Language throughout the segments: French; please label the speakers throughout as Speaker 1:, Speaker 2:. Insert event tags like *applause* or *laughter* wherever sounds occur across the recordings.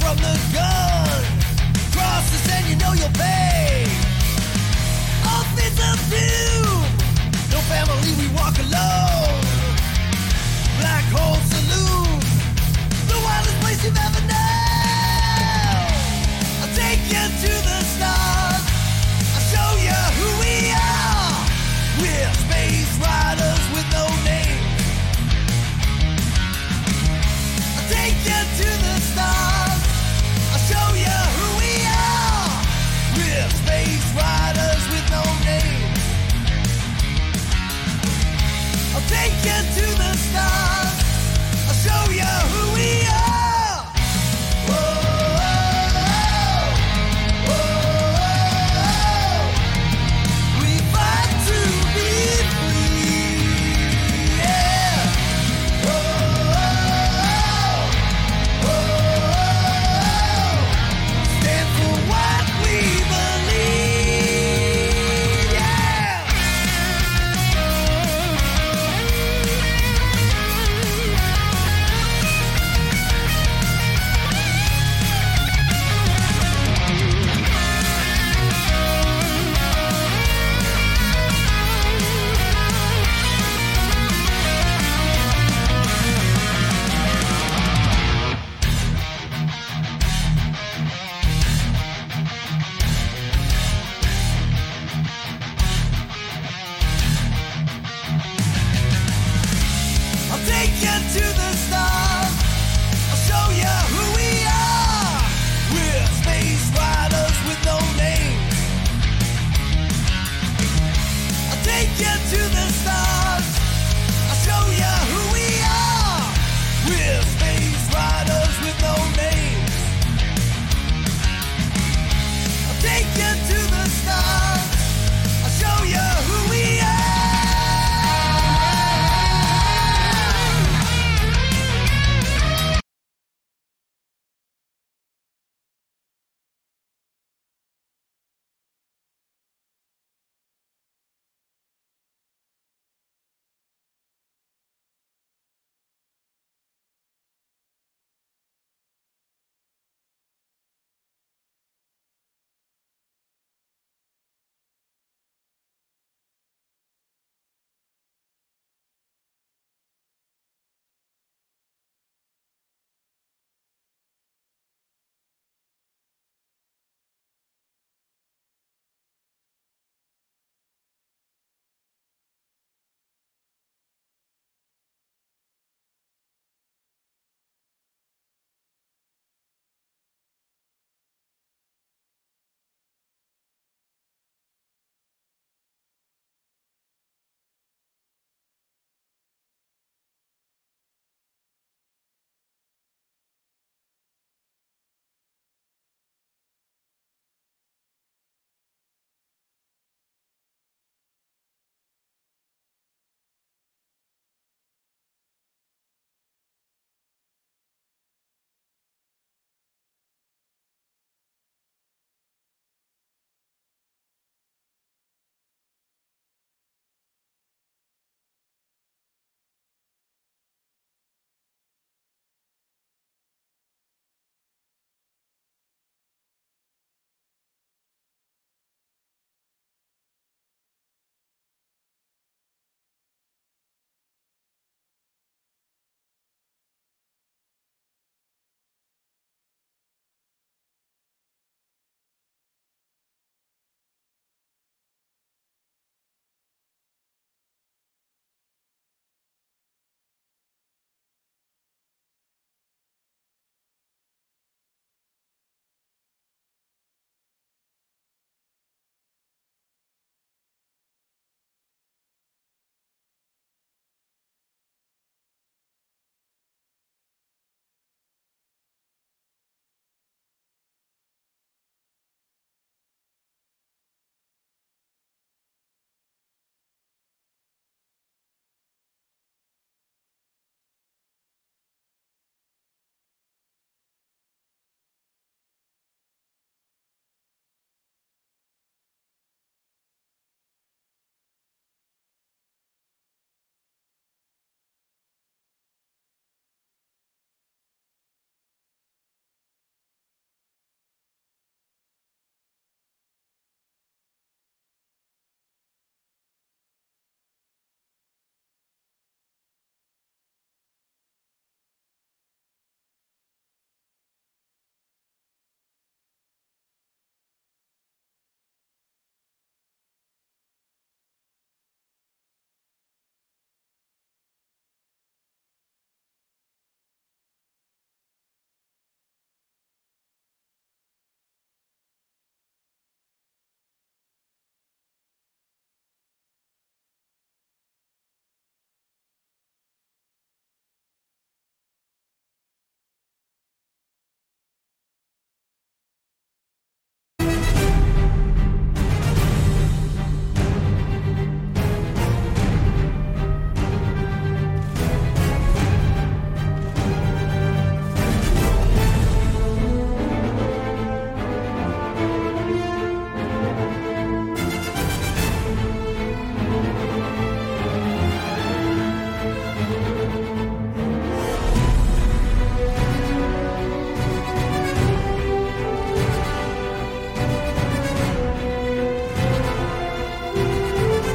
Speaker 1: from the gun. Crosses and you know you'll pay. Offensive fume. No family, we walk alone. Black hole saloon. The wildest place you've ever known. I'll take you to the stars. I'll show you who we are. We're space riders with no name. I'll take you to the stars. I'll show you who we are. We're space riders with no name. I'll take you to the stars. I'll show you who we are. Whoa, whoa, we fight to be free. Yeah. Stand for what we believe. Yeah. I'll take you to the stars. I'll show you who we are. We're space riders with no names. I'll take you to the stars. I'll show you who we are. We're space riders with no names. I'll take you to the stars. I'll show you who we are.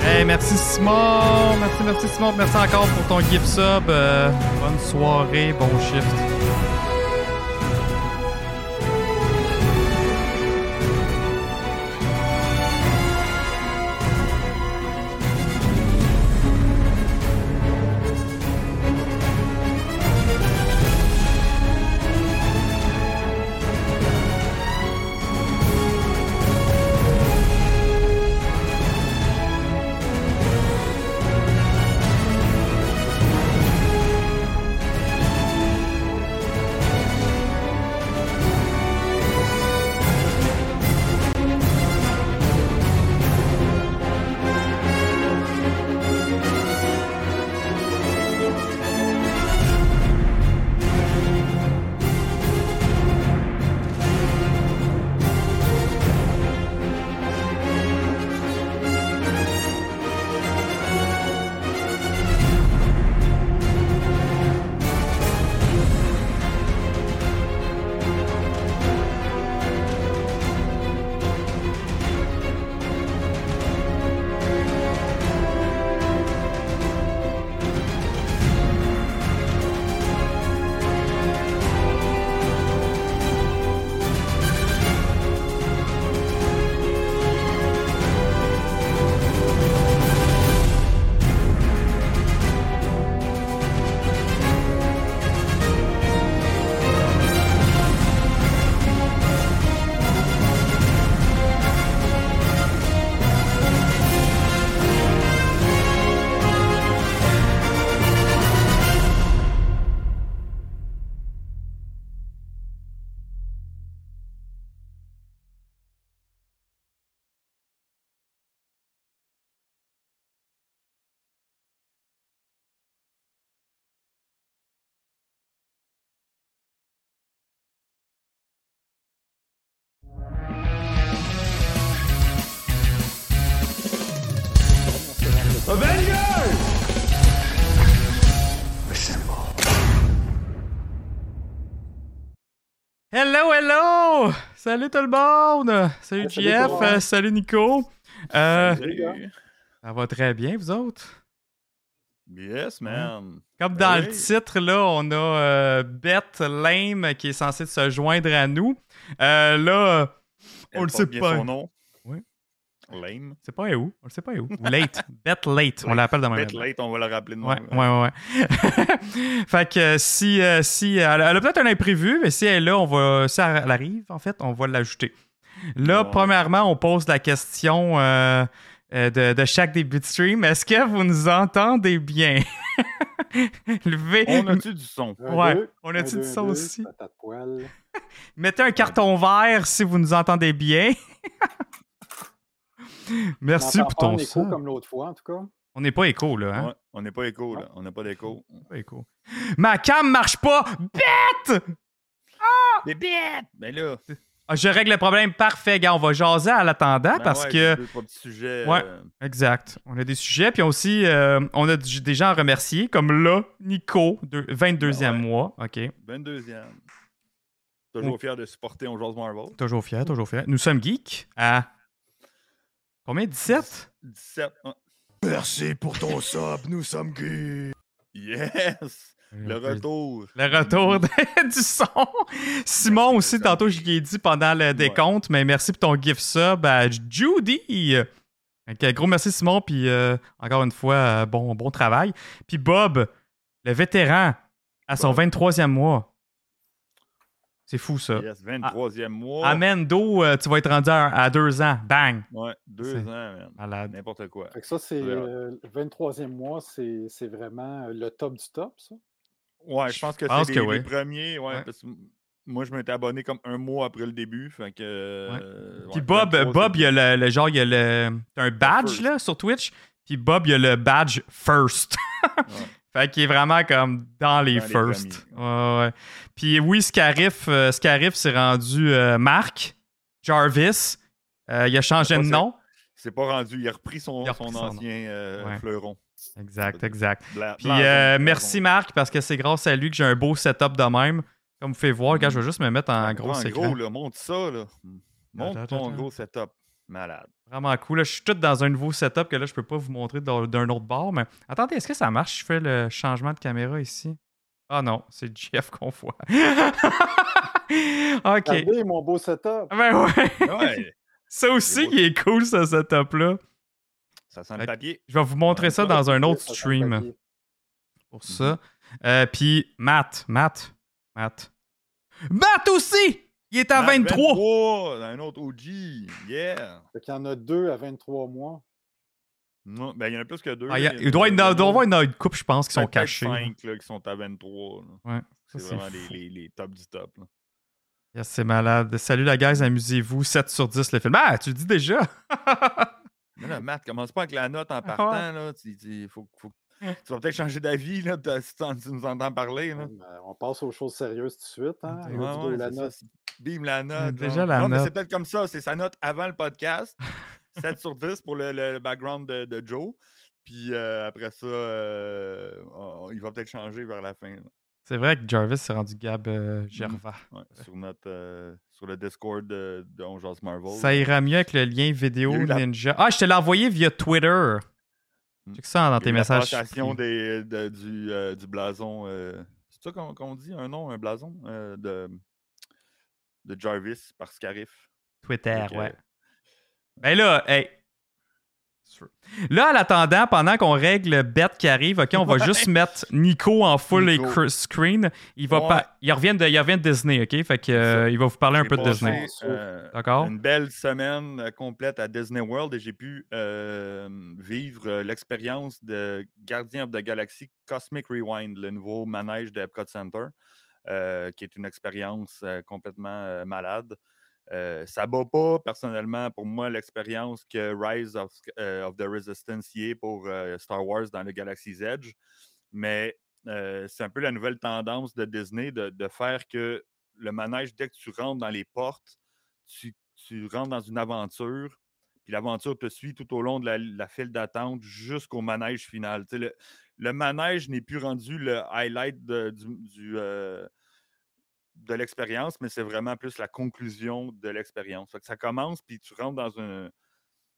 Speaker 2: Ben, merci Simon. Merci, merci Simon. Merci encore pour ton gift sub. Euh, bonne soirée, bon shift. Hello, hello! Salut tout le monde! Salut
Speaker 3: Salut
Speaker 2: JF,
Speaker 3: tout le monde.
Speaker 2: euh, salut Nico. Euh,
Speaker 3: Salut, gars.
Speaker 2: ça va très bien, vous autres?
Speaker 3: Yes, man.
Speaker 2: Comme
Speaker 3: Ben
Speaker 2: dans le
Speaker 3: oui.
Speaker 2: titre, là, on a euh, Beth Lame qui est censée se joindre à nous. Euh, là, euh, on
Speaker 3: Elle
Speaker 2: le
Speaker 3: porte
Speaker 2: sait
Speaker 3: bien
Speaker 2: pas.
Speaker 3: Son nom.
Speaker 2: Oui.
Speaker 3: Lame.
Speaker 2: C'est pas où? On le sait pas où. Ou Late. *laughs* Beth Late. On l'appelle dans ma
Speaker 3: Bête late, on va le rappeler de
Speaker 2: Ouais, ouais,
Speaker 3: même.
Speaker 2: ouais. ouais. *laughs* fait que euh, si, euh, si euh, elle a, elle a peut-être un imprévu, mais si elle est là, on va, si elle elle arrive, en fait, on va l'ajouter. Là,
Speaker 3: Ouais.
Speaker 2: premièrement, on pose la question euh, euh, de, de chaque début de stream. Est-ce que vous nous entendez bien? *laughs* Levez.
Speaker 3: On a-tu du son?
Speaker 4: Un,
Speaker 2: Ouais,
Speaker 4: deux,
Speaker 2: on a
Speaker 4: un,
Speaker 2: dit
Speaker 4: deux,
Speaker 2: ça
Speaker 4: un, deux,
Speaker 2: aussi.
Speaker 4: patate poêle.
Speaker 2: Mettez un carton vert si vous nous entendez bien. *laughs* Merci
Speaker 4: On entend
Speaker 2: pour
Speaker 4: pas un
Speaker 2: ton
Speaker 4: écho
Speaker 2: son.
Speaker 4: comme l'autre fois, en tout cas.
Speaker 2: On n'est pas écho, là. Hein?
Speaker 3: Ouais, on n'est pas écho, là. On n'a pas d'écho.
Speaker 2: Pas écho. Ma cam marche pas!
Speaker 3: Mais bien! Ben là.
Speaker 2: Ah, Je règle le problème. Parfait, gars. On va jaser à l'attendant
Speaker 3: ben
Speaker 2: Ah, parce
Speaker 3: ouais,
Speaker 2: que.
Speaker 3: Deux, trois petits sujets.
Speaker 2: Ouais.
Speaker 3: euh,
Speaker 2: Exact. On a des sujets. Puis aussi, euh, on a du- des gens à remercier, comme là, Nico, deux- 22e
Speaker 3: Ah ouais.
Speaker 2: mois. OK.
Speaker 3: 22e. ben
Speaker 2: Oh.
Speaker 3: Toujours fier de supporter On Jase Marvel.
Speaker 2: Toujours fier, toujours fier. Nous sommes geeks à. Combien 17
Speaker 3: 17. ouais.
Speaker 5: Merci pour ton sub, nous sommes Guy.
Speaker 3: Yes! Le retour.
Speaker 2: Le retour de- *laughs* du son. Simon aussi,
Speaker 3: Merci, Sam.
Speaker 2: tantôt, je l'ai dit pendant le décompte, mais merci pour ton gift sub à Judy. Ok, gros merci, Simon. Puis euh, encore une fois, euh, bon, bon travail. Puis Bob, le vétéran, à son 23e mois. C'est fou, ça. Ah,
Speaker 3: Yes, 23e mois.
Speaker 2: Amen, Do, euh, tu vas être rendu à, à deux ans. Bang!
Speaker 3: Ouais, deux
Speaker 2: C'est-
Speaker 3: ans, man.
Speaker 2: Malade.
Speaker 3: N'importe quoi.
Speaker 4: Fait que ça, c'est
Speaker 3: verra.
Speaker 4: euh, le 23e mois, c'est c'est vraiment euh, le top du top, ça.
Speaker 3: Ouais, je pense que
Speaker 2: pense
Speaker 3: c'est
Speaker 2: que
Speaker 3: les, les
Speaker 2: oui.
Speaker 3: premiers. Ouais,
Speaker 2: Ouais.
Speaker 3: parce que m- moi, je m'étais abonné comme un mois après le début. Fait que. euh,
Speaker 2: Puis
Speaker 3: ouais,
Speaker 2: Bob,
Speaker 3: 23,
Speaker 2: Bob,
Speaker 3: c'est-
Speaker 2: il y a le, le genre, il y a le. T'as un badge,
Speaker 3: first.
Speaker 2: là, sur Twitch. Puis Bob, il y a le badge first. *laughs*
Speaker 3: Ouais.
Speaker 2: Fait qu'il est vraiment comme dans les
Speaker 3: Dans les
Speaker 2: first. Ouais, ouais. Puis oui, Scarif, euh, Scarif s'est rendu euh, Marc, Jarvis. Euh, il a changé
Speaker 3: Je
Speaker 2: de
Speaker 3: pense que-
Speaker 2: nom.
Speaker 3: C'est pas rendu. Il a repris son,
Speaker 2: Il a repris
Speaker 3: son
Speaker 2: son nom.
Speaker 3: ancien euh,
Speaker 2: Ouais.
Speaker 3: fleuron.
Speaker 2: Exact, exact.
Speaker 3: Bla-
Speaker 2: Puis
Speaker 3: blason,
Speaker 2: euh,
Speaker 3: blason.
Speaker 2: merci Marc, parce que c'est grâce à lui que j'ai un beau setup de même. Comme vous pouvez voir, gars, je vais juste me mettre en
Speaker 3: Toi,
Speaker 2: gros
Speaker 3: en
Speaker 2: écran.
Speaker 3: gros, là, monte ça. Là. Monte
Speaker 2: Attends,
Speaker 3: ton
Speaker 2: attends.
Speaker 3: gros setup.
Speaker 2: *laughs*
Speaker 3: Malade.
Speaker 2: Vraiment cool. Là, je suis tout dans un nouveau setup que là, je peux pas vous montrer dans- d'un autre bord. Mais attendez, est-ce que ça marche? Je fais le changement de caméra ici. Ah non, c'est Jeff qu'on voit. *laughs* OK.
Speaker 4: Regardez mon beau setup.
Speaker 2: Ben ouais.
Speaker 3: Ouais,
Speaker 2: Ça aussi, il est cool, ce setup-là.
Speaker 3: ça sent
Speaker 2: Fait
Speaker 3: le
Speaker 2: que-
Speaker 3: papier.
Speaker 2: Je vais vous montrer ça dans un autre stream pour ça. Euh, Puis Matt, Matt, Matt. Matt aussi! Il est à
Speaker 3: Matt
Speaker 2: 23!
Speaker 3: 23, un autre OG. Yeah.
Speaker 4: Fait qu'il y en a deux à 23 mois.
Speaker 3: Non, ben, il y en a plus que deux.
Speaker 2: Ah, il, y
Speaker 3: là.
Speaker 2: a- il doit y en avoir- il doit y avoir une autre couple, je pense, qui sont
Speaker 3: Peut-être
Speaker 2: cachés.
Speaker 3: cinq, là, qui sont à 23. là.
Speaker 2: Ouais,
Speaker 3: C'est
Speaker 2: ça, c'est
Speaker 3: vraiment les,
Speaker 2: fou.
Speaker 3: les, les tops du top. là.
Speaker 2: Yes, c'est malade. Salut la guys, amusez-vous. 7 sur 10 le film. Ah, tu le dis déjà!
Speaker 3: Mais là, Matt, commence pas avec la
Speaker 2: Ah
Speaker 3: note en partant. Là. Tu, tu- faut, faut-
Speaker 2: Hein.
Speaker 3: tu vas peut-être changer d'avis là, t'as- si t'en- tu nous entends parler. Là.
Speaker 4: Ben, on passe aux choses sérieuses tout de suite. Hein?
Speaker 2: Ouais,
Speaker 4: Let's go,
Speaker 3: Ouais, ouais,
Speaker 4: la
Speaker 3: c'est ça,
Speaker 4: note.
Speaker 3: c'est- Bim, la note.
Speaker 2: Hein, Déjà
Speaker 3: genre.
Speaker 2: la
Speaker 3: non, mais c'est
Speaker 2: note.
Speaker 3: peut-être comme ça. C'est sa note avant le
Speaker 2: *laughs*
Speaker 3: podcast. 7 sur 10 pour le, le background de, de Joe. Puis euh, après ça, euh, on- on- il va peut-être changer vers la fin. là.
Speaker 2: C'est vrai que Jarvis s'est rendu Gab euh, Gervais.
Speaker 3: Ouais, sur, notre, euh, sur le Discord de, de On Jase Marvel.
Speaker 2: Ça ira mieux avec le lien vidéo
Speaker 3: Il y a eu la-
Speaker 2: Ninja. Ah, je te l'ai envoyé via Twitter.
Speaker 3: Hmm.
Speaker 2: Check ça dans
Speaker 3: Il y a
Speaker 2: tes
Speaker 3: eu la
Speaker 2: messages.
Speaker 3: plantation
Speaker 2: supprime.
Speaker 3: des- de- du, euh, du blason. euh, c'est ça qu'on qu'on dit, un nom, un blason euh, de, de Jarvis par Scarif.
Speaker 2: Twitter,
Speaker 3: Fait que-
Speaker 2: ouais. Ben là, hey. Là, en attendant, pendant qu'on règle Bête qui arrive, OK,
Speaker 3: *laughs*
Speaker 2: on va
Speaker 3: Ouais.
Speaker 2: juste mettre Nico en full
Speaker 3: Nico.
Speaker 2: écr- screen. Il va
Speaker 3: Ouais.
Speaker 2: pas. Il revient de, il revient de Disney, OK? Fait que euh, il va vous parler un
Speaker 3: J'ai
Speaker 2: peu de
Speaker 3: passé,
Speaker 2: Disney.
Speaker 3: euh,
Speaker 2: D'accord?
Speaker 3: Une belle semaine euh, complète à Disney World et j'ai pu euh, vivre euh, l'expérience de Guardian of the Galaxy Cosmic Rewind, le nouveau manège de Epcot Center, euh, qui est une expérience euh, complètement euh, malade. Euh, ça bat pas personnellement pour moi l'expérience que Rise of, euh, of the Resistance y est pour euh, Star Wars dans le Galaxy's Edge, mais euh, c'est un peu la nouvelle tendance de Disney de, de faire que le manège, dès que tu rentres dans les portes, tu, tu rentres dans une aventure, puis l'aventure te suit tout au long de la, la file d'attente jusqu'au manège final. Tu sais, le, le manège n'est plus rendu le highlight de, du, du, euh, de l'expérience, mais c'est vraiment plus la conclusion de l'expérience. Fait que Ça commence, puis tu rentres dans un-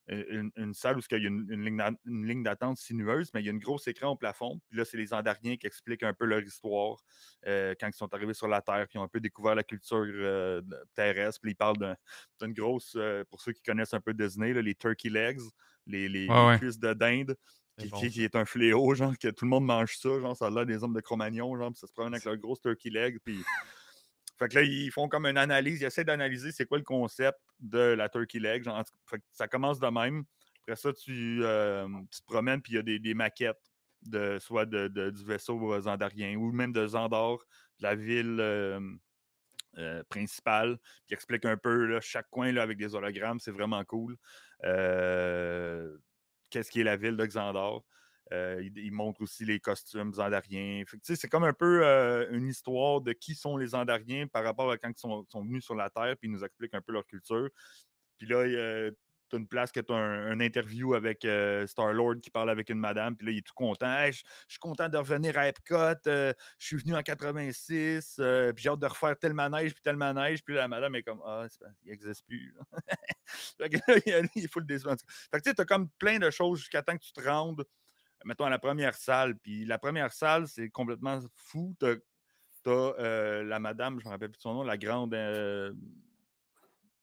Speaker 3: une, une salle où il y a une, une ligne d'a- une ligne d'attente sinueuse, mais il y a un gros écran au plafond. Puis là, c'est les Andarniens qui expliquent un peu leur histoire euh, quand ils sont arrivés sur la Terre, qui ont un peu découvert la culture euh, de- terrestre. Puis ils parlent d'un- d'une grosse, euh, pour ceux qui connaissent un peu Disney, là, les turkey legs, les, les- les
Speaker 2: Ouais, ouais.
Speaker 3: cuisses de dinde,
Speaker 2: C'est
Speaker 3: qui,
Speaker 2: bon,
Speaker 3: qui- qui est un fléau, genre, que tout le monde mange ça, genre, ça a l'air des hommes de Cro-Magnon, genre, puis ça se promène avec leur grosse turkey leg, puis... Fait que là, ils font comme une analyse, ils essaient d'analyser c'est quoi le concept de la turkey leg, genre, en tout cas, fait que ça commence de même. Après ça, tu, euh, tu te promènes, puis il y a des, des maquettes, de, soit de, de- du vaisseau euh, zandarien, ou même de Zandar, de la ville... euh, euh, principale, qui explique un peu là, chaque coin là, avec des hologrammes, c'est vraiment cool. Euh, Qu'est-ce qui est la ville de Xandor? Euh, il, il montre aussi les costumes andariens. Fait que, tu sais, C'est comme un peu euh, une histoire de qui sont les andariens par rapport à quand ils sont, sont venus sur la Terre, puis ils nous expliquent un peu leur culture. Puis là, tu as une place que tu as un, un interview avec euh, Star-Lord qui parle avec une madame, puis là, il est tout content. Hey, je je suis content de revenir à Epcot, euh, je suis venu en 86, euh, puis j'ai hâte de refaire tel manège, puis tel manège. Puis là, la madame est comme Ah, c'est pas- il n'existe plus. là. *laughs* Fait que là, il y a- il faut le décevoir. Fait que tu sais, t'as comme plein de choses jusqu'à temps que tu te rendes, mettons, à la première salle. Puis la première salle, c'est complètement fou. T'as t'as, euh, la madame, je me rappelle plus de son nom, la grande euh,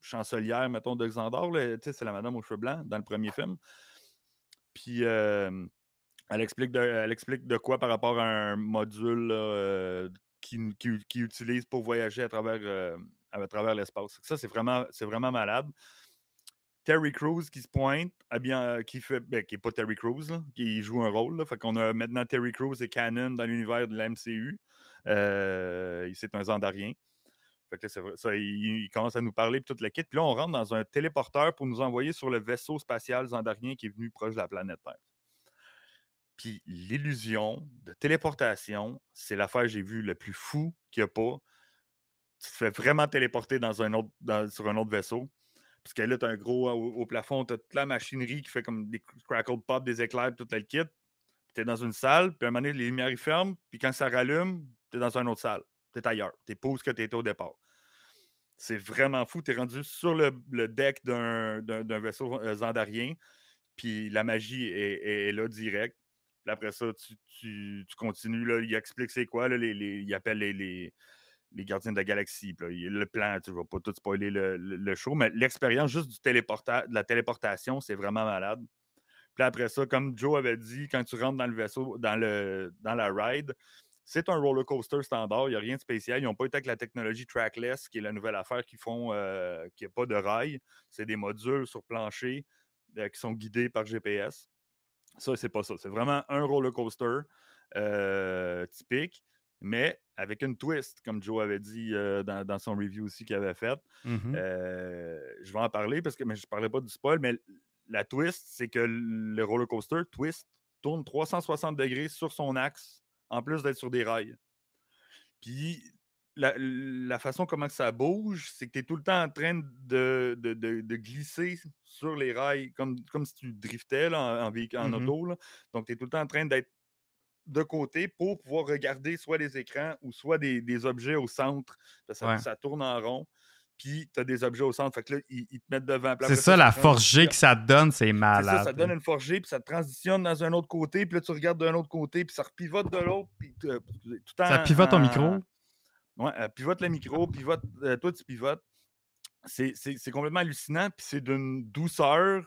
Speaker 3: chancelière, mettons, de Xandor. là. Tu sais, c'est la madame aux cheveux blancs dans le premier film. Puis euh, elle, explique de, elle explique de quoi par rapport à un module là, euh, qui, n- qui, u- qui utilise pour voyager à travers, euh, à travers l'espace. Ça, c'est vraiment, c'est vraiment malade. Terry Crews qui se pointe, habillé en- qui fait, ben, qui est pas Terry Crews, là, qui joue un rôle. Là. Fait qu'on a maintenant Terry Crews et Canon dans l'univers de la MCU. Euh, il- c'est un Zandarien. Fait que là, c'est vrai- ça, il, il commence à nous parler, puis toute la kit. Puis là, on rentre dans un téléporteur pour nous envoyer sur le vaisseau spatial Zandarien qui est venu proche de la planète Terre. Puis l'illusion de téléportation, c'est l'affaire que j'ai vue le plus fou qu'il n'y a pas. Tu te fais vraiment téléporter dans un autre, dans- sur un autre vaisseau. Parce que là, tu as un gros. Au, au plafond, tu as toute la machinerie qui fait comme des crackle pop, des éclairs, tout le kit. Tu es dans une salle, puis à un moment donné, les lumières ils ferment, puis quand ça rallume, tu es dans une autre salle. Tu es ailleurs. Tu es pas où tu étais au départ. C'est vraiment fou. Tu es rendu sur le, le deck d'un d'un- d'un vaisseau euh, zandarien, puis la magie est, est- est là direct. Puis après ça, tu, tu- tu continues. Là, il explique c'est quoi. Là, les, les- il appelle les, les, les gardiens de la galaxie. puis là, il- le plan, tu ne vas pas tout spoiler le, le- le show, mais l'expérience juste du téléporta de la téléportation, c'est vraiment malade. Puis après ça, comme Joe avait dit, quand tu rentres dans le vaisseau, dans, le, dans la ride, c'est un roller coaster standard, il n'y a rien de spécial. Ils n'ont pas été avec la technologie trackless, qui est la nouvelle affaire qu'ils font, euh, qui n'a pas de rail. C'est des modules sur plancher euh, qui sont guidés par GPS. Ça, c'est pas ça. C'est vraiment un roller coaster euh, typique, mais avec une twist, comme Joe avait dit euh, dans, dans son review aussi qu'il avait fait.
Speaker 2: Mhm.
Speaker 3: Euh, je vais en parler parce que mais je ne parlais pas du spoil, mais la twist, c'est que le roller coaster twist tourne 360 degrés sur son axe, en plus d'être sur des rails. Puis la, la façon comment que ça bouge, c'est que tu es tout le temps en train de, de- de- de glisser sur les rails, comme, comme si tu driftais là, en, en véhicule- en
Speaker 2: Mhm.
Speaker 3: auto. là. Donc, tu es tout le temps en train d'être de côté pour pouvoir regarder soit les écrans ou soit des, des objets au centre. Parce que Ça,
Speaker 2: Ouais.
Speaker 3: ça tourne en rond. Puis, tu as des objets au centre. Fait que là, ils, ils te mettent devant. Puis
Speaker 2: C'est
Speaker 3: après
Speaker 2: ça, la
Speaker 3: ça
Speaker 2: force G que ça te donne, c'est
Speaker 3: c'est
Speaker 2: malade.
Speaker 3: ça, ça te donne une forgée, puis ça te transitionne dans un autre côté, puis là, tu regardes d'un autre côté, puis ça repivote de l'autre, puis euh, tout en...
Speaker 2: Ça pivote ton
Speaker 3: en-
Speaker 2: micro.
Speaker 3: Ouais, euh, pivote le micro, pivote, euh, toi, tu pivotes. C'est c'est- c'est complètement hallucinant, puis c'est d'une douceur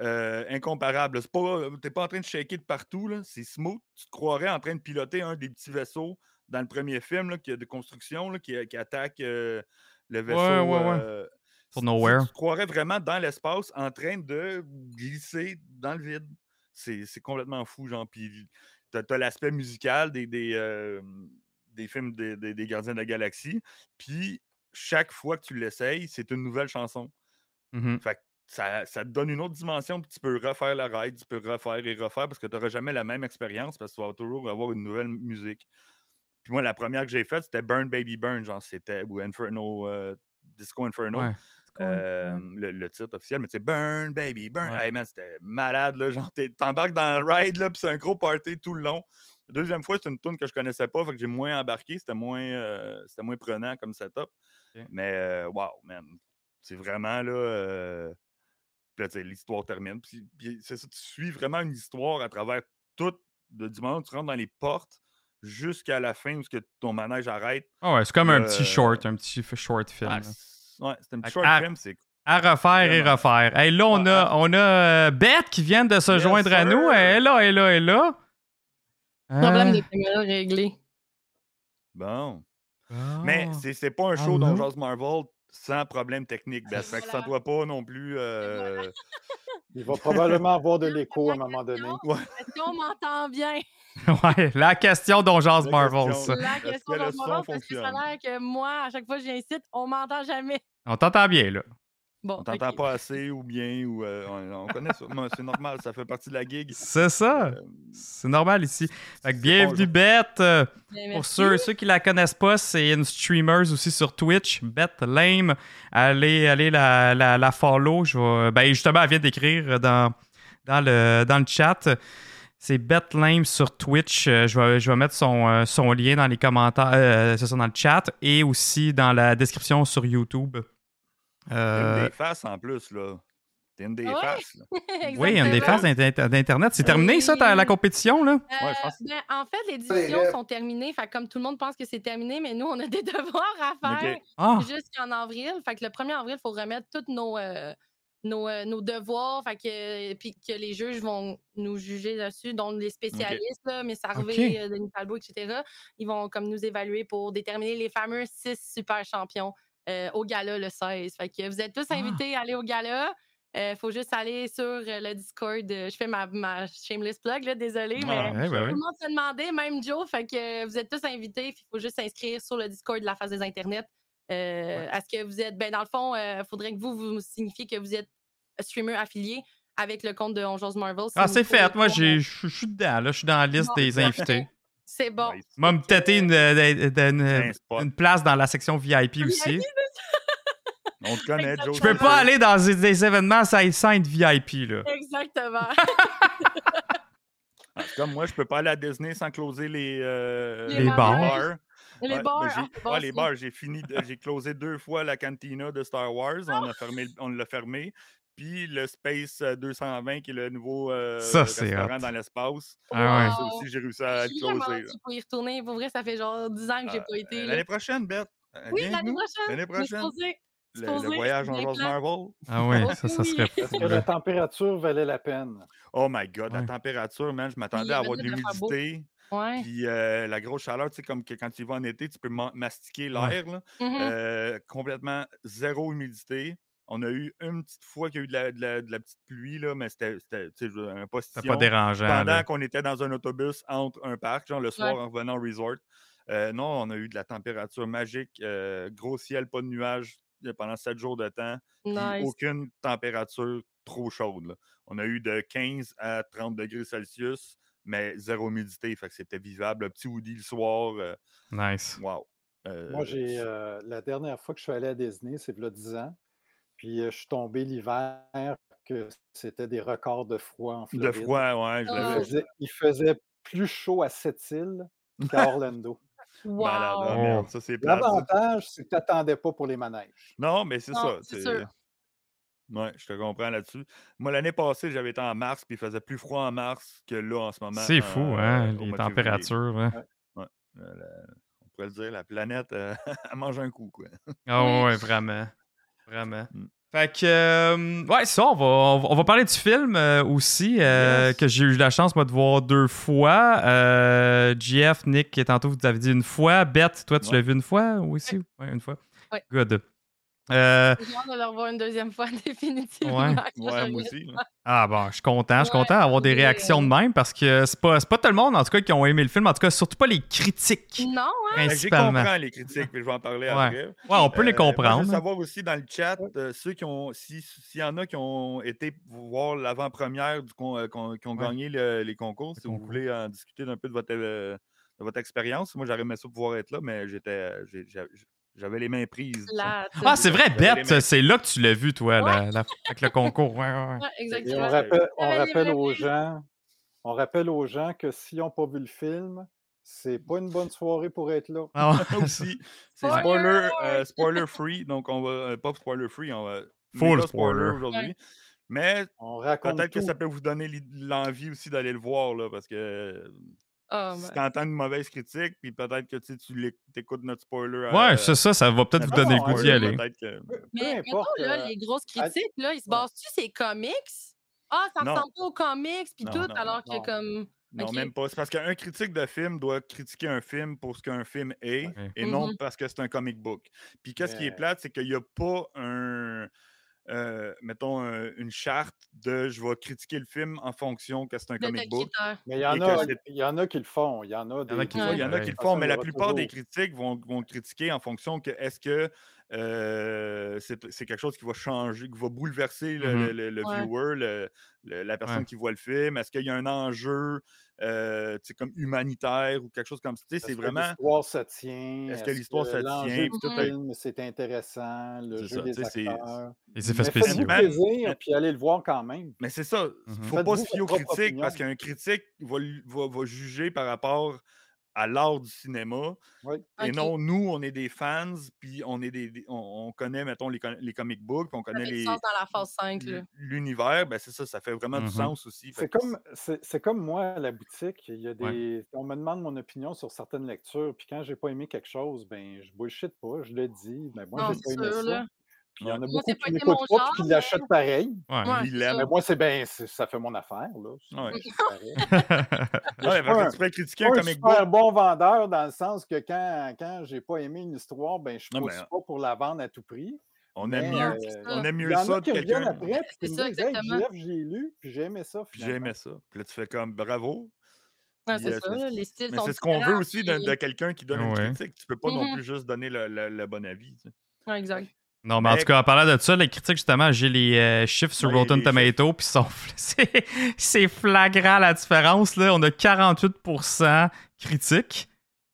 Speaker 3: euh, incomparable. C'est pas- euh, T'es pas en train de shaker de partout, là, c'est smooth. Tu te croirais en train de piloter un des petits vaisseaux dans le premier film là, qui a de construction là, qui, qui attaque euh, le vaisseau.
Speaker 2: ouais, ouais.
Speaker 3: euh,
Speaker 2: Sur
Speaker 3: tu-
Speaker 2: Nowhere.
Speaker 3: Tu, te croirais vraiment dans l'espace en train de glisser dans le vide. C'est c'est complètement fou, genre. Puis t'as as, l'aspect musical des, des, euh, des films des, des- des Gardiens de la Galaxie. Puis chaque fois que tu l'essayes, c'est une nouvelle chanson.
Speaker 2: Mhm.
Speaker 3: Ça, ça te donne une autre dimension, puis tu peux refaire la ride, tu peux refaire et refaire parce que tu n'auras jamais la même expérience parce que tu vas toujours avoir une nouvelle musique. Puis moi, la première que j'ai faite, c'était Burn Baby Burn, genre c'était ou Inferno, euh, Disco Inferno.
Speaker 2: Ouais.
Speaker 3: Euh, le, le titre officiel, mais c'est Burn, baby, burn.
Speaker 2: Ouais.
Speaker 3: Hey man, c'était malade, là. Genre, t'es- t'embarques dans le ride, là, puis c'est un gros party tout le long. La deuxième fois, c'est une tune que je connaissais pas, fait que j'ai moins embarqué, c'était moins, euh, c'était moins prenant comme setup.
Speaker 2: Ok.
Speaker 3: Mais, euh, wow, man, c'est vraiment, là. euh, puis là, tu sais, l'histoire termine. Puis, puis c'est ça, tu suis vraiment une histoire à travers tout, de, du moment où tu rentres dans les portes jusqu'à la fin où ce que ton manège arrête.
Speaker 2: Ah ouais, c'est comme un petit
Speaker 3: Euh,
Speaker 2: short, un petit f- short film.
Speaker 3: Ah,
Speaker 2: là.
Speaker 3: c'est- ouais, c'était un petit
Speaker 2: Fait que à-
Speaker 3: short film, c'est
Speaker 2: À refaire et
Speaker 3: Vraiment.
Speaker 2: refaire. Hey, là, on
Speaker 3: Ouais,
Speaker 2: a, on a euh, Beth qui vient de se
Speaker 3: Yes,
Speaker 2: joindre à
Speaker 3: sir.
Speaker 2: nous. Elle est là, elle est là, elle est là. Euh,
Speaker 6: Problème des caméras réglé.
Speaker 3: bon.
Speaker 2: Ah. *laughs*
Speaker 3: Mais c'est c'est pas un
Speaker 2: Ah,
Speaker 3: show dont
Speaker 2: non.
Speaker 3: Jazz Marvel sans problème technique. Ben, fait que ça
Speaker 6: Voilà.
Speaker 3: doit pas non plus. euh,
Speaker 4: Il va probablement avoir de l'écho à un
Speaker 2: *laughs*
Speaker 4: moment donné.
Speaker 6: *laughs* Est-ce qu'on m'entend
Speaker 3: *laughs*
Speaker 6: bien?
Speaker 2: ouais, la question dont jase
Speaker 3: La
Speaker 2: Marvel,
Speaker 3: question.
Speaker 2: ça.
Speaker 6: La
Speaker 3: Est-ce
Speaker 6: question
Speaker 3: que
Speaker 6: de
Speaker 3: le
Speaker 6: mon moment,
Speaker 3: son
Speaker 6: parce que ça
Speaker 3: fonctionne?
Speaker 6: a l'air que moi, à chaque fois que je viens ici, on m'entend jamais.
Speaker 2: On t'entend bien, là.
Speaker 6: Bon,
Speaker 3: On t'entend
Speaker 6: ok.
Speaker 3: pas assez ou bien, ou euh, on, on connaît ça. Moi, C'est normal, ça fait partie de la gig.
Speaker 2: C'est ça.
Speaker 3: Euh,
Speaker 2: C'est normal ici. Fait que
Speaker 3: c'est
Speaker 2: bienvenue,
Speaker 3: pas-
Speaker 2: Beth. Euh,
Speaker 6: Bien,
Speaker 2: Pour
Speaker 6: merci. *laughs*
Speaker 2: ceux, ceux qui la connaissent pas, c'est une streamer aussi sur Twitch, Beth Lame. Allez, allez la, la, la follow. Je vais- ben justement, elle vient d'écrire dans, dans, le, dans le chat. C'est Beth Lame sur Twitch. Euh, Je vais, je vais mettre son, euh, son lien dans les commentaires, euh, c'est ça, dans le chat et aussi dans la description sur YouTube.
Speaker 3: T'as
Speaker 2: Euh,
Speaker 3: une des faces en plus, là. T'es une des
Speaker 6: Ouais.
Speaker 3: faces. là.
Speaker 2: oui, une des
Speaker 6: Exactement.
Speaker 2: phases d'Inter- d'Internet. C'est
Speaker 6: Oui.
Speaker 2: terminé, ça, ta- la compétition, là?
Speaker 3: Ouais, je pense
Speaker 6: Euh, ben, en fait, les discussions sont terminées. Fait que comme tout le monde pense que c'est terminé, mais nous, on a des *laughs* devoirs à faire
Speaker 3: Ok.
Speaker 2: Ah,
Speaker 6: jusqu'en avril. Fait que le 1er avril, il faut remettre tous nos, euh, nos, euh, nos devoirs. Fait que, puis que les juges vont nous juger dessus, dont les spécialistes, là, mais ça
Speaker 2: Ok.
Speaker 6: Denis Talbot, etc. Ils vont comme nous évaluer pour déterminer les fameux six super champions euh, au gala le 16. Fait que vous êtes tous
Speaker 2: Ah.
Speaker 6: invités à aller au gala. Euh, faut juste aller sur euh, le Discord. Euh, Je fais ma, ma shameless plug, là, désolée, mais
Speaker 3: Ah,
Speaker 2: ouais, ben oui.
Speaker 6: tout le monde se demandait, même Joe. Fait que euh, vous êtes tous invités. Il faut juste s'inscrire sur le Discord de la face des Internet. Euh, Est-ce que vous êtes. Ben, dans le fond, il faudrait que vous vous signifiez que vous êtes streamer affilié avec le compte de Ongeuse Marvel.
Speaker 2: Ah,
Speaker 6: Sinon,
Speaker 2: c'est
Speaker 6: vous pouvez
Speaker 2: fait. Moi,
Speaker 6: pas-
Speaker 2: j'ai- je je suis dedans. Là, je suis dans la liste
Speaker 6: Bon,
Speaker 2: des
Speaker 6: parfait.
Speaker 2: invités.
Speaker 6: C'est bon.
Speaker 3: Nice.
Speaker 2: Moi, me tâter une, euh, d- une-
Speaker 3: Un spot.
Speaker 2: une place dans la section VIP aussi.
Speaker 6: VIP,
Speaker 3: On te connaît, Joe.
Speaker 2: Je
Speaker 6: Je
Speaker 2: peux pas aller dans des, des événements sans sans être VIP, là.
Speaker 3: *laughs*
Speaker 6: Exactement.
Speaker 3: Ah, c'est Comme moi, je peux pas aller à Disney sans closer les, euh,
Speaker 6: Les
Speaker 2: Les bars.
Speaker 6: bars. Les
Speaker 3: Ouais,
Speaker 6: bars.
Speaker 3: mais j'ai-
Speaker 6: ah, bon,
Speaker 3: ouais, les
Speaker 6: c'est-
Speaker 3: bars, j'ai fini, de- j'ai closé deux fois la cantina de Star Wars. On
Speaker 6: Ah!
Speaker 3: a fermé, le- on l'a fermé. Puis le Space euh, 220, qui est le nouveau euh,
Speaker 2: Ça, c'est
Speaker 3: restaurant
Speaker 2: hot.
Speaker 3: dans l'espace.
Speaker 2: Ah ouais.
Speaker 3: Ça
Speaker 6: Wow.
Speaker 3: aussi, j'ai réussi à le
Speaker 6: J'ai vraiment
Speaker 3: closer.
Speaker 6: hâte
Speaker 3: euh, là.
Speaker 6: d'y- pour y retourner. Pour vrai, ça fait genre 10 ans que j'ai
Speaker 3: Euh,
Speaker 6: pas été.
Speaker 3: Euh,
Speaker 6: là.
Speaker 3: L'année prochaine, Beth. euh,
Speaker 6: Oui,
Speaker 3: viens avec
Speaker 6: l'année
Speaker 3: nous.
Speaker 6: prochaine.
Speaker 3: L'année
Speaker 6: je me suis
Speaker 3: prochaine.
Speaker 6: posée.
Speaker 3: Le,
Speaker 6: supposé,
Speaker 3: le
Speaker 6: c'est
Speaker 3: voyage en
Speaker 6: bien
Speaker 3: Rose
Speaker 6: plan.
Speaker 3: Marvel.
Speaker 2: Ah ouais,
Speaker 6: Oh
Speaker 2: ça, ça
Speaker 6: oui.
Speaker 2: serait
Speaker 4: Est-ce
Speaker 2: fou.
Speaker 4: que la température valait la peine?
Speaker 3: Oh my God, la
Speaker 2: Ouais.
Speaker 3: température, man, je
Speaker 6: il
Speaker 3: m'attendais à
Speaker 6: venait
Speaker 3: avoir de
Speaker 6: de faire beau.
Speaker 3: l'humidité.
Speaker 6: Ouais.
Speaker 3: Puis euh, la grosse chaleur, tu sais, comme que quand tu y vas en été, tu peux ma- mastiquer l'air. là.
Speaker 2: Mmh.
Speaker 6: Mhm.
Speaker 3: Euh, complètement zéro humidité. On a eu une petite fois qu'il y a eu de la, de la- de la petite pluie, là, mais c'était c'était, tu sais, je- un
Speaker 2: C'est
Speaker 3: postillon.
Speaker 2: pas dérangeant.
Speaker 3: Pendant
Speaker 2: là.
Speaker 3: qu'on était dans un autobus entre un parc, genre le soir en revenant au resort. Euh, non, on a eu de la température magique, euh, gros ciel, pas de nuages euh, pendant sept jours de temps, puis
Speaker 6: nice.
Speaker 3: aucune température trop chaude. là. On a eu de 15 à 30 degrés Celsius, mais zéro humidité, fait que c'était vivable. Le petit hoodie le soir, euh,
Speaker 2: Nice.
Speaker 3: wow. Euh,
Speaker 4: Moi, j'ai euh, la dernière fois que je suis allé à Disney, c'est il y a 10 ans. Puis euh, je suis tombé l'hiver que c'était des records de froid en
Speaker 3: de
Speaker 4: Floride.
Speaker 3: froid, ben ouais, je
Speaker 4: Il
Speaker 6: Ah.
Speaker 2: Oh,
Speaker 3: l'avais-
Speaker 4: faisait, il faisait plus chaud à cette île
Speaker 3: *laughs*
Speaker 4: qu'à Orlando.
Speaker 6: Wow.
Speaker 3: Malade, ah,
Speaker 2: Oh.
Speaker 3: merde, ça c'est plate, ça.
Speaker 4: L'avantage, c'est que tu n'attendais pas pour les manèges.
Speaker 3: Non, mais c'est
Speaker 6: Non,
Speaker 3: ça.
Speaker 6: c'est
Speaker 3: t'sais.
Speaker 6: sûr.
Speaker 3: Ouais, je te comprends là-dessus. Moi, l'année passée, j'avais été en mars, puis il faisait plus froid en mars que là en ce moment.
Speaker 2: C'est
Speaker 3: en-
Speaker 2: fou, hein,
Speaker 3: au
Speaker 2: les
Speaker 3: mois de février.
Speaker 2: températures. hein.
Speaker 3: Euh, la- on pourrait le dire, la planète, euh, *laughs* elle mange un coup,
Speaker 2: *laughs*
Speaker 3: quoi.
Speaker 2: Ah
Speaker 6: Oui.
Speaker 2: ouais, vraiment. Vraiment.
Speaker 3: Mm.
Speaker 2: Fait que, euh, ouais, ça, on va, on va- on va parler du film euh, aussi, euh,
Speaker 3: Yes.
Speaker 2: que j'ai eu la chance, moi, de voir deux fois. Euh, GF, Nick, tantôt, vous avez dit une fois. Beth, toi, tu
Speaker 3: Ouais.
Speaker 2: l'as vu une fois aussi? Ouais, une fois.
Speaker 6: Ouais.
Speaker 2: Good. Euh,
Speaker 6: J'ai hâte de le revoir une deuxième fois, *laughs* définitivement.
Speaker 2: Ouais.
Speaker 6: quand je
Speaker 3: Ouais, moi
Speaker 6: reviens.
Speaker 3: aussi. là.
Speaker 2: Ah bon, je suis content, je suis
Speaker 6: Ouais,
Speaker 2: content d'avoir des
Speaker 6: c'est vrai,
Speaker 2: réactions de même parce que c'est pas, c'est pas tout le monde en tout cas qui ont aimé le film, en tout cas surtout pas les critiques
Speaker 6: Non, hein?
Speaker 3: Mais Ben, J'ai
Speaker 2: principalement. Ouais,
Speaker 3: compris les critiques, puis je vais en parler
Speaker 2: Ouais.
Speaker 3: après.
Speaker 2: on peut
Speaker 3: Euh,
Speaker 2: les
Speaker 3: moi, Je
Speaker 2: comprendre. hein.
Speaker 3: veux savoir aussi dans le chat, euh, ceux qui ont, si- s'il y en a qui ont été voir l'avant-première, du con- euh, con- qui ont
Speaker 2: Ouais.
Speaker 3: gagné le- les concours, si vous
Speaker 2: concours.
Speaker 3: voulez en discuter d'un peu de votre, euh, de votre expérience. Moi, j'aurais aimé ça pouvoir être là, mais j'étais, euh, j'ai- j'ai- j'avais les mains prises. *laughs* disons.
Speaker 6: La-
Speaker 2: ah, c'est vrai,
Speaker 3: J'avais les
Speaker 2: Bette, c'est là que tu l'as vu, toi, la- la- avec le concours. Ouais, ouais, ouais.
Speaker 6: Ouais,
Speaker 4: Et on
Speaker 6: Exactement.
Speaker 4: rappelle, on
Speaker 6: J'avais les
Speaker 4: rappelle aux
Speaker 6: manèges.
Speaker 4: gens, on rappelle aux gens que s'ils n'ont pas vu le film, c'est pas une bonne soirée pour être là.
Speaker 2: Ah ouais.
Speaker 3: *laughs* aussi. C'est
Speaker 6: Spoiler
Speaker 3: spoiler, euh,
Speaker 6: alert!
Speaker 3: spoiler free, donc on va. euh, pas spoiler free, on va.
Speaker 2: Full
Speaker 3: méga
Speaker 2: spoiler.
Speaker 3: aujourd'hui.
Speaker 6: Ouais.
Speaker 3: Mais
Speaker 4: On raconte
Speaker 3: peut-être que
Speaker 4: tout.
Speaker 3: ça peut vous donner l'i- l'envie aussi d'aller le voir, là, parce que euh,
Speaker 6: Ah,
Speaker 3: si
Speaker 6: ben,
Speaker 3: tu entends une mauvaise critique, puis peut-être que tu sais, tu l'éc- t'écoutes notre spoiler.
Speaker 2: Ouais,
Speaker 3: euh,
Speaker 2: c'est ça, ça va peut-être vous
Speaker 4: non,
Speaker 2: donner le
Speaker 4: on
Speaker 2: goût d'y
Speaker 4: l'a
Speaker 3: spoiler,
Speaker 2: aller.
Speaker 3: peut-être que-
Speaker 4: Peu- peu
Speaker 6: Mais mettons,
Speaker 4: importe,
Speaker 6: Oh, là,
Speaker 4: euh,
Speaker 6: les grosses
Speaker 4: à-
Speaker 6: critiques, là, ils se
Speaker 4: Ouais.
Speaker 6: basent-tu ces comics? Ah, ça
Speaker 3: Non.
Speaker 6: ressemble pas aux comics, puis
Speaker 3: Non,
Speaker 6: tout,
Speaker 3: non,
Speaker 6: alors que
Speaker 4: non.
Speaker 6: comme...
Speaker 3: Non,
Speaker 6: Ok.
Speaker 3: même pas. C'est parce qu'un critique de film doit critiquer un film pour ce qu'un film est
Speaker 2: Ouais.
Speaker 3: et non
Speaker 6: Mhm.
Speaker 3: parce que c'est un comic book. Puis qu'est-ce qui est
Speaker 4: Mais-
Speaker 3: plate, c'est qu'il n'y a pas un. euh, mettons un- une charte de je vais critiquer le film en fonction que c'est un
Speaker 6: de
Speaker 3: comic book.
Speaker 6: taqueteurs.
Speaker 4: Mais il y en
Speaker 3: et que
Speaker 4: a,
Speaker 3: c'est-
Speaker 4: il y en a qui le font. Il y en a
Speaker 2: Il y en a
Speaker 4: des-
Speaker 2: qui
Speaker 3: Il y en a- il y en a
Speaker 2: Ouais.
Speaker 3: qui le
Speaker 4: Ah,
Speaker 3: font,
Speaker 4: ça,
Speaker 3: mais
Speaker 4: il y
Speaker 3: la
Speaker 4: aura
Speaker 3: plupart des
Speaker 4: toujours.
Speaker 3: critiques vont, vont le critiquer en fonction que est-ce que euh, c'est c'est quelque chose qui va changer, qui va bouleverser le,
Speaker 2: Mhm.
Speaker 3: le- le- le
Speaker 6: Ouais.
Speaker 3: viewer, le- le- la personne
Speaker 2: Ouais.
Speaker 3: qui voit le film? Est-ce qu'il y a un enjeu euh, tu sais, comme humanitaire ou quelque chose comme ça? Tu sais,
Speaker 4: Est-ce
Speaker 3: C'est
Speaker 4: que
Speaker 3: vraiment.
Speaker 4: L'histoire se tient.
Speaker 3: Est-ce que l'histoire se
Speaker 4: l'enjeu
Speaker 3: tient,
Speaker 4: du
Speaker 3: puis
Speaker 6: tout est-
Speaker 4: film, c'est intéressant. Le
Speaker 3: C'est
Speaker 4: jeu
Speaker 3: ça, tu
Speaker 4: des
Speaker 3: sais, c'est-
Speaker 4: acteurs.
Speaker 2: Les effets
Speaker 4: Mais faites-vous
Speaker 2: spéciaux.
Speaker 3: Batman-
Speaker 4: plaisir, puis allez le voir quand même.
Speaker 3: Mais c'est ça. Il
Speaker 2: Mhm.
Speaker 3: ne faut
Speaker 4: Faites-vous
Speaker 3: pas se
Speaker 4: votre
Speaker 3: fier aux
Speaker 4: propre
Speaker 3: critiques parce
Speaker 4: opinion.
Speaker 3: qu'un critique va, l- va- va juger par rapport à l'art du cinéma.
Speaker 4: Oui.
Speaker 3: Et
Speaker 6: Ok.
Speaker 3: non, nous, on est des fans, puis on est des, des- on, on connaît, mettons, les, con- les comic books, puis on
Speaker 6: Ça
Speaker 3: connaît
Speaker 6: fait du
Speaker 3: les,
Speaker 6: sens dans la phase 5, là.
Speaker 3: l- l'univers, ben c'est ça, ça fait vraiment
Speaker 2: Mhm.
Speaker 3: du sens aussi. fait
Speaker 4: C'est
Speaker 3: que
Speaker 4: comme, c'est c'est comme moi à la boutique. Il y a des,
Speaker 2: Ouais.
Speaker 4: On me demande mon opinion sur certaines lectures, puis quand j'ai pas aimé quelque chose, ben je bullshit pas, je le dis. Mais moi,
Speaker 6: Non,
Speaker 4: j'ai pas
Speaker 6: c'est
Speaker 4: aimé
Speaker 6: sûr,
Speaker 4: ça.
Speaker 6: là.
Speaker 4: Puis il y en a
Speaker 6: Moi,
Speaker 4: beaucoup
Speaker 6: c'est pas
Speaker 4: qui
Speaker 6: été
Speaker 4: n'écoutent
Speaker 6: mon
Speaker 4: pas, puis
Speaker 6: genre,
Speaker 4: qui
Speaker 6: mais-
Speaker 4: l'achètent pareil.
Speaker 2: Ouais.
Speaker 6: Ouais,
Speaker 3: il
Speaker 6: c'est
Speaker 3: l'aime.
Speaker 6: ça.
Speaker 4: Mais moi, c'est bien, c'est- ça fait mon affaire. Là. C'est-
Speaker 3: Ouais.
Speaker 4: c'est pareil.
Speaker 3: c'est- Ouais,
Speaker 4: pas
Speaker 3: parce que
Speaker 4: un-
Speaker 3: tu pourrais critiquer
Speaker 4: pas
Speaker 3: un
Speaker 4: un
Speaker 3: comic book.
Speaker 4: super bon vendeur dans le sens que quand, quand j'ai pas aimé une histoire, ben je
Speaker 3: Non,
Speaker 4: ne
Speaker 3: mais-
Speaker 4: pas pour la vendre à tout prix.
Speaker 3: On aime
Speaker 4: mais,
Speaker 3: mieux,
Speaker 6: euh, c'est
Speaker 3: on
Speaker 6: ça.
Speaker 3: aime
Speaker 4: Il
Speaker 3: mieux
Speaker 4: y en
Speaker 3: ça
Speaker 4: a
Speaker 3: que
Speaker 4: qui reviennent
Speaker 3: quelqu'un.
Speaker 4: après, puis
Speaker 6: C'est
Speaker 4: qui
Speaker 6: ça,
Speaker 4: me disent Hey,
Speaker 6: exactement.
Speaker 4: JF, j'ai lu, puis j'ai aimé ça.
Speaker 3: Puis j'aimais ça. Puis là, tu fais comme bravo.
Speaker 6: Ouais,
Speaker 3: Puis,
Speaker 6: c'est
Speaker 3: euh,
Speaker 6: ça, là, les styles
Speaker 3: Mais
Speaker 6: sont
Speaker 3: c'est ce qu'on veut
Speaker 6: différents,
Speaker 3: aussi de,
Speaker 6: puis-
Speaker 3: de quelqu'un qui donne
Speaker 2: Ouais.
Speaker 3: une critique. Tu peux pas non
Speaker 6: Mhm.
Speaker 3: plus juste donner le, le- le bon avis. tu sais.
Speaker 6: Ouais, exact.
Speaker 2: Non, mais en
Speaker 3: Mais-
Speaker 2: tout cas, en parlant de ça, les critiques, justement, j'ai les euh, chiffres sur
Speaker 3: Ouais,
Speaker 2: Rotten
Speaker 3: les chiffres.
Speaker 2: Tomatoes, puis sont... *laughs* c'est- c'est flagrant la différence. Là. On a 48% critiques,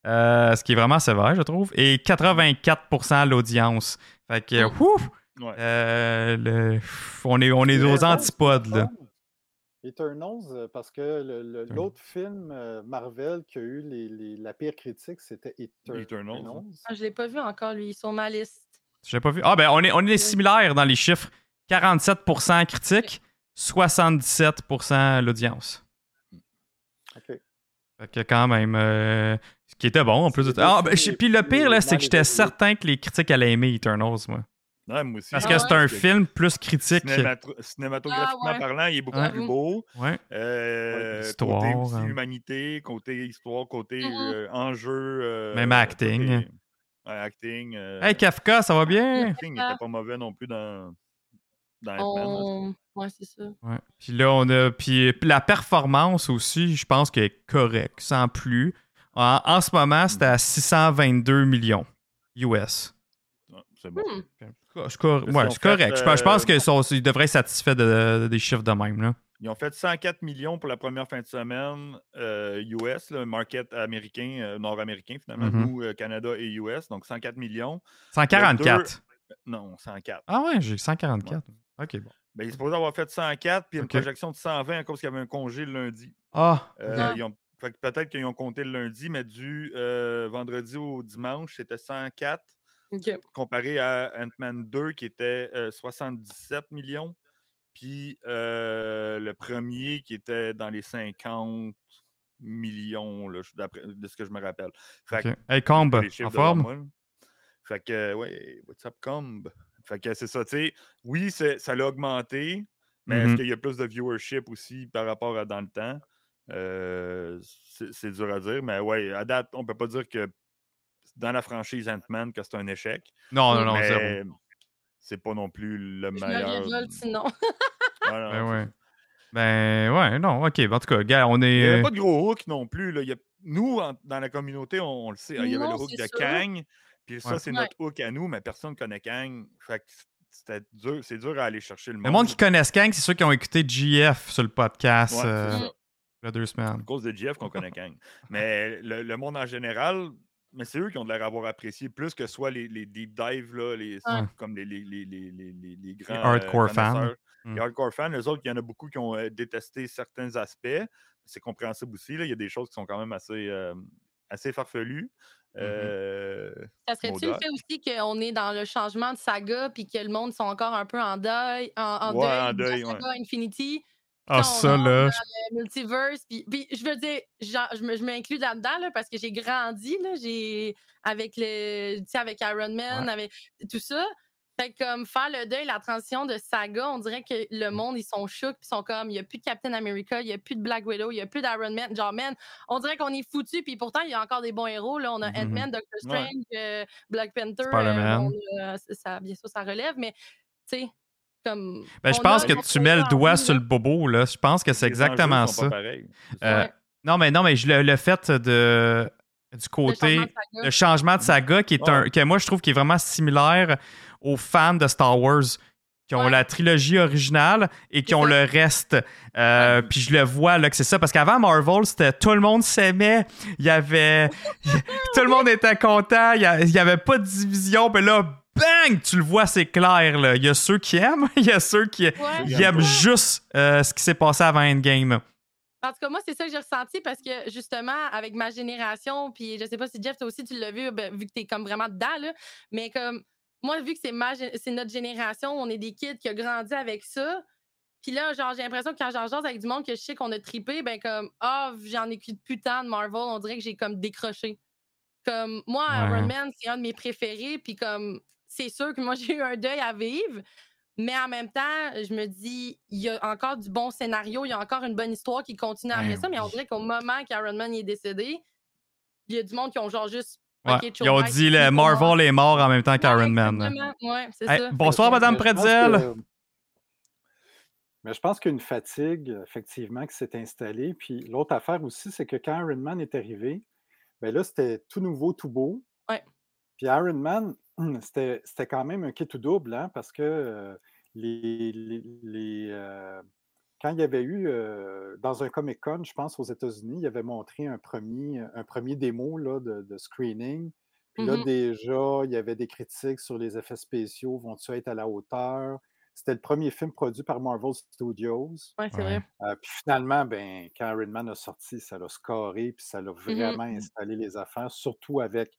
Speaker 2: euh, ce qui est vraiment sévère, je trouve, et 84% l'audience. Fait que,
Speaker 3: Oh.
Speaker 6: Mm.
Speaker 2: ouf,
Speaker 3: Ouais.
Speaker 2: euh, le- on est, on est aux
Speaker 4: raison,
Speaker 2: antipodes, là.
Speaker 4: Bon, Eternals, euh, parce que le- le-
Speaker 2: Eternals.
Speaker 4: l'autre film euh, Marvel qui a eu les- les- la pire critique, c'était Eternals.
Speaker 3: Eternals,
Speaker 6: Ah, je l'ai pas vu encore, lui, sur ma liste.
Speaker 2: J'ai pas vu. Ah, ben, on est, on est similaires dans les chiffres. 47% critique, 77% l'audience.
Speaker 4: OK.
Speaker 2: Fait que quand même, euh, ce qui était bon en plus. de-
Speaker 4: C'est
Speaker 2: Ah,
Speaker 4: des
Speaker 2: ben, je-
Speaker 4: films
Speaker 2: puis le
Speaker 4: les plus
Speaker 2: pire, là, c'est
Speaker 4: mal
Speaker 2: que j'étais
Speaker 4: évalués.
Speaker 2: certain que les critiques allaient aimer Eternals, moi.
Speaker 3: Ouais, moi aussi.
Speaker 2: Parce
Speaker 6: Ah
Speaker 2: que
Speaker 6: ouais?
Speaker 2: c'est un film plus critique.
Speaker 3: Cinémato- cinématographiquement
Speaker 6: Ah ouais.
Speaker 3: parlant, il est beaucoup
Speaker 2: Ouais.
Speaker 3: plus beau.
Speaker 2: Ouais.
Speaker 3: Euh,
Speaker 2: Ouais, l'histoire,
Speaker 3: côté aussi
Speaker 2: hein.
Speaker 3: humanité, côté histoire, côté
Speaker 6: Mhm.
Speaker 3: euh, enjeu. euh,
Speaker 2: Même acting.
Speaker 3: côté- ouais, acting. euh,
Speaker 2: Hey, Kafka, ça va bien?
Speaker 3: acting n'était pas mauvais non plus dans, dans Ant-Man, hein.
Speaker 6: On... Ouais, c'est ça.
Speaker 2: Ouais. Puis là, on a. Puis la performance aussi, je pense qu'elle est correcte, sans plus. En, en ce moment, c'est à 622 millions US.
Speaker 3: Ouais, C'est bon.
Speaker 6: Hmm.
Speaker 2: C'est cor-
Speaker 3: Ils
Speaker 2: ouais,
Speaker 3: ont
Speaker 2: c'est correct.
Speaker 3: fait,
Speaker 2: Je pense- Je pense
Speaker 3: euh,
Speaker 2: qu'ils sont- ils devraient être satisfaits de- de- des chiffres de même. Là.
Speaker 3: Ils ont fait 104 millions pour la première fin de semaine euh, US, le market américain, euh, nord-américain finalement,
Speaker 2: Mhm.
Speaker 3: nous, euh, Canada et US, donc 104 millions.
Speaker 2: 144.
Speaker 3: Non, 104.
Speaker 2: Ah ouais, j'ai 144. Ok, bon.
Speaker 3: Ben, ils sont supposés avoir fait 104, puis une
Speaker 2: Ok.
Speaker 3: projection de 120 à cause qu'il y avait un congé le lundi.
Speaker 2: Ah,
Speaker 3: Euh,
Speaker 6: Ah.
Speaker 3: ils ont- fait que Peut-être qu'ils ont compté le lundi, mais du euh, vendredi au dimanche, c'était 104,
Speaker 6: OK.
Speaker 3: comparé à Ant-Man 2 qui était euh, 77 millions, puis euh, le premier qui était dans les 50 millions, là, je- d'après- de ce que je me rappelle. Fait
Speaker 2: ok.
Speaker 3: que
Speaker 2: Hey, Combe,
Speaker 3: les chiffres
Speaker 2: en
Speaker 3: devant
Speaker 2: forme?
Speaker 3: moi, là. Fait que, euh, ouais, what's up, Combe? Fait que c'est ça, tu sais. Oui, c'est- ça l'a augmenté, mais
Speaker 2: Mhm.
Speaker 3: est-ce qu'il y a plus de viewership aussi par rapport à dans le temps? Euh, c'est c'est dur à dire, mais ouais, à date, on peut pas dire que dans la franchise Ant-Man que c'est un échec.
Speaker 2: Non, non, non,
Speaker 3: mais
Speaker 2: zéro.
Speaker 3: c'est pas non plus le
Speaker 6: Je me
Speaker 3: meilleur. euh,
Speaker 6: révolte sinon.
Speaker 3: Ouais, non,
Speaker 2: Ben
Speaker 3: c'est
Speaker 2: ouais.
Speaker 3: ça.
Speaker 2: Ben ouais, non, ok. En tout cas, gars, on
Speaker 3: Il n'y
Speaker 2: est.
Speaker 3: avait pas de gros hook non plus. là. Il y a- Nous, en- dans la communauté, on, on le sait. hein, Il y avait le
Speaker 6: Non,
Speaker 3: hook
Speaker 6: c'est
Speaker 3: de
Speaker 6: sûr.
Speaker 3: Kang. Puis ça,
Speaker 2: Ouais.
Speaker 3: c'est
Speaker 6: Ouais.
Speaker 3: notre hook à nous, mais personne ne connaît Kang. Fait que c'était dur, c'est dur à aller chercher le monde.
Speaker 2: Le monde qui connaît Kang, c'est ceux qui ont écouté GF sur le podcast
Speaker 3: Ouais, c'est
Speaker 2: euh,
Speaker 3: ça.
Speaker 2: il y a deux
Speaker 3: À
Speaker 2: semaines.
Speaker 3: cause de Jeff qu'on connaît
Speaker 2: *laughs*
Speaker 3: Kang. Mais le, le monde en général, mais c'est eux qui ont de l'air avoir apprécié plus que soit les, les deep dives, là, les,
Speaker 6: Ouais.
Speaker 3: comme les, les, les, les, les, les- les grands. euh,
Speaker 2: hardcore fans.
Speaker 3: connaisseurs.
Speaker 2: Mm.
Speaker 3: Les hardcore fans, eux autres, il y en a beaucoup qui ont euh, détesté certains aspects. C'est compréhensible aussi. Là. Il y a des choses qui sont quand même assez, euh, assez farfelues.
Speaker 2: Mmh
Speaker 3: Euh,
Speaker 6: Ça serait-tu le
Speaker 3: Maudot.
Speaker 6: fait aussi qu'on est dans le changement de saga puis que le monde sont encore un peu en deuil, en, en
Speaker 3: Ouais, en
Speaker 6: deuil,
Speaker 3: deuil,
Speaker 6: de la saga Infinity,
Speaker 2: Ah,
Speaker 6: Non,
Speaker 2: ça,
Speaker 6: non,
Speaker 2: là.
Speaker 6: non, le multiverse, puis, puis je veux dire, genre, je me- je m'inclus là-dedans là, parce que j'ai grandi là, j'ai avec le, tu sais, avec Iron Man, avec tout ça. Fait que, comme faire le deuil, la transition de saga, on dirait que le
Speaker 2: Mmh.
Speaker 6: monde ils sont chocs, puis ils sont comme, il y a plus de Captain America, il y a plus de Black Widow, il y a plus d'Iron Man, genre man, on dirait qu'on est foutu, puis pourtant il y a encore des bons héros là, on a
Speaker 2: Mhm.
Speaker 6: Ant-Man, Doctor
Speaker 3: Ouais.
Speaker 6: Strange, euh, Black Panther,
Speaker 2: Spider-Man.
Speaker 6: on a- ça, bien sûr ça relève, mais tu sais comme.
Speaker 2: Ben, je
Speaker 6: on
Speaker 2: pense
Speaker 6: a
Speaker 2: que
Speaker 6: la
Speaker 2: tu mets le
Speaker 6: saga en
Speaker 2: doigt
Speaker 6: ligne,
Speaker 2: sur le bobo, là. Je pense que c'est
Speaker 3: les
Speaker 2: exactement
Speaker 3: enjeux sont
Speaker 2: ça.
Speaker 3: pas pareils. C'est
Speaker 2: Euh,
Speaker 3: ça.
Speaker 6: Ouais.
Speaker 2: non, mais non, mais je- le, le fait de du
Speaker 6: le
Speaker 2: côté
Speaker 6: changement de saga.
Speaker 2: le changement de saga qui est
Speaker 3: Ouais.
Speaker 2: un que moi je trouve qui est vraiment similaire aux fans de Star Wars qui ont
Speaker 6: Ouais.
Speaker 2: la trilogie originale et qui
Speaker 6: C'est
Speaker 2: ont
Speaker 6: ça.
Speaker 2: le reste. Euh, Puis je le vois là que c'est ça parce qu'avant Marvel c'était tout le monde s'aimait, il y avait *laughs* il- tout le monde était content, il y a- il y avait pas de division. Puis là bang, tu le vois c'est clair là, il y a ceux qui aiment, *laughs* il y a ceux qui
Speaker 6: Ouais.
Speaker 2: qui aiment juste euh, ce qui s'est passé avant Endgame.
Speaker 6: En tout cas, moi, c'est ça que j'ai ressenti parce que justement, avec ma génération, puis je sais pas si Jeff, toi aussi, tu l'as vu, ben, vu que tu es comme vraiment dedans, là, mais comme moi, vu que c'est ma gé- c'est notre génération, on est des kids qui ont grandi avec ça. Puis là, genre, j'ai l'impression que quand j'en jase avec du monde que je sais qu'on a tripé, ben comme Ah, j'en écoute plus tant de Marvel, on dirait que j'ai comme décroché. Comme moi,
Speaker 2: Ouais.
Speaker 6: Iron Man, c'est un de mes préférés, puis comme c'est sûr que moi, *laughs* j'ai eu un deuil à vivre. Mais en même temps, je me dis, il y a encore du bon scénario, il y a encore une bonne histoire qui continue après
Speaker 2: Ben
Speaker 6: ça, mais on
Speaker 2: oui.
Speaker 6: dirait qu'au moment qu'Iron Man est décédé, il y a du monde qui ont genre juste.
Speaker 2: Ouais.
Speaker 6: Ok,
Speaker 2: Ils ont
Speaker 6: Chewbacca,
Speaker 2: dit
Speaker 6: c'est
Speaker 2: le
Speaker 6: pour moi.
Speaker 2: Marvel est mort en même temps qu'Iron
Speaker 6: Ouais,
Speaker 2: Man.
Speaker 6: exactement. Ouais, c'est
Speaker 2: Hey,
Speaker 6: ça.
Speaker 2: *laughs* bonsoir,
Speaker 6: Fait que-
Speaker 2: madame
Speaker 4: Mais je pense
Speaker 2: Pretzel.
Speaker 4: que- Mais je pense qu'il y a une fatigue, effectivement, qui s'est installée. Puis l'autre affaire aussi, c'est que quand Iron Man est arrivé, ben là, c'était tout nouveau, tout beau.
Speaker 6: Ouais.
Speaker 4: Puis Iron Man, Mmh, c'était c'était quand même un kit tout double, hein, parce que euh, les, les- les, euh, quand il y avait eu, euh, dans un Comic Con, je pense, aux États-Unis, il avait montré un premier, un premier démo là, de, de screening. Puis là,
Speaker 6: Mhm.
Speaker 4: déjà, il y avait des critiques sur les effets spéciaux. Vont-tu être à la hauteur? C'était le premier film produit par Marvel Studios.
Speaker 6: Ouais, c'est
Speaker 2: Ouais.
Speaker 6: vrai.
Speaker 4: Euh, puis finalement, ben, quand Iron Man a sorti, ça l'a scoré, puis ça l'a vraiment installé les affaires, surtout avec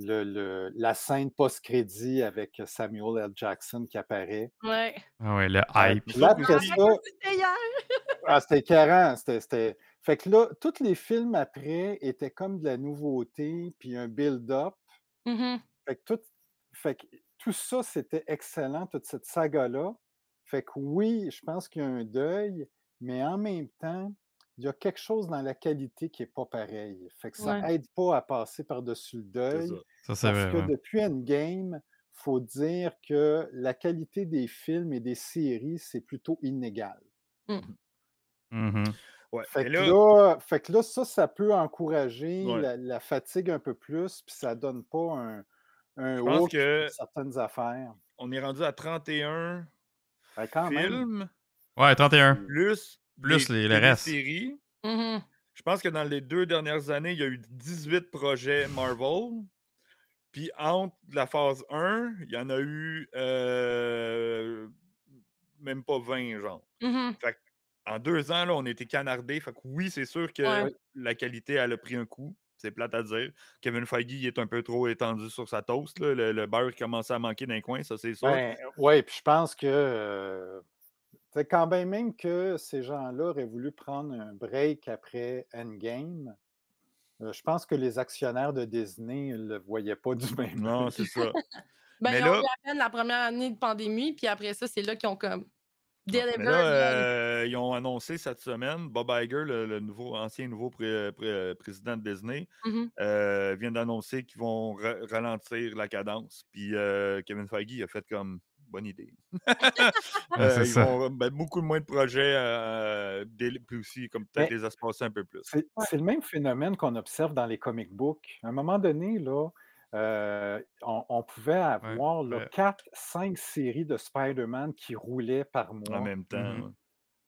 Speaker 4: le, le- la scène post-crédit avec euh, Samuel L. Jackson qui apparaît.
Speaker 6: Ouais.
Speaker 2: Ah ouais, le
Speaker 4: Euh,
Speaker 2: hype.
Speaker 4: puis là,
Speaker 3: Puis
Speaker 4: après
Speaker 6: ça-
Speaker 4: ça,
Speaker 6: C'était hier.
Speaker 4: ah, c'était écœurant, c'était- c'était- Fait que là, tous les films après étaient comme de la nouveauté, puis un build-up.
Speaker 6: Mhm.
Speaker 4: Fait que tout, fait que tout ça, c'était excellent, toute cette saga-là. Fait que oui, je pense qu'il y a un deuil, mais en même temps, il y a quelque chose dans la qualité qui n'est pas pareil. Fait que ça
Speaker 6: Ouais.
Speaker 4: aide pas à passer par-dessus le
Speaker 3: C'est
Speaker 4: deuil.
Speaker 3: ça.
Speaker 2: Ça, c'est
Speaker 4: Parce
Speaker 2: vrai.
Speaker 4: que
Speaker 2: ouais.
Speaker 4: depuis Endgame, faut dire que la qualité des films et des séries, c'est plutôt inégal.
Speaker 2: Mhm.
Speaker 3: Ouais.
Speaker 4: Fait
Speaker 3: Mais
Speaker 4: que,
Speaker 3: là,
Speaker 4: là, fait que là, ça, ça peut encourager
Speaker 3: Ouais.
Speaker 4: la, la fatigue un peu plus, puis ça donne pas un, un
Speaker 3: Je pense
Speaker 4: hook
Speaker 3: que-
Speaker 4: pour certaines affaires.
Speaker 3: on est rendu à 31
Speaker 4: Ben, quand même.
Speaker 3: films,
Speaker 2: Ouais, 31.
Speaker 3: plus,
Speaker 2: Plus les- le reste.
Speaker 3: séries.
Speaker 6: Mhm.
Speaker 3: Je pense que dans les deux dernières années, il y a eu 18 projets Marvel. Puis entre la phase 1, il y en a eu euh, même pas 20, genre.
Speaker 6: Mhm.
Speaker 3: En deux ans, là, on a été canardés. Fait que oui, c'est sûr que
Speaker 6: Ouais.
Speaker 3: la qualité, elle a pris un coup. C'est plate à dire. Kevin Feige il est un peu trop étendu sur sa toast. là. Le, le beurre commençait à manquer d'un coin, ça, c'est sûr.
Speaker 4: Ben, ouais, puis je pense que. euh, t'sais, quand bien même que ces gens-là auraient voulu prendre un break après Endgame, euh, je pense que les actionnaires de Disney ne le voyaient pas *laughs* du même
Speaker 3: Non,
Speaker 4: œil.
Speaker 3: c'est ça.
Speaker 6: Ben,
Speaker 3: Mais
Speaker 6: ils
Speaker 3: là-
Speaker 6: ont eu à peine la première année de pandémie, puis après ça, c'est là qu'ils ont comme. Deliver.
Speaker 3: Mais Ah, ben là, euh, ils ont annoncé cette semaine, Bob Iger, le, le nouveau, ancien nouveau pré- pré- président de Disney,
Speaker 4: Mm-hmm.
Speaker 6: Mhm.
Speaker 3: euh, vient d'annoncer qu'ils vont ra- ralentir la cadence. Puis euh, Kevin Feige a fait comme bonne
Speaker 4: *laughs*
Speaker 3: idée.
Speaker 2: Ouais, c'est
Speaker 3: Euh, ils
Speaker 2: ça.
Speaker 3: vont ben, beaucoup moins de projets, euh, déli- puis aussi comme peut-être
Speaker 4: Mais-
Speaker 3: les espacer un peu plus.
Speaker 4: C'est c'est le même phénomène qu'on observe dans les comic books. À un moment donné, là, euh, on, on pouvait avoir là,
Speaker 2: ouais.
Speaker 4: quatre, cinq séries de Spider-Man qui roulaient par mois.
Speaker 3: En même temps,
Speaker 2: Mhm.
Speaker 3: ouais.
Speaker 4: Oh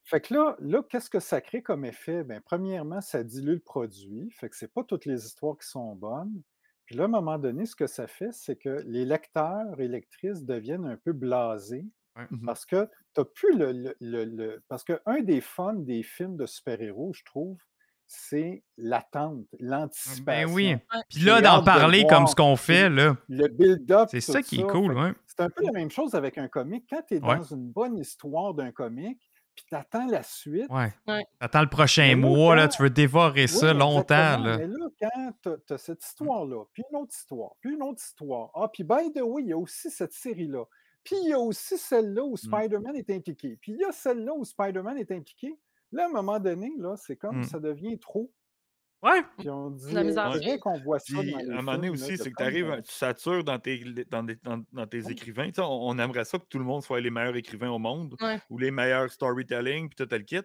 Speaker 4: Fait que là, là qu'est-ce que ça crée comme effet? Ben, premièrement, ça dilue le produit. Fait que c'est pas toutes les histoires qui sont bonnes. Puis là, à un moment donné, ce que ça fait, c'est que les lecteurs et lectrices deviennent un peu blasés Mmh
Speaker 2: Ouais. Mmh
Speaker 4: parce que t'as plus le, le- le- le- Parce que un des fun des films de super-héros, je trouve, c'est l'attente,
Speaker 2: Ben
Speaker 4: l'anticipation.
Speaker 2: oui. Puis
Speaker 4: J'ai
Speaker 2: là, d'en
Speaker 4: hâte de le
Speaker 2: parler
Speaker 4: voir.
Speaker 2: comme ce qu'on fait, là,
Speaker 4: Le build-up.
Speaker 2: c'est
Speaker 4: tout
Speaker 2: ça qui est
Speaker 4: Fait
Speaker 2: cool, ouais.
Speaker 4: c'est un peu la même chose avec un comic. Quand tu es
Speaker 2: Ouais.
Speaker 4: dans une bonne histoire d'un comic, puis tu attends la suite.
Speaker 2: Ouais.
Speaker 6: Ouais.
Speaker 2: T'attends le prochain
Speaker 4: Mais là,
Speaker 2: mois, là,
Speaker 4: quand-
Speaker 2: tu veux dévorer ça
Speaker 4: Oui,
Speaker 2: longtemps,
Speaker 4: exactement.
Speaker 2: là.
Speaker 4: Mais là, quand tu as, cette histoire-là, puis une autre histoire, puis une autre histoire, ah, puis by the way, il y a aussi cette série-là, puis il y a aussi celle-là
Speaker 3: Mmh.
Speaker 4: où Spider-Man est impliqué, puis il y a celle-là où Spider-Man est impliqué. Là, à un moment donné, là, c'est comme
Speaker 3: Mmh.
Speaker 2: Mm.
Speaker 4: ça devient trop.
Speaker 2: Ouais.
Speaker 4: Puis on dit,
Speaker 6: La mise en
Speaker 4: on dirait
Speaker 6: scène.
Speaker 4: qu'on voit ça.
Speaker 3: Puis,
Speaker 4: dans les
Speaker 3: à un moment donné
Speaker 4: films, là,
Speaker 3: aussi,
Speaker 4: de
Speaker 3: c'est que tu
Speaker 4: prendre
Speaker 3: arrives,
Speaker 4: un-
Speaker 3: tu satures dans tes, li- dans des- dans- dans tes écrivains. Tu sais, On, on aimerait ça que tout le monde soit les meilleurs écrivains au monde
Speaker 6: Ouais.
Speaker 3: ou les meilleurs storytelling, puis tout le kit.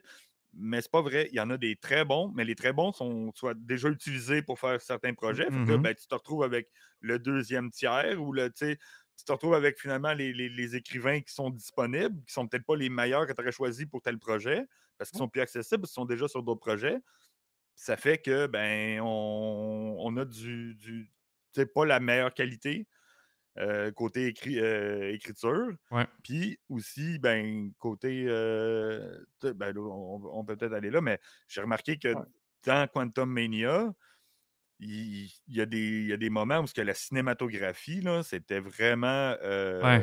Speaker 3: Mais c'est pas vrai. Il y en a des très bons, mais les très bons sont soit déjà utilisés pour faire certains projets. Fait que là,
Speaker 2: Mhm.
Speaker 3: ben, tu te retrouves avec le deuxième tiers ou le, tu sais, tu te retrouves avec finalement les, les- les écrivains qui sont disponibles, qui sont peut-être pas les meilleurs que tu aurais choisis pour tel projet, parce qu'ils sont plus accessibles, ils sont déjà sur d'autres projets. Ça fait que ben on, on a du, du tu sais, pas la meilleure qualité euh, côté écrit, euh, écriture.
Speaker 2: Ouais.
Speaker 3: Puis aussi, ben, côté euh, tu sais, ben, là, on, on peut peut-être aller là, mais j'ai remarqué que
Speaker 4: Ouais.
Speaker 3: dans Quantum Mania, il, il y a des, il y a des moments où ce que la cinématographie, là, c'était vraiment euh,
Speaker 2: Ouais.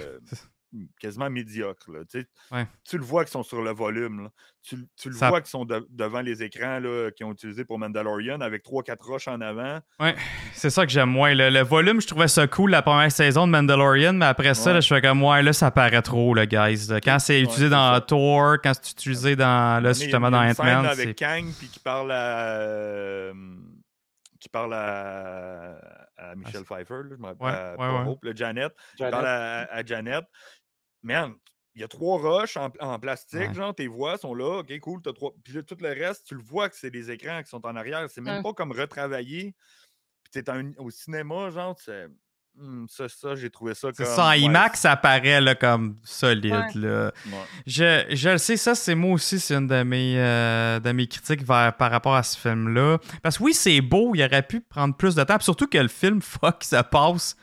Speaker 3: m- quasiment médiocre. là. Tu, sais,
Speaker 2: Ouais.
Speaker 3: tu le vois qu'ils sont sur le volume. là. Tu, le- tu le
Speaker 2: Ça-
Speaker 3: vois qu'ils sont de- devant les écrans là, qu'ils ont utilisés pour Mandalorian avec 3-4 roches en avant.
Speaker 2: C'est ça que j'aime moins. Le, le volume, je trouvais ça cool la première saison de Mandalorian, mais après ça,
Speaker 3: Ouais.
Speaker 2: là, je fais comme, ouais, là, ça paraît trop, le guys. là. Quand c'est
Speaker 3: Ouais,
Speaker 2: utilisé
Speaker 3: c'est
Speaker 2: dans
Speaker 3: ça.
Speaker 2: Thor, quand c'est utilisé dans, là,
Speaker 3: Mais
Speaker 2: justement,
Speaker 3: il y
Speaker 2: dans
Speaker 3: a une scène, là,
Speaker 2: Ant-Man, c'est.
Speaker 3: avec Kang puis qui parle à. euh, qui parle à, à Michelle Pfeiffer, là, je me rappelle,
Speaker 2: Ouais,
Speaker 3: à-
Speaker 2: ouais,
Speaker 3: pas
Speaker 2: ouais.
Speaker 3: Hope, là, Janet,
Speaker 4: Janet,
Speaker 3: parle à, à Janet. Man, il y a trois roches en, en plastique,
Speaker 2: Ouais.
Speaker 3: genre, tes voix sont là, ok, cool, t'as trois. Puis là, tout le reste, tu le vois que c'est des écrans qui sont en arrière. C'est même
Speaker 6: Ouais.
Speaker 3: pas comme retravaillé. Puis t'es en- au cinéma, genre, c'est. Hmm, ça, ça j'ai trouvé ça
Speaker 2: c'est
Speaker 3: comme.
Speaker 2: ça, en
Speaker 3: ouais,
Speaker 2: IMAX, ça paraît là, comme solide.
Speaker 6: Ouais.
Speaker 2: Là.
Speaker 3: ouais.
Speaker 2: Je, je le sais, ça, c'est moi aussi, c'est une de mes, euh, de mes critiques vers- par rapport à ce film-là. Parce que oui, c'est beau, il aurait pu prendre plus de temps. puis surtout que le film, *laughs* fuck, ça passe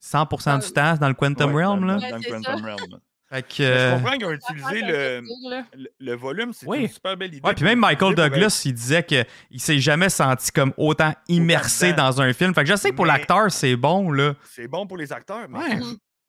Speaker 2: 100% du
Speaker 6: Ouais.
Speaker 2: temps dans le Quantum
Speaker 3: Ouais,
Speaker 2: Realm.
Speaker 3: dans-
Speaker 2: Là.
Speaker 3: dans- dans
Speaker 6: Ouais, c'est
Speaker 3: Quantum Realm.
Speaker 2: Fait que,
Speaker 3: Je
Speaker 2: euh,
Speaker 3: comprends qu'ils ont
Speaker 6: Ça prend
Speaker 3: utilisé
Speaker 6: un
Speaker 3: le,
Speaker 6: casting, là.
Speaker 3: le, le volume, c'est
Speaker 2: Oui.
Speaker 3: une super belle idée.
Speaker 2: Ouais, puis même Michael
Speaker 3: Pour être-
Speaker 2: Douglas, il disait qu'il s'est jamais senti comme autant immersé
Speaker 3: dedans.
Speaker 2: dans un film. Fait que je sais que pour
Speaker 3: Mais-
Speaker 2: l'acteur, c'est bon, là.
Speaker 3: C'est bon pour les acteurs, mais
Speaker 2: Ouais.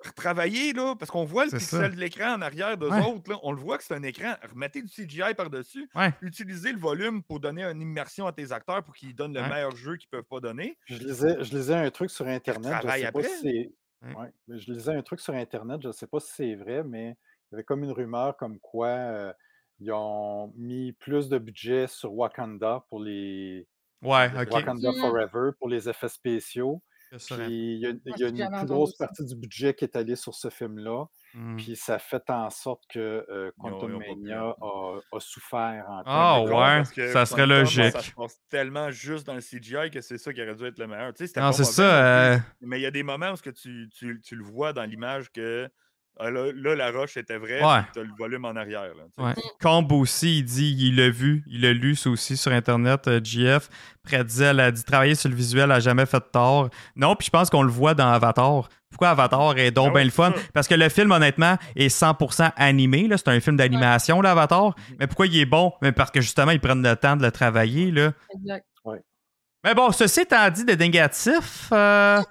Speaker 3: retravailler, là, parce qu'on voit le
Speaker 2: C'est
Speaker 3: pixel
Speaker 2: ça.
Speaker 3: de l'écran en arrière d'eux
Speaker 2: Ouais.
Speaker 3: autres, là, on le voit que c'est un écran. Remettez du CGI par-dessus.
Speaker 2: Ouais.
Speaker 3: Utilisez le volume pour donner une immersion à tes acteurs pour qu'ils donnent le
Speaker 2: Ouais.
Speaker 3: meilleur jeu qu'ils peuvent pas donner.
Speaker 4: Je lisais, je lisais un truc sur Internet. Je
Speaker 3: travaille
Speaker 4: sais pas
Speaker 3: après. hein?
Speaker 4: si c'est.
Speaker 2: Ouais.
Speaker 4: Ouais, mais je lisais un truc sur Internet, je ne sais pas si c'est vrai, mais il y avait comme une rumeur comme quoi euh, ils ont mis plus de budget sur Wakanda pour les
Speaker 3: Ah,
Speaker 2: Ouais, ok.
Speaker 4: Wakanda
Speaker 6: Mm.
Speaker 4: Forever pour les effets spéciaux. Puis il y a, il y a
Speaker 6: Ah, j'avais
Speaker 4: une plus
Speaker 6: entendu
Speaker 4: grosse
Speaker 6: ça.
Speaker 4: partie du budget qui est allée sur ce film-là.
Speaker 2: Hmm.
Speaker 4: Puis ça a fait en sorte que
Speaker 3: Mmh.
Speaker 4: euh,
Speaker 3: Ils ont- ils
Speaker 4: Quantum
Speaker 3: ont pas pu,
Speaker 4: Mania a, a souffert
Speaker 2: Ah,
Speaker 4: en termes de-
Speaker 3: con,
Speaker 2: ouais,
Speaker 3: parce que
Speaker 2: ça serait
Speaker 3: Quantum, Ça
Speaker 2: logique.
Speaker 3: se passe tellement juste dans le CGI que c'est ça qui aurait dû être le meilleur. Tu sais, c'était
Speaker 2: Non,
Speaker 3: pas
Speaker 2: c'est
Speaker 3: mauvais,
Speaker 2: ça.
Speaker 3: mais-
Speaker 2: euh,
Speaker 3: Mais il y a des moments où ce que tu, tu- tu le vois dans l'image que ah, là, là, la roche était vraie,
Speaker 2: Ouais.
Speaker 3: tu as le volume en arrière. Là, tu sais.
Speaker 2: Ouais. Combe aussi, il dit, il l'a vu, il l'a lu ça aussi sur Internet, euh, GF. Predzel a dit travailler sur le visuel a jamais fait de tort. Non, puis je pense qu'on le voit dans Avatar. Pourquoi Avatar est donc
Speaker 3: Ah
Speaker 2: bien
Speaker 3: ouais,
Speaker 2: le fun?
Speaker 3: c'est ça.
Speaker 2: Parce que le film, honnêtement, est 100% animé. là. C'est un film d'animation, là, Avatar. Mais pourquoi il est bon? Mais parce que justement, ils prennent le temps de le travailler. Là.
Speaker 6: Exact.
Speaker 2: Mais bon, ceci étant dit de négatif, euh,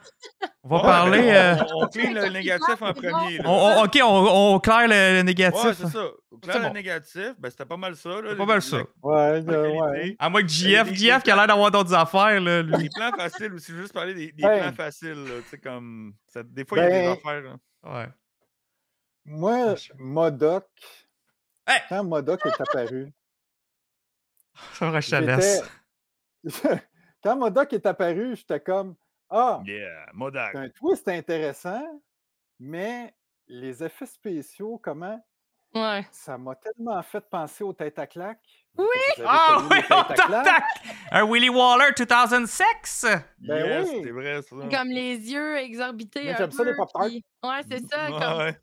Speaker 2: on va
Speaker 3: Ouais,
Speaker 2: parler.
Speaker 3: mais
Speaker 2: euh,
Speaker 3: On, on clean le négatif en premier. là.
Speaker 2: on- on- ok, on, on claire le, le
Speaker 3: Ouais,
Speaker 2: négatif.
Speaker 3: c'est ça. Claire,
Speaker 2: bon.
Speaker 3: le négatif, ben, c'était pas mal ça. là,
Speaker 2: C'est pas mal
Speaker 3: les-
Speaker 2: ça.
Speaker 4: Ouais,
Speaker 3: la- la
Speaker 4: euh, ouais.
Speaker 3: qualité.
Speaker 2: À moins que JF,
Speaker 3: Les-
Speaker 2: JF qui a l'air d'avoir d'autres affaires, là, lui.
Speaker 3: Les plans faciles aussi, je veux juste parler des, des
Speaker 4: Ben.
Speaker 3: plans faciles. là, tu sais, comme, ça- des fois, il y a des
Speaker 4: Ben.
Speaker 3: affaires. là.
Speaker 2: Ouais.
Speaker 4: Moi, Modoc,
Speaker 2: Hey!
Speaker 4: quand Modoc est apparu,
Speaker 2: *laughs* Ça me
Speaker 4: j'étais... *laughs* quand Modoc est apparu, j'étais comme Ah,
Speaker 3: Yeah, Modak.
Speaker 4: c'est un twist intéressant, mais les effets spéciaux, comment
Speaker 6: Ouais.
Speaker 4: ça m'a tellement fait penser aux têtes à claque.
Speaker 6: Oui!
Speaker 2: Ah oui, on
Speaker 4: claque.
Speaker 2: t'attaque! Un Willy Waller 2006!
Speaker 4: Ben
Speaker 3: yes,
Speaker 4: oui.
Speaker 3: c'est vrai ça.
Speaker 6: Comme les yeux exorbités.
Speaker 4: Mais
Speaker 6: un
Speaker 4: j'aime ça, les
Speaker 6: peu,
Speaker 4: pop-tarts.
Speaker 6: puis- Ouais, c'est ça. Comme
Speaker 3: Ouais,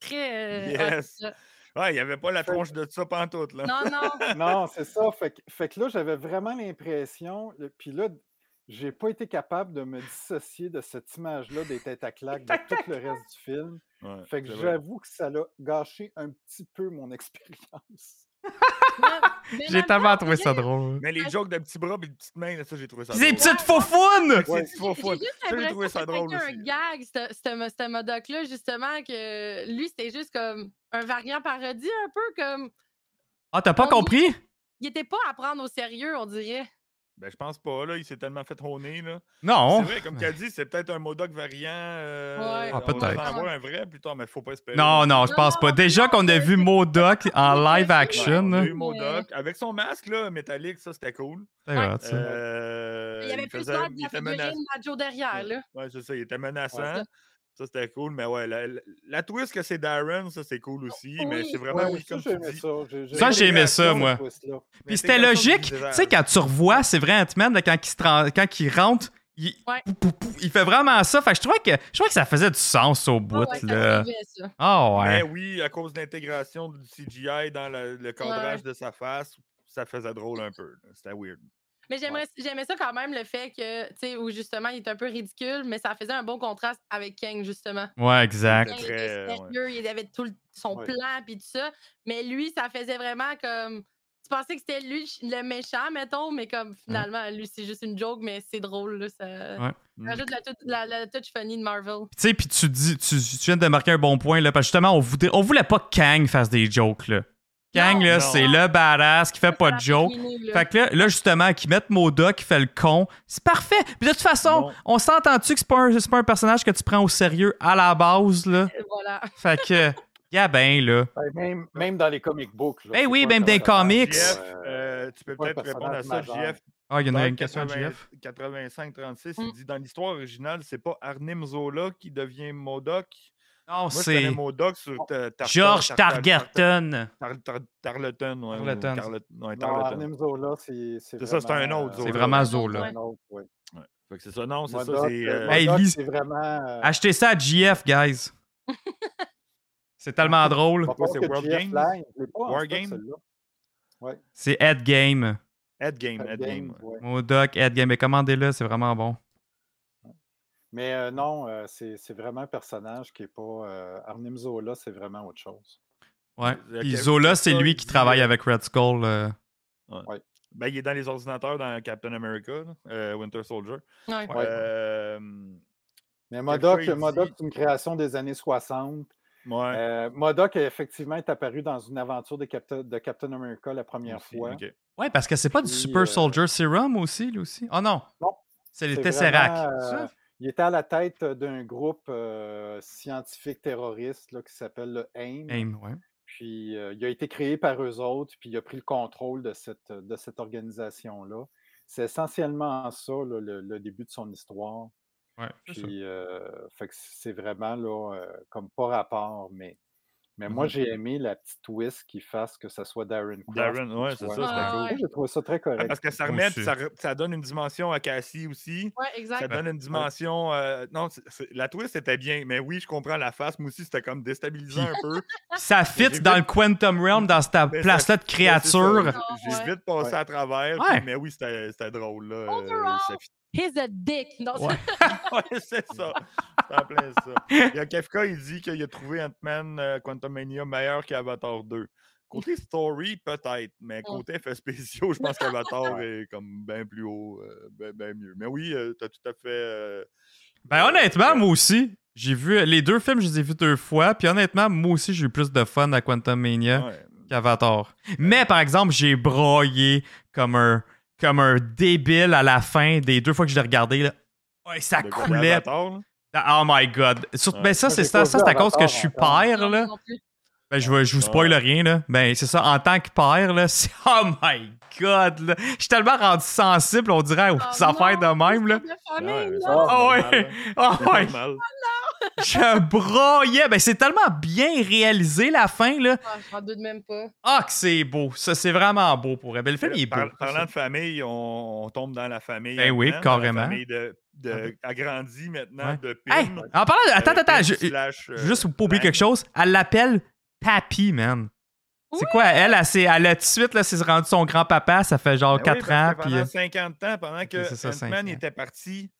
Speaker 6: très. euh, ouais,
Speaker 3: Yes.
Speaker 6: c'est ça.
Speaker 3: Ouais, il n'y avait pas la tronche de ça pantoute. Là.
Speaker 6: Non, non.
Speaker 4: Non, c'est ça. Fait que, fait que là, j'avais vraiment l'impression. le- Puis là, j'ai pas été capable de me dissocier de cette image-là des têtes à claque de tout le reste du film.
Speaker 3: Ouais,
Speaker 4: Fait que
Speaker 3: c'est vrai.
Speaker 4: j'avoue que ça l'a gâché un petit peu mon *laughs* expérience.
Speaker 6: Mais
Speaker 2: J'ai
Speaker 6: maintenant,
Speaker 2: tellement
Speaker 6: on
Speaker 2: trouvé ça drôle.
Speaker 3: Mais les jokes de petits bras et de petites mains, là, ça, j'ai trouvé ça.
Speaker 2: Pis Ces
Speaker 3: drôle.
Speaker 2: petites faufounes!
Speaker 3: Ouais, c'est trop fun.
Speaker 6: J'ai juste
Speaker 3: Ça, j'ai trouvé ça
Speaker 6: l'impression que
Speaker 3: drôle
Speaker 6: c'était un
Speaker 3: aussi.
Speaker 6: gag, ce- ce ce modoc-là, justement, que lui, c'était juste comme un variant parodie, un peu comme.
Speaker 2: Ah, t'as pas compris?
Speaker 6: Il était pas à prendre au sérieux, on dirait.
Speaker 3: Ben, je pense pas, là. Il s'est tellement fait honner, là. C'est
Speaker 2: Non!
Speaker 3: vrai, comme tu as dit, c'est peut-être un Modoc variant. euh,
Speaker 6: Ouais.
Speaker 2: Ah,
Speaker 3: on va
Speaker 2: peut-être.
Speaker 3: en avoir un vrai plus tard, mais faut pas espérer.
Speaker 2: Non, non, je
Speaker 6: Non,
Speaker 2: pense
Speaker 6: non,
Speaker 2: pas.
Speaker 6: non,
Speaker 2: Déjà
Speaker 6: non,
Speaker 2: qu'on a
Speaker 6: c'est-
Speaker 2: vu *laughs*
Speaker 6: c'est-
Speaker 2: Modoc en live
Speaker 6: Ouais,
Speaker 3: Ouais,
Speaker 2: action,
Speaker 3: on a
Speaker 2: là.
Speaker 3: eu Modoc. Avec son masque là, métallique, ça c'était cool.
Speaker 2: C'est vrai, ça.
Speaker 3: Euh,
Speaker 6: il y avait plus
Speaker 3: faisait-
Speaker 6: l'air de
Speaker 3: il
Speaker 6: la
Speaker 3: était
Speaker 6: figurine
Speaker 3: menaçant.
Speaker 6: de Joe derrière, là.
Speaker 3: Ouais, c'est ça, il était menaçant.
Speaker 6: Ouais.
Speaker 3: Ça c'était cool, mais ouais, la, la- la twist que c'est Darren, ça c'est cool aussi, mais
Speaker 6: Oui.
Speaker 3: c'est vraiment
Speaker 4: Ouais,
Speaker 3: oui,
Speaker 4: ça,
Speaker 3: comme
Speaker 4: j'ai
Speaker 3: tu
Speaker 4: aimé
Speaker 3: dis.
Speaker 4: ça. J'ai- j'ai
Speaker 2: Ça, j'ai aimé
Speaker 4: l'impression
Speaker 2: ça,
Speaker 4: de
Speaker 2: moi.
Speaker 4: twist, là.
Speaker 2: Puis c'était
Speaker 3: L'intégration
Speaker 2: logique.
Speaker 3: du
Speaker 2: Tu
Speaker 3: désert.
Speaker 2: sais, quand tu revois, c'est vrai Ant-Man, là, quand, il se tran- quand il rentre, il...
Speaker 6: Ouais.
Speaker 2: pou- pou- pou- il fait vraiment ça. Fait que je trouvais que, je trouvais que ça faisait du sens au bout,
Speaker 6: Ah ouais, ça
Speaker 2: là.
Speaker 6: suivait, ça.
Speaker 2: Ah
Speaker 3: Mais
Speaker 2: ouais.
Speaker 3: Ben oui, à cause de l'intégration du CGI dans le, le cadrage de sa face, ça faisait drôle un peu. là. C'était weird.
Speaker 6: Mais j'aimerais- j'aimais ça quand même, le fait que, tu sais, où justement, il est un peu ridicule, mais ça faisait un bon contraste avec Kang, justement.
Speaker 2: Ouais, exact.
Speaker 6: Kang
Speaker 3: Très,
Speaker 6: était sérieux, il avait tout le- son
Speaker 4: Ouais.
Speaker 6: plan puis tout ça. Mais lui, ça faisait vraiment comme. Tu pensais que c'était lui ch- le méchant, mettons, mais comme finalement, lui, c'est juste une joke, mais c'est drôle, là. Ça ça rajoute la, tou- la- la touch funny de Marvel.
Speaker 2: Tu sais, puis tu dis, tu, tu viens de marquer un bon point, là, parce que justement, on voulait, on voulait pas que Kang fasse des jokes, là. Kang,
Speaker 6: Non,
Speaker 2: là,
Speaker 3: non.
Speaker 2: c'est le badass qui fait pas de jokes. Fait que là, là, justement, qu'ils mettent Moda qui fait le con, c'est parfait. Puis de toute façon,
Speaker 3: Bon.
Speaker 2: on s'entend-tu que c'est pas, un- c'est pas un personnage que tu prends au sérieux à la base, là?
Speaker 6: Voilà. *laughs*
Speaker 2: Fait que, y'a ben, là.
Speaker 4: Ben, Même, même dans les comic books. là,
Speaker 2: Ben
Speaker 4: c'est
Speaker 2: oui,
Speaker 4: pas un
Speaker 2: même dans les
Speaker 4: personnage,
Speaker 2: comics.
Speaker 3: Jeff,
Speaker 4: euh,
Speaker 3: euh, tu peux
Speaker 4: pas un
Speaker 3: peut-être répondre à ça,
Speaker 4: personnage majeur.
Speaker 3: JF.
Speaker 2: Ah, il y en
Speaker 3: Dans
Speaker 2: a une question,
Speaker 3: 80
Speaker 2: GF.
Speaker 3: 85-36,
Speaker 6: Mm.
Speaker 3: il dit dans l'histoire originale, c'est pas Arnim Zola qui devient Modoc.
Speaker 2: Non,
Speaker 3: Moi, je connais
Speaker 2: Oh, c'est
Speaker 3: Modoc sur ta- Tartar-
Speaker 2: George
Speaker 3: Tartar-
Speaker 2: Targarton.
Speaker 3: Tar- Tar- Tarleton. ouais, ou
Speaker 2: Tarleton.
Speaker 3: Carlet- ouais,
Speaker 4: Non,
Speaker 3: Tarleton.
Speaker 4: Arnim Zola, c'est
Speaker 3: C'est ça, c'est
Speaker 4: vraiment,
Speaker 3: un autre
Speaker 4: euh,
Speaker 3: Zola.
Speaker 2: C'est vraiment Zola.
Speaker 4: un autre, oui.
Speaker 3: Fait que c'est ça, non, c'est ça.
Speaker 4: Modoc,
Speaker 3: c'est,
Speaker 4: euh,
Speaker 3: euh,
Speaker 2: Hey,
Speaker 4: Modoc,
Speaker 2: lis-
Speaker 4: c'est vraiment. euh,
Speaker 2: Achetez ça à GF, guys. C'est tellement drôle.
Speaker 4: va
Speaker 3: quoi,
Speaker 4: falloir
Speaker 3: c'est
Speaker 4: que
Speaker 3: World
Speaker 4: GF
Speaker 3: Games?
Speaker 4: Line, je l'ai pas en
Speaker 3: War
Speaker 4: stock,
Speaker 3: Games?
Speaker 4: celle-là.
Speaker 2: C'est Ed Game.
Speaker 3: Ed Game,
Speaker 4: War
Speaker 3: Ed
Speaker 4: Games,
Speaker 3: Game. ouais.
Speaker 4: ouais.
Speaker 2: Modoc, Ed Game. Mais commandez-le, c'est vraiment bon.
Speaker 4: Mais euh, non, euh, c'est c'est vraiment un personnage qui n'est pas. euh, Arnim Zola, c'est vraiment autre chose.
Speaker 2: Ouais.
Speaker 3: Euh,
Speaker 2: Puis
Speaker 3: Kevin
Speaker 2: Zola, c'est
Speaker 3: Scott
Speaker 2: lui qui
Speaker 3: dit,
Speaker 2: travaille
Speaker 3: euh,
Speaker 2: avec Red Skull. euh,
Speaker 3: Ben, il est dans les ordinateurs dans Captain America, là, euh, Winter Soldier.
Speaker 6: Ouais.
Speaker 4: Ouais.
Speaker 3: Euh,
Speaker 4: Mais
Speaker 3: fois,
Speaker 4: Modoc,
Speaker 3: il
Speaker 4: Modoc,
Speaker 3: dit-
Speaker 4: c'est une création des années 60.
Speaker 3: ouais.
Speaker 4: Euh, Modoc, effectivement, est apparu dans une aventure de, Capta- de Captain America la première
Speaker 3: Aussi,
Speaker 4: fois.
Speaker 3: ok.
Speaker 2: Ouais, parce que c'est pas du
Speaker 4: Puis,
Speaker 2: Super
Speaker 4: euh,
Speaker 2: Soldier Serum aussi, lui aussi. Oh non.
Speaker 4: Non.
Speaker 2: C'est les
Speaker 4: C'est
Speaker 2: Tesseract.
Speaker 4: vraiment,
Speaker 2: Ça?
Speaker 4: euh, Il était à la tête d'un groupe euh, scientifique terroriste là, qui s'appelle le AIM.
Speaker 3: euh,
Speaker 2: AIM, ouais.
Speaker 4: Puis euh, il a été créé par eux autres, puis il a pris le contrôle de cette, de cette organisation-là. C'est essentiellement ça, là, le, le début de son histoire.
Speaker 2: Ouais, c'est ça.
Speaker 4: Puis, euh, fait que c'est vraiment là, euh, comme pas rapport, mais, mais moi,
Speaker 3: Mm-hmm.
Speaker 4: j'ai aimé la petite twist qui fasse que ça soit Darren Cross.
Speaker 3: Darren, Ah, ouais,
Speaker 4: qui
Speaker 3: c'est
Speaker 4: soit-
Speaker 3: ça,
Speaker 6: c'était cool.
Speaker 4: Moi, J'ai trouvé ça très
Speaker 3: Ah,
Speaker 4: correct.
Speaker 3: Parce que ça
Speaker 2: Moi
Speaker 3: remet,
Speaker 2: aussi.
Speaker 3: ça, re- ça donne une dimension à Cassie aussi.
Speaker 6: Ouais, exact.
Speaker 3: Ça
Speaker 2: Ben,
Speaker 3: donne une dimension. euh, non, c'est- c'est- la twist était bien, mais oui, je comprends la face. Moi aussi, c'était comme déstabilisant un peu.
Speaker 2: Ça
Speaker 3: Ah, j'ai
Speaker 2: fit
Speaker 3: vu-
Speaker 2: dans le Quantum Realm, dans cette
Speaker 3: Mais ça-
Speaker 2: place-là de
Speaker 3: Ouais, c'est ça,
Speaker 2: créatures.
Speaker 6: Ah,
Speaker 3: J'ai j'ai
Speaker 6: ouais.
Speaker 3: vite passé
Speaker 4: Ouais.
Speaker 3: à travers. puis-
Speaker 2: Ouais.
Speaker 3: mais oui, c'était c'était drôle. Là, euh,
Speaker 6: Overall.
Speaker 3: ça fit- *laughs*
Speaker 6: He's a dick. Non,
Speaker 2: Ouais.
Speaker 3: Ouais, c'est ça. C'est en plein ça. Il y a Kafka, il dit qu'il a trouvé Ant-Man euh, Quantumania meilleur qu'Avatar 2. Côté story, peut-être, mais
Speaker 6: Oh.
Speaker 3: côté effets spéciaux, je pense qu'Avatar est comme bien plus haut, euh, bien mieux. Mais oui, tu as tout à fait. euh,
Speaker 2: Ben
Speaker 3: euh,
Speaker 2: honnêtement,
Speaker 3: euh,
Speaker 2: moi aussi, j'ai vu les deux films, je les ai vus deux fois. Puis honnêtement, moi aussi, j'ai eu plus de fun à Quantum Mania
Speaker 3: ouais.
Speaker 2: qu'Avatar. Mais par exemple, j'ai broyé comme un, comme un débile à la fin des deux fois que je l'ai regardé. là. Ouais, ça
Speaker 3: de côté
Speaker 2: coulait.
Speaker 3: Avatar, là.
Speaker 2: Ah, Oh my god. Surtout-
Speaker 3: Ouais.
Speaker 2: ben ça,
Speaker 4: Moi,
Speaker 2: c'est
Speaker 4: j'ai
Speaker 2: ça,
Speaker 4: pas
Speaker 2: ça,
Speaker 4: vu
Speaker 2: c'est à cause que
Speaker 4: Avatar
Speaker 2: je suis
Speaker 4: encore.
Speaker 2: père, là.
Speaker 6: non plus.
Speaker 2: Ben, je, vais- je vous spoil rien, là. Ben, c'est ça, en tant que père, là, *laughs* c'est. Oh my god, là. Je suis tellement rendu sensible, on dirait, aux
Speaker 6: Ah,
Speaker 2: affaires
Speaker 6: non,
Speaker 2: de même, là.
Speaker 6: c'est de famille,
Speaker 3: Ouais,
Speaker 6: non.
Speaker 3: ça,
Speaker 4: là.
Speaker 3: c'est
Speaker 2: Ah ouais. Oh
Speaker 3: normal, là. C'est *laughs*
Speaker 2: my
Speaker 3: normal.
Speaker 2: Je broyais. Ben, c'est tellement bien réalisé, la fin, là.
Speaker 6: Ah, je m'en doute même pas.
Speaker 2: Ah, que c'est beau. Ça, c'est vraiment beau pour elle. Ben, le film, il est beau.
Speaker 3: Par- parlant de famille, on, on tombe dans la famille.
Speaker 2: Ben oui,
Speaker 3: maintenant, dans la
Speaker 2: carrément.
Speaker 3: famille de, de-
Speaker 2: Ouais.
Speaker 3: agrandie maintenant
Speaker 2: Ouais.
Speaker 3: de Pim.
Speaker 2: Hey, en parlant de... Attends,
Speaker 3: Euh,
Speaker 2: attends,
Speaker 3: Pim
Speaker 2: je-
Speaker 3: slash, euh,
Speaker 2: juste pour oublier
Speaker 3: Lang.
Speaker 2: quelque chose. Elle l'appelle Papi, man. C'est quoi, elle, elle, s'est- elle a tout de suite, là, s'est rendu son grand-papa, ça fait genre
Speaker 3: Ben oui,
Speaker 2: 4
Speaker 3: parce
Speaker 2: ans,
Speaker 3: que
Speaker 2: puis...
Speaker 3: Pendant
Speaker 2: euh,
Speaker 3: 50 ans, pendant
Speaker 2: c'est
Speaker 3: que
Speaker 2: ça, cinq
Speaker 3: Ant-Man
Speaker 2: ans.
Speaker 3: était parti,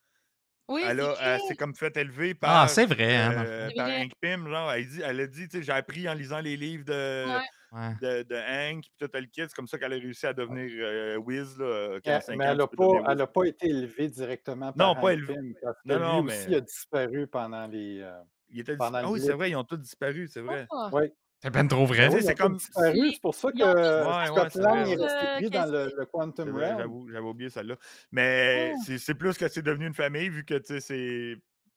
Speaker 6: Oui,
Speaker 3: elle a-
Speaker 6: c'est
Speaker 3: elle
Speaker 6: cute.
Speaker 3: s'est comme fait élever par.
Speaker 2: Ah, c'est vrai, hein, dans le
Speaker 3: euh,
Speaker 6: C'est
Speaker 3: par
Speaker 6: vrai.
Speaker 3: Hank Pym, genre, elle, dit, elle a dit, tu sais, j'ai appris en lisant les livres de,
Speaker 6: Ouais.
Speaker 2: fond. euh, Ouais.
Speaker 3: de, de Hank, puis tout le kit, c'est comme ça qu'elle a réussi à devenir euh, Wiz, là, euh, qu'en
Speaker 4: Mais,
Speaker 3: cinq
Speaker 4: mais
Speaker 3: ans,
Speaker 4: elle
Speaker 3: tu
Speaker 4: n'a
Speaker 3: peux devenir
Speaker 4: pas, elle
Speaker 3: Wiz.
Speaker 4: a pas été élevée directement
Speaker 3: Non,
Speaker 4: par
Speaker 3: pas élevée.
Speaker 4: Hank Pym, parce que
Speaker 3: Non,
Speaker 4: lui
Speaker 3: non,
Speaker 4: aussi
Speaker 3: mais-
Speaker 4: a disparu pendant les. euh,
Speaker 3: Il était dis-
Speaker 4: pendant le
Speaker 3: Ah oui, c'est
Speaker 4: blip.
Speaker 3: vrai, ils ont tous disparu, c'est vrai.
Speaker 6: Ah.
Speaker 2: C'est ben trop vrai.
Speaker 3: Tu sais,
Speaker 4: ils
Speaker 3: c'est
Speaker 4: ont tous
Speaker 3: comme-
Speaker 4: disparu. C'est pour ça que
Speaker 6: Ils ont Euh, tous-
Speaker 4: euh,
Speaker 3: Ouais, ouais, c'est
Speaker 4: Scotland
Speaker 3: vrai,
Speaker 4: est
Speaker 6: ouais.
Speaker 4: resté pris dans le, le
Speaker 3: C'est
Speaker 4: Quantum
Speaker 3: vrai,
Speaker 4: Realm.
Speaker 3: J'avoue, j'avais oublié celle-là. Mais
Speaker 6: Oh.
Speaker 3: c'est- c'est plus que c'est devenu une famille, vu que, tu sais, c'est.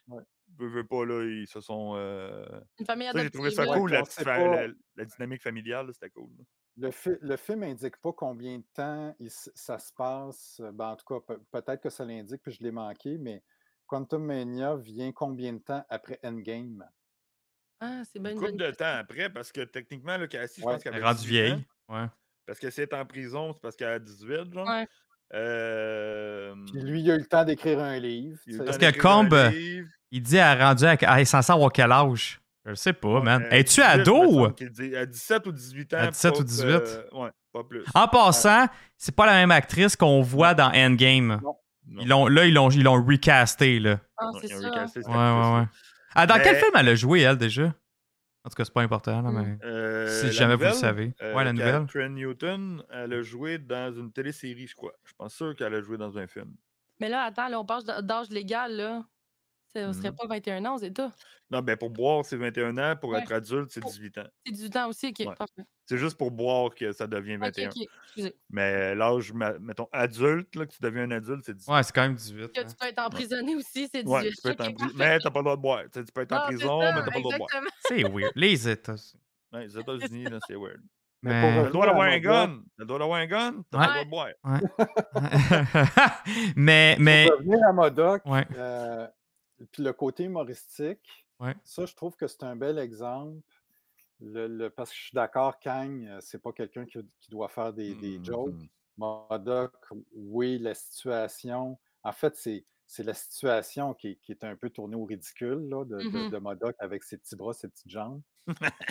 Speaker 4: Ouais.
Speaker 3: Veux, veux pas, là, ils se sont. euh,
Speaker 6: Une famille
Speaker 3: Ça, j'ai
Speaker 6: adoptive.
Speaker 3: trouvé ça
Speaker 6: là.
Speaker 4: Ouais,
Speaker 3: cool,
Speaker 4: puis
Speaker 3: la,
Speaker 4: on
Speaker 3: petite
Speaker 4: sait
Speaker 3: fa-
Speaker 4: pas-
Speaker 3: la- la dynamique familiale, là, c'était cool. là.
Speaker 4: Le, fi- le film n'indique pas combien de temps il s- ça se passe. euh, ben, en tout cas, pe- peut-être que ça l'indique, puis je l'ai manqué, mais Quantum Mania vient combien de temps après Endgame?
Speaker 6: Ah, c'est bien
Speaker 3: Une
Speaker 6: une
Speaker 3: couple
Speaker 6: bonne
Speaker 3: de temps après, parce que techniquement, là, Cassie,
Speaker 4: Ouais.
Speaker 3: je pense qu'elle
Speaker 2: Elle est
Speaker 3: avait
Speaker 2: rendue
Speaker 3: 18 ans,
Speaker 2: vieille. Ouais.
Speaker 3: Parce que si elle est en prison, c'est parce qu'elle a 18, genre.
Speaker 6: Ouais.
Speaker 3: Euh,
Speaker 4: Puis lui, il a eu le temps d'écrire un livre.
Speaker 3: il a eu le
Speaker 4: tu sais.
Speaker 3: temps
Speaker 2: que
Speaker 3: d'écrire un
Speaker 2: Combe-
Speaker 3: livre.
Speaker 2: Il dit à rendu à... à- sans savoir quel âge. Je sais pas, Oh, man.
Speaker 3: Euh,
Speaker 2: Es-tu
Speaker 3: 18, me
Speaker 2: ado?
Speaker 3: semble qu'il dit. À 17 ou 18 ans.
Speaker 2: À 17 ou Ah,
Speaker 3: pas-
Speaker 2: 18?
Speaker 3: euh, ouais, pas plus.
Speaker 2: En passant, c'est pas la même actrice qu'on voit dans Endgame.
Speaker 3: Non,
Speaker 2: Ils l'ont, là, ils l'ont, ils l'ont recasté, là.
Speaker 6: Ah,
Speaker 3: non,
Speaker 6: c'est
Speaker 3: ils ont
Speaker 6: ça.
Speaker 3: recasté cette
Speaker 2: Ouais, ouais,
Speaker 3: actrice-là.
Speaker 2: ouais. Ah, dans quel
Speaker 3: Mais-
Speaker 2: film elle a joué, elle, déjà? En tout cas, c'est pas important, là, mais...
Speaker 3: Euh,
Speaker 2: Si
Speaker 3: la
Speaker 2: jamais vous le
Speaker 3: nouvelle,
Speaker 2: savez.
Speaker 3: euh,
Speaker 2: Ouais, la nouvelle.
Speaker 3: Catherine Newton, elle a joué dans une télésérie, je crois. Je pense sûr qu'elle a joué dans un film.
Speaker 6: Mais là, attends, là, on passe d'a- d'âge légal, là. Ça ne serait
Speaker 3: Mhm.
Speaker 6: pas 21 ans, c'est tout.
Speaker 3: Non, ben pour boire, c'est 21 ans. Pour
Speaker 6: Ouais.
Speaker 3: être adulte, c'est
Speaker 6: Pour-
Speaker 3: 18 ans.
Speaker 6: C'est du temps aussi, ok.
Speaker 3: Ouais.
Speaker 6: parfait.
Speaker 3: C'est juste pour boire que ça devient
Speaker 6: Ok,
Speaker 3: 21.
Speaker 6: ok. Excusez.
Speaker 3: Mais l'âge, ma- mettons, adulte, là, que tu deviens un adulte, c'est 18
Speaker 2: Ouais, c'est quand même 18.
Speaker 6: Que
Speaker 2: hein.
Speaker 6: tu peux être emprisonné aussi, c'est du
Speaker 3: Ouais, tu peux être en prison. Mais t'as pas le droit de boire. Tu sais, tu peux être en prison, mais t'as pas le droit de boire.
Speaker 6: Ah, Exactement.
Speaker 2: C'est weird. Les États.
Speaker 3: Ouais, les États-Unis, là, c'est
Speaker 6: *laughs*
Speaker 3: weird.
Speaker 4: Mais pour
Speaker 2: Mais-
Speaker 3: T'as
Speaker 4: revenir
Speaker 3: le droit d'avoir
Speaker 4: à
Speaker 3: un
Speaker 4: Modoc,
Speaker 3: gun. T'as le droit d'avoir un gun. T'as
Speaker 2: Ouais.
Speaker 3: pas le droit de boire.
Speaker 2: *laughs* mais, mais...
Speaker 4: Pour revenir à Modoc,
Speaker 2: Ouais.
Speaker 4: euh, puis le côté humoristique,
Speaker 2: Ouais.
Speaker 4: ça, je trouve que c'est un bel exemple. Le, le- parce que je suis d'accord, Kang, euh, c'est pas quelqu'un qui, qui doit faire des, des jokes.
Speaker 3: Mhm.
Speaker 4: Modoc, oui, la situation. En fait, c'est, c'est la situation qui, est- qui est un peu tournée au ridicule là, de, de-
Speaker 3: Mmh
Speaker 6: Mhm.
Speaker 4: de Modoc avec ses petits bras, ses
Speaker 3: *laughs*
Speaker 4: petites jambes.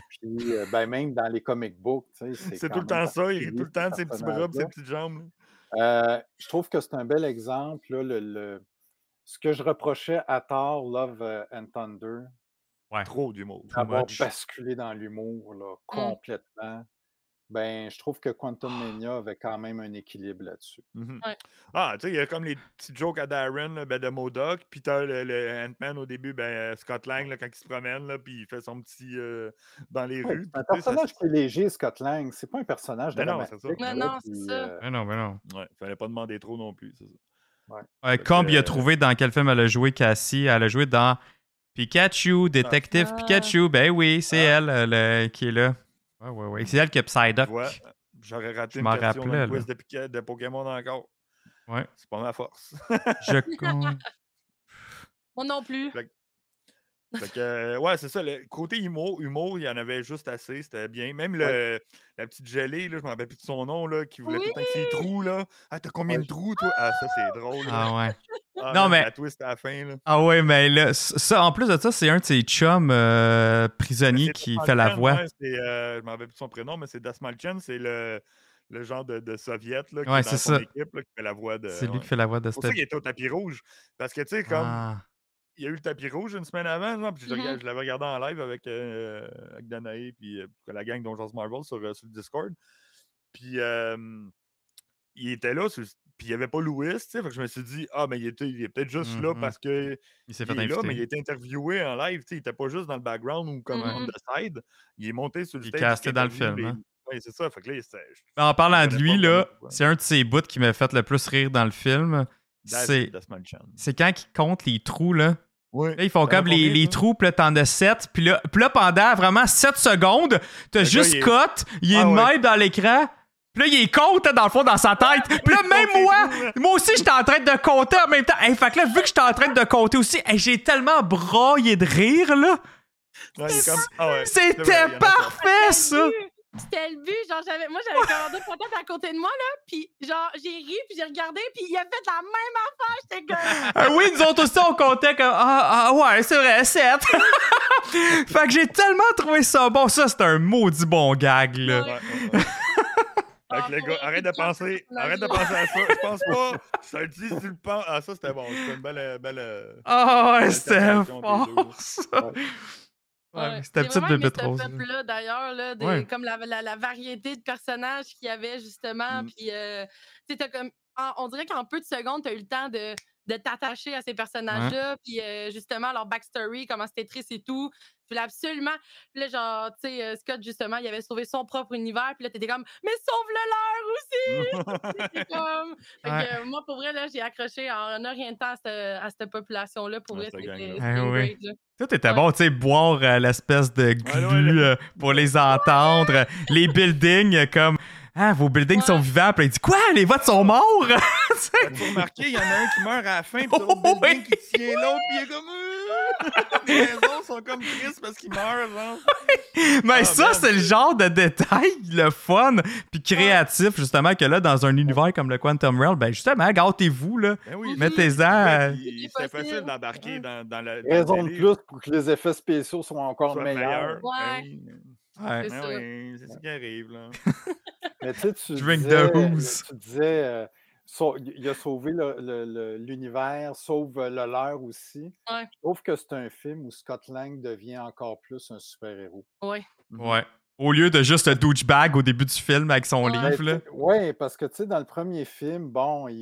Speaker 4: Puis, euh, ben, même dans les comic books, tu sais, c'est,
Speaker 3: C'est
Speaker 4: quand
Speaker 3: tout le temps
Speaker 4: même
Speaker 3: ça. Il rit
Speaker 4: particulier,
Speaker 3: tout le temps de ses petits bras et
Speaker 4: personnage-là.
Speaker 3: ses petites jambes.
Speaker 4: Euh, je trouve que c'est un bel exemple. là, le, le- ce que je reprochais à tort Love euh, and Thunder,
Speaker 3: Trop d'humour.
Speaker 4: avoir
Speaker 2: much.
Speaker 4: basculé dans l'humour là,
Speaker 3: Mmh.
Speaker 4: complètement, ben, je trouve que Quantum
Speaker 3: Oh.
Speaker 4: Mania avait quand même un équilibre là-dessus.
Speaker 3: Mhm.
Speaker 6: Ouais.
Speaker 3: Ah, tu sais, il y a comme les petits jokes à Darren, là, ben, de Modoc, puis t'as le, le Ant-Man au début, ben, euh, Scott Lang, là, quand il se promène, là, puis il fait son petit... euh, dans les
Speaker 4: Ouais,
Speaker 3: rues.
Speaker 4: c'est
Speaker 3: puis
Speaker 4: un
Speaker 3: Ben, tu sais, ça-
Speaker 4: personnage qui est léger, Scott Lang. C'est pas un personnage
Speaker 3: Ben non,
Speaker 4: dramatique.
Speaker 3: c'est ça.
Speaker 6: Ben
Speaker 4: là,
Speaker 6: non, c'est
Speaker 4: puis,
Speaker 6: ça.
Speaker 4: euh,
Speaker 2: Mais Ah non, mais non.
Speaker 3: Ouais, fallait pas demander trop non plus, c'est ça.
Speaker 2: Ouais,
Speaker 3: que,
Speaker 2: Combe, il
Speaker 3: euh,
Speaker 2: a trouvé dans quel film elle a joué Cassie. Elle a joué dans Pikachu, Détective
Speaker 6: Ah.
Speaker 2: Pikachu. Ben oui, c'est
Speaker 3: Ah.
Speaker 2: elle euh, le- qui est là. Ouais, ouais, ouais. C'est elle qui a Psyduck.
Speaker 3: Tu vois, j'aurais raté
Speaker 2: Ah, Je
Speaker 3: une
Speaker 2: m'en
Speaker 3: question dans le
Speaker 2: rappelais, là.
Speaker 3: quiz de, Pika- de Pokémon encore.
Speaker 2: Ouais.
Speaker 3: C'est pas ma force. *laughs*
Speaker 2: Je con-
Speaker 6: Moi non plus.
Speaker 3: Fait que, euh, ouais, c'est ça. Le côté humour, humour, il y en avait juste assez, c'était bien. Même le, la petite gelée, là, je me rappelle plus de son nom, là, qui voulait tout le temps que ses trous, là. Ah, t'as combien
Speaker 4: Ouais.
Speaker 3: de trous, toi? Ah, ça, c'est drôle. là.
Speaker 2: Ah ouais.
Speaker 3: Ah,
Speaker 2: Non,
Speaker 3: man,
Speaker 2: mais-
Speaker 3: La twist à la fin, là.
Speaker 2: Ah ouais, mais là, ça, en plus de ça, c'est un de ses chums euh, prisonniers
Speaker 3: C'est
Speaker 2: qui
Speaker 3: Dasmalchian,
Speaker 2: fait la voix.
Speaker 3: ouais, c'est, euh, je m'en rappelle plus de son prénom, mais c'est Dasmalchen, c'est le, le genre de, de soviet, là, qui
Speaker 2: Ouais,
Speaker 3: est dans
Speaker 2: c'est
Speaker 3: son
Speaker 2: ça.
Speaker 3: équipe, là, qui fait la voix de...
Speaker 2: C'est lui
Speaker 3: euh, ouais.
Speaker 2: qui fait la voix de
Speaker 3: C'est pour ça
Speaker 2: Steph.
Speaker 3: qu'il était au tapis rouge. Parce que, tu sais, comme...
Speaker 2: Ah.
Speaker 3: il y a eu le tapis rouge une semaine avant, genre, puis je, le
Speaker 6: Mhm.
Speaker 3: regarde- je l'avais regardé en live avec, euh, avec Danae puis euh, la gang Donjons Marvel sur, euh, sur le Discord. Puis euh, il était là, sur- puis il n'y avait pas Louis, tu sais, fait que je me suis dit, ah, mais il, était, il est peut-être juste là
Speaker 2: Mhm.
Speaker 3: parce que
Speaker 2: Il s'est
Speaker 3: il
Speaker 2: fait
Speaker 3: est là, mais il
Speaker 2: inviter.
Speaker 3: était interviewé en live, tu sais, il n'était pas juste dans le background ou comme on
Speaker 6: Mhm.
Speaker 3: the side, il est monté sur le
Speaker 2: Il est
Speaker 3: stage.
Speaker 2: casté
Speaker 3: jusqu'à
Speaker 2: dans le
Speaker 3: interview,
Speaker 2: film,
Speaker 3: mais-
Speaker 2: hein.
Speaker 3: Ouais, c'est ça, fait que là, c'était-
Speaker 2: En parlant de
Speaker 3: connais
Speaker 2: lui, là,
Speaker 3: pas vraiment, ouais.
Speaker 2: c'est un de ses bouts qui m'a fait le plus rire dans le film.
Speaker 3: Dave
Speaker 2: C'est-
Speaker 3: Dasmalchian.
Speaker 2: C'est quand il compte les trous, là.
Speaker 3: Ouais.
Speaker 2: Là, ils font
Speaker 3: T'en as
Speaker 2: comme les,
Speaker 3: combien,
Speaker 2: les
Speaker 3: toi?
Speaker 2: trous, puis là, t'en as 7. Puis là, puis là, pendant vraiment 7 secondes, t'as
Speaker 3: Le gars,
Speaker 2: juste
Speaker 3: il est-
Speaker 2: Scott, il est
Speaker 3: Ah
Speaker 2: de
Speaker 3: ouais.
Speaker 2: même dans l'écran. Puis là, il est compte, hein, dans le fond, dans sa tête. Puis là,
Speaker 3: il Ah, compte
Speaker 2: même
Speaker 3: les
Speaker 2: moi,
Speaker 3: trous, là.
Speaker 2: moi aussi, j'étais en train de compter en même temps. Hey, fait que là, vu que j'étais en train de compter aussi, hey, j'ai tellement braillé de rire, là.
Speaker 3: Ouais, il est comme- ah ouais, c'est vrai, il y en a
Speaker 2: C'était
Speaker 3: qui-
Speaker 2: parfait, ça.
Speaker 6: Salut! C'était le but, genre j'avais moi j'avais commandé le portable à côté de moi là, puis genre j'ai ri, puis j'ai regardé, puis il a fait la même affaire, j'étais comme
Speaker 2: Ah oui, nous autres aussi, on comptait comme Ah, ah ouais, c'est vrai, 7. *laughs* fait que j'ai tellement trouvé ça bon. Ça, c'est un maudit bon gag, là.
Speaker 6: Ouais.
Speaker 3: Ouais,
Speaker 2: *laughs*
Speaker 3: ouais, ouais. Fait que le gars, arrête de penser, arrête de penser à ça. Je pense pas. Ça le dit, tu le penses. Ah, ça, c'était bon. C'était une belle. euh, belle euh,
Speaker 2: Ah ouais,
Speaker 3: Belle
Speaker 2: c'était
Speaker 3: interprétation des deux.
Speaker 2: fort, ça.
Speaker 3: Hein? *laughs*
Speaker 2: Ouais, mais c'était
Speaker 6: J'ai
Speaker 2: petite
Speaker 6: vraiment aimé
Speaker 2: bébête
Speaker 6: ce
Speaker 2: rose.
Speaker 6: peuple-là, d'ailleurs, là, des-
Speaker 2: Ouais.
Speaker 6: comme la, la- la variété de personnages qu'il y avait, justement.
Speaker 3: Mm.
Speaker 6: Puis, euh, tu sais, t'as comme. en- on dirait qu'en peu de secondes, tu as eu le temps de, de t'attacher à ces personnages-là. Puis, euh, justement, leur backstory, comment c'était triste et tout. Tu voulais absolument. Puis là, genre, tu sais, euh, Scott, justement, il avait sauvé son propre univers. Puis là, t'étais comme, mais sauve-le leur aussi! *laughs* C'est
Speaker 2: *laughs*
Speaker 6: comme. Fait que,
Speaker 2: Ouais.
Speaker 6: euh, moi, pour vrai, là, j'ai accroché en ne rien de temps à cette, à cette population-là. Pour
Speaker 3: Ouais,
Speaker 6: vrai,
Speaker 3: cette
Speaker 6: c'était
Speaker 3: gang-là.
Speaker 6: c'était
Speaker 2: Ah
Speaker 6: une
Speaker 2: ouais.
Speaker 6: great, là.
Speaker 2: Tout était
Speaker 6: Ouais.
Speaker 2: bon, tu sais, boire euh, l'espèce de glu
Speaker 3: Ouais, ouais, le-
Speaker 2: euh, pour les entendre. euh, Les buildings, euh, comme. Ah, vos buildings
Speaker 6: Ouais.
Speaker 2: sont vivants. Puis il dit Quoi Les votes sont morts *laughs*
Speaker 3: As-tu remarqué, il y en a un qui meurt à la fin, puis
Speaker 2: Oh,
Speaker 3: t'as l'autre building
Speaker 2: oui.
Speaker 3: qui tient l'autre, puis il est comme. euh, *laughs* Les raisons sont comme tristes parce qu'il meurt, genre.
Speaker 2: Mais
Speaker 3: Ah,
Speaker 2: ça,
Speaker 3: man.
Speaker 2: c'est le genre de détail, le fun, puis créatif, justement, que là, dans un univers comme le Quantum Realm, ben justement, gâtez-vous, là.
Speaker 3: Ben oui.
Speaker 6: Mais-
Speaker 2: Mettez-en.
Speaker 3: ouais,
Speaker 2: euh,
Speaker 3: puis
Speaker 6: C'est
Speaker 3: C'était facile
Speaker 6: facile.
Speaker 3: d'embarquer dans, dans la. dans le
Speaker 4: Raison de
Speaker 3: délire,
Speaker 4: plus pour que les effets spéciaux soient encore
Speaker 3: soit
Speaker 4: meilleurs.
Speaker 3: meilleur. Ben
Speaker 6: Ouais.
Speaker 3: oui.
Speaker 2: ouais.
Speaker 6: C'est
Speaker 3: Ben
Speaker 6: ça.
Speaker 3: oui, c'est ce qui arrive, là.
Speaker 4: Mais tu sais, tu
Speaker 2: Drink the
Speaker 4: disais, euh,
Speaker 2: hooze.
Speaker 4: tu disais euh, sau- il a sauvé le- le- le- l'univers, sauve euh, le leur aussi.
Speaker 6: Ouais.
Speaker 4: Je trouve que c'est un film où Scott Lang devient encore plus un super-héros.
Speaker 2: Ouais. Au lieu de juste le douchebag au début du film avec son
Speaker 6: Ouais.
Speaker 2: livre, là.
Speaker 4: Oui, parce que tu sais, dans le premier film, bon, il,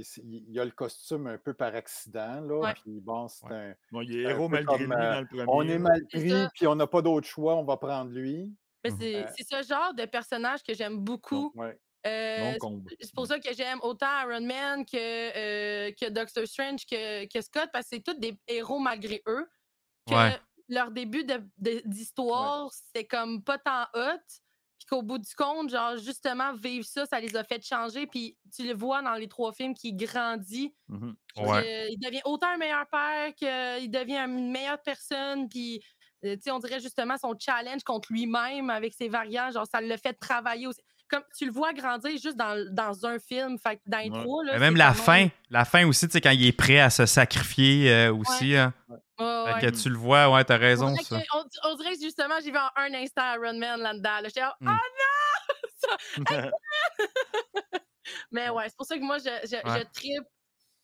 Speaker 4: il- il- il a le costume un peu par accident, là.
Speaker 6: Ouais.
Speaker 4: Puis bon, c'est
Speaker 2: Ouais.
Speaker 4: un-
Speaker 3: Bon, il est
Speaker 4: Un
Speaker 3: héros
Speaker 4: peu
Speaker 3: malgré lui
Speaker 4: comme, euh,
Speaker 3: dans le premier.
Speaker 4: On est
Speaker 3: là.
Speaker 4: mal
Speaker 6: C'est
Speaker 4: pris,
Speaker 6: ça.
Speaker 4: puis on n'a pas d'autre choix, on va prendre lui.
Speaker 6: Mais
Speaker 2: Mhm.
Speaker 6: c'est
Speaker 4: Euh,
Speaker 6: c'est ce genre de personnage que j'aime beaucoup. *laughs*
Speaker 4: Ouais.
Speaker 6: Euh,
Speaker 3: Non, comble.
Speaker 6: c'est pour ça que j'aime autant Iron Man que, euh, que Doctor Strange que, que Scott, parce que c'est tous des héros malgré eux. Que
Speaker 2: Ouais.
Speaker 6: leur début de- de- d'histoire, c'était comme pas tant hot. Puis qu'au bout du compte, genre, justement, vivre ça, ça les a fait changer. Puis tu le vois dans les trois films qui grandit.
Speaker 3: Mhm.
Speaker 6: puis
Speaker 2: Ouais.
Speaker 6: que il devient autant un meilleur père qu'il devient une meilleure personne. Puis, euh, tu sais, on dirait justement son challenge contre lui-même avec ses variants. Genre, ça le fait travailler aussi. Comme tu le vois grandir juste dans, l- dans un film. Fait que dans les
Speaker 3: Ouais.
Speaker 6: trois, là,
Speaker 2: Mais même
Speaker 6: c'est
Speaker 2: la
Speaker 6: quand
Speaker 2: fin, la fin aussi, tu sais, quand il est prêt à se sacrifier euh, aussi, hein.
Speaker 6: Ouais, ouais.
Speaker 2: Fait que tu le vois, ouais, t'as
Speaker 6: On
Speaker 2: raison,
Speaker 6: dirait
Speaker 2: ça.
Speaker 6: que- on- on dirait que justement, j'ai vu en un instant Iron Man là-dedans. là. J'étais genre,
Speaker 2: Hmm.
Speaker 6: ah
Speaker 3: *laughs*
Speaker 6: «Ah!» Mais ouais, c'est pour ça que moi, je, je,
Speaker 2: Ouais.
Speaker 6: tripe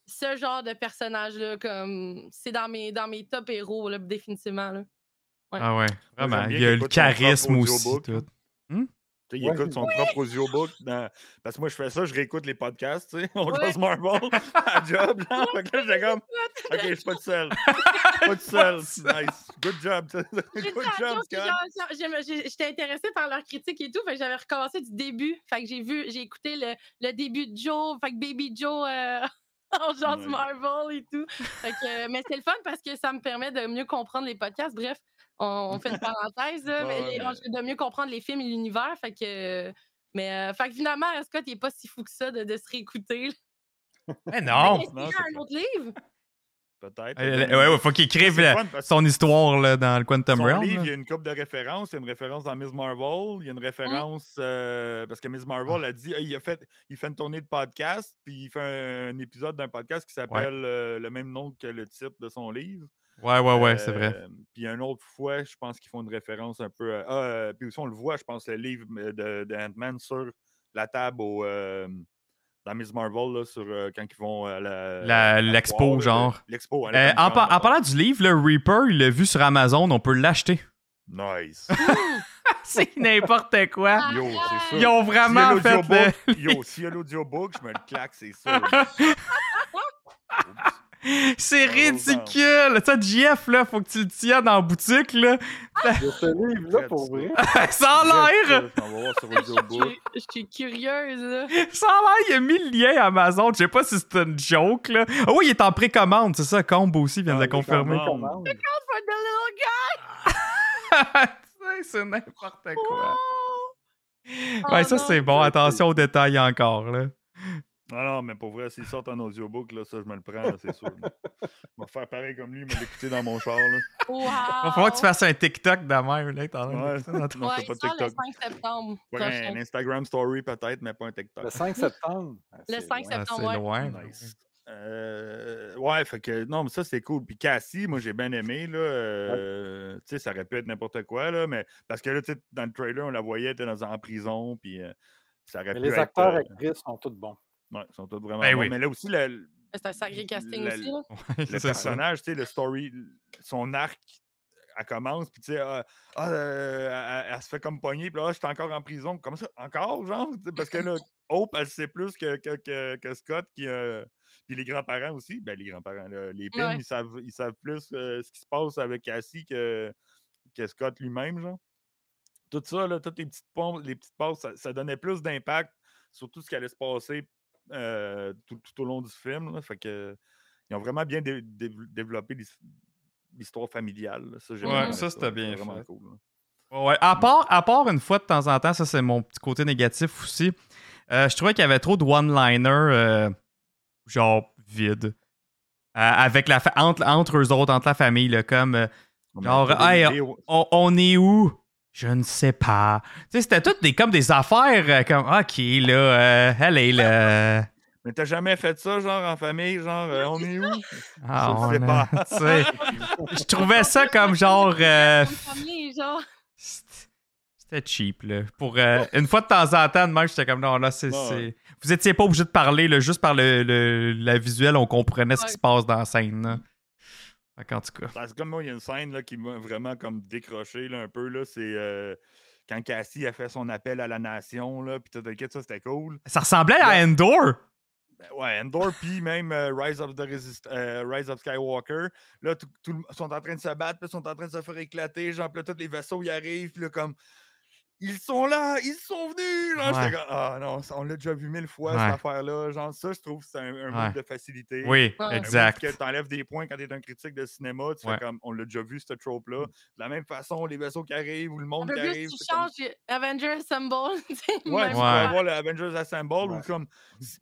Speaker 6: ce genre de personnage-là, comme c'est dans mes, dans mes top héros, là, définitivement. Là.
Speaker 2: Ah ouais, vraiment.
Speaker 3: j'aime bien
Speaker 2: Il y a
Speaker 3: qu'il
Speaker 2: le
Speaker 3: écoute son propre
Speaker 2: charisme aussi.
Speaker 3: audiobook, *laughs*
Speaker 2: tout.
Speaker 3: Tu sais, il
Speaker 4: Ouais.
Speaker 3: écoute son propre audiobook. dans- Parce que moi, je fais ça, je réécoute les podcasts, tu sais. On
Speaker 6: Ouais.
Speaker 3: croise Marvel à job, genre. Fait que là, j'étais
Speaker 6: *laughs*
Speaker 3: comme, OK, je suis pas tout seul. Je suis Pas tout seul. Nice. Good job. *laughs* tu sais.
Speaker 6: J'ai dit
Speaker 3: Good
Speaker 6: à
Speaker 3: job,
Speaker 6: Joe que
Speaker 3: Scott.
Speaker 6: genre, genre, j'aime- j'ai- J'étais intéressée par leurs critiques et tout. Fait que j'avais recommencé du début. Fait que j'ai vu, j'ai écouté le, le début de Joe, fait que Baby Joe euh, *laughs* en genre du
Speaker 3: Ouais.
Speaker 6: Marvel et tout. Fait que, euh, mais c'est le fun parce que ça me permet de mieux comprendre les podcasts. Bref, on, on fait une parenthèse,
Speaker 3: Ouais,
Speaker 6: là, mais
Speaker 3: ouais,
Speaker 6: les-
Speaker 3: mais-
Speaker 6: de mieux comprendre les films et l'univers. Fait que, euh, mais euh, fait que finalement, Scott, il n'est pas si fou que ça de, de se réécouter. là.
Speaker 2: Mais non!
Speaker 6: Est-ce qu'il y
Speaker 3: non,
Speaker 6: a
Speaker 3: c'est
Speaker 6: un autre livre?
Speaker 3: Peut-être.
Speaker 2: Euh, Ouais, ouais, faut qu'il écrive la- son histoire là, dans le Quantum
Speaker 3: Son
Speaker 2: Realm.
Speaker 3: livre,
Speaker 2: là.
Speaker 3: il y a une coupe de références. Il y a une référence dans Miss Marvel. Il y a une référence. euh, parce que
Speaker 2: Ah.
Speaker 3: Miss Marvel a dit euh, il, a fait, il fait une tournée de podcast, puis il fait un, un épisode d'un podcast qui s'appelle euh, le même nom que le titre de son livre.
Speaker 2: Ouais, ouais, ouais, c'est
Speaker 3: Euh,
Speaker 2: vrai.
Speaker 3: Puis une autre fois, je pense qu'ils font une référence un peu. à- ah, euh, puis aussi, on le voit, je pense, le livre euh, de, de Ant-Man sur la table au, euh, dans Miss Marvel, là, sur, euh, quand ils vont à la-
Speaker 2: La-
Speaker 3: à
Speaker 2: l'expo,
Speaker 3: foire, là, le-
Speaker 2: genre.
Speaker 3: L'expo. à la
Speaker 2: Euh,
Speaker 3: Comic-Con,
Speaker 2: en, par- en
Speaker 3: mettons.
Speaker 2: parlant du livre, le Reaper, il l'a vu sur Amazon, on peut l'acheter.
Speaker 3: Nice.
Speaker 2: *laughs* c'est n'importe quoi.
Speaker 3: Yo, c'est sûr.
Speaker 2: Ils ont
Speaker 3: S'il y a
Speaker 2: vraiment fait.
Speaker 3: l'audiobook- Yo, s'il y a l'audiobook, je me le claque,
Speaker 2: *laughs*
Speaker 3: c'est sûr. Oups.
Speaker 2: le- C'est
Speaker 3: Oh,
Speaker 2: ridicule. Tu sais, JF, là, faut que tu le tiennes en boutique,
Speaker 3: *laughs*
Speaker 2: là.
Speaker 4: Il y a ce livre-là pour vrai.
Speaker 2: Sans l'air!
Speaker 3: Je m'en vais voir
Speaker 2: *laughs*
Speaker 3: sur
Speaker 6: Je suis
Speaker 3: l'audiobook.
Speaker 6: cu- je suis curieuse. là.
Speaker 2: Sans l'air, il a mis le lien à Amazon. Je sais pas si c'est une joke, là. Ah oui, il est en précommande, c'est ça. Combo aussi vient de
Speaker 3: Ah,
Speaker 2: le confirmer.
Speaker 3: précommande.
Speaker 4: Commande.
Speaker 6: For the little guy.
Speaker 2: Tu sais, c'est n'importe quoi. Ouais,
Speaker 6: Oh
Speaker 2: ça,
Speaker 6: non.
Speaker 2: c'est bon. Attention aux détails encore, là.
Speaker 3: Non, non, mais pour vrai, s'il sort en audiobook, là, ça, je me le prends, là,
Speaker 2: *laughs*
Speaker 3: c'est sûr. là. Je vais faire pareil comme lui, il m'a l'écouter dans mon char. Là.
Speaker 6: Wow.
Speaker 2: Il va
Speaker 6: Oh.
Speaker 2: falloir que tu fasses un TikTok de même, là. t'en as
Speaker 3: Ouais.
Speaker 2: ça dans ton-
Speaker 3: Non,
Speaker 6: Ouais,
Speaker 3: c'est
Speaker 6: il
Speaker 3: pas
Speaker 6: sort le
Speaker 3: TikTok.
Speaker 6: 5 septembre.
Speaker 3: Ouais,
Speaker 6: prochain.
Speaker 3: un Instagram story peut-être, mais pas un
Speaker 4: Le
Speaker 3: TikTok.
Speaker 4: 5 septembre.
Speaker 6: Le 5
Speaker 2: Ah,
Speaker 6: septembre,
Speaker 2: C'est
Speaker 6: ouais.
Speaker 4: Hein?
Speaker 2: loin. là.
Speaker 3: Nice. Euh, ouais, fait que non, mais ça c'est cool. Puis Cassie, moi j'ai bien aimé. Là, euh, tu sais, ça aurait pu être n'importe quoi, là, mais parce que là, tu sais, dans le trailer, on la voyait, elle était dans, en prison, puis euh, ça aurait
Speaker 4: Mais
Speaker 3: pu
Speaker 4: les
Speaker 3: être,
Speaker 4: acteurs
Speaker 3: euh,
Speaker 4: et actrices sont tous bons.
Speaker 3: ouais, ils sont tous vraiment.
Speaker 2: Ben
Speaker 3: bons.
Speaker 2: oui.
Speaker 3: Mais là aussi, le,
Speaker 6: C'est un sacré casting
Speaker 3: La-
Speaker 6: aussi. là.
Speaker 2: *laughs* *laughs* C'est
Speaker 3: le
Speaker 2: ça.
Speaker 3: personnage, tu sais, le story, son arc, elle commence, puis tu sais, ah, ah, euh, elle, elle se fait comme poignée, puis là, Ah, je suis encore en prison, comme ça, encore, genre, tu sais, parce que là, Hope, elle sait plus que, que, que, que Scott, qui, euh, puis les grands-parents aussi, ben les grands-parents, là, les pins,
Speaker 6: Ouais.
Speaker 3: ils, savent, ils savent plus euh, ce qui se passe avec Cassie que, que Scott lui-même, genre. Tout ça, là, toutes les petites, pompes, les petites passes, ça, ça donnait plus d'impact sur tout ce qui allait se passer euh, tout, tout au long du film. là. Fait que, ils ont vraiment bien dé- dé- développé l'his- l'histoire familiale. là. Ça, j'ai
Speaker 2: Ouais,
Speaker 3: vraiment
Speaker 2: ça,
Speaker 3: aimé
Speaker 2: c'était bien
Speaker 3: vraiment
Speaker 2: fait.
Speaker 3: cool, là.
Speaker 2: Ouais, ouais. À part, à part une fois de temps en temps, ça c'est mon petit côté négatif aussi. euh, je trouvais qu'il y avait trop de one-liners, euh, genre vide. Euh, avec la fa- entre, entre eux autres, entre la famille, là, comme euh,
Speaker 3: On a
Speaker 2: Genre,
Speaker 3: un peu
Speaker 2: hey,
Speaker 3: délivré au-
Speaker 2: on, on est où? Je ne sais pas. Tu sais, c'était toutes des, comme des affaires euh, comme OK, là, euh, allez, là.
Speaker 3: Mais t'as jamais fait ça, genre, en famille, genre, euh, on est où?
Speaker 2: Ah,
Speaker 3: Je sais
Speaker 2: on
Speaker 3: pas.
Speaker 2: a- tu sais, je trouvais ça comme genre.
Speaker 6: *laughs*
Speaker 2: euh,
Speaker 6: Comme premier, genre.
Speaker 2: C'était c'était cheap, là. Pour,
Speaker 6: Oh!
Speaker 2: euh, une fois de temps en temps, de même, j'étais comme, non, là, c'est...
Speaker 3: Ouais,
Speaker 2: c'est-
Speaker 3: ouais.
Speaker 2: Vous étiez pas obligé de parler, là, juste par le, le- la visuelle, on comprenait ce qui
Speaker 6: Ouais.
Speaker 2: se passe dans la scène, là. Fait qu'en tout cas.
Speaker 3: Parce que comme moi, il y a une scène là, qui m'a vraiment comme décroché là, un peu, là, c'est euh, quand Cassie a fait son appel à la nation, là, puis tout t'inquiète, ça c'était cool.
Speaker 2: Ça ressemblait à Endor!
Speaker 3: Ben Ouais, Endor, puis même euh, Rise, of the Resist- euh, Rise of Skywalker. Là, tout, tout le- sont en train de se battre, puis sont en train de se faire éclater. Genre, puis là, tous les vaisseaux y arrivent, puis là, comme. Ils sont là, ils sont venus! Genre, j'étais
Speaker 2: Ouais.
Speaker 3: comme, ah non, ça, on l'a déjà vu mille fois,
Speaker 2: Ouais.
Speaker 3: cette affaire-là. Genre, ça, je trouve que c'est un, un manque de facilité.
Speaker 2: Oui,
Speaker 6: Ouais.
Speaker 2: exact.
Speaker 3: Que t'enlèves des points quand t'es un critique de cinéma, tu
Speaker 2: Ouais.
Speaker 3: fais comme, on l'a déjà vu, ce trope-là. De la même façon, les vaisseaux qui arrivent, ou le
Speaker 6: Un
Speaker 3: monde
Speaker 6: peu
Speaker 3: qui
Speaker 6: plus,
Speaker 3: arrive.
Speaker 6: Ah, tu
Speaker 3: c'est comme-
Speaker 6: changes euh, Avengers Assemble. *laughs* tu sais,
Speaker 3: Ouais,
Speaker 6: même
Speaker 3: tu peux
Speaker 2: Ouais.
Speaker 6: pas.
Speaker 3: avoir le Avengers Assemble ou
Speaker 4: Ouais.
Speaker 3: comme.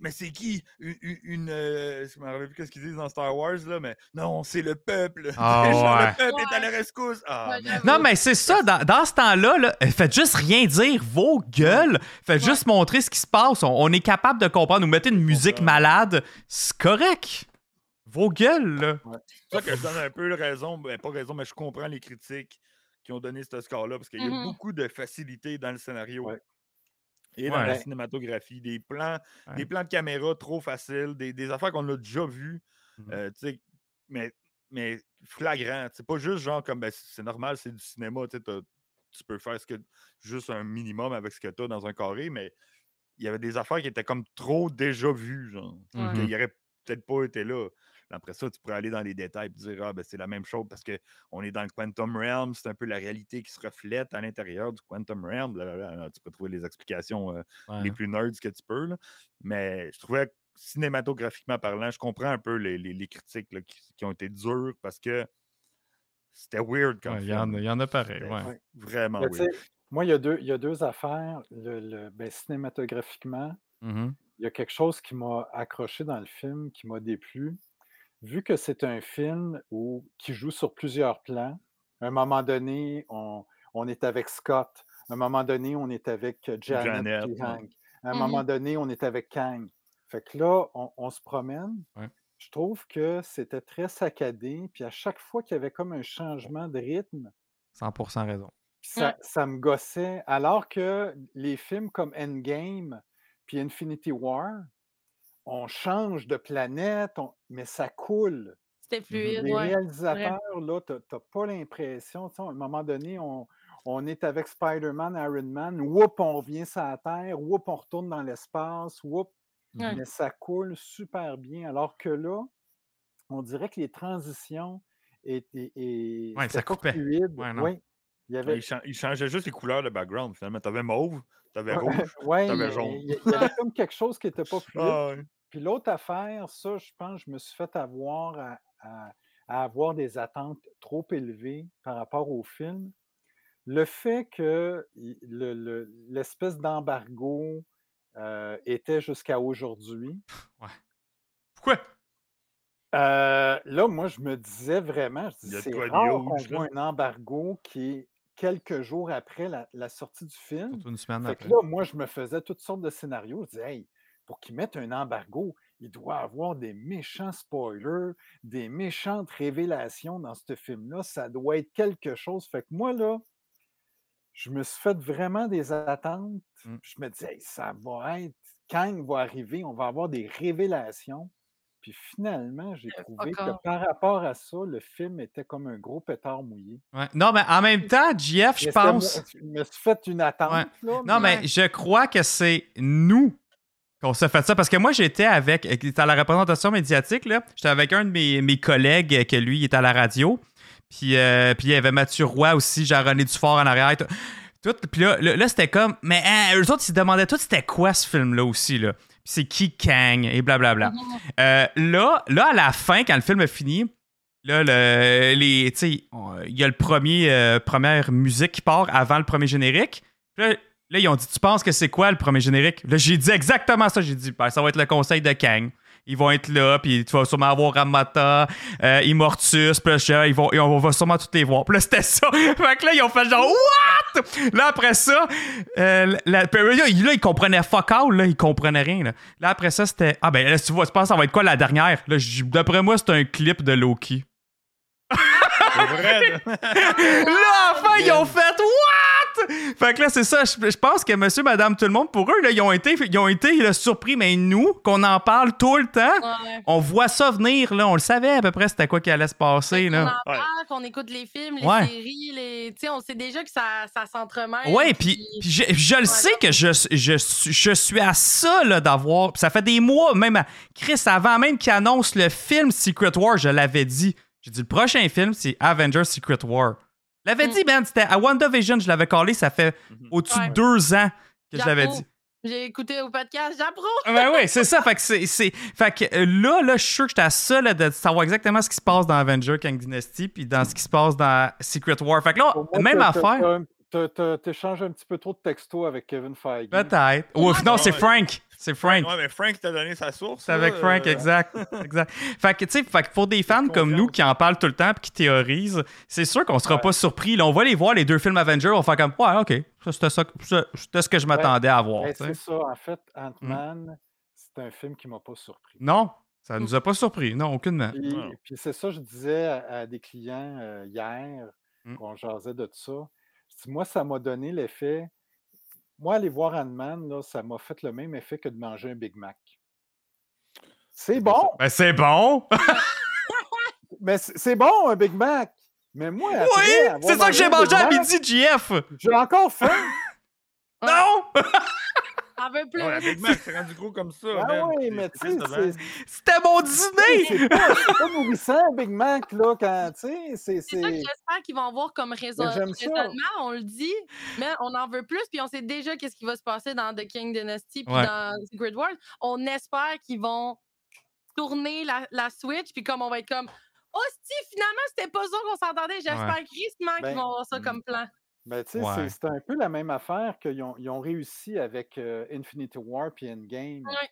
Speaker 3: Mais c'est qui Une. une, une, euh, je me rappelle plus qu'est-ce qu'ils disent dans Star Wars, là, mais non, c'est le peuple.
Speaker 2: Ah,
Speaker 3: *laughs* Genre,
Speaker 2: ouais.
Speaker 3: Le peuple est à
Speaker 6: Ouais.
Speaker 3: la rescousse. Ah, man.
Speaker 6: Ouais, j'avoue.
Speaker 2: Non, mais c'est ça, dans, dans ce temps-là, là, euh, faites juste rien dire, vos gueules, faites
Speaker 6: Ouais.
Speaker 2: juste montrer ce qui se passe, on, on est capable de comprendre, vous mettez une musique
Speaker 3: comprends.
Speaker 2: malade, c'est correct. Vos gueules, là.
Speaker 3: C'est ça que je donne un peu raison. Ben, pas raison, mais je comprends les critiques qui ont donné ce score-là parce qu'il y a
Speaker 6: Mhm.
Speaker 3: beaucoup de facilité dans le scénario.
Speaker 4: Ouais.
Speaker 3: Et dans la
Speaker 4: Ouais.
Speaker 3: cinématographie, des plans,
Speaker 2: Ouais.
Speaker 3: des plans de caméra trop faciles, des, des affaires qu'on a déjà vues,
Speaker 2: Mhm.
Speaker 3: euh, tu sais, mais, mais flagrant. C'est pas juste genre comme ben, c'est normal, c'est du cinéma, tu sais, t'as- tu peux faire ce que, juste un minimum avec ce que tu as dans un carré, mais il y avait des affaires qui étaient comme trop déjà vues, genre.
Speaker 2: Mhm.
Speaker 6: Ouais.
Speaker 2: Mmh.
Speaker 3: Il aurait peut-être pas été là. Après ça, tu pourrais aller dans les détails et dire Ah, ben, c'est la même chose parce qu'on est dans le Quantum Realm, c'est un peu la réalité qui se reflète à l'intérieur du Quantum Realm. blablabla. Tu peux trouver les explications euh,
Speaker 2: Ouais.
Speaker 3: les plus nerds que tu peux. là. Mais je trouvais que cinématographiquement parlant, je comprends un peu les, les- les critiques là, qui, qui ont été dures parce que c'était weird
Speaker 2: Ouais,
Speaker 3: comme
Speaker 2: Il y, en
Speaker 3: film.
Speaker 2: a- il y en a pareil,
Speaker 3: Ben,
Speaker 2: ouais.
Speaker 4: ouais.
Speaker 3: Vraiment
Speaker 4: Mais tu sais,
Speaker 3: weird.
Speaker 4: Moi, il y, a deux, il y a deux affaires. Le, le- ben, cinématographiquement,
Speaker 2: Mhm.
Speaker 4: il y a quelque chose qui m'a accroché dans le film, qui m'a déplu. Vu que c'est un film où, qui joue sur plusieurs plans, à un moment donné, on, on est avec Scott. À un moment donné, on est avec euh, Janet,
Speaker 3: Janet,
Speaker 4: puis
Speaker 3: ouais.
Speaker 4: Hank. À un
Speaker 6: Mhm.
Speaker 4: moment donné, on est avec Kang. Fait que là, on, on se promène.
Speaker 2: Ouais.
Speaker 4: Je trouve que c'était très saccadé. Puis à chaque fois qu'il y avait comme un changement de rythme,
Speaker 2: 100% raison.
Speaker 4: puis ça, ça me gossait. Alors que les films comme Endgame puis Infinity War, on change de planète, on- mais ça coule.
Speaker 6: C'était fluide,
Speaker 4: Les
Speaker 6: ouais.
Speaker 4: réalisateurs, là, t'as t'as pas l'impression, tu sais, à un moment donné, on, on est avec Spider-Man, Iron Man, whoop, on revient sur la Terre, whoop, on retourne dans l'espace, whoop,
Speaker 6: Ouais.
Speaker 4: mais ça coule super bien. Alors que là, on dirait que les transitions étaient et,
Speaker 2: Ouais, ça coupait.
Speaker 4: fluides.
Speaker 2: Ouais, non.
Speaker 4: Oui. il y avait,
Speaker 3: Ils chan- ils changeaient juste les couleurs de background finalement. T'avais mauve, t'avais
Speaker 4: Ouais, *laughs*
Speaker 3: rouge.
Speaker 4: ouais,
Speaker 3: t'avais
Speaker 4: il y a-
Speaker 3: jaune.
Speaker 4: il y, a- il y avait comme quelque chose qui n'était
Speaker 3: *laughs*
Speaker 4: pas fluide.
Speaker 3: Ah, ouais.
Speaker 4: Puis l'autre affaire, ça, je pense, je me suis fait avoir à, à- à avoir des attentes trop élevées par rapport au film. Le fait que i- le- le- l'espèce d'embargo euh, était jusqu'à aujourd'hui,
Speaker 2: Pourquoi?
Speaker 4: Mmh. euh, là, moi, je me disais vraiment, je dis,
Speaker 3: Il y a de
Speaker 4: c'est
Speaker 3: quoi de
Speaker 4: rare
Speaker 3: huge,
Speaker 4: qu'on
Speaker 3: là.
Speaker 4: voit un embargo qui est quelques jours après la, la sortie du film.
Speaker 2: Surtout une semaine
Speaker 4: Fait que
Speaker 2: après.
Speaker 4: là, moi, je me faisais toutes sortes de scénarios. Je disais, hey, pour qu'ils mettent un embargo, il doit avoir des méchants spoilers, des méchantes révélations dans ce film-là. Ça doit être quelque chose. Fait que moi, là, je me suis fait vraiment des attentes.
Speaker 2: Mm.
Speaker 4: Je me disais, Hey, ça va être, Kang va arriver, on va avoir des révélations. Puis finalement, j'ai trouvé que
Speaker 6: encore.
Speaker 4: par rapport à ça, le film était comme un gros pétard mouillé.
Speaker 2: Ouais. Non, mais en même temps, JF, je
Speaker 4: Mais c'était moi-
Speaker 2: pense.
Speaker 4: Je me suis fait une attente. là,
Speaker 2: Non, mais je crois que c'est nous qu'on se fait ça. Parce que moi, j'étais avec. Dans la représentation médiatique, là, j'étais avec un de mes, mes collègues euh, que lui, il est à la radio. Puis, euh, puis il y avait Mathieu Roy aussi, Jean-René Dufort en arrière. tout- Tout, puis là, là, là, c'était comme. Mais euh, eux autres, ils se demandaient tout c'était quoi ce film-là aussi, là. Puis c'est qui Kang et blablabla. Euh, là, là, à la fin, quand le film est fini, là, le, les, tu sais, on- il y a le premier, euh, première musique qui part avant le premier générique. Puis Là, là, ils ont dit Tu penses que c'est quoi le premier générique Là, j'ai dit exactement ça. J'ai dit Ben, Ça va être le conseil de Kang. Ils vont être là, puis tu vas sûrement avoir Ramata, euh, Immortus, puis là, je- ils vont, et on va sûrement tous les voir. Puis là, c'était ça. *laughs* fait que là, ils ont fait genre What Là, après ça, euh, la, puis là, ils- là, ils comprenaient fuck out, là, ils comprenaient rien. Là, Là, après ça, c'était Ah, ben, là, tu, vois, tu penses que ça va être quoi la dernière Là, je dis, D'après moi, c'est un clip de Loki.
Speaker 3: C'est vrai, là.
Speaker 2: Là, enfin, ils ont fait What? Fait que là, c'est ça. Je, je pense que monsieur, madame, tout le monde, pour eux, là, ils ont été, ils ont été là, surpris. Mais nous, qu'on en parle tout le temps,
Speaker 6: Ouais.
Speaker 2: on voit ça venir. Là, on le savait à peu près c'était quoi qui allait se passer.
Speaker 6: On en
Speaker 2: Là.
Speaker 6: parle, qu'on écoute les films, les
Speaker 2: Ouais.
Speaker 6: séries, les... tu sais, on sait déjà que ça, ça s'entremêle.
Speaker 2: Ouais, puis puis je, je le sais que je, je, suis- je suis à ça là, d'avoir. Ça fait des mois, même à- Chris, avant même qu'il annonce le film Secret War, je l'avais dit. J'ai dit le prochain film, c'est Avengers Secret War. Je l'avais
Speaker 6: Mm.
Speaker 2: dit, man. C'était à WandaVision, je l'avais collé. Ça fait au-dessus de deux ans que je l'avais
Speaker 6: J'approuve.
Speaker 2: dit.
Speaker 6: J'ai écouté au podcast, *laughs* j'approuve.
Speaker 2: Ben oui, c'est ça. Fait que, c'est, c'est- fait que euh, là, là, je suis sûr que j'étais à ça là, de savoir exactement ce qui se passe dans Avenger Kang Dynasty puis dans ce qui se passe dans Secret War. Fait que là,
Speaker 4: Pour moi,
Speaker 2: Ah, même
Speaker 4: t'as- t'as-
Speaker 2: affaire.
Speaker 4: t'as- t'as- T'échanges un petit peu trop de textos avec Kevin Feige.
Speaker 2: Peut-être. Ou non, c'est
Speaker 3: Ouais.
Speaker 2: Frank. C'est Frank.
Speaker 3: Ouais, mais Frank t'a donné sa source.
Speaker 2: C'est avec
Speaker 3: là,
Speaker 2: Frank,
Speaker 3: euh,
Speaker 4: *laughs*
Speaker 2: exact. exact. Fait que, tu sais, fait que pour des fans comme nous qui en parlent tout le temps et qui théorisent, c'est sûr qu'on sera
Speaker 4: Ouais.
Speaker 2: pas surpris. Là, on va les voir, les deux films Avengers, on va faire comme, ouais, ok, ça, c'était, ça, ça, c'était ce que je m'attendais à voir.
Speaker 4: Ben,
Speaker 2: tu sais. Mmh.
Speaker 4: c'est ça, en fait, Ant-Man, c'est un film qui m'a pas surpris.
Speaker 2: Non, ça nous a pas surpris. Non,
Speaker 4: *laughs*
Speaker 2: aucunement.
Speaker 4: Puis,
Speaker 3: Non.
Speaker 4: puis c'est ça, je disais à, à des clients euh, hier,
Speaker 2: Mm.
Speaker 4: qu'on jasait de ça. Je dis, moi, ça m'a donné l'effet moi, aller voir Ant-Man, là, ça m'a fait le même effet que de manger un Big Mac. C'est bon,
Speaker 2: Ben, c'est bon!
Speaker 4: mais c'est c'est bon un Big Mac. Mais moi, après
Speaker 2: oui!
Speaker 4: avoir
Speaker 2: C'est ça que j'ai
Speaker 4: un Big
Speaker 2: mangé à
Speaker 4: Mac,
Speaker 2: midi, JF!
Speaker 4: J'ai encore faim.
Speaker 2: *laughs* Non! *laughs*
Speaker 6: T'en veux plus?
Speaker 3: Ouais, la Big Mac, c'est rendu gros comme ça.
Speaker 4: Ah
Speaker 3: man.
Speaker 4: oui,
Speaker 3: C'est-
Speaker 4: mais
Speaker 3: c'est
Speaker 4: tu sais,
Speaker 3: triste de
Speaker 4: c'est-
Speaker 3: même.
Speaker 2: C'était mon dîner!
Speaker 4: *laughs* c'est pas, c'est pas nourrissant, Big Mac, là, quand, tu sais, c'est...
Speaker 6: C'est ça que
Speaker 4: c'est-
Speaker 6: j'espère qu'ils vont voir comme raison-
Speaker 4: Mais j'aime ça.
Speaker 6: raisonnement. On le dit, mais on en veut plus, puis on sait déjà qu'est-ce qui va se passer dans The King Dynasty puis
Speaker 2: Ouais.
Speaker 6: dans Secret World. On espère qu'ils vont tourner la, la Switch, puis comme on va être comme Hostie, finalement, c'était pas ça qu'on s'entendait. J'espère tristement qu'ils
Speaker 4: Ben,
Speaker 6: vont avoir
Speaker 3: mm.
Speaker 6: ça comme plan.
Speaker 4: Ben, tu sais,
Speaker 2: Ouais.
Speaker 4: c'est- c'est un peu la même affaire qu'ils ont, ils ont réussi avec euh, Infinity War puis Endgame.
Speaker 6: Ouais.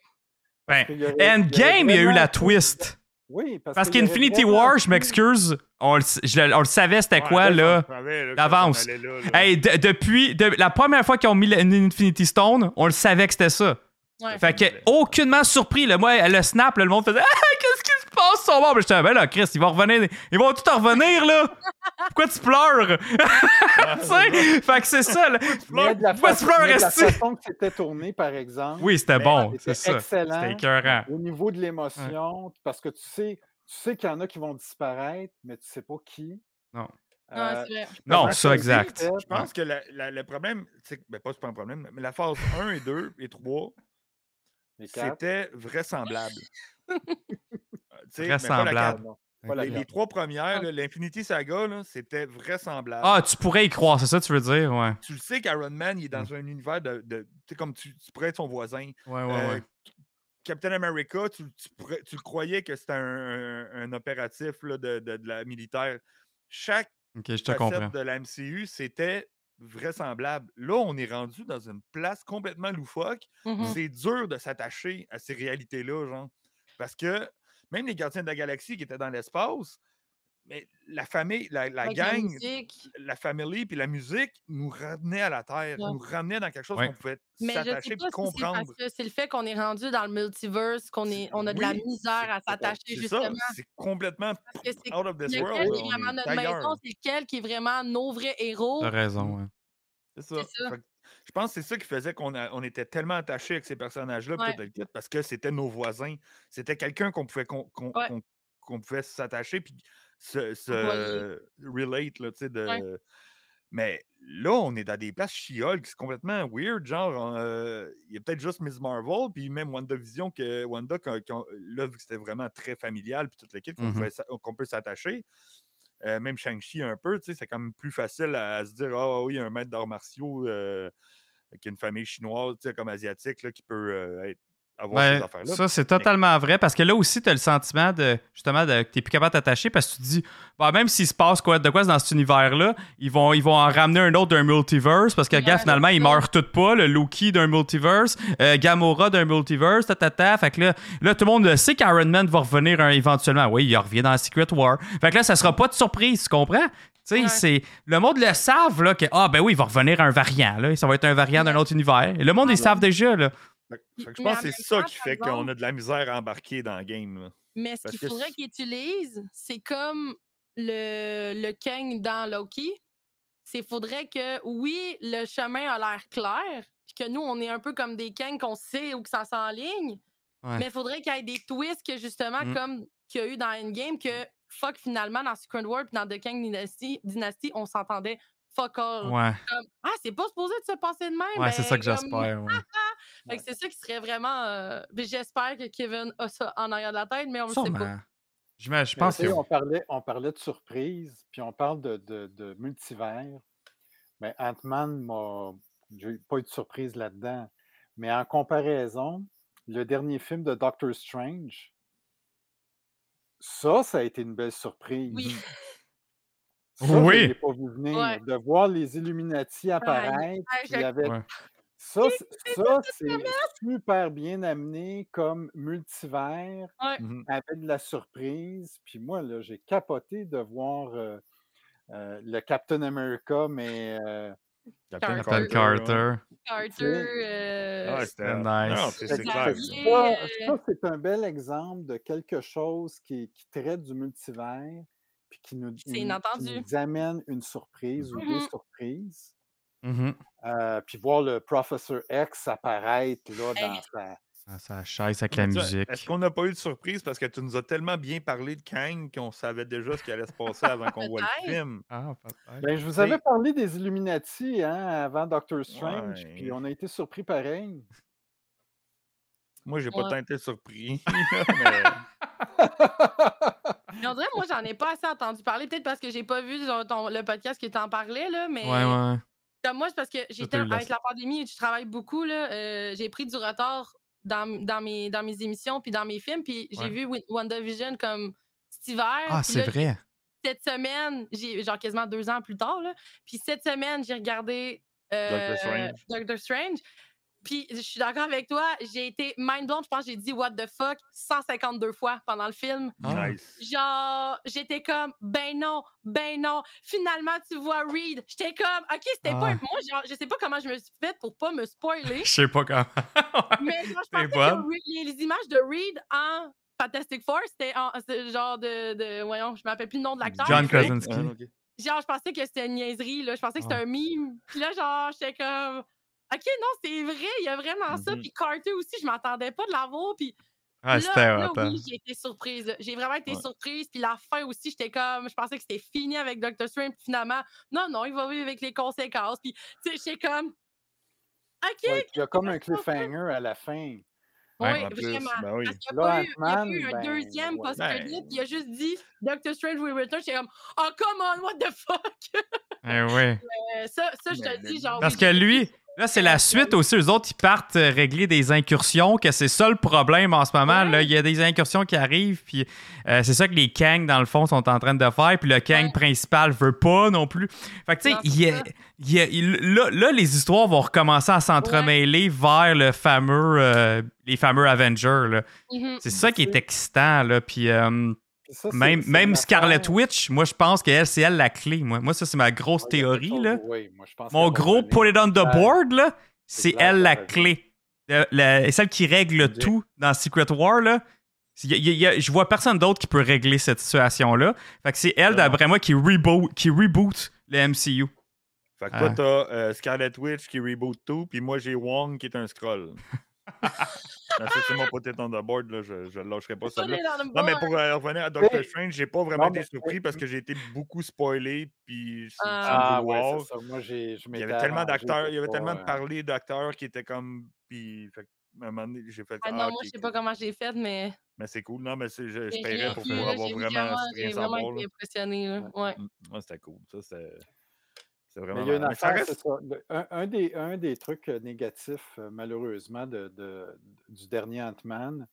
Speaker 2: Ben,
Speaker 4: Il y aurait-
Speaker 2: Endgame, il y a eu
Speaker 4: vraiment
Speaker 2: la
Speaker 4: tout-
Speaker 2: twist.
Speaker 4: Oui, parce,
Speaker 2: Parce
Speaker 4: qu'il y aurait
Speaker 2: qu'Infinity
Speaker 4: vraiment
Speaker 2: War, je
Speaker 4: tout-
Speaker 2: m'excuse, on le, je le- on le savait c'était
Speaker 3: Ouais,
Speaker 2: quoi,
Speaker 3: on
Speaker 2: là.
Speaker 3: savait, là, que
Speaker 2: D'avance.
Speaker 3: ça allait là, là.
Speaker 2: Hey, de- depuis de- la première fois qu'ils ont mis l'Infinity Stone, on le savait que c'était ça.
Speaker 6: Ouais.
Speaker 2: Fait que aucunement surpris. Le, moi, le snap, là, le monde faisait Ah, qu'est-ce qui se passe? Ils sont morts. Mais j'étais, ben là, Chris, ils vont revenir. Ils vont tout en revenir, là. Pourquoi tu pleures? *laughs* Tu sais? Fait que c'est ça. là. *laughs*
Speaker 4: Mais de la
Speaker 2: Pourquoi tu
Speaker 4: façon,
Speaker 2: pleures,
Speaker 4: mais de la
Speaker 2: Esti?
Speaker 4: façon que c'était tourné, par exemple,
Speaker 2: Oui, c'était bon. C'est
Speaker 4: c'était
Speaker 2: ça.
Speaker 4: excellent.
Speaker 2: C'était écœurant.
Speaker 4: au niveau de l'émotion, parce que tu sais, tu sais qu'il y en a qui vont disparaître, mais tu sais pas qui.
Speaker 2: Non.
Speaker 6: Ouais,
Speaker 4: Euh,
Speaker 6: c'est vrai.
Speaker 2: Non,
Speaker 4: comment
Speaker 2: ça, exact.
Speaker 4: était,
Speaker 3: Je pense que la- la- le problème, c'est que- ben pas c'est pas un problème, mais la phase 1 et 2 et 3,
Speaker 4: les quatre,
Speaker 3: c'était
Speaker 4: *laughs*
Speaker 3: vraisemblable. Euh, tu sais, mais pas la
Speaker 2: Vraisemblable.
Speaker 3: quatre.
Speaker 4: non, pas la
Speaker 3: Les, les
Speaker 4: quatre.
Speaker 3: trois premières, là, l'Infinity Saga, là, c'était vraisemblable.
Speaker 2: Ah, tu pourrais y croire, c'est ça que tu veux dire? Ouais.
Speaker 3: Tu le sais qu'Iron Man, il est dans
Speaker 2: Mm.
Speaker 3: un univers de. de- tu sais, comme tu, tu pourrais être son voisin.
Speaker 2: Ouais, ouais,
Speaker 3: Euh,
Speaker 2: ouais.
Speaker 3: Captain America, tu, tu pourrais- tu le croyais que c'était un, un- un opératif là, de, de- de la militaire. Chaque
Speaker 2: Ok, je te comprends.
Speaker 3: facette de la MCU, c'était vraisemblable. Là, on est rendu dans une place complètement loufoque.
Speaker 6: Mhm.
Speaker 3: C'est dur de s'attacher à ces réalités-là, genre. Parce que même les gardiens de la galaxie qui étaient dans l'espace, mais la famille, la, la
Speaker 6: Avec
Speaker 3: gang,
Speaker 6: musique.
Speaker 3: la famille puis la musique nous ramenaient à la Terre,
Speaker 6: Ouais.
Speaker 3: nous ramenaient dans quelque chose
Speaker 2: Ouais.
Speaker 3: qu'on pouvait
Speaker 6: Mais je
Speaker 3: s'attacher
Speaker 6: sais
Speaker 3: et
Speaker 6: pas si c'est parce
Speaker 3: comprendre.
Speaker 6: que c'est le fait qu'on est rendu dans le multiverse, qu'on est, on a de la
Speaker 3: Oui,
Speaker 6: misère à s'attacher
Speaker 3: C'est ça,
Speaker 6: justement.
Speaker 3: c'est complètement
Speaker 6: Parce que c'est
Speaker 3: out of this world.
Speaker 6: lequel
Speaker 3: là,
Speaker 6: qui est
Speaker 3: on
Speaker 6: vraiment
Speaker 3: est
Speaker 6: notre
Speaker 3: ailleurs.
Speaker 6: maison, c'est lequel qui est vraiment nos vrais héros.
Speaker 2: T'as raison, ouais.
Speaker 3: C'est ça.
Speaker 6: C'est ça.
Speaker 3: Fait que je pense que c'est ça qui faisait qu'on a- on était tellement attachés avec ces personnages-là, puis
Speaker 6: Ouais.
Speaker 3: tout le kit, parce que c'était nos voisins. C'était quelqu'un qu'on pouvait qu'on qu'on-
Speaker 6: Ouais.
Speaker 3: qu'on- qu'on pouvait s'attacher puis se, se
Speaker 6: Voyer.
Speaker 3: relate, là, tu sais, de...
Speaker 6: Ouais.
Speaker 3: Mais là, on est dans des places chiolques, c'est complètement weird, genre, euh, il y a peut-être juste Miss Marvel, puis même WandaVision, que Wanda, qu'on- qu'on- là, vu que c'était vraiment très familial, puis toute l'équipe, qu'on
Speaker 2: Mhm.
Speaker 3: pouvait s'a- qu'on peut s'attacher, euh, même Shang-Chi un peu, tu sais, c'est quand même plus facile à, à se dire Ah oui, un maître d'arts martiaux euh, qui a une famille chinoise, tu sais, comme asiatique, là, qui peut euh, être- avoir
Speaker 2: Ouais,
Speaker 3: ces affaires-là.
Speaker 2: Ben, ça, c'est totalement vrai parce que là aussi, tu as le sentiment de justement de, que tu plus capable de t'attacher parce que tu te dis, bah, même s'il se passe quoi, de quoi dans cet univers-là, ils vont, ils vont en ramener un autre d'un multiverse parce que,
Speaker 6: Ouais,
Speaker 2: gars, finalement, ils
Speaker 6: c'est ça.
Speaker 2: meurent toutes pas. Le Loki d'un multiverse, euh, Gamora d'un multiverse, ta, ta, ta. Fait que là, là, tout le monde le sait qu'Iron Man va revenir hein, éventuellement. Oui, il revient dans Secret War. Fait que là, ça sera pas de surprise, tu comprends? Tu sais,
Speaker 6: Ouais.
Speaker 2: c'est le monde le savent là que ah ben oui, il va revenir un variant là, ça va être un variant d'un
Speaker 6: Ouais. Ah
Speaker 2: autre univers. Et le monde ils savent déjà là.
Speaker 3: Fait que- fait que je
Speaker 6: Mais en
Speaker 3: pense que
Speaker 6: même
Speaker 3: c'est ça
Speaker 6: temps,
Speaker 3: qui
Speaker 6: par
Speaker 3: fait qu'on
Speaker 6: exemple-
Speaker 3: a de la misère à embarquer dans le game. là.
Speaker 6: Mais ce
Speaker 3: Parce
Speaker 6: qu'il
Speaker 3: que
Speaker 6: faudrait
Speaker 3: c'est-
Speaker 6: qu'ils utilisent, c'est comme le, le Kang dans Loki. C'est faudrait que, oui, le chemin a l'air clair, puis que nous, on est un peu comme des Kang qu'on sait ou que ça s'enligne.
Speaker 2: Ouais.
Speaker 6: Mais il faudrait qu'il y ait des twists que, justement,
Speaker 2: Mm.
Speaker 6: comme qu'il y a eu dans Endgame, que fuck, finalement, dans Secret World puis dans The Kang Dynasty, Dynasty on s'entendait fuck all.
Speaker 2: Ouais,
Speaker 6: Ah, c'est pas supposé de se passer de même.
Speaker 2: ouais, c'est
Speaker 6: ben,
Speaker 2: ça que
Speaker 6: comme-
Speaker 2: j'espère. ouais.
Speaker 6: Fait que c'est ça qui serait vraiment. euh, ben, J'espère que Kevin a ça en arrière de la tête, mais on le sait pas.
Speaker 2: Sûrement. J'ima- Je
Speaker 4: Mais
Speaker 2: pense
Speaker 4: tu
Speaker 2: que
Speaker 4: sais,
Speaker 2: oui.
Speaker 4: on parlait, on parlait de surprise, puis on parle de, de- de multivers. Mais Ant-Man m'a. J'ai pas eu de surprise là-dedans. Mais en comparaison, le dernier film de Doctor Strange, ça, ça a été une belle surprise.
Speaker 6: Oui.
Speaker 4: Ça, je
Speaker 2: Oui.
Speaker 4: l'ai pas vu venir.
Speaker 6: Ouais.
Speaker 4: De voir les Illuminati apparaître.
Speaker 6: Ah, je-
Speaker 4: puis avec-
Speaker 2: Ouais.
Speaker 4: Ça, c'est- ça, c'est super bien amené comme multivers
Speaker 6: Ouais.
Speaker 3: Mhm.
Speaker 4: avec de la surprise. Puis moi, là, j'ai capoté de voir euh, euh, le Captain America, mais euh,
Speaker 6: Captain
Speaker 2: Captain
Speaker 3: là.
Speaker 2: Carter.
Speaker 6: Carter.
Speaker 3: Ah,
Speaker 6: euh,
Speaker 3: hein. ouais, c'était-
Speaker 2: Nice.
Speaker 3: non, c'est-
Speaker 4: fait
Speaker 3: c'est
Speaker 4: que
Speaker 3: clair.
Speaker 6: ça.
Speaker 4: c'est
Speaker 6: Et,
Speaker 4: ça,
Speaker 6: euh,
Speaker 4: ça, c'est un bel exemple de quelque chose qui, qui traite du multivers puis qui nous,
Speaker 6: C'est
Speaker 4: une- qui
Speaker 6: inattendu.
Speaker 4: nous amène une surprise ou
Speaker 6: Mhm.
Speaker 4: des surprises.
Speaker 2: Mhm.
Speaker 4: euh, puis voir le Professor X apparaître là,
Speaker 6: Hey.
Speaker 4: dans sa-
Speaker 2: Ça, Ah, ça chasse avec la
Speaker 3: Tu vois,
Speaker 2: musique.
Speaker 3: Est-ce qu'on n'a pas eu de surprise parce que tu nous as tellement bien parlé de Kang qu'on savait déjà ce qui allait se passer avant qu'on voit le
Speaker 6: Peut-être.
Speaker 3: film?
Speaker 2: Ah, peut-être.
Speaker 4: Ben, je vous
Speaker 3: C'est-
Speaker 4: avais parlé des Illuminati hein, avant Doctor Strange,
Speaker 3: Ouais.
Speaker 4: puis on a été surpris pareil.
Speaker 3: Moi, j'ai pas
Speaker 6: Ouais.
Speaker 3: tant été surpris. mais-
Speaker 6: Mais on dirait, moi, j'en ai pas assez entendu parler. Peut-être parce que j'ai pas vu genre, ton- le podcast que tu en parlais, là, mais
Speaker 2: Ouais, ouais.
Speaker 6: comme moi, c'est parce que j'étais
Speaker 2: t'as eu la-
Speaker 6: avec la pandémie et je travaille beaucoup, là, euh, j'ai pris du retard dans, dans, mes, dans mes émissions puis dans mes films. Puis j'ai
Speaker 2: Ouais.
Speaker 6: vu Wi- WandaVision comme cet hiver.
Speaker 2: Ah,
Speaker 6: puis
Speaker 2: c'est
Speaker 6: là, *laughs*
Speaker 2: vrai.
Speaker 6: Cette semaine, j'ai genre quasiment deux ans plus tard, là, puis cette semaine, j'ai regardé euh,
Speaker 3: Doctor Strange.
Speaker 6: Doctor Strange. Puis je suis d'accord avec toi, j'ai été mind blown. Je pense que j'ai dit What the fuck 152 fois pendant le film.
Speaker 2: Ah.
Speaker 3: Nice.
Speaker 6: Genre, j'étais comme, ben non, ben non. Finalement, tu vois Reed. J'étais comme, ok, c'était pas.
Speaker 2: Ah.
Speaker 6: un- Moi, genre, je sais pas comment je me suis faite pour pas me spoiler.
Speaker 2: Je sais pas comment. *laughs*
Speaker 6: mais genre, je
Speaker 2: T'es
Speaker 6: pensais
Speaker 2: bonne.
Speaker 6: que Reed- les, les images de Reed en Fantastic Four, c'était en- c'était genre de, de- Voyons, je me rappelle plus le nom de l'acteur.
Speaker 2: John
Speaker 6: mais-
Speaker 2: Krasinski.
Speaker 3: Ah, ok.
Speaker 6: Genre, je pensais que c'était une niaiserie, là. Je pensais que c'était
Speaker 2: Ah.
Speaker 6: un mime. Puis là, genre, j'étais comme. Ok, non, c'est vrai, il y a vraiment ça.
Speaker 3: Mhm.
Speaker 6: Puis Carter aussi, je m'attendais pas de l'avoir. Puis
Speaker 2: Mm-hmm. Ah,
Speaker 6: là,
Speaker 2: c'était
Speaker 6: là,
Speaker 2: hot, hein.
Speaker 6: oui, j'ai été surprise. là. J'ai vraiment été
Speaker 3: Ouais.
Speaker 6: surprise. Puis la fin aussi, j'étais comme, je pensais que c'était fini avec Dr. Strange. Puis finalement, non, non, il va vivre avec les conséquences. Puis, tu sais, j'étais comme, OK,
Speaker 4: Ouais, puis il y a comme un
Speaker 6: qu'est-ce qu'on fait?
Speaker 4: cliffhanger à la fin.
Speaker 2: Ouais,
Speaker 6: oui,
Speaker 3: en plus,
Speaker 6: vraiment.
Speaker 3: ben oui.
Speaker 6: Parce qu'il n'y a,
Speaker 4: Là,
Speaker 6: pas eu- il y a
Speaker 4: Ant-Man,
Speaker 6: pas eu un
Speaker 4: ben,
Speaker 6: deuxième
Speaker 4: ouais.
Speaker 6: post-credit.
Speaker 3: Ben.
Speaker 6: Il a juste dit Doctor Strange will return. J'étais comme, oh, come on, what the *laughs* fuck?
Speaker 2: Eh oui.
Speaker 6: Euh, ça, ça, je te
Speaker 4: Ben,
Speaker 3: Mais
Speaker 6: le
Speaker 3: le-
Speaker 6: dis, genre.
Speaker 2: Parce
Speaker 6: oui,
Speaker 2: que
Speaker 6: j'ai-
Speaker 2: lui, là, c'est la suite aussi. Eux autres, ils partent euh, régler des incursions, que c'est ça le problème en ce moment.
Speaker 6: Ouais.
Speaker 2: Là. Il y a des incursions qui arrivent, puis euh, c'est ça que les Kang, dans le fond, sont en train de faire, puis le Kang
Speaker 6: Ouais.
Speaker 2: principal veut pas non plus. Fait que, tu sais,
Speaker 6: Non, c'est
Speaker 2: il y a-
Speaker 6: ça.
Speaker 2: il y a- il- là, là, les histoires vont recommencer à s'entremêler vers le fameux, euh, les fameux Avengers. là.
Speaker 6: Mhm.
Speaker 2: C'est ça qui est excitant, là, puis... euh,
Speaker 4: Puis ça, c'est-
Speaker 2: Même,
Speaker 4: c'est une
Speaker 2: même Scarlet
Speaker 4: affaire-
Speaker 2: Witch, moi je pense qu'elle, c'est elle la clé. Moi, moi ça, c'est ma grosse
Speaker 4: Ouais, Oh, il y a quelque
Speaker 2: théorie.
Speaker 4: chose-
Speaker 2: Là.
Speaker 4: oui, moi, je pense
Speaker 2: Mon
Speaker 4: qu'elle va
Speaker 2: gros
Speaker 4: voler.
Speaker 2: put it on the
Speaker 4: Ouais.
Speaker 2: board, là, c'est
Speaker 4: clair
Speaker 2: elle
Speaker 4: qu'elle
Speaker 2: la
Speaker 4: va
Speaker 2: clé. Euh, la- celle qui règle
Speaker 4: Ok.
Speaker 2: tout dans Secret War, là. Il y a- il y a- il y a- je vois personne d'autre qui peut régler cette situation-là. Fait que c'est elle,
Speaker 3: Vraiment.
Speaker 2: d'après moi, qui, rebo- qui reboot le MCU.
Speaker 3: Fait que
Speaker 2: Ah.
Speaker 3: toi, t'as euh, Scarlet Witch qui reboot tout, puis moi, j'ai Wong qui est un scroll. Non, ça, c'est mon potet on the board, là, je, je lâcherai pas
Speaker 6: Put
Speaker 3: celle-là.
Speaker 6: it on the
Speaker 3: Non, mais
Speaker 6: board.
Speaker 3: pour euh, revenir à Doctor
Speaker 4: Hey.
Speaker 3: Strange, j'ai pas vraiment
Speaker 4: Non,
Speaker 3: été
Speaker 4: mais-
Speaker 3: surpris parce que j'ai été beaucoup spoilé, puis sans- sans
Speaker 6: Ah.
Speaker 4: Ah,
Speaker 3: le
Speaker 4: ouais,
Speaker 3: vouloir.
Speaker 4: c'est ça. Moi, j'ai, je
Speaker 3: il y
Speaker 4: m'étais
Speaker 3: avait tellement
Speaker 4: arrangé
Speaker 3: d'acteurs,
Speaker 4: pour
Speaker 3: il y avait
Speaker 4: pas,
Speaker 3: tellement de
Speaker 4: euh,
Speaker 3: parlés d'acteurs qui étaient comme. Puis, fait, que, à un moment donné, j'ai fait.
Speaker 6: Ah non,
Speaker 3: ah,
Speaker 6: moi,
Speaker 3: ok,
Speaker 6: je sais pas
Speaker 3: cool.
Speaker 6: comment j'ai fait, mais.
Speaker 3: Mais c'est cool, non, mais c'est- je, je
Speaker 6: j'ai
Speaker 3: paierais
Speaker 6: rien
Speaker 3: pour
Speaker 6: vu,
Speaker 3: pouvoir
Speaker 6: là,
Speaker 3: avoir
Speaker 6: j'ai
Speaker 3: vraiment rien
Speaker 6: J'ai vraiment
Speaker 3: savoir.
Speaker 6: été
Speaker 3: là.
Speaker 6: impressionnée, là. Ouais.
Speaker 3: Mm, ouais, c'était cool, ça, c'est. C'est vraiment.
Speaker 4: Mais il y a une
Speaker 3: malade. Mais ça
Speaker 4: affaire,
Speaker 3: reste-
Speaker 4: c'est ça. Le- un, un des, un des trucs euh, négatifs, euh, malheureusement, de, de- du dernier Ant-Man,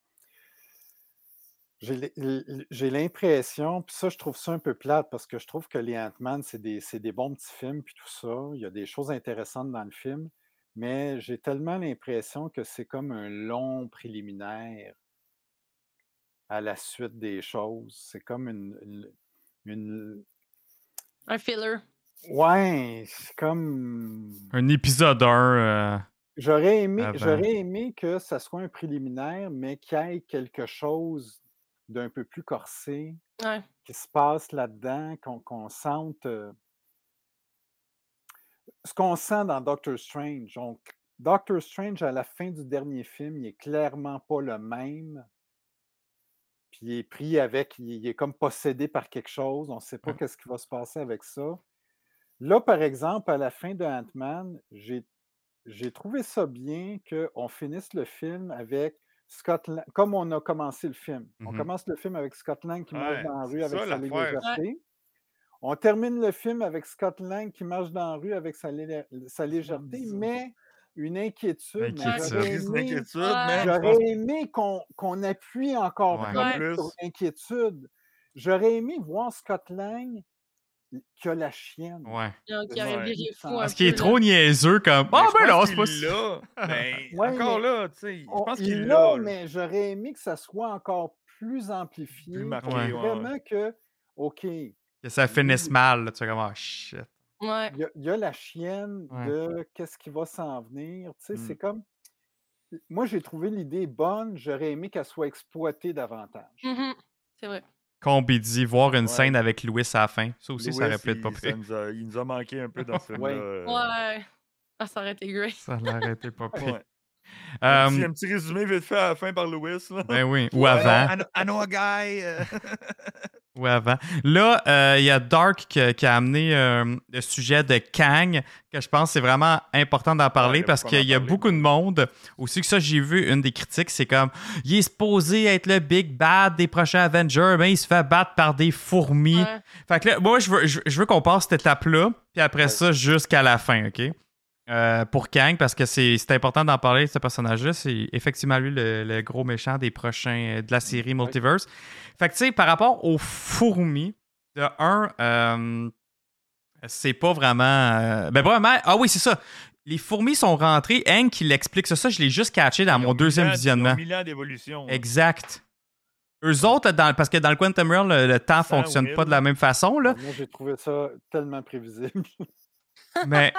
Speaker 4: j'ai l- l- j'ai l'impression, puis ça, je trouve ça un peu plate parce que je trouve que les Ant-Man, c'est des, c'est des bons petits films, puis tout ça. Il y a des choses intéressantes dans le film, mais j'ai tellement l'impression que c'est comme un long préliminaire à la suite des choses. C'est comme une- une- une
Speaker 6: Un filler.
Speaker 4: Ouais, c'est comme.
Speaker 2: Un épisode 1. euh,
Speaker 4: J'aurais aimé,
Speaker 2: Avant.
Speaker 4: j'aurais aimé que ça soit un préliminaire, mais qu'il y ait quelque chose d'un peu plus corsé
Speaker 6: Ouais.
Speaker 4: qui se passe là-dedans, qu'on qu'on sente. euh, Ce qu'on sent dans Doctor Strange. On- Doctor Strange, à la fin du dernier film, il est clairement pas le même. Puis il est pris avec, il il est comme possédé par quelque chose. On ne sait pas
Speaker 3: Hein?
Speaker 2: Ouais.
Speaker 4: qu'est-ce qui va se passer avec ça. Là, par exemple, à la fin de Ant-Man, j'ai j'ai trouvé ça bien qu'on finisse le film avec Scott Lang, comme on a commencé le film. On
Speaker 2: Mhm.
Speaker 4: commence le film avec Scott Lang qui marche
Speaker 3: Mmh Ouais,
Speaker 4: dans la rue
Speaker 3: c'est
Speaker 4: avec
Speaker 3: ça,
Speaker 4: sa
Speaker 3: l'affaire.
Speaker 4: légèreté. On termine le film avec Scott Lang qui marche dans la rue avec sa, lé- sa légèreté,
Speaker 3: ça.
Speaker 4: mais une inquiétude. mais
Speaker 2: Inquiétude.
Speaker 4: j'aurais
Speaker 3: Crise
Speaker 4: aimé-
Speaker 3: d'inquiétude,
Speaker 6: Ouais.
Speaker 3: mais je pense-
Speaker 4: J'aurais aimé qu'on qu'on appuie encore
Speaker 2: Ouais.
Speaker 4: plus
Speaker 3: Ouais.
Speaker 4: sur l'inquiétude. J'aurais aimé voir Scott Lang qui a la chienne.
Speaker 2: ouais.
Speaker 6: Donc, il aurait
Speaker 3: Ouais. Ah,
Speaker 6: viré fou un
Speaker 2: Parce
Speaker 6: peu,
Speaker 2: qu'il est
Speaker 6: là.
Speaker 2: trop niaiseux comme.
Speaker 3: mais
Speaker 2: Ah,
Speaker 3: je
Speaker 2: ben là,
Speaker 3: pense
Speaker 2: c'est pas
Speaker 3: qu'il
Speaker 2: si-
Speaker 3: l'a, mais
Speaker 4: Ouais,
Speaker 3: encore
Speaker 4: mais
Speaker 3: là, tu sais, je
Speaker 4: On-
Speaker 3: pense
Speaker 4: il
Speaker 3: qu'il
Speaker 4: l'a,
Speaker 3: l'a. là.
Speaker 4: mais j'aurais aimé que ça soit encore plus amplifié.
Speaker 3: Plus marqué,
Speaker 2: Ouais.
Speaker 3: ouais.
Speaker 4: Vraiment que, OK, il
Speaker 2: que ça finisse mal. là. Tu fais comme, ah, shit.
Speaker 6: Ouais.
Speaker 4: y, a- il y a la chienne
Speaker 2: Ouais.
Speaker 4: de qu'est-ce qui va s'en venir. Tu sais, c'est
Speaker 3: Hmm.
Speaker 4: comme. Moi, j'ai trouvé l'idée bonne. J'aurais aimé qu'elle soit exploitée davantage.
Speaker 6: Mhm. C'est vrai.
Speaker 2: Combi dit voir une
Speaker 3: Ouais.
Speaker 2: scène avec Louis à la fin. Ça aussi, ça
Speaker 3: Louis,
Speaker 2: aurait pu être pas
Speaker 3: il-
Speaker 2: pire.
Speaker 3: ça nous a- Il nous a manqué un peu dans ce film-là.
Speaker 4: Ouais.
Speaker 3: euh,
Speaker 6: Ouais. Ah, ça aurait été great.
Speaker 2: Ça l'aurait été pas pire.
Speaker 3: *laughs*
Speaker 2: *laughs*
Speaker 3: Ouais.
Speaker 2: Euh,
Speaker 3: Un petit- un petit résumé vite fait à la fin par Lewis. Là.
Speaker 2: ben oui, ou avant.
Speaker 3: I know, I know a guy. euh.
Speaker 4: *laughs*
Speaker 2: Ou avant. Là, euh, il y a Dark qui, qui a amené euh, le sujet de Kang, que je pense que c'est vraiment important d'en parler
Speaker 3: il y a
Speaker 2: parce
Speaker 3: beaucoup à en
Speaker 2: qu'il y a
Speaker 3: parler,
Speaker 2: beaucoup de monde. Aussi que ça, j'ai vu une des critiques, c'est comme il est supposé être le big bad des prochains Avengers, mais il se fait battre par des fourmis.
Speaker 6: Ouais.
Speaker 2: Fait que là, moi, je veux, je, je veux qu'on passe cette étape-là, puis après ça, jusqu'à la fin, OK? Euh, pour Kang, parce que c'est c'est important d'en parler de ce personnage-là. C'est effectivement lui le, le gros méchant des prochains euh, de la série Multiverse. Fait que tu sais, par rapport aux fourmis, de un, euh, c'est pas vraiment. euh, ben, vraiment. Ah oui, c'est ça. Les fourmis sont rentrées. Hank, il explique ça. Ça, je l'ai juste catché dans
Speaker 3: Ils
Speaker 2: mon
Speaker 3: ont
Speaker 2: deuxième
Speaker 3: mille ans- ils
Speaker 2: visionnement.
Speaker 3: ont Mille ans d'évolution. hein.
Speaker 2: Exact. Eux autres, dans, parce que dans le Quantum Realm, le, le temps
Speaker 3: Cent ou
Speaker 2: fonctionne pas
Speaker 3: mille.
Speaker 2: de la même façon, là.
Speaker 4: Moi, j'ai trouvé ça tellement prévisible.
Speaker 3: *laughs*
Speaker 2: Mais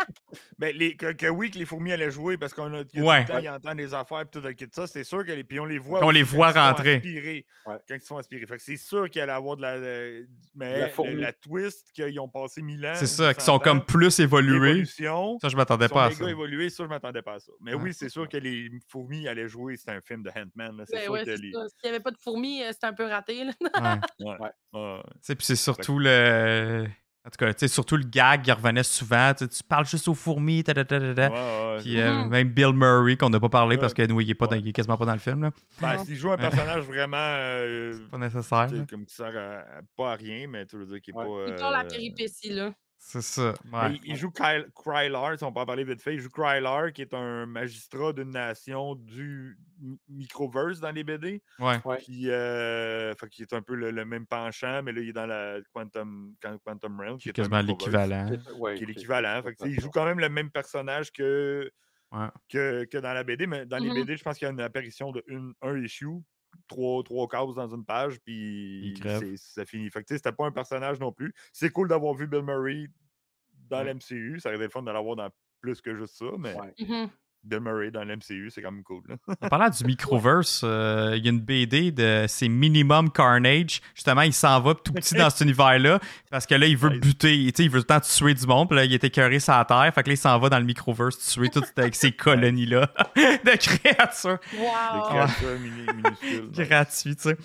Speaker 3: Ben, les, que, que oui, que les fourmis allaient jouer parce qu'on a il y a tout
Speaker 2: Ouais.
Speaker 3: le temps, ils entendent des affaires et tout le kit. Ça, c'est sûr que les puis on les voit.
Speaker 2: On
Speaker 3: aussi
Speaker 2: les
Speaker 3: quand
Speaker 2: voit
Speaker 3: ils sont
Speaker 2: rentrer.
Speaker 3: aspirés,
Speaker 4: Ouais.
Speaker 3: Quand ils sont aspirés. Fait que c'est sûr qu'il allait avoir de la, euh, mais
Speaker 4: La
Speaker 3: le-
Speaker 4: fourmi.
Speaker 3: la, twist qu'ils ont passé mille ans.
Speaker 2: c'est ça, qui sont comme plus évolués.
Speaker 3: Évolution.
Speaker 2: Ça, je m'attendais
Speaker 3: Ils sont
Speaker 2: pas à
Speaker 3: méga
Speaker 2: ça.
Speaker 3: évolués, ça, je m'attendais pas à ça. Mais
Speaker 2: Ouais.
Speaker 3: oui, c'est sûr que les fourmis allaient jouer. C'est un film de Handman. là. C'est
Speaker 6: Ben
Speaker 3: sûr
Speaker 6: ouais,
Speaker 3: que
Speaker 6: c'est
Speaker 3: les.
Speaker 6: ça. S'il n'y avait pas de fourmis, euh, c'était un peu raté. là. *laughs*
Speaker 2: Ouais.
Speaker 3: Ah,
Speaker 2: Tu sais, puis c'est surtout le. En tout cas, tu sais, surtout le gag qui revenait souvent. Tu sais, tu parles juste aux fourmis, ta, ta, ta, ta, ta.
Speaker 3: ouais, ouais.
Speaker 2: Puis euh,
Speaker 6: Mhm.
Speaker 2: même Bill Murray, qu'on n'a pas parlé parce que nous, il est, pas dans-
Speaker 3: Ouais.
Speaker 2: il est quasiment pas dans le film. Là.
Speaker 3: Ben,
Speaker 6: Non.
Speaker 3: s'il joue un personnage vraiment. euh,
Speaker 2: hein? Pas nécessaire.
Speaker 3: tu sais,
Speaker 2: là.
Speaker 3: comme qui sert à, à- pas à rien, mais tu veux dire qu'il est
Speaker 4: Ouais.
Speaker 3: pas.
Speaker 6: Plutôt la
Speaker 3: euh,
Speaker 6: péripétie, là. c'est
Speaker 2: C'est ça.
Speaker 3: Mais
Speaker 2: Ouais.
Speaker 3: il- Il joue Kyle- Krylar, si on peut en parler vite fait. Il joue Krylar, qui est un magistrat d'une nation du mi- microverse dans les BD.
Speaker 2: Ouais.
Speaker 4: *laughs* Ouais.
Speaker 3: Puis, euh, fait qu'il est un peu le, le même penchant, mais là, il est dans la Quantum, Quan- Quantum Realm.
Speaker 2: Qui est
Speaker 3: un
Speaker 2: quasiment
Speaker 3: microverse,
Speaker 2: l'équivalent.
Speaker 4: Ouais,
Speaker 3: Qui est
Speaker 4: ok.
Speaker 3: l'équivalent. Fait que, tu sais, il joue quand même le même personnage que,
Speaker 2: Ouais.
Speaker 3: que, que dans la BD. Mais dans
Speaker 6: Mhm.
Speaker 3: les BD, je pense qu'il y a une apparition de une, un issue, trois, trois cases dans une page, puis
Speaker 2: Il crève.
Speaker 3: c'est- ça finit. Fait que, tu sais, c'était pas un personnage non plus. C'est cool d'avoir vu Bill Murray dans
Speaker 2: Ouais.
Speaker 3: l'MCU. Ça aurait été le fun de l'avoir dans plus que juste ça, mais
Speaker 4: Ouais.
Speaker 6: Mhm.
Speaker 3: Bill Murray dans l'MCU, c'est quand même cool. là.
Speaker 2: En parlant du Microverse, euh, il y a une BD de c'est Minimum Carnage. Justement, il s'en va tout petit
Speaker 4: *laughs*
Speaker 2: dans cet univers-là parce que là, il veut
Speaker 3: Nice.
Speaker 2: buter, tu sais, il veut tout le temps tuer du monde. Puis là, il est écœuré sur la terre. Fait que là, il s'en va dans le Microverse tuer
Speaker 4: *laughs*
Speaker 2: toutes avec ces colonies-là *laughs* de créatures
Speaker 3: Des
Speaker 6: Wow!
Speaker 3: créatures mini-
Speaker 2: *laughs*
Speaker 3: minuscules. nice.
Speaker 2: gratuites, tu sais.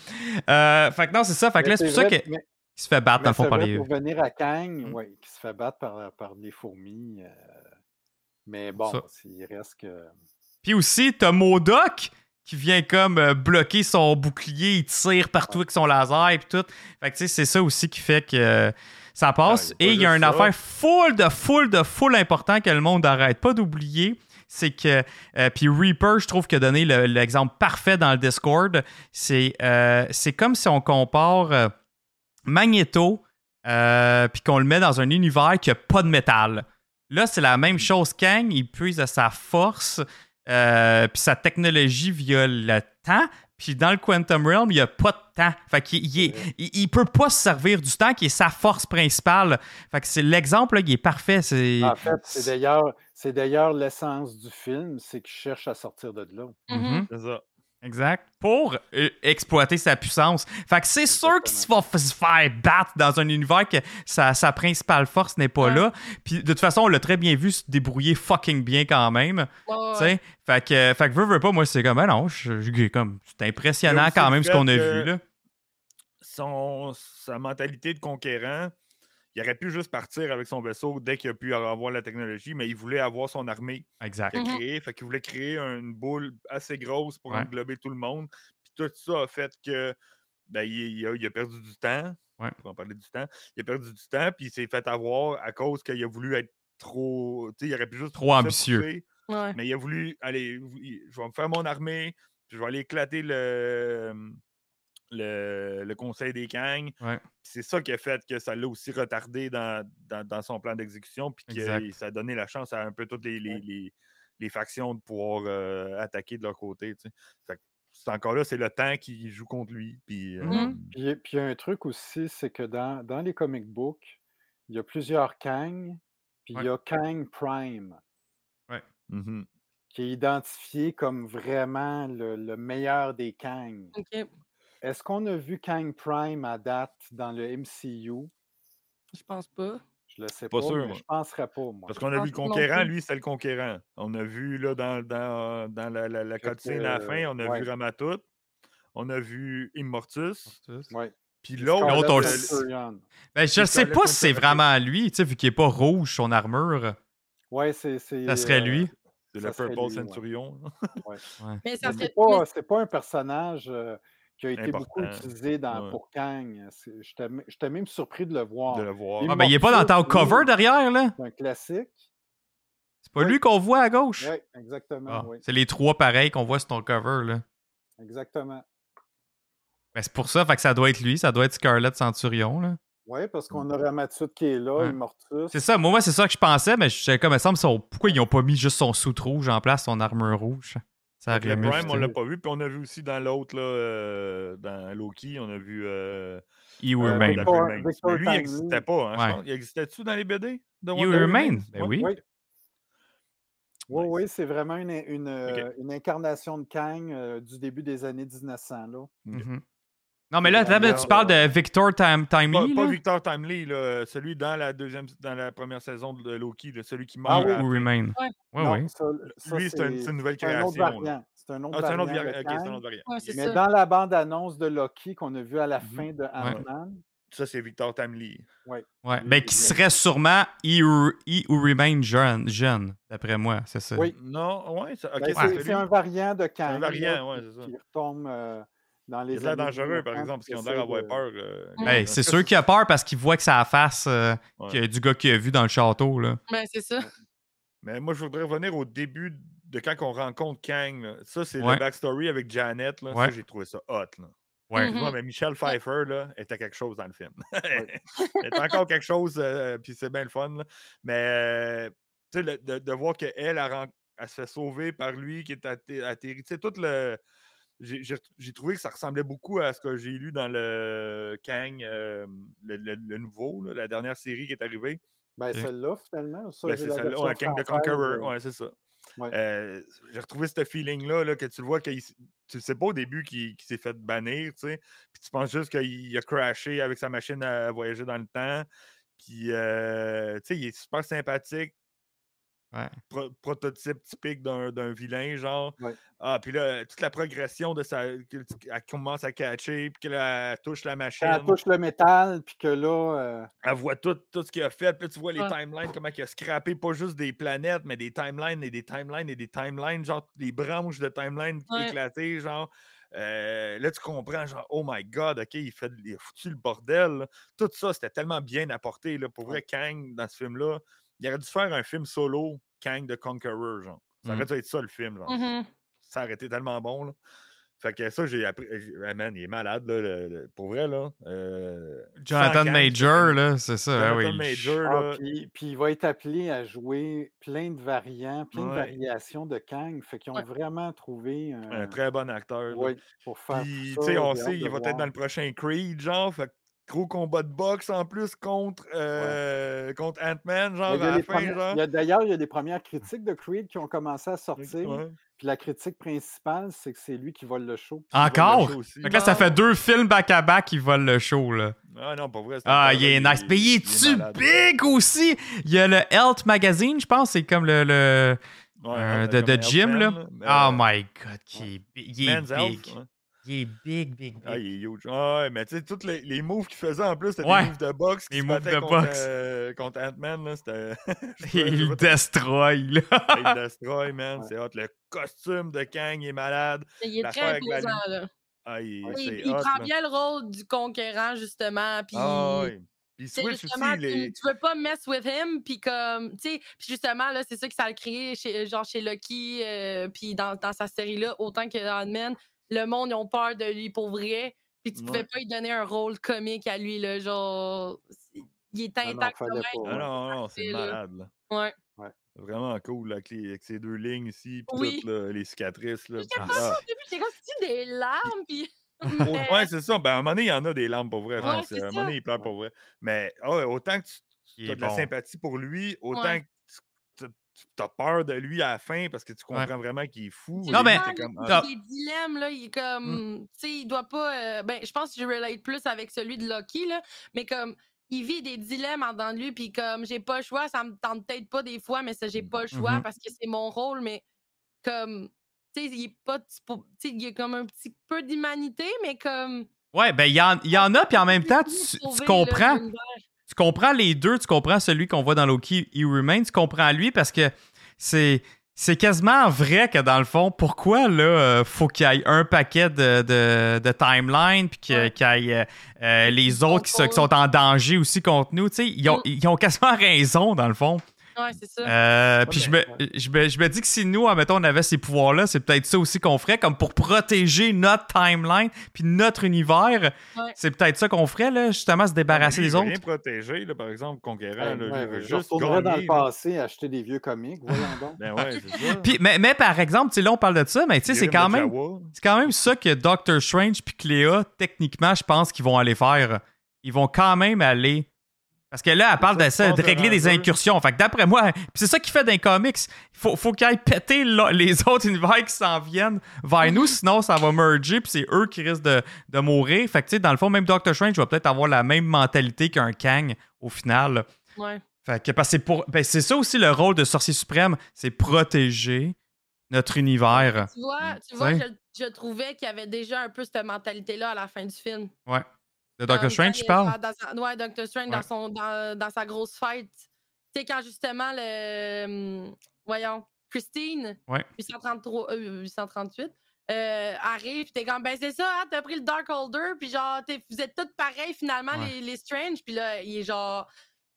Speaker 2: Euh, fait que non, c'est ça. Fait que
Speaker 4: Mais
Speaker 2: là, c'est pour ça
Speaker 4: vrai-
Speaker 2: qu'il
Speaker 4: mais-
Speaker 2: se fait battre, dans
Speaker 4: mais
Speaker 2: le fond,
Speaker 4: c'est
Speaker 2: par
Speaker 4: vrai,
Speaker 2: ben, les.
Speaker 4: Pour venir à Kang,
Speaker 2: Mm.
Speaker 4: ouais, qui se fait battre par, euh, par les fourmis. euh, mais bon,
Speaker 2: Ça.
Speaker 4: il reste que.
Speaker 2: Puis aussi, t'as Modoc qui vient comme euh, bloquer son bouclier, il tire partout avec son laser et puis tout. Fait que tu sais, c'est ça aussi qui fait que euh, ça passe.
Speaker 3: Ah, il y a
Speaker 2: et
Speaker 3: pas
Speaker 2: il y a une
Speaker 3: juste ça.
Speaker 2: affaire full de full de full important que le monde n'arrête pas d'oublier. C'est que. euh, puis Reaper, je trouve, qu'il a donné le- l'exemple parfait dans le Discord. C'est euh, c'est comme si on compare euh, Magneto euh, puis qu'on le met dans un univers qui n'a pas de métal. Là, c'est la même chose. Kang, il puise à sa force euh, puis sa technologie via le temps. Puis dans le Quantum Realm, il n'y a pas de temps. Fait qu'il il, est- il- il peut pas se servir du temps qui est sa force principale. Fait que c'est l'exemple là, qui est parfait. C'est...
Speaker 4: En fait, c'est d'ailleurs, c'est d'ailleurs l'essence du film, c'est qu'il cherche à sortir de là.
Speaker 6: Mhm.
Speaker 3: C'est ça.
Speaker 2: Exact. Pour euh, exploiter sa puissance. Fait que c'est sûr qu'il va f- se faire battre dans un univers que sa, sa principale force n'est pas
Speaker 6: Ouais.
Speaker 2: là. Puis de toute façon, on l'a très bien vu se débrouiller fucking bien quand même.
Speaker 6: Ouais, ouais,
Speaker 2: Tu
Speaker 6: ouais.
Speaker 2: sais? Fait que, euh, fait que veux, veux pas, moi, c'est comme, ah non, je, je- comme, c'est
Speaker 3: Il y
Speaker 2: impressionnant
Speaker 3: a aussi
Speaker 2: quand
Speaker 3: le
Speaker 2: même ce
Speaker 3: fait
Speaker 2: qu'on a
Speaker 3: que-
Speaker 2: vu. Là.
Speaker 3: son, sa mentalité de conquérant, il aurait pu juste partir avec son vaisseau dès qu'il a pu avoir la technologie, mais il voulait avoir son armée
Speaker 2: Exact.
Speaker 3: qu'il a
Speaker 6: Mhm.
Speaker 3: créée. Fait qu'il voulait créer une boule assez grosse pour
Speaker 2: Mmh Ouais.
Speaker 3: englober tout le monde. Puis tout ça a fait que ben, il, il a, il a perdu du temps.
Speaker 2: Ouais.
Speaker 3: On va parler du temps. Il a perdu du temps, puis il s'est fait avoir à cause qu'il a voulu être trop. Tu sais, il aurait pu juste
Speaker 2: Trop
Speaker 3: se
Speaker 2: ambitieux.
Speaker 3: pousser,
Speaker 6: Ouais.
Speaker 3: mais il a voulu aller, vou- il- je vais me faire mon armée, puis je vais aller éclater le, le, le conseil des gangs.
Speaker 2: Ouais.
Speaker 3: Puis C'est ça qui a fait que ça l'a aussi retardé dans, dans, dans son plan d'exécution, puis que
Speaker 2: Exact.
Speaker 3: ça a donné la chance à un peu toutes les, les,
Speaker 4: Ouais.
Speaker 3: les- les factions de pouvoir euh, attaquer de leur côté. tu sais. Fait que c'est encore là, c'est le temps qui joue contre lui. Puis,
Speaker 2: Mmh.
Speaker 3: euh,
Speaker 6: Mhm.
Speaker 4: Puis, puis il y a un truc aussi, c'est que dans, dans les comic books, il y a plusieurs Kang, puis il y a Kang Prime,
Speaker 3: mhm.
Speaker 4: qui est identifié comme vraiment le, le meilleur des Kang.
Speaker 6: Ok.
Speaker 4: Est-ce qu'on a vu Kang Prime à date dans le MCU?
Speaker 6: Je pense pas.
Speaker 4: Je Je le sais
Speaker 3: Pas
Speaker 4: pas,
Speaker 3: sûr,
Speaker 4: mais
Speaker 3: moi.
Speaker 4: je penserais pas, moi.
Speaker 3: Parce qu'on a
Speaker 6: pense
Speaker 3: vu le
Speaker 6: pas non
Speaker 3: conquérant,
Speaker 6: plus.
Speaker 3: lui, c'était le conquérant. On a vu là, dans, dans, dans la, la, la
Speaker 4: Fait que,
Speaker 3: cutscene à la fin, on a
Speaker 4: ouais.
Speaker 3: vu Ramatut, on a vu Immortus,
Speaker 4: Ouais.
Speaker 3: puis l'autre.
Speaker 2: Scarlet
Speaker 3: euh,
Speaker 2: on
Speaker 4: Scarlet
Speaker 2: le
Speaker 3: le-
Speaker 4: Centurion.
Speaker 2: Ben, je
Speaker 3: Puis
Speaker 2: sais
Speaker 3: Scarlet
Speaker 2: pas si c'est
Speaker 3: Witch, ok.
Speaker 2: vraiment lui, tu sais, vu qu'il est pas rouge, son armure.
Speaker 4: Ouais, c'est. c'est,
Speaker 2: Ça serait
Speaker 4: euh,
Speaker 2: lui.
Speaker 3: C'est
Speaker 4: ça
Speaker 3: le
Speaker 4: serait
Speaker 3: Purple
Speaker 4: lui, ouais.
Speaker 3: Centurion. là.
Speaker 6: Mais ça
Speaker 4: Mais
Speaker 6: serait.
Speaker 4: C'est pas, c'est pas un personnage euh, qui a été beaucoup
Speaker 3: Important.
Speaker 4: utilisé dans,
Speaker 3: Ouais.
Speaker 4: pour Kang. C'est- J'étais m- j'étais même surpris de le voir.
Speaker 3: de le voir.
Speaker 4: Il
Speaker 2: Ah, ben, il est pas dans ton
Speaker 4: Immortus,
Speaker 2: cover
Speaker 4: oui.
Speaker 2: derrière, là.
Speaker 4: C'est un classique.
Speaker 2: C'est pas
Speaker 4: Oui.
Speaker 2: lui qu'on voit à gauche.
Speaker 4: Oui, exactement.
Speaker 2: Ah,
Speaker 4: oui,
Speaker 2: C'est les trois pareils qu'on voit sur ton cover, là.
Speaker 4: exactement.
Speaker 2: Ben, c'est pour ça, fait que ça doit être lui, ça doit être Scarlett Centurion, là.
Speaker 4: Oui, parce
Speaker 3: Mmh.
Speaker 4: qu'on a Ramatut qui est là,
Speaker 2: Ouais.
Speaker 4: Immortus.
Speaker 2: C'est ça, moi, moi, c'est ça que je pensais, mais je comme, il me semble, son- pourquoi ils ont pas mis juste son soute rouge en place, son armure rouge? Ça
Speaker 3: Fait que
Speaker 2: aurait
Speaker 3: le
Speaker 2: mieux
Speaker 3: Prime, on
Speaker 2: fité.
Speaker 3: l'a pas vu. Puis on a vu aussi dans l'autre, là, euh, dans Loki, on a vu. euh,
Speaker 2: He Will
Speaker 4: Euh,
Speaker 3: Wonder
Speaker 2: Remain.
Speaker 4: Victor-
Speaker 3: Woman.
Speaker 4: Victor
Speaker 3: Mais lui, il
Speaker 4: Timely.
Speaker 3: n'existait pas. hein, je
Speaker 2: Ouais.
Speaker 3: pense. Il existait-tu dans les BD de
Speaker 2: He
Speaker 3: Wonder
Speaker 2: Will
Speaker 3: Woman?
Speaker 2: Remain? Ben
Speaker 3: Ouais.
Speaker 2: oui.
Speaker 4: Oui. Oui,
Speaker 3: Nice.
Speaker 4: oui, c'est vraiment une, une, euh, une incarnation de Kang euh, du début des années 1900. Là.
Speaker 2: Mhm. Non, mais là,
Speaker 4: la
Speaker 2: là,
Speaker 4: meilleure,
Speaker 2: tu parles de Victor Tim
Speaker 3: Pas,
Speaker 2: Timely,
Speaker 3: pas
Speaker 2: là?
Speaker 3: Victor Timely, là, celui dans la deuxième, dans la première saison de Loki, là, celui qui
Speaker 4: Ah
Speaker 2: He
Speaker 3: meurt.
Speaker 4: oui.
Speaker 3: à-
Speaker 2: Will Remain.
Speaker 6: Ouais.
Speaker 2: Ouais,
Speaker 4: Non,
Speaker 2: ouais.
Speaker 4: ça- ça,
Speaker 3: Ah Lui, c'est une, c'est une nouvelle
Speaker 4: c'est un autre
Speaker 3: création. là.
Speaker 4: variant. C'est un autre
Speaker 3: Ah, c'est un autre
Speaker 4: variant de
Speaker 3: variant. ok, c'est un
Speaker 4: Kang.
Speaker 3: autre variant.
Speaker 6: Ouais, c'est
Speaker 4: Mais
Speaker 6: ça.
Speaker 4: dans la bande-annonce de Loki qu'on a vue à la
Speaker 2: Mhm.
Speaker 4: fin de Ant-Man,
Speaker 3: Ça, c'est Victor Timely.
Speaker 2: Ouais.
Speaker 4: Lui,
Speaker 2: Ben, qui
Speaker 4: il-
Speaker 2: serait sûrement He Will He Will Remain jeune, jeune, d'après moi, c'est ça.
Speaker 4: Oui.
Speaker 3: Non, ouais, ça- ok,
Speaker 4: ben,
Speaker 3: c'est
Speaker 4: c'est- c'est
Speaker 3: celui-
Speaker 4: un variant de Kang.
Speaker 3: un
Speaker 4: là,
Speaker 3: variant, ouais,
Speaker 4: qui-
Speaker 3: c'est ça.
Speaker 4: Qui retombe euh, dans les.
Speaker 3: Il a l'air
Speaker 4: années
Speaker 3: dangereux, par
Speaker 4: 1900,
Speaker 3: exemple, parce qu'ils ont
Speaker 4: qui
Speaker 3: l'air
Speaker 4: essaie
Speaker 3: avoir
Speaker 4: de-
Speaker 3: peur. hein, euh,
Speaker 6: Ouais.
Speaker 2: Ben, c'est sûr qu'il a peur parce qu'il voit que ça a face euh,
Speaker 3: Ouais.
Speaker 2: qu'il y a du gars qu'il a vu dans le château. Là.
Speaker 6: Ben, c'est ça.
Speaker 3: Mais moi, je voudrais revenir au début de quand on rencontre Kang. là. Ça, c'est
Speaker 2: Ouais.
Speaker 3: le backstory avec Janet. Là. Ça,
Speaker 2: Ouais.
Speaker 3: j'ai trouvé ça hot. Là.
Speaker 2: Ouais.
Speaker 6: Mhm.
Speaker 3: Excuse-moi, mais Michelle Pfeiffer là, était quelque chose dans le film. *laughs* Elle était encore quelque chose, euh, puis c'est bien le fun. là. Mais euh, tu sais, le- de, de voir qu'elle, elle, ren- elle se fait sauver par lui, qui est athé- atterri. Tu sais, tout le. J'ai j'ai- j'ai trouvé que ça ressemblait beaucoup à ce que j'ai lu dans le Kang, euh, le, le- le nouveau, là, la dernière série qui est arrivée.
Speaker 4: Ben,
Speaker 2: Ok.
Speaker 4: celle-là, finalement. Ça,
Speaker 3: Ben,
Speaker 4: j'ai
Speaker 3: c'est
Speaker 4: la
Speaker 3: ça, là,
Speaker 4: version
Speaker 3: ouais, King the
Speaker 4: française,
Speaker 3: Conqueror,
Speaker 4: euh,
Speaker 3: ouais, c'est ça.
Speaker 4: ouais.
Speaker 3: Euh, J'ai retrouvé ce feeling-là, là, que tu le vois, qu'il s- tu sais pas au début qu'il qu'il s'est fait bannir, tu sais, puis tu penses juste qu'il a crashé avec sa machine à voyager dans le temps, puis, euh, tu sais, il est super sympathique,
Speaker 2: Ouais.
Speaker 3: pro- prototype typique d'un d'un vilain, genre.
Speaker 4: Ouais.
Speaker 3: Ah, puis là, toute la progression de sa... qu'elle qu'elle commence à catcher, puis qu'elle euh, touche la machine,
Speaker 4: Quand elle touche le métal, puis que là. euh,
Speaker 3: elle voit tout, tout ce qu'il a fait. Puis là, tu vois les
Speaker 6: Ouais.
Speaker 3: timelines, comment il a scrappé pas juste des planètes, mais des timelines et des timelines et des timelines, genre des branches de timelines
Speaker 6: Ouais.
Speaker 3: éclatées, genre. Euh, là, tu comprends, genre, oh my god, ok, il, fait, il a foutu le bordel. là. Tout ça, c'était tellement bien apporté. Là, pour vrai, Kang, dans ce film-là, il aurait dû faire un film solo, Kang the Conqueror, genre. Ça aurait
Speaker 2: Mm.
Speaker 3: dû être ça le film, genre
Speaker 6: Mhm.
Speaker 3: ça aurait été tellement bon. Là. Fait que ça, j'ai appris. j'ai- ah, man, il est malade, là, le- le- pour vrai, là. Euh, sans
Speaker 2: Jonathan
Speaker 3: Kang,
Speaker 2: Major, là, c'est ça.
Speaker 3: Jonathan
Speaker 2: ah oui.
Speaker 3: Ben Major,
Speaker 4: ah,
Speaker 3: là,
Speaker 4: puis, puis il va être appelé à jouer plein de variants, plein
Speaker 3: Ouais.
Speaker 4: de variations de Kang. Fait qu'ils ont
Speaker 6: Ouais.
Speaker 4: vraiment trouvé un.
Speaker 3: un très bon acteur. là.
Speaker 4: ouais, pour faire.
Speaker 3: Puis,
Speaker 4: tout
Speaker 3: tu
Speaker 4: ça,
Speaker 3: sais, on
Speaker 4: j'ai hâte
Speaker 3: sait, il
Speaker 4: de
Speaker 3: va être dans
Speaker 4: voir.
Speaker 3: le prochain Creed, genre. Fait que gros combat de boxe en plus contre, euh, contre Ant-Man, genre, à
Speaker 4: Mais il y a
Speaker 3: la
Speaker 4: des
Speaker 3: fin,
Speaker 4: premières-
Speaker 3: genre.
Speaker 4: il y a- D'ailleurs, il y a des premières critiques de Creed qui ont commencé à sortir.
Speaker 3: Ouais.
Speaker 4: Puis la critique principale, c'est que c'est lui qui vole le show.
Speaker 2: Encore?
Speaker 3: Il vole le show aussi.
Speaker 2: Fait que là, ça fait deux films back-à-back qui volent le show, là.
Speaker 3: Ah non, pas vrai. c'est
Speaker 2: Ah,
Speaker 3: encore,
Speaker 2: il est
Speaker 3: là,
Speaker 2: nice. Mais il est-tu
Speaker 3: malade.
Speaker 2: big aussi? Il y a le Health Magazine, je pense. C'est comme le. le-
Speaker 3: Ouais,
Speaker 2: euh,
Speaker 3: Ant-
Speaker 2: de- de
Speaker 3: comme
Speaker 2: Jim, là.
Speaker 3: Ant-Man, mais,
Speaker 2: Oh
Speaker 3: euh,
Speaker 2: my god, qui est big. Il est
Speaker 3: Man's Health,
Speaker 2: big.
Speaker 3: ouais.
Speaker 2: Il est big, big,
Speaker 3: Ah,
Speaker 2: big.
Speaker 3: il est huge. Ah, ouais, mais tu sais, tous les, les moves qu'il faisait en plus, c'était
Speaker 2: Ouais.
Speaker 3: des moves de boxe. qui
Speaker 2: Les
Speaker 3: se
Speaker 2: moves
Speaker 3: battaient
Speaker 2: de
Speaker 3: contre,
Speaker 2: boxe.
Speaker 3: euh, contre Ant-Man, là, c'était. *laughs*
Speaker 2: *laughs*
Speaker 3: je sais pas- je sais
Speaker 2: *laughs* Il
Speaker 3: pas
Speaker 2: destroy, là.
Speaker 3: trop- il destroy, man.
Speaker 4: Ouais.
Speaker 3: C'est hot. Le costume de Kang, il est malade.
Speaker 6: Il est
Speaker 3: L'affaire
Speaker 6: très
Speaker 3: avec la
Speaker 6: imposant, là.
Speaker 3: Ah, il,
Speaker 6: Oui,
Speaker 3: c'est
Speaker 6: il
Speaker 3: hot,
Speaker 6: prend
Speaker 3: là.
Speaker 6: bien le rôle du conquérant, justement. Puis,
Speaker 3: Ah, ouais. Puis
Speaker 6: tu sais,
Speaker 3: Switch aussi,
Speaker 6: justement,
Speaker 3: il
Speaker 6: tu-
Speaker 3: est.
Speaker 6: tu veux pas mess with him. Puis, comme, tu sais, puis justement, là, c'est ça que ça a créé, chez, euh, genre chez Lucky, euh, puis dans, dans sa série-là, autant que dans Ant-Man, le monde, ils ont peur de lui pour vrai. Puis, tu pouvais
Speaker 3: Ouais.
Speaker 6: pas lui donner un rôle comique à lui, là, genre. c'est- Il est
Speaker 4: non,
Speaker 6: intact.
Speaker 4: hein, fallait
Speaker 6: quand
Speaker 3: Ah
Speaker 4: pas, euh,
Speaker 6: même.
Speaker 4: ouais.
Speaker 3: non, non, c'est
Speaker 6: Parfait, là.
Speaker 3: malade, là.
Speaker 6: hein, Ouais.
Speaker 4: Ouais.
Speaker 3: Vraiment cool, là, avec, les, avec ces deux lignes ici, puis
Speaker 6: Oui.
Speaker 3: toutes, là, les cicatrices, là.
Speaker 6: J'étais
Speaker 3: puis-
Speaker 2: pas
Speaker 3: ah.
Speaker 6: Au début, j'étais comme, c'est-tu des larmes? Puis.
Speaker 3: Au-
Speaker 6: Mais-
Speaker 3: Ouais, c'est ça. Ben, à un moment donné, il y en a des larmes pour vrai. je
Speaker 6: Ouais,
Speaker 3: pense.
Speaker 6: c'est
Speaker 3: à un
Speaker 6: ça.
Speaker 3: moment donné, il pleure pour vrai. Mais ah ouais, autant que tu
Speaker 2: Il
Speaker 3: tu
Speaker 2: est
Speaker 3: as de la
Speaker 2: bon.
Speaker 3: sympathie pour lui, autant
Speaker 6: Ouais.
Speaker 3: que tu- tu tu as peur de lui à la fin parce que tu
Speaker 2: Ouais.
Speaker 3: comprends vraiment qu'il est fou.
Speaker 6: Tu
Speaker 3: au
Speaker 2: Non,
Speaker 3: début,
Speaker 2: mais-
Speaker 6: le
Speaker 2: Mmh.
Speaker 6: sens,
Speaker 3: t'es comme,
Speaker 6: là,
Speaker 3: ah,
Speaker 2: non.
Speaker 6: les dilemmes, là, il est comme. Tu sais, il doit pas. euh, ben, je pense que je relate plus avec celui de Loki, là. Mais comme, il vit des dilemmes en dedans de lui, puis comme j'ai pas le choix, ça me tente peut-être pas des fois, mais ça, j'ai pas le choix
Speaker 2: Mhm.
Speaker 6: parce que c'est mon rôle, mais comme, tu sais, il est pas, dispo- tu sais, il y a comme un petit peu d'humanité, mais comme.
Speaker 2: Ouais, ben il y en, il y en a, puis en même temps, tu, tu
Speaker 6: Sauver, là,
Speaker 2: comprends.
Speaker 6: l'univers.
Speaker 2: tu comprends les deux, tu comprends celui qu'on voit dans Loki He Remains, tu comprends lui parce que c'est c'est quasiment vrai que dans le fond, pourquoi là euh, faut qu'il y ait un paquet de, de, de timeline puis que-
Speaker 6: Ouais.
Speaker 2: qu'il y ait euh, les autres qui, se- qui sont en danger aussi contre nous, tu sais, ils ont,
Speaker 6: Mm.
Speaker 2: ils ont quasiment raison dans le fond.
Speaker 6: Ouais, c'est ça.
Speaker 2: Euh, puis
Speaker 4: Ouais,
Speaker 2: je me,
Speaker 4: ben,
Speaker 2: je, me, je me dis que si nous, admettons, on avait ces pouvoirs-là, c'est peut-être ça aussi qu'on ferait, comme pour protéger notre timeline puis notre univers.
Speaker 6: Ouais.
Speaker 2: C'est peut-être ça qu'on ferait, là, justement, se débarrasser
Speaker 3: Lui,
Speaker 2: des
Speaker 3: il veut
Speaker 2: autres.
Speaker 3: Rien protégé, là, par exemple, conquérant. là, lui, il
Speaker 4: Ben Ouais,
Speaker 3: veut
Speaker 4: ouais, je
Speaker 3: juste
Speaker 4: retournerai dans
Speaker 3: gagner,
Speaker 4: le
Speaker 3: là.
Speaker 4: passé acheter des vieux comics, voyons
Speaker 3: *laughs*
Speaker 4: donc.
Speaker 3: Ben ouais, c'est ça.
Speaker 2: Puis, mais, mais par exemple, tu sais, là, on parle de ça, mais tu sais, c'est
Speaker 3: Irem
Speaker 2: quand
Speaker 3: de
Speaker 2: même,
Speaker 3: Jawa.
Speaker 2: c'est quand même ça que Doctor Strange puis Cléa, techniquement, je pense qu'ils vont aller faire. Ils vont quand même aller. Parce que là, elle parle de,
Speaker 3: ça, je
Speaker 2: ça,
Speaker 3: pense
Speaker 2: de
Speaker 3: que
Speaker 2: régler
Speaker 3: dans
Speaker 2: des
Speaker 3: le jeu-
Speaker 2: incursions. Fait que d'après moi, *laughs* puis c'est ça qu'il fait dans les comics. Faut, faut qu'ils aillent péter là, les *laughs* autres univers qui s'en viennent vers nous, sinon ça va merger, puis c'est eux qui risquent de, de mourir. Fait que tu sais, dans le fond, même Doctor Strange va peut-être avoir la même mentalité qu'un Kang au final.
Speaker 6: Ouais.
Speaker 2: Fait que, parce que c'est pour, ben, c'est ça aussi le rôle de sorcier suprême, c'est protéger notre univers.
Speaker 6: Tu vois, tu
Speaker 2: Mm.
Speaker 6: vois
Speaker 2: Ouais.
Speaker 6: je, je trouvais qu'il y avait déjà un peu cette mentalité-là à la fin du film.
Speaker 2: De
Speaker 6: Comme
Speaker 2: Doctor Strange,
Speaker 6: quand
Speaker 2: tu
Speaker 6: il-
Speaker 2: parles?
Speaker 6: dans sa- ouais, Doctor Strange
Speaker 2: Ouais.
Speaker 6: dans, son, dans, dans sa grosse fête. Tu sais, quand justement, le. hum, Voyons, Christine,
Speaker 2: Ouais.
Speaker 6: 833, euh, 838, euh, arrive, puis t'es comme, ben c'est ça, hein, t'as pris le Darkholder, puis genre, t'es- vous êtes tous pareils finalement,
Speaker 2: Ouais.
Speaker 6: les, les Strange, puis là, il est genre,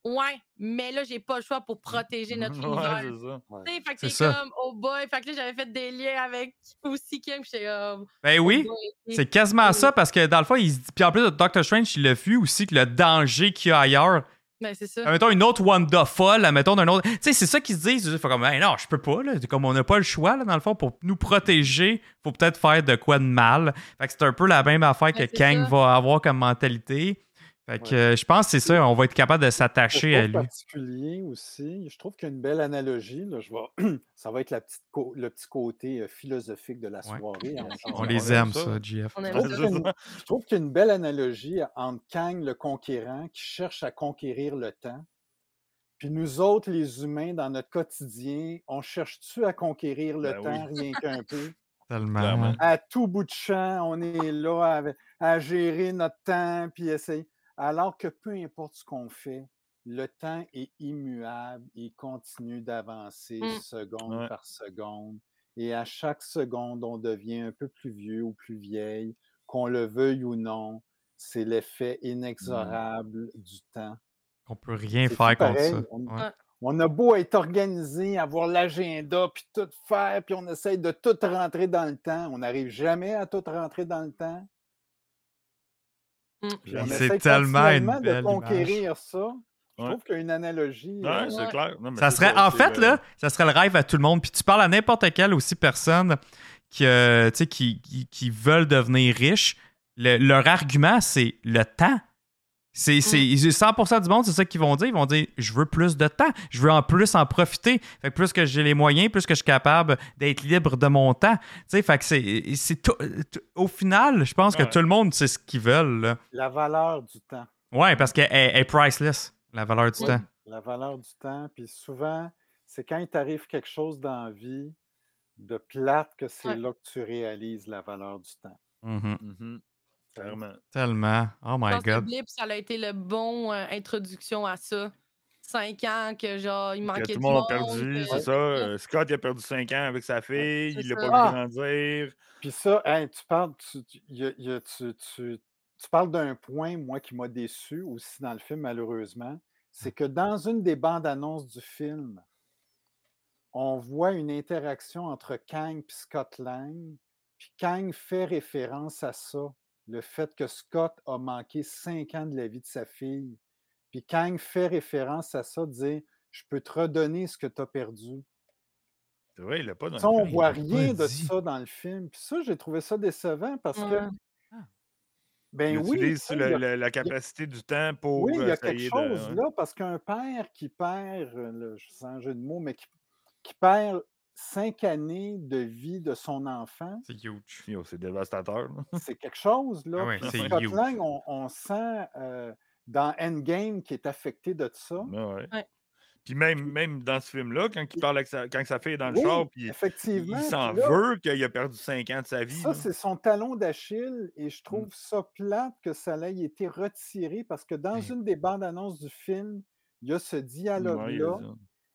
Speaker 6: ouais, mais là, j'ai pas le choix pour protéger notre
Speaker 3: Ouais,
Speaker 6: univers.
Speaker 3: c'est ça.
Speaker 6: Tu sais, fait que
Speaker 2: Mmh. C'est
Speaker 6: t'es
Speaker 2: ça.
Speaker 6: comme, oh boy, fait que là, j'avais fait des liens avec aussi Kim, puis j'étais comme,
Speaker 2: Ben
Speaker 6: oh
Speaker 2: oui,
Speaker 6: boy, ok.
Speaker 2: c'est quasiment ça parce que dans le fond, il se dit. Puis en plus, Doctor Strange, il le vu aussi que le danger qu'il y a ailleurs.
Speaker 6: Ben, c'est ça.
Speaker 2: Mettons une autre Wanda folle, mettons d'un autre. Tu sais, c'est ça qu'ils se disent. Ils font comme, hey, non, je peux pas, là. C'est Comme on n'a pas le choix, là, dans le fond, pour nous protéger, faut peut-être faire de quoi de mal. Fait que c'est un peu la même affaire que
Speaker 6: Ouais, c'est
Speaker 2: Kang
Speaker 6: ça.
Speaker 2: va avoir comme mentalité. Fait que
Speaker 4: Ouais.
Speaker 2: euh, je pense que c'est ça, on va être capable de s'attacher à
Speaker 4: Je trouve
Speaker 2: lui.
Speaker 4: particulier aussi. Je trouve qu'il y a une belle analogie. Là, je vais- *clears throat* Ça va être la petite co- le petit côté euh, philosophique de la
Speaker 2: Ouais.
Speaker 4: soirée. en genre.
Speaker 2: On les aime, ça, GF.
Speaker 6: On
Speaker 4: Je
Speaker 6: aime
Speaker 4: trouve qu'il y a
Speaker 6: ça.
Speaker 3: *laughs*
Speaker 4: une- je trouve qu'il y a une belle analogie euh, entre Kang le conquérant qui cherche à conquérir le temps, puis nous autres, les humains, dans notre quotidien, on cherche-tu à conquérir le
Speaker 3: Ben oui.
Speaker 4: temps rien qu'un peu?
Speaker 2: Tellement.
Speaker 3: Clairement.
Speaker 2: hein.
Speaker 4: à tout bout de champ, on est là avec- à, gérer notre temps puis essayer. Alors que peu importe ce qu'on fait, le temps est immuable, il continue d'avancer
Speaker 6: Mm.
Speaker 4: seconde
Speaker 3: Ouais.
Speaker 4: par seconde. Et à chaque seconde, on devient un peu plus vieux ou plus vieille, qu'on le veuille ou non. C'est l'effet
Speaker 2: Mmh.
Speaker 4: inexorable du temps.
Speaker 2: On peut rien
Speaker 4: C'est
Speaker 2: faire
Speaker 4: tout
Speaker 2: contre
Speaker 4: pareil,
Speaker 2: ça.
Speaker 4: on-
Speaker 2: Ouais.
Speaker 4: On a beau être organisé, avoir l'agenda, puis tout faire, puis on essaye de tout rentrer dans le temps. On n'arrive jamais à tout rentrer dans le temps.
Speaker 6: Mm.
Speaker 4: Puis on
Speaker 2: Ben, C'est
Speaker 4: essaie
Speaker 2: tellement une
Speaker 4: continuellement
Speaker 2: belle
Speaker 4: de conquérir ça. Je
Speaker 3: Ouais.
Speaker 4: trouve qu'il y a une analogie. euh,
Speaker 3: Ouais, c'est
Speaker 6: Ouais.
Speaker 3: clair. Non, mais
Speaker 2: Ça
Speaker 3: c'est
Speaker 2: serait, en
Speaker 3: c'est,
Speaker 2: fait,
Speaker 3: euh,
Speaker 2: là, ça serait le rêve à tout le monde. Puis tu parles à n'importe quelle aussi personne qui, euh, tu sais, qui, qui, qui veulent devenir riches. Le- leur argument, c'est le temps. C'est, c'est,
Speaker 6: Mm.
Speaker 2: 100% du monde, c'est ça qu'ils vont dire. Ils vont dire Je veux plus de temps. Je veux en plus en profiter. Fait que plus que j'ai les moyens, plus que je suis capable d'être libre de mon temps. Tu sais, fait que c'est, c'est tout- tout- au final, je pense que
Speaker 3: Ouais.
Speaker 2: tout le monde sait ce qu'ils veulent. là.
Speaker 4: La valeur du temps.
Speaker 2: Ouais, parce qu'elle elle est priceless, la valeur du
Speaker 6: Ouais.
Speaker 2: temps.
Speaker 4: La valeur du temps. Puis souvent, c'est quand il t'arrive quelque chose dans la vie de plate que c'est
Speaker 6: Ouais.
Speaker 4: là que tu réalises la valeur du temps.
Speaker 2: Mhm.
Speaker 3: mhm, Clairement.
Speaker 2: Tellement. Oh
Speaker 6: Je
Speaker 2: my
Speaker 6: pense que
Speaker 2: God.
Speaker 6: Blip, ça a été le bon euh, introduction à ça. Cinq ans que genre il
Speaker 3: Que
Speaker 6: manquait
Speaker 3: tout
Speaker 6: de
Speaker 3: le monde a
Speaker 6: monde.
Speaker 3: perdu,
Speaker 6: euh,
Speaker 3: c'est ça. Euh, Scott, il a perdu 5 ans avec sa fille,
Speaker 6: c'est
Speaker 3: il l'a
Speaker 6: ça.
Speaker 3: pas vu
Speaker 4: Ah!
Speaker 3: grandir.
Speaker 4: Puis ça, hey, tu parles, tu, tu- y a- y a- tu- tu- tu parles d'un point, moi, qui m'a déçu aussi dans le film, malheureusement, c'est que dans une des bandes annonces du film, on voit une interaction entre Kang et Scott Lang. Puis Kang fait référence à ça, le fait que Scott a manqué cinq ans de la vie de sa fille. Puis Kang fait référence à ça, dire Je peux te redonner ce que tu as perdu.
Speaker 3: C'est vrai, il l'a pas dans
Speaker 4: Ça, on
Speaker 3: le film.
Speaker 4: voit
Speaker 2: il l'a pas
Speaker 4: rien de
Speaker 2: dit.
Speaker 4: ça dans le film. Puis ça, j'ai trouvé ça décevant parce que.
Speaker 6: Ouais.
Speaker 2: Ah.
Speaker 4: Ben
Speaker 3: Il
Speaker 4: oui, tu
Speaker 3: utilise
Speaker 4: sais, il y
Speaker 3: le-
Speaker 4: a-
Speaker 3: le- la capacité du temps pour
Speaker 4: oui, il y
Speaker 3: euh,
Speaker 4: a quelque
Speaker 3: essayer de-
Speaker 4: chose
Speaker 3: ouais.
Speaker 4: là parce qu'un père qui perd, euh, là, je sens un jeu de mots, mais qui, qui perd cinq années de vie de son enfant,
Speaker 2: C'est huge.
Speaker 3: Yo, C'est dévastateur. là.
Speaker 4: c'est quelque chose. là.
Speaker 2: Ah ouais,
Speaker 4: Puis
Speaker 2: c'est
Speaker 4: Scott
Speaker 2: huge.
Speaker 4: Lang, on, on sent euh, dans Endgame qui est affecté de ça.
Speaker 3: Ouais.
Speaker 6: Ouais.
Speaker 3: Puis même, même dans ce film-là, quand il parle avec sa, quand sa fille est dans le
Speaker 4: Oui,
Speaker 3: char, puis il-
Speaker 4: effectivement.
Speaker 3: il s'en
Speaker 4: puis là,
Speaker 3: veut qu'il a perdu 5 ans de sa vie.
Speaker 4: Ça,
Speaker 3: là.
Speaker 4: c'est son talon d'Achille et je trouve ça plate que ça l'ait été retiré parce que dans
Speaker 3: Ben.
Speaker 4: une des bandes annonces du film, il y a ce
Speaker 3: Ouais, il a
Speaker 4: dialogue-là
Speaker 3: ça.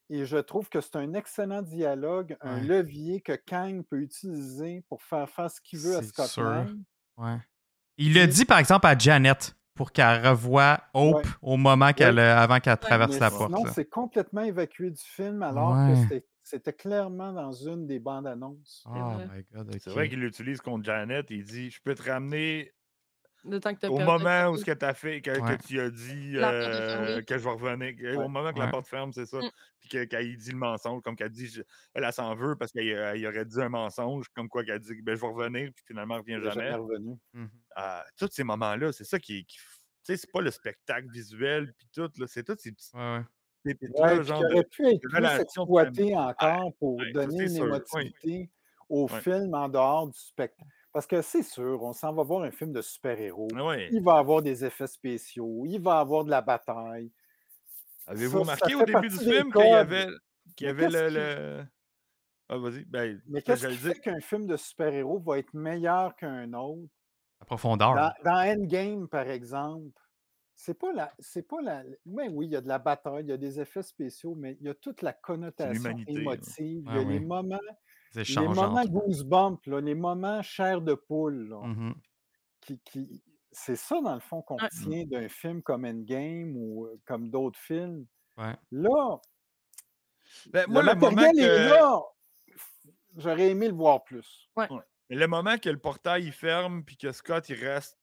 Speaker 4: et je trouve que c'est un excellent dialogue, un
Speaker 2: Ouais.
Speaker 4: levier que Kang peut utiliser pour faire faire ce qu'il veut à
Speaker 2: C'est
Speaker 4: Scotland.
Speaker 2: Ouais. Il le dit, par exemple, à Janet pour qu'elle revoie Hope
Speaker 4: Ouais.
Speaker 2: au moment qu'elle euh, avant qu'elle traverse
Speaker 4: Mais
Speaker 2: la porte.
Speaker 4: sinon,
Speaker 2: là.
Speaker 4: c'est complètement évacué du film alors
Speaker 2: Ouais.
Speaker 4: que c'était- c'était clairement dans une des bandes annonces.
Speaker 2: Oh
Speaker 6: vrai.
Speaker 2: my god,
Speaker 3: C'est
Speaker 2: ok.
Speaker 3: vrai qu'il l'utilise contre Janet. Il dit Je peux te ramener
Speaker 6: Le temps que t'as
Speaker 3: au
Speaker 6: perdu.
Speaker 3: moment où ce que t'as fait, que, que
Speaker 2: Ouais.
Speaker 3: tu as dit
Speaker 6: La porte est
Speaker 3: euh,
Speaker 6: fermée.
Speaker 3: que je vais revenir. que- Au
Speaker 4: Ouais.
Speaker 3: moment que la
Speaker 2: Ouais.
Speaker 3: porte ferme, c'est ça.
Speaker 6: Mm.
Speaker 3: Puis que- qu'elle dit le mensonge, comme qu'elle dit je- Elle, elle s'en veut parce qu'elle elle aurait dit un mensonge, comme quoi qu'elle dit ben, Je vais revenir, puis finalement, elle
Speaker 4: Il
Speaker 3: revient
Speaker 4: est
Speaker 3: jamais.
Speaker 4: revenu.
Speaker 2: Mhm.
Speaker 3: Ah, tous ces moments-là, c'est ça qui. qui- tu sais, c'est pas le spectacle visuel, puis tout, là, c'est tous ces petits
Speaker 2: Ouais, ouais.
Speaker 4: Ouais,
Speaker 3: pépites-là,
Speaker 4: puis
Speaker 3: genre
Speaker 4: qui
Speaker 3: de-
Speaker 4: aurait pu être
Speaker 3: de
Speaker 4: plus
Speaker 3: relation de
Speaker 4: exploité
Speaker 3: famille.
Speaker 4: encore pour
Speaker 3: ouais, ça,
Speaker 4: donner
Speaker 3: c'est
Speaker 4: une
Speaker 3: sûr, oui.
Speaker 4: émotivité au
Speaker 3: Ouais.
Speaker 4: film en dehors du spectacle. Parce que c'est sûr, on s'en va voir un film de super-héros.
Speaker 3: Ah ouais.
Speaker 4: Il va avoir des effets spéciaux, il va avoir de la bataille.
Speaker 3: Avez-vous
Speaker 4: Ça, ça
Speaker 3: remarqué
Speaker 4: fait
Speaker 3: au début du
Speaker 4: partie des
Speaker 3: film qu'il y
Speaker 4: codes.
Speaker 3: avait, qu'il y
Speaker 4: Mais
Speaker 3: avait le,
Speaker 4: qu'est-ce
Speaker 3: le- Ah, vas-y. Ben,
Speaker 4: Mais
Speaker 3: je
Speaker 4: qu'est-ce
Speaker 3: vais
Speaker 4: qui
Speaker 3: le dire.
Speaker 4: fait qu'un film de super-héros va être meilleur qu'un autre?
Speaker 2: La profondeur.
Speaker 3: Ah
Speaker 4: Dans, dans Endgame, par exemple, c'est pas la. C'est pas la. ouais, oui, il y a de la bataille, il y a des effets spéciaux, mais il y a toute la connotation
Speaker 3: l'humanité, là.
Speaker 4: émotive, il y
Speaker 2: Ah
Speaker 4: a les
Speaker 2: oui.
Speaker 4: moments
Speaker 2: les échanges
Speaker 4: Les moments
Speaker 2: entre-
Speaker 4: goosebumps, là, les moments chair de poule, là,
Speaker 3: Mmh.
Speaker 2: Mhm.
Speaker 4: qui, qui- c'est ça, dans le fond, qu'on
Speaker 6: Ouais.
Speaker 4: tient d'un film comme Endgame ou euh, comme d'autres films.
Speaker 2: Ouais.
Speaker 4: Là,
Speaker 3: Ben,
Speaker 4: le
Speaker 3: moi, le, moment
Speaker 4: matériel est
Speaker 3: que,
Speaker 4: là. J'aurais aimé le voir plus.
Speaker 3: le moment que le portail il ferme puis que Scott il reste.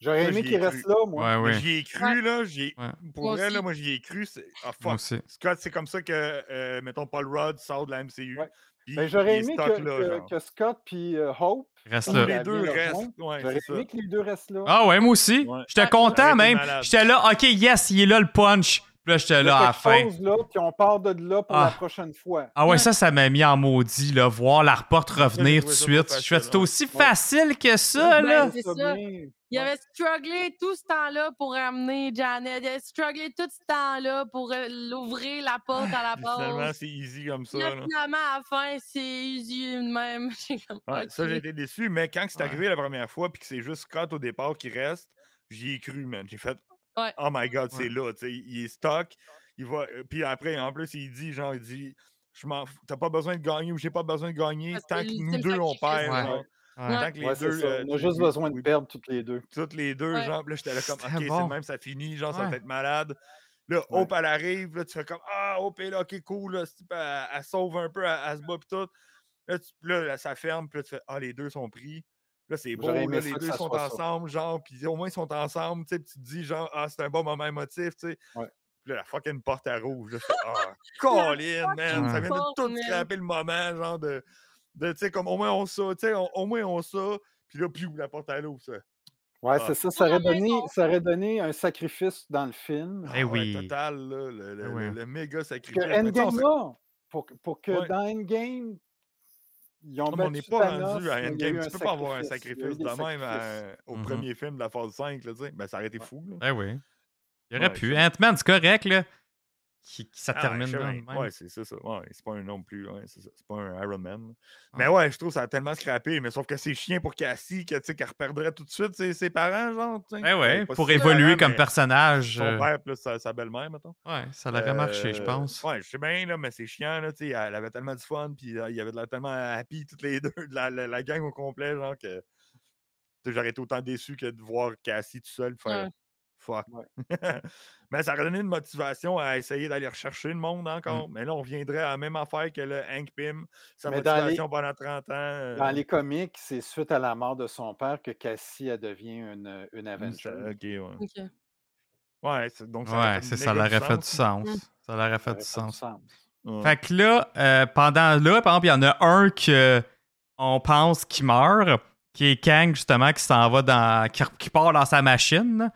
Speaker 4: J'aurais
Speaker 3: Ça,
Speaker 4: aimé
Speaker 3: j'y ai
Speaker 4: qu'il
Speaker 3: cru.
Speaker 4: reste là, moi.
Speaker 2: Ouais, ouais.
Speaker 3: J'y ai cru, là. J'y ai-
Speaker 2: Ah Ouais.
Speaker 3: Pour
Speaker 6: Moi
Speaker 3: vrai, là,
Speaker 6: aussi.
Speaker 3: moi, j'y ai cru. c'est- Ah,
Speaker 2: Moi
Speaker 3: fuck.
Speaker 2: aussi.
Speaker 3: Scott, c'est comme ça que, euh, mettons, Paul Rudd sort de la MCU.
Speaker 4: Ouais.
Speaker 3: puis il
Speaker 4: Mais Ben, j'aurais
Speaker 3: est
Speaker 4: aimé
Speaker 3: stock
Speaker 4: que,
Speaker 3: là,
Speaker 4: que-
Speaker 3: genre.
Speaker 4: que Scott puis euh, Hope,
Speaker 2: Reste
Speaker 3: Ou
Speaker 4: que-
Speaker 2: là.
Speaker 3: les deux
Speaker 4: Bien
Speaker 3: restent.
Speaker 4: rejoint,
Speaker 3: Ouais,
Speaker 4: j'aurais
Speaker 3: c'est ça.
Speaker 4: aimé que les deux restent là.
Speaker 2: Ah ouais, moi aussi.
Speaker 3: Ouais.
Speaker 2: J'étais
Speaker 6: Ouais.
Speaker 3: J'aurais
Speaker 2: content
Speaker 3: été
Speaker 2: même.
Speaker 3: malade.
Speaker 2: J'étais là, ok, yes, il est là le punch. Puis là,
Speaker 3: ben
Speaker 2: j'étais
Speaker 4: Il y a
Speaker 2: là à la
Speaker 4: quelque
Speaker 2: fin.
Speaker 4: chose, là, puis on part de là pour la
Speaker 2: Ah.
Speaker 4: prochaine fois.
Speaker 2: Ah ouais,
Speaker 6: Ouais.
Speaker 2: ça, ça m'a mis en maudit, là, voir la reporte
Speaker 3: j'ai
Speaker 2: revenir tout de
Speaker 3: trouvé ça
Speaker 2: suite.
Speaker 3: pas
Speaker 2: Je fais,
Speaker 3: facile,
Speaker 2: c'est
Speaker 3: ouais.
Speaker 2: aussi
Speaker 4: Ouais.
Speaker 2: facile que ça,
Speaker 6: Ouais. ben,
Speaker 2: là.
Speaker 6: c'est
Speaker 4: Ça
Speaker 6: ça.
Speaker 4: bien. Ouais.
Speaker 6: Il avait strugglé tout ce temps-là pour amener Janet. Il avait strugglé tout ce temps-là pour euh, l'ouvrir la porte à la
Speaker 3: Puis *laughs* Finalement,
Speaker 6: base.
Speaker 3: c'est easy comme ça.
Speaker 6: Là,
Speaker 3: là.
Speaker 6: finalement, à la fin, c'est easy de même. *laughs* J'ai comme,
Speaker 3: Ouais, Ça,
Speaker 6: ok.
Speaker 3: j'ai été déçu, mais quand c'est
Speaker 2: Ouais.
Speaker 3: arrivé la première fois puis que c'est juste Scott au départ qui reste, j'y ai cru, man. J'ai fait
Speaker 6: Ouais.
Speaker 3: Oh my god,
Speaker 2: Ouais.
Speaker 3: c'est là, tu sais, il est stock. Il va. euh, Puis après, en plus, il dit, genre, il dit Je m'en fous, t'as pas besoin de gagner ou j'ai pas besoin de gagner
Speaker 6: Ah, c'est
Speaker 3: tant que nous
Speaker 6: l'ultime
Speaker 3: deux on perd.
Speaker 6: sacrifice,
Speaker 2: ouais.
Speaker 3: genre.
Speaker 2: Ouais.
Speaker 3: Tant que les
Speaker 4: Ouais, c'est
Speaker 3: deux.
Speaker 4: ça.
Speaker 3: euh,
Speaker 4: On a
Speaker 3: tu-
Speaker 4: juste
Speaker 3: oui,
Speaker 4: besoin de
Speaker 3: oui,
Speaker 4: perdre toutes les deux.
Speaker 3: Toutes les deux,
Speaker 6: Ouais.
Speaker 3: genre, puis là, j'étais là comme
Speaker 2: C'était
Speaker 3: Ok, c'est
Speaker 2: bon.
Speaker 3: le même, ça finit, genre, ça
Speaker 2: Ouais.
Speaker 3: va être malade. Là,
Speaker 4: Ouais.
Speaker 3: Hope, elle arrive, là, tu fais comme Ah, Hope est là, ok, cool, là, c'est- elle, elle sauve un peu, elle, elle se bat, puis tout. Là, tu- là, là, ça ferme, puis là, tu fais Ah, les deux sont pris. Là, c'est beau,
Speaker 4: J'aurais
Speaker 3: là,
Speaker 4: aimé ça
Speaker 3: les
Speaker 4: que
Speaker 3: deux
Speaker 4: ça
Speaker 3: sont
Speaker 4: soit ça.
Speaker 3: ensemble, genre, puis au moins ils sont ensemble, tu sais, puis tu te dis, genre, Ah, c'est un bon moment émotif, tu sais.
Speaker 4: Ouais.
Speaker 3: Puis là, la fucking porte à rouge, là, je fais Ah, Colin, man, ça
Speaker 2: fucking
Speaker 3: vient de
Speaker 6: porte,
Speaker 3: tout
Speaker 6: man.
Speaker 3: scraper le moment, genre, de, de tu sais, comme au moins on ça, tu sais, on- au moins on ça, puis là, puis la porte à l'eau, ça.
Speaker 4: Ouais,
Speaker 3: Ah.
Speaker 4: c'est ça. Ça aurait,
Speaker 6: aurait
Speaker 4: donné,
Speaker 6: raison.
Speaker 4: ça aurait donné un sacrifice dans le film.
Speaker 2: Eh
Speaker 3: Ah ouais,
Speaker 2: oui.
Speaker 3: total, là, le, le-
Speaker 2: Eh
Speaker 3: le-
Speaker 2: ouais.
Speaker 3: le méga
Speaker 4: Que
Speaker 3: sacrifice. Mais tu sais, on
Speaker 4: Endgame
Speaker 3: s'en-
Speaker 4: là, pour, que- pour que
Speaker 3: Ouais.
Speaker 4: dans Endgame, ils ont
Speaker 3: Comme on
Speaker 4: battu
Speaker 3: n'est pas rendu
Speaker 4: Thanos,
Speaker 3: à
Speaker 4: mais il y a
Speaker 3: Endgame,
Speaker 4: eu
Speaker 3: tu peux pas avoir un
Speaker 4: Il y a eu
Speaker 3: sacrifice
Speaker 4: des
Speaker 3: de même
Speaker 4: sacrifices.
Speaker 3: à- au
Speaker 2: Mhm.
Speaker 3: premier film de la phase 5. Là, tu sais. ben, ça aurait été fou. Là.
Speaker 2: Ben oui. Il aurait
Speaker 3: Ouais,
Speaker 2: pu.
Speaker 3: c'est-
Speaker 2: Ant-Man, c'est correct, là. Qui, qui- ça
Speaker 3: Ah,
Speaker 2: termine
Speaker 3: je sais
Speaker 2: là.
Speaker 3: bien.
Speaker 2: de même.
Speaker 3: Ouais, c'est c'est ça. Ouais, c'est pas un homme plus. ouais, c'est ça. C'est pas un Iron Man. Mais ouais, je trouve que ça a tellement scrappé. Mais sauf que c'est chiant pour Cassie que, tu sais, qu'elle reperdrait tout de suite ses, ses parents, genre. tu sais.
Speaker 2: Ben ouais,
Speaker 3: Ben, pas
Speaker 2: pour
Speaker 3: ses
Speaker 2: évoluer
Speaker 3: parents,
Speaker 2: comme
Speaker 3: mais
Speaker 2: personnage.
Speaker 3: Son
Speaker 2: euh,
Speaker 3: père plus sa, sa belle-mère, mettons.
Speaker 2: ouais, ça l'aurait marché, je
Speaker 3: Euh,
Speaker 2: pense.
Speaker 3: Ouais, je sais bien, là, mais c'est chiant, là, tu sais, elle avait tellement du fun, puis euh, il y avait de l'air tellement happy, toutes les *laughs* deux, de la, la- la gang au complet, genre, que tu sais, j'aurais été autant déçu que de voir Cassie tout seul faire
Speaker 6: Ouais.
Speaker 3: fuck.
Speaker 4: Ouais.
Speaker 3: *laughs* mais ça aurait donné une motivation à essayer d'aller rechercher le monde
Speaker 2: Mmh.
Speaker 3: encore, mais là, on reviendrait à la même affaire que le Hank Pym, sa
Speaker 4: Mais dans les-
Speaker 3: motivation pendant 30 ans. euh,
Speaker 4: Dans les comics, c'est suite à la mort de son père que Cassie elle devient une, une
Speaker 3: hum, ça-
Speaker 4: Avenger.
Speaker 3: ok, ouais.
Speaker 6: Ok.
Speaker 3: Ouais, c'est- donc ça aurait
Speaker 2: Ouais,
Speaker 3: fait
Speaker 2: c'est
Speaker 3: du
Speaker 2: ça
Speaker 3: méga
Speaker 2: l'aurait fait du
Speaker 3: sens,
Speaker 2: sens.
Speaker 6: Mm.
Speaker 2: Ça l'aurait
Speaker 4: Ça
Speaker 2: fait
Speaker 4: aurait
Speaker 2: du
Speaker 4: fait du
Speaker 2: sens.
Speaker 4: sens.
Speaker 3: ouais.
Speaker 2: Fait que là, euh, pendant là, par exemple, il y en a un que on pense qui meurt, qui est Kang, justement, qui s'en va dans. qui, qui part dans sa machine.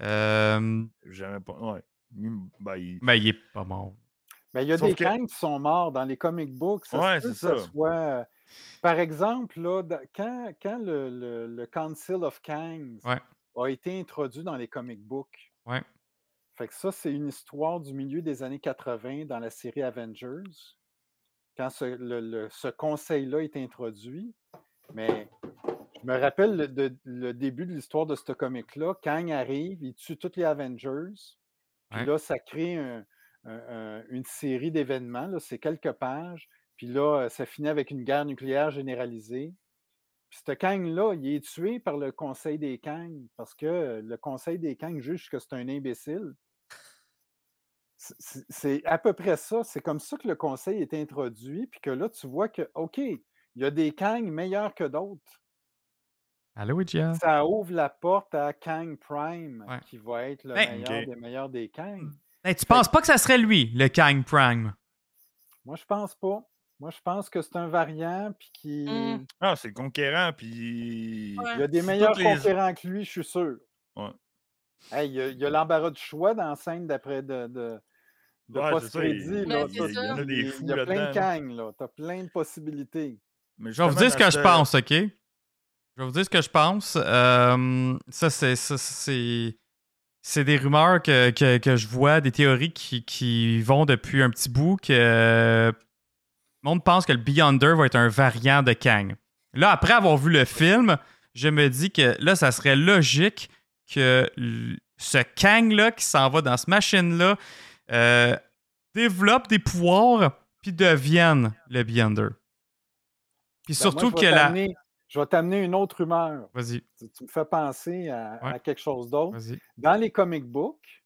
Speaker 2: Euh,
Speaker 3: J'aimais pas. Ouais. Hum, ben, il-
Speaker 2: mais il est pas mort.
Speaker 4: Mais il y a
Speaker 3: Sauf
Speaker 4: des
Speaker 3: que-
Speaker 4: Kangs qui sont morts dans les comic books. se
Speaker 3: Ouais,
Speaker 4: peut
Speaker 3: c'est
Speaker 4: que ce
Speaker 3: ça.
Speaker 4: soit- Par exemple, là, da- quand, quand le, le- le Council of Kangs
Speaker 2: Ouais.
Speaker 4: a été introduit dans les comic books.
Speaker 2: Ouais.
Speaker 4: Fait que ça, c'est une histoire du milieu des années 80 dans la série Avengers, quand ce, le- le- ce conseil-là est introduit. Mais je me rappelle le, de- le début de l'histoire de ce comic-là. Kang arrive, il tue tous les Avengers. Puis
Speaker 2: Ouais.
Speaker 4: là, ça crée un- un- un- une série d'événements. là, C'est quelques pages. Puis là, euh, ça finit avec une guerre nucléaire généralisée. Puis ce Kang-là, il est tué par le Conseil des Kangs parce que euh, le Conseil des Kangs juge que c'est un imbécile. C'est- C'est c'est à peu près ça. C'est comme ça que le Conseil est introduit. Puis que là, tu vois que, OK, il y a des Kangs meilleurs que d'autres.
Speaker 2: Allô, Gia.
Speaker 4: Ça ouvre la porte à Kang Prime,
Speaker 2: Ah. Ouais.
Speaker 4: qui va être le
Speaker 2: Ben, Hmm.
Speaker 4: meilleur
Speaker 3: ok.
Speaker 4: des meilleurs des Kangs.
Speaker 2: Hey, tu penses pas que ça serait lui, le Kang Prime?
Speaker 4: Moi, je pense pas. Moi, je pense que c'est un variant, puis qu'il
Speaker 6: Mm.
Speaker 3: Ah, c'est conquérant, puis.
Speaker 6: Ouais.
Speaker 4: il y a des
Speaker 3: Ah, Toutes
Speaker 4: meilleurs
Speaker 3: les-
Speaker 4: conférents que lui, je suis sûr.
Speaker 3: Ouais.
Speaker 4: Hey, il y a, il y a l'embarras du choix dans la scène d'après de, de, de
Speaker 3: Ouais, c'est ça, il-
Speaker 4: post-crédit. là.
Speaker 6: Ouais, c'est
Speaker 4: Il y
Speaker 6: ça.
Speaker 4: a-
Speaker 6: Il y en
Speaker 3: a des
Speaker 4: il y a
Speaker 3: fous
Speaker 4: plein
Speaker 3: là-dedans,
Speaker 4: de
Speaker 3: là.
Speaker 4: gangs, là. Tu as plein de possibilités.
Speaker 3: Mais
Speaker 2: Je vais vous
Speaker 3: justement,
Speaker 2: dire ce que
Speaker 3: dans
Speaker 2: je pense,
Speaker 3: ce-
Speaker 2: OK? Je vais vous dire ce que je pense. Euh, ça, c'est. ça, c'est- C'est des rumeurs que, que- que je vois, des théories qui, qui vont depuis un petit bout que euh, le monde pense que le Beyonder va être un variant de Kang. Là, après avoir vu le film, je me dis que là, ça serait logique que l- ce Kang-là qui s'en va dans ce machine-là euh, développe des pouvoirs puis devienne le Beyonder. Puis
Speaker 4: Ben, moi,
Speaker 2: surtout
Speaker 4: je vais
Speaker 2: que la...
Speaker 4: t'amener- Je vais t'amener une autre humeur.
Speaker 2: Vas-y,
Speaker 4: Tu, tu me fais penser à, à
Speaker 2: Ouais.
Speaker 4: quelque chose d'autre.
Speaker 2: vas-y.
Speaker 4: Dans les comic books,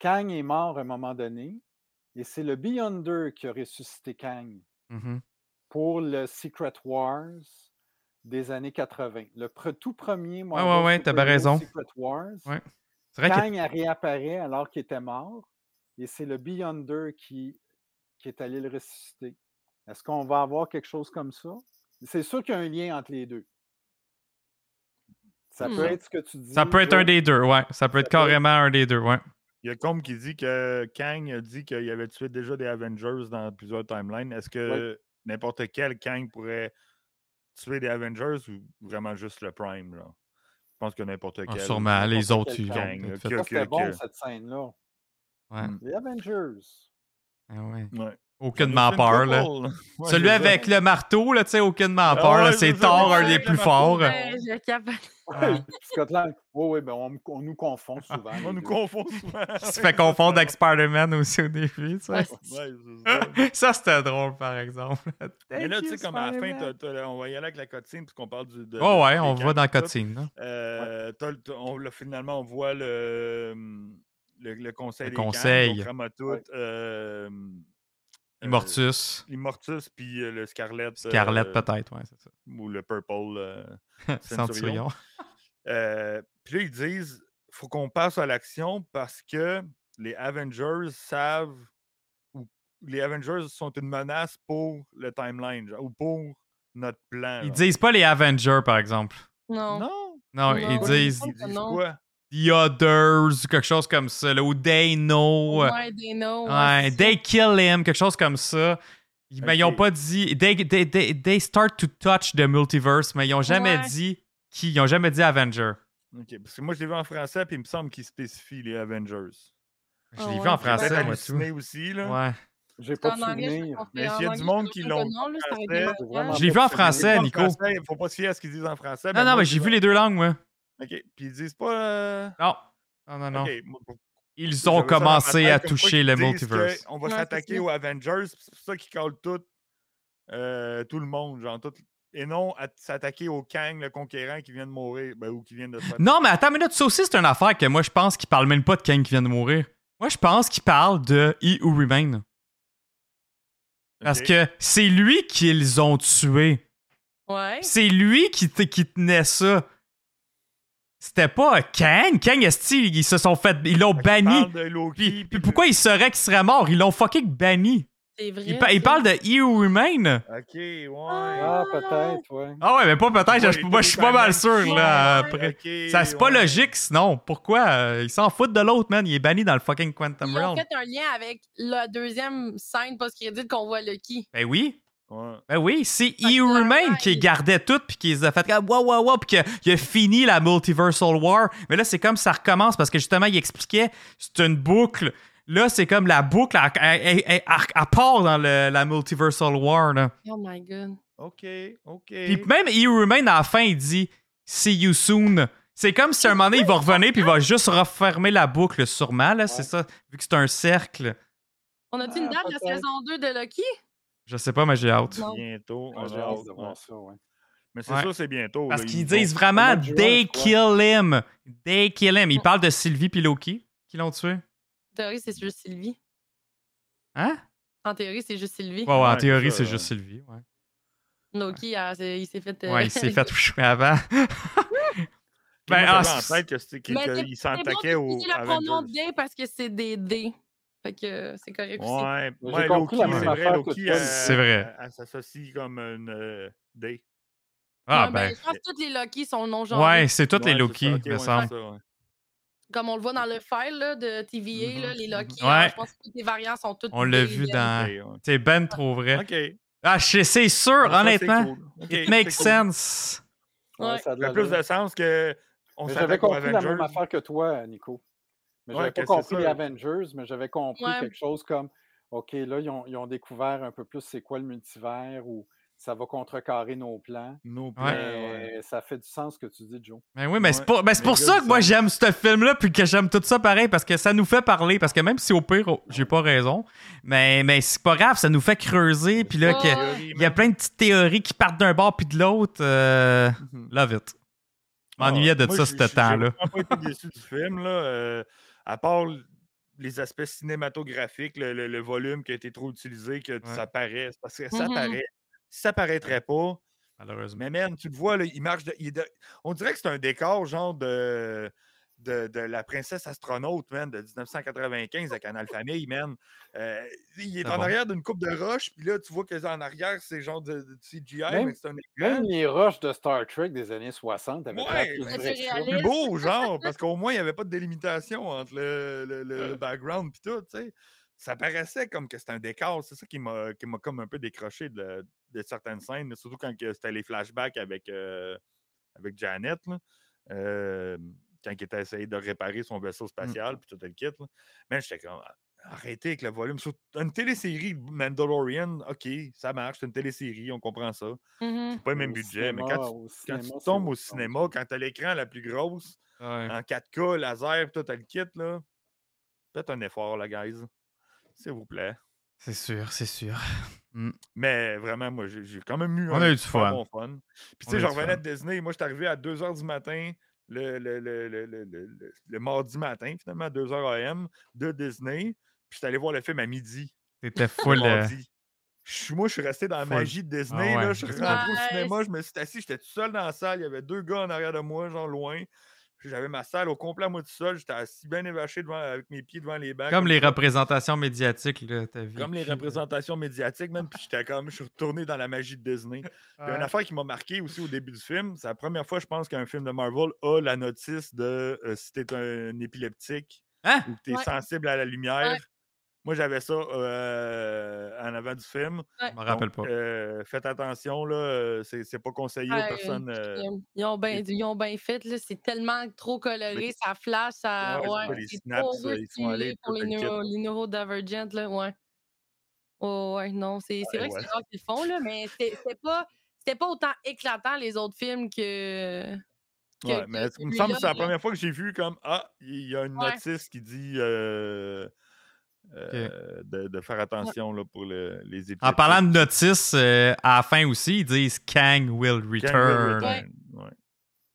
Speaker 4: Kang est mort à un moment donné, et c'est le Beyonder qui a ressuscité Kang.
Speaker 2: Mhm.
Speaker 4: pour le Secret Wars des années 80. Le pre- tout premier
Speaker 2: ouais,
Speaker 4: Marvel
Speaker 2: ouais, t'as bien
Speaker 4: Superhero
Speaker 2: raison.
Speaker 4: Secret Wars,
Speaker 2: Ouais. C'est vrai que...
Speaker 4: Kang a réapparaît alors qu'il était mort, et c'est le Beyonder qui, qui est allé le ressusciter. Est-ce qu'on va avoir quelque chose comme ça? C'est sûr qu'il y a un lien entre les deux. Ça peut
Speaker 6: Hmm.
Speaker 4: être ce que tu dis.
Speaker 2: Ça peut être un
Speaker 4: Joe.
Speaker 2: des deux, ouais. Ça peut être
Speaker 4: Ça peut être-
Speaker 2: carrément un des deux, ouais.
Speaker 3: Il y a Combe qui dit que Kang a dit qu'il avait tué déjà des Avengers dans plusieurs timelines. Est-ce que n'importe quel Kang pourrait tuer des Avengers ou vraiment juste le Prime? Là? Je pense que n'importe
Speaker 2: Ah,
Speaker 3: quel.
Speaker 2: sûrement, les
Speaker 4: n'importe
Speaker 2: autres,
Speaker 4: quel
Speaker 2: ils
Speaker 4: Kang,
Speaker 2: ont
Speaker 3: là,
Speaker 2: fait-
Speaker 3: que-
Speaker 4: Ça, C'était bon,
Speaker 3: que-
Speaker 4: cette scène-là.
Speaker 2: Ouais.
Speaker 3: Mm.
Speaker 4: Les Avengers.
Speaker 2: Ah ouais.
Speaker 3: Ouais.
Speaker 2: Aucunement peur, là.
Speaker 3: *laughs* Ouais,
Speaker 2: Celui
Speaker 3: c'est ça.
Speaker 2: avec le marteau, là, tu sais, aucunement
Speaker 3: Ah
Speaker 2: peur, là,
Speaker 3: ouais,
Speaker 2: c'est
Speaker 3: c'est ça,
Speaker 2: Thor,
Speaker 6: ouais,
Speaker 2: un des
Speaker 6: le
Speaker 2: plus
Speaker 3: marteau,
Speaker 2: forts.
Speaker 3: ouais.
Speaker 6: Euh, je capte.
Speaker 4: *laughs* Ouais, Scott Lang. Oui, oui, ben on, me- on
Speaker 2: *laughs*
Speaker 4: nous confond souvent. les
Speaker 3: On nous
Speaker 4: deux.
Speaker 3: confond souvent.
Speaker 2: Qui se fait confondre avec Spider-Man aussi au début, tu sais.
Speaker 6: Ouais,
Speaker 3: *laughs* Ouais,
Speaker 2: *laughs*
Speaker 3: c'est
Speaker 2: Ça,
Speaker 3: ça.
Speaker 2: c'était drôle, par
Speaker 6: *laughs*
Speaker 2: exemple.
Speaker 3: Mais là, tu sais,
Speaker 2: Thank you,
Speaker 3: comme à la fin,
Speaker 2: Spider-Man.
Speaker 3: t'as- t'as- on va y aller avec la cutscene, puisqu'on parle du. de-
Speaker 2: Oh, Ouais, ouais,
Speaker 3: des
Speaker 2: on
Speaker 3: Kangs,
Speaker 2: va dans
Speaker 3: tout ça.
Speaker 2: Cotine. là.
Speaker 3: Euh, t'as le- t'as- on, là, finalement, on voit le, mmh, le, le conseil
Speaker 2: Le
Speaker 3: des Kangs, donc
Speaker 2: conseil.
Speaker 3: Ramatut,
Speaker 4: Ouais.
Speaker 3: euh, euh,
Speaker 2: Immortus,
Speaker 3: Immortus, puis euh, le Scarlet.
Speaker 2: Scarlet,
Speaker 3: euh,
Speaker 2: peut-être, ouais, c'est
Speaker 3: Ou le Purple. euh,
Speaker 2: *laughs* ça.
Speaker 3: Centurion.
Speaker 2: Centurion.
Speaker 3: euh, puis là, ils disent faut qu'on passe à l'action parce que les Avengers savent ou les Avengers sont une menace pour le timeline genre, ou pour notre plan.
Speaker 2: Ils
Speaker 3: genre.
Speaker 2: disent pas les Avengers, par exemple.
Speaker 6: Non.
Speaker 3: non.
Speaker 2: Non,
Speaker 6: Non.
Speaker 2: ils
Speaker 6: Ouais,
Speaker 2: disent
Speaker 6: ils disent Non.
Speaker 3: quoi
Speaker 2: The Others, ou quelque chose comme ça, là, ou They Know.
Speaker 6: Ouais, des no. ouais,
Speaker 2: Ouais,
Speaker 6: c'est
Speaker 2: they kill him, quelque chose comme ça. Ils- Mais ils n'ont
Speaker 3: Ok.
Speaker 2: pas dit. They, they, they, they start to touch the multiverse, mais ils n'ont jamais
Speaker 6: Ouais.
Speaker 2: dit qui. Ils n'ont jamais dit Avenger.
Speaker 3: Ok, Parce que moi, je l'ai vu en français, puis il me semble qu'ils spécifient les Avengers.
Speaker 2: Je
Speaker 6: Ah
Speaker 2: l'ai vu
Speaker 6: ouais,
Speaker 2: en
Speaker 6: c'est
Speaker 2: français,
Speaker 3: Peut-être
Speaker 2: moi, tout.
Speaker 3: halluciné aussi, là.
Speaker 2: Ouais.
Speaker 4: J'ai
Speaker 6: ça.
Speaker 4: pas de
Speaker 6: En anglais, je
Speaker 4: souvenir.
Speaker 6: comprends-
Speaker 3: Mais
Speaker 6: en
Speaker 3: s'il y a du
Speaker 6: anglais,
Speaker 3: monde
Speaker 6: je
Speaker 3: qui
Speaker 6: comprends
Speaker 3: l'ont
Speaker 6: pas, là, ça aurait été
Speaker 3: fait,
Speaker 6: marquant.
Speaker 4: vraiment
Speaker 2: Je l'ai vu en
Speaker 4: pas de souvenir.
Speaker 2: français,
Speaker 3: En
Speaker 2: Nico.
Speaker 3: français, Il ne faut pas se fier à ce qu'ils disent en français.
Speaker 2: Non, non, mais j'ai vu les deux langues, moi.
Speaker 3: OK. Puis ils disent pas. euh,
Speaker 2: Non. Non, non, non.
Speaker 3: OK, moi, pour-
Speaker 2: Ils ont
Speaker 3: j'avais ça dans ma
Speaker 2: commencé
Speaker 3: tête,
Speaker 2: à
Speaker 3: comme quoi
Speaker 2: toucher
Speaker 3: qu'ils
Speaker 2: le
Speaker 3: disent
Speaker 2: multiverse.
Speaker 3: que On va
Speaker 6: Ouais, c'est
Speaker 3: s'attaquer
Speaker 6: ça.
Speaker 3: aux Avengers. puis C'est pour ça qu'ils collent tout, euh, tout le monde, genre tout. Et non à s'attaquer au Kang, le conquérant qui vient de mourir. ben, ou qui vient de se faire-
Speaker 2: Non, mais attends, mais là, ça aussi, c'est une affaire que moi, je pense qu'ils parlent même pas de Kang qui vient de mourir. Moi, je pense qu'ils parlent de He Who Remain. Parce
Speaker 3: Ok.
Speaker 2: que c'est lui qu'ils ont tué.
Speaker 6: Ouais.
Speaker 2: C'est lui qui, t- qui tenait ça. C'était pas Kang. Kang, esti, ils se sont fait. Ils l'ont
Speaker 3: Fait qu'ils
Speaker 2: banni.
Speaker 3: parlent de Loki,
Speaker 2: Puis, puis
Speaker 3: puis
Speaker 2: pourquoi il saurait qu'il serait mort? Ils l'ont fucking banni.
Speaker 6: C'est vrai.
Speaker 2: Ils pa- ils
Speaker 6: ça.
Speaker 2: parlent de He Who Remain.
Speaker 3: de- Ok, ouais.
Speaker 4: Ah, peut-être, ouais.
Speaker 2: Ah ouais, mais pas peut-être.
Speaker 3: Ouais,
Speaker 2: je- moi, je suis pas mal sûr, là, après.
Speaker 3: Ok,
Speaker 2: Ça, c'est pas
Speaker 3: ouais.
Speaker 2: logique, sinon. Pourquoi? euh, ils s'en foutent de l'autre, man. Il est banni dans le fucking Quantum
Speaker 6: Ils ont
Speaker 2: Realm.
Speaker 6: fait un lien avec la deuxième scène post-crédit qu'on voit Lucky.
Speaker 2: Ben oui.
Speaker 3: Ouais.
Speaker 2: Ben oui, c'est
Speaker 6: que
Speaker 2: Iron Man
Speaker 6: ouais,
Speaker 2: qui
Speaker 6: il-
Speaker 2: gardait tout puis qui les a fait comme wow, wow, wow, puis qu'il a fini la Multiversal War. Mais là, c'est comme ça recommence parce que justement, il expliquait c'est une boucle. Là, c'est comme la boucle à, à- à- à- à part dans le- la Multiversal War. Là.
Speaker 6: Oh my god.
Speaker 3: OK, OK.
Speaker 2: Puis même Iron Man, à la fin, il dit See you soon. C'est comme si à un moment donné, il va revenir puis il va juste refermer la boucle, sûrement. Là, C'est ça, vu que c'est un cercle.
Speaker 6: On a-tu une
Speaker 4: Ah,
Speaker 6: date de la
Speaker 4: peut-être.
Speaker 6: saison 2 de Loki?
Speaker 2: Je sais pas, mais j'ai hâte.
Speaker 6: Non.
Speaker 3: Bientôt. on
Speaker 4: Ah, J'ai
Speaker 3: a
Speaker 4: hâte
Speaker 3: hâte,
Speaker 4: de
Speaker 3: ouais.
Speaker 4: voir ça, ouais.
Speaker 3: Mais c'est
Speaker 2: Ouais.
Speaker 3: sûr, c'est bientôt.
Speaker 2: Parce
Speaker 3: là,
Speaker 2: qu'ils
Speaker 3: vont-
Speaker 2: disent vraiment
Speaker 4: Comment tu
Speaker 2: They
Speaker 4: vois,
Speaker 2: kill him. They kill him. Ils parlent de Sylvie puis Loki qui l'ont tué.
Speaker 6: En théorie, c'est juste Sylvie.
Speaker 2: Hein?
Speaker 6: En théorie, c'est juste Sylvie.
Speaker 2: Ouais, ouais, en
Speaker 3: Ouais,
Speaker 2: théorie,
Speaker 3: ça, euh,
Speaker 2: c'est
Speaker 3: ouais.
Speaker 2: juste Sylvie. Ouais,
Speaker 6: Loki, ah, c'est- il s'est fait. euh,
Speaker 2: ouais il
Speaker 6: *laughs*
Speaker 2: s'est fait chouer avant.
Speaker 3: Moi,
Speaker 2: ben, ah,
Speaker 3: j'avais en
Speaker 2: c'est-
Speaker 3: tête que c'était qu'il
Speaker 6: Mais
Speaker 3: que
Speaker 6: c'est-
Speaker 3: il
Speaker 6: C'est bon
Speaker 3: s'attaquait au.
Speaker 6: d'utiliser le pronom
Speaker 3: Avengers.
Speaker 6: D parce que c'est des D. Fait que euh, c'est correct aussi.
Speaker 3: Ouais,
Speaker 4: J'ai
Speaker 3: ouais, Loki,
Speaker 4: compris la
Speaker 3: c'est
Speaker 2: même
Speaker 3: vrai,
Speaker 4: affaire que
Speaker 3: Loki,
Speaker 4: toi.
Speaker 3: elle-
Speaker 2: C'est vrai.
Speaker 3: Elle s'associe comme une euh, D.
Speaker 2: ah,
Speaker 6: Ouais,
Speaker 2: ben.
Speaker 6: Je pense que tous les Loki sont non genrés.
Speaker 2: Ouais, c'est toutes les
Speaker 3: Ouais,
Speaker 2: Loki,
Speaker 3: c'est ça, ok,
Speaker 2: me
Speaker 3: ouais,
Speaker 2: semble.
Speaker 3: c'est ça, ouais.
Speaker 6: Comme on le voit dans le file là, de TVA, là, les Loki,
Speaker 2: mhm.
Speaker 6: hein,
Speaker 2: Ouais.
Speaker 6: je pense que toutes les variantes sont toutes.
Speaker 2: On l'a
Speaker 6: des-
Speaker 2: vu
Speaker 6: des-
Speaker 2: dans.
Speaker 3: Ok, ouais.
Speaker 2: C'est ben trop vrai.
Speaker 3: Ok.
Speaker 2: Ah, je- c'est sûr,
Speaker 3: Ça, c'est
Speaker 2: honnêtement.
Speaker 3: cool. Ok,
Speaker 2: It
Speaker 3: c'est
Speaker 2: makes
Speaker 3: cool.
Speaker 2: sense.
Speaker 4: Ouais,
Speaker 6: Ouais.
Speaker 4: ça a de
Speaker 3: Ça a plus de
Speaker 4: l'allure.
Speaker 3: sens que. On
Speaker 4: Mais J'avais
Speaker 3: s'attaque aux
Speaker 4: compris la même
Speaker 3: Avengers.
Speaker 4: affaire que toi, Nico. Mais
Speaker 3: Ouais,
Speaker 4: j'avais pas
Speaker 3: que c'est
Speaker 4: compris
Speaker 3: ça.
Speaker 4: les Avengers, mais j'avais compris
Speaker 6: Ouais.
Speaker 4: quelque chose comme OK, là, ils ont, ils ont découvert un peu plus c'est quoi le multivers ou ça va contrecarrer nos plans.
Speaker 3: No
Speaker 2: Ouais.
Speaker 3: plan,
Speaker 4: mais ça fait du sens ce que tu dis, Joe.
Speaker 2: Ben oui, mais c'est
Speaker 3: Ouais,
Speaker 2: pour, ben c'est
Speaker 3: les
Speaker 2: pour
Speaker 3: gars,
Speaker 2: ça
Speaker 3: ils
Speaker 2: que moi
Speaker 3: savent.
Speaker 2: j'aime ce film-là, puis que j'aime tout ça pareil, parce que ça nous fait parler. Parce que même si au pire, oh, j'ai pas raison, mais, mais c'est pas grave, ça nous fait creuser, puis là,
Speaker 6: Oh,
Speaker 2: que-
Speaker 6: ouais.
Speaker 2: il y a plein de petites théories qui partent d'un bord puis de l'autre. euh,
Speaker 3: Mhm.
Speaker 2: Love it. M'ennuyais de
Speaker 3: Ah, moi,
Speaker 2: ça,
Speaker 3: j'ai-
Speaker 2: ce
Speaker 3: j'ai-
Speaker 2: temps-là.
Speaker 3: J'ai vraiment pas été déçu du film, là. euh, à part l- les aspects cinématographiques, le, le- le volume qui a été trop utilisé, que
Speaker 2: Ouais. Mmh
Speaker 3: ça paraît. c'est Parce que ça
Speaker 6: Mhm.
Speaker 3: paraît. Si ça paraîtrait pas,
Speaker 2: Malheureusement.
Speaker 3: mais man, tu le vois, là, il marche. de- il est de- on dirait que c'est un décor, genre de, de, de la princesse astronaute, man, de 1995 à Canal Famille, man. Euh, il est
Speaker 2: Ah
Speaker 3: en
Speaker 2: bon?
Speaker 3: arrière d'une coupe de roche, puis là, tu vois que en arrière, c'est genre de, de CGI,
Speaker 4: Même-
Speaker 3: mais c'est un écran.
Speaker 4: Même les rushs de Star Trek des années 60 avec
Speaker 3: Ouais,
Speaker 4: la plus
Speaker 3: mais-
Speaker 4: direction.
Speaker 6: Surréaliste.
Speaker 3: plus beau, genre, parce qu'au moins, il n'y avait pas de délimitation entre le, le- le- le background et tout, tu sais. Ça paraissait comme que c'était un décor. C'est ça qui m'a qui m'a comme un peu décroché de, de certaines scènes, surtout quand que c'était les flashbacks avec, euh, avec Janet, là, euh, quand il était essayé de réparer son vaisseau
Speaker 4: Mmh.
Speaker 3: spatial, puis tout le kit. Là. Mais j'étais comme, ah, arrêtez avec le volume. Sur une télésérie Mandalorian, OK, ça marche, c'est une télésérie, on comprend ça.
Speaker 6: Mhm.
Speaker 3: C'est pas le même
Speaker 4: Au
Speaker 3: budget, mais
Speaker 4: cinéma,
Speaker 3: quand tu
Speaker 4: au
Speaker 3: quand
Speaker 4: cinéma,
Speaker 3: tu
Speaker 4: c'est
Speaker 3: tombes au
Speaker 4: autre chose.
Speaker 3: cinéma, quand t'as l'écran la plus grosse,
Speaker 2: Ouais.
Speaker 3: en 4K, laser, pis tout, t'as le kit, là, faites un effort, là, guys. S'il vous plaît.
Speaker 2: C'est sûr, c'est sûr.
Speaker 3: Mais vraiment, moi, j'ai j'ai quand même eu
Speaker 2: On
Speaker 3: un
Speaker 2: a eu du
Speaker 3: super
Speaker 2: fun.
Speaker 3: bon fun. Puis,
Speaker 2: On
Speaker 3: tu
Speaker 2: a
Speaker 3: sais,
Speaker 2: eu
Speaker 3: je
Speaker 2: du
Speaker 3: revenais
Speaker 2: fun.
Speaker 3: de Disney. Moi, je suis arrivé à 2 h du matin, le, le, le, le, le, le- le- le mardi matin, finalement, à 2 h AM de Disney. Puis, je suis allé voir le film à midi. *laughs*
Speaker 2: T'étais
Speaker 3: le
Speaker 2: full. euh,
Speaker 3: mardi. Je suis- moi, je suis resté dans la
Speaker 2: Full.
Speaker 3: magie de Disney.
Speaker 2: Ah
Speaker 3: là,
Speaker 2: ouais.
Speaker 3: je suis rentré
Speaker 6: Nice.
Speaker 3: au cinéma, je me suis assis, j'étais tout seul dans la salle. Il y avait deux gars en arrière de moi, genre loin. J'avais ma salle au complet à moi tout seul. J'étais assis bien évaché devant, avec mes pieds devant les bancs.
Speaker 2: Comme les
Speaker 3: ça.
Speaker 2: représentations médiatiques, là, t'as vu.
Speaker 3: Comme les représentations médiatiques, même. Puis j'étais comme, je suis retourné dans la magie de Disney. Puis
Speaker 2: euh,
Speaker 3: une affaire qui m'a marqué aussi au début du film, c'est la première fois, je pense, qu'un film de Marvel a la notice de euh, si t'es un épileptique
Speaker 2: Hein?
Speaker 3: ou que t'es
Speaker 6: Ouais.
Speaker 3: sensible à la lumière. Moi, j'avais ça euh, en avant du film.
Speaker 2: Je me rappelle pas.
Speaker 3: Donc, euh, faites attention, là, euh, c'est c'est pas conseillé aux
Speaker 6: Ouais,
Speaker 3: personnes. euh,
Speaker 6: Ils ont bien fait, là. C'est tellement trop coloré, ça flash, ça.
Speaker 3: Ouais,
Speaker 6: Ouais,
Speaker 3: les
Speaker 6: c'est
Speaker 3: synapses,
Speaker 6: trop
Speaker 3: euh, ils sont allés,
Speaker 6: overstimulé pour
Speaker 3: tout
Speaker 6: les,
Speaker 3: le kit.
Speaker 6: neuro, les neurodivergents, là, ouais. Oh, ouais, non, c'est c'est
Speaker 3: Ouais,
Speaker 6: vrai
Speaker 3: ouais.
Speaker 6: que c'est rare qu'ils le font, là, mais c'était c'était pas, c'était pas autant éclatant les autres films que. que-
Speaker 3: ouais,
Speaker 6: euh, que
Speaker 3: mais il me
Speaker 6: celui-là,
Speaker 3: semble que c'est la
Speaker 6: là.
Speaker 3: première fois que j'ai vu comme Ah, il y a une
Speaker 6: Ouais.
Speaker 3: notice qui dit euh, euh, de, de faire attention là, pour le- les épisodes.
Speaker 2: En parlant de notice, euh, à la fin aussi, ils disent Kang will return.
Speaker 6: Ouais.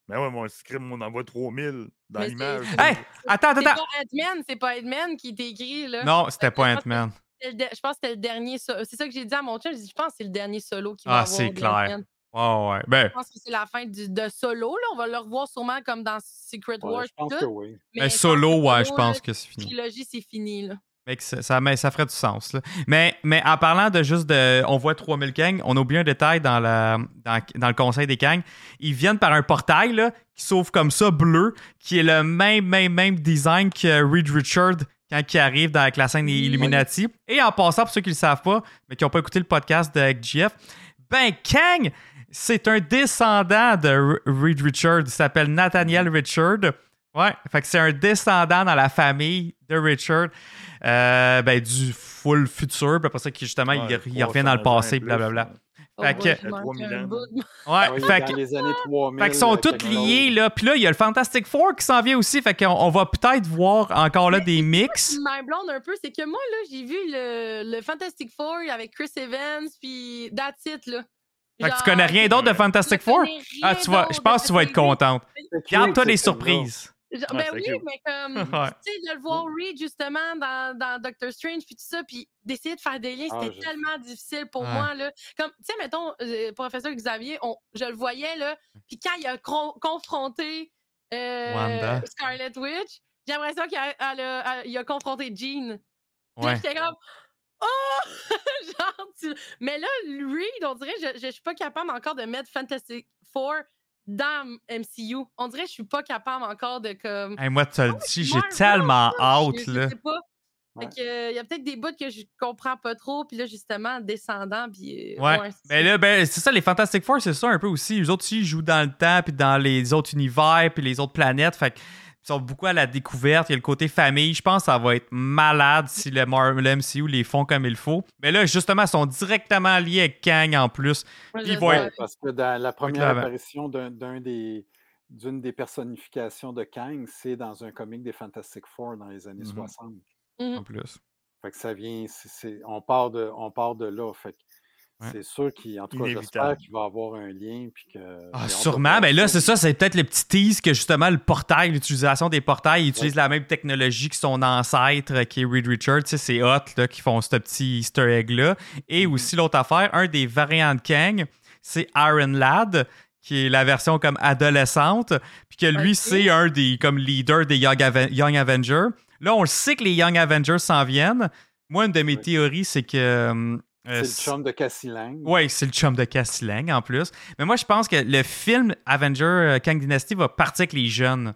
Speaker 3: Mais ouais, mon script, on en voit 3000 dans
Speaker 6: Mais c'est-
Speaker 3: l'image.
Speaker 6: c'est-
Speaker 2: Hey, attends, attends,
Speaker 6: C'est pas
Speaker 2: attends.
Speaker 6: Ant-Man, c'est pas Ant-Man qui était écrit, là.
Speaker 2: Non, c'était pas Ant-Man.
Speaker 6: C'était le de- Je pense que c'était le dernier. so- C'est ça que j'ai dit à mon chum, j'ai dit, je pense que c'est le dernier solo qui va
Speaker 2: Ah,
Speaker 6: avoir
Speaker 2: c'est
Speaker 6: de
Speaker 2: clair.
Speaker 6: Ant-Man.
Speaker 2: Ouais, ouais. Ben,
Speaker 6: Je pense que c'est la fin du- de Solo. Là. On va le revoir sûrement comme dans Secret
Speaker 4: Ouais,
Speaker 6: Wars.
Speaker 4: je pense
Speaker 6: tout,
Speaker 4: que oui.
Speaker 2: mais Ben, solo, ouais, je pense
Speaker 6: là,
Speaker 2: que c'est
Speaker 6: La
Speaker 2: fini.
Speaker 6: trilogie, c'est fini. Là.
Speaker 2: Mec, ça, ça, mais ça ferait du sens. là. Mais, mais en parlant de juste de. On voit 3000 Kang, on a oublié un détail dans, la, dans, dans le conseil des Kang. Ils viennent par un portail là, qui s'ouvre comme ça, bleu, qui est le même, même, même design que Reed Richard quand il arrive dans, avec la scène des Illuminati. Et en passant, pour ceux qui ne le savent pas, mais qui n'ont pas écouté le podcast avec JF, ben Kang, c'est un descendant de R- Reed Richard. Il s'appelle Nathaniel Richard. Ouais, fait que c'est un descendant dans la famille de Richard, euh, ben, du full futur, puis après ça, qui justement, il, il revient dans le passé, blablabla. Fait que-
Speaker 6: Oh, je manque
Speaker 3: 3000
Speaker 6: un
Speaker 3: ans.
Speaker 6: bout. *laughs*
Speaker 2: Ouais,
Speaker 4: Ah oui,
Speaker 2: fait que-
Speaker 4: dans les années euh, 3000.
Speaker 2: fait qu'ils sont tous
Speaker 4: quelque
Speaker 2: liés, là. Puis là, il y a le Fantastic Four qui s'en vient aussi. Fait qu'on on va peut-être voir encore là des mix.
Speaker 6: mind blown un peu, c'est que moi, là, j'ai vu le, le Fantastic Four avec Chris Evans, puis that's it, là.
Speaker 2: Fait que tu
Speaker 6: Genre,
Speaker 2: connais rien d'autre de Fantastic
Speaker 6: je
Speaker 2: Four?
Speaker 6: connais rien
Speaker 2: Ah, tu vas, je
Speaker 6: d'autre
Speaker 2: pense
Speaker 6: de
Speaker 2: que tu vas être
Speaker 6: cette
Speaker 2: contente.
Speaker 4: chose.
Speaker 2: Garde-toi
Speaker 4: C'est
Speaker 2: des
Speaker 4: cute,
Speaker 2: surprises.
Speaker 6: Genre,
Speaker 3: Ah,
Speaker 6: ben
Speaker 3: c'est
Speaker 6: oui,
Speaker 3: cute.
Speaker 6: mais comme,
Speaker 2: *laughs* Ouais.
Speaker 6: tu sais, de le voir Reed justement dans, dans Doctor Strange, puis tout ça, puis d'essayer de faire des liens,
Speaker 4: Ah,
Speaker 6: c'était
Speaker 4: je sais.
Speaker 6: tellement difficile pour
Speaker 2: Ouais.
Speaker 6: moi, là. Comme, tu sais, mettons, euh, professeur Xavier, on, je le voyais, là, puis quand il a cron- confronté euh,
Speaker 2: Wanda.
Speaker 6: Scarlet Witch, j'ai l'impression qu'il a, elle a- elle- il a confronté Jean. Puis là,
Speaker 2: Ouais.
Speaker 6: j'étais comme... Oh! *laughs* Genre, tu- Mais là, Reed, on dirait, je, je, je suis pas capable encore de mettre Fantastic Four dans MCU. On dirait que je suis pas capable encore de comme.
Speaker 2: Hey, moi, tu le dis, j'ai
Speaker 6: Marvel,
Speaker 2: tellement
Speaker 6: je-
Speaker 2: hâte,
Speaker 6: je
Speaker 2: Ah, là.
Speaker 6: sais pas.
Speaker 4: Ouais.
Speaker 6: Fait que, euh, il y a peut-être des bouts que je comprends pas trop, puis là, justement, descendant, puis. euh,
Speaker 2: Ouais.
Speaker 6: c'est-
Speaker 2: Ben là, ben, c'est ça, les Fantastic Four, c'est ça un peu aussi. Eux autres aussi, ils jouent dans le temps, puis dans les autres univers, puis les autres planètes. Fait que, ils sont beaucoup à la découverte. Il y a le côté famille. Je pense que ça va être malade si le, Mar- le MCU les font comme il faut. Mais là, justement, ils sont directement liés avec Kang en plus.
Speaker 6: moi, je
Speaker 2: ils
Speaker 6: sais
Speaker 2: vont
Speaker 6: pas.
Speaker 4: Ouais, parce que dans la première
Speaker 2: clairement.
Speaker 4: apparition d'un d'un des d'une des personnifications de Kang, c'est dans un comic des Fantastic Four dans les années
Speaker 2: Mhm.
Speaker 4: 60.
Speaker 6: Mm.
Speaker 2: En plus.
Speaker 4: Fait que ça vient, c'est- c'est- on, part de, on part de là. Fait que
Speaker 2: Ouais.
Speaker 4: c'est sûr qu'il, en tout cas, j'espère
Speaker 3: Inévitable.
Speaker 4: qu'il va avoir un lien. Puis que,
Speaker 2: Ah,
Speaker 4: Euh, j'ai hâte de
Speaker 2: sûrement.
Speaker 4: voir
Speaker 2: Ben là, c'est ça, c'est peut-être le petit tease que justement le portail, l'utilisation des portails, ils utilisent la même technologie que son ancêtre euh, qui est Reed Richards. Tu sais, C'est Hot là, qui font ce petit Easter egg-là. Et
Speaker 4: Mm-hmm.
Speaker 2: aussi l'autre affaire, un des variants de Kang, c'est Iron Lad, qui est la version comme adolescente. Puis que lui,
Speaker 6: Ok.
Speaker 2: c'est un des comme leader des Young, Aven- Young Avengers. Là, on le sait que les Young Avengers s'en viennent. Moi, une de mes
Speaker 4: Oui.
Speaker 2: théories, c'est que. euh,
Speaker 4: C'est
Speaker 2: euh,
Speaker 4: le chum de Cassie Lang.
Speaker 2: oui, c'est le chum de Cassie Lang en plus. Mais moi, je pense que le film Avenger euh, Kang Dynasty va partir avec les jeunes.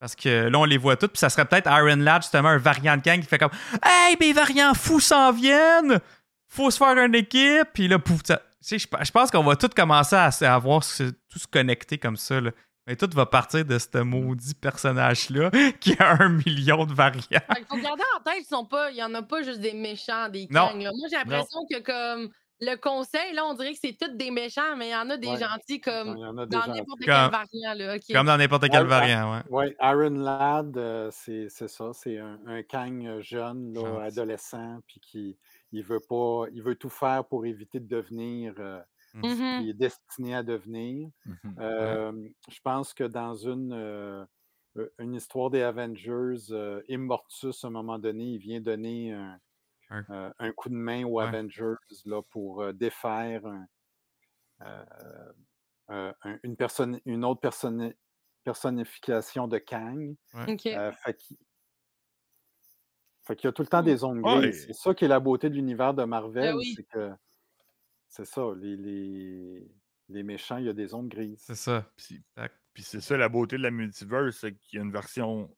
Speaker 2: Parce que là, on les voit toutes. Puis ça serait peut-être Iron Lad, justement, un variant de Kang qui fait comme Hey, mes variants fous s'en viennent! Faut se faire une équipe! Puis là, pouf, ça- tu sais, je, je pense qu'on va tous commencer à, se- à voir se- tout se connecter comme ça. là. Mais tout va partir de ce maudit personnage-là *laughs* qui a un million de variants.
Speaker 6: Fait qu'il faut garder en tête, ils sont pas, il y en a pas juste des méchants, des
Speaker 2: Non.
Speaker 6: gangs. là. Moi, j'ai l'impression que comme le conseil, là, on dirait que c'est tous des méchants, mais il y en a des
Speaker 4: Ouais.
Speaker 6: gentils comme
Speaker 4: Il y en a
Speaker 6: dans
Speaker 4: déjà.
Speaker 6: n'importe quel
Speaker 2: Comme-
Speaker 6: variant, là. ok.
Speaker 2: Comme dans n'importe quel
Speaker 4: Ouais,
Speaker 2: variant, ouais.
Speaker 4: Oui, Aaron Ladd, euh, c'est c'est ça, c'est un, un Kang euh, jeune, là,
Speaker 2: Gentil.
Speaker 4: adolescent, puis qui il veut pas, il veut tout faire pour éviter de devenir euh,
Speaker 6: Mhm.
Speaker 4: ce
Speaker 2: Mmh.
Speaker 4: qu'il est destiné à devenir.
Speaker 3: Mhm.
Speaker 4: Euh, Je pense que dans une, euh, euh, une histoire des Avengers, euh, Immortus, à un moment donné, il vient donner un,
Speaker 2: Un-
Speaker 4: euh, un coup de main aux
Speaker 2: Ouais.
Speaker 4: Avengers là, pour euh, défaire un- euh, euh, un- une, personne, une autre personne, personnification de Kang.
Speaker 6: Ok.
Speaker 4: Euh, fait qu'il- fait qu'il y a tout le temps des zones
Speaker 3: Ouais.
Speaker 4: grises. C'est ça qui est la beauté de l'univers de Marvel.
Speaker 6: Ben oui.
Speaker 4: C'est que c'est ça, les, les, les méchants, il y a des zones grises.
Speaker 2: C'est ça.
Speaker 3: Puis,
Speaker 2: Tac.
Speaker 3: puis c'est ça la beauté de la multiverse, c'est qu'il y a une version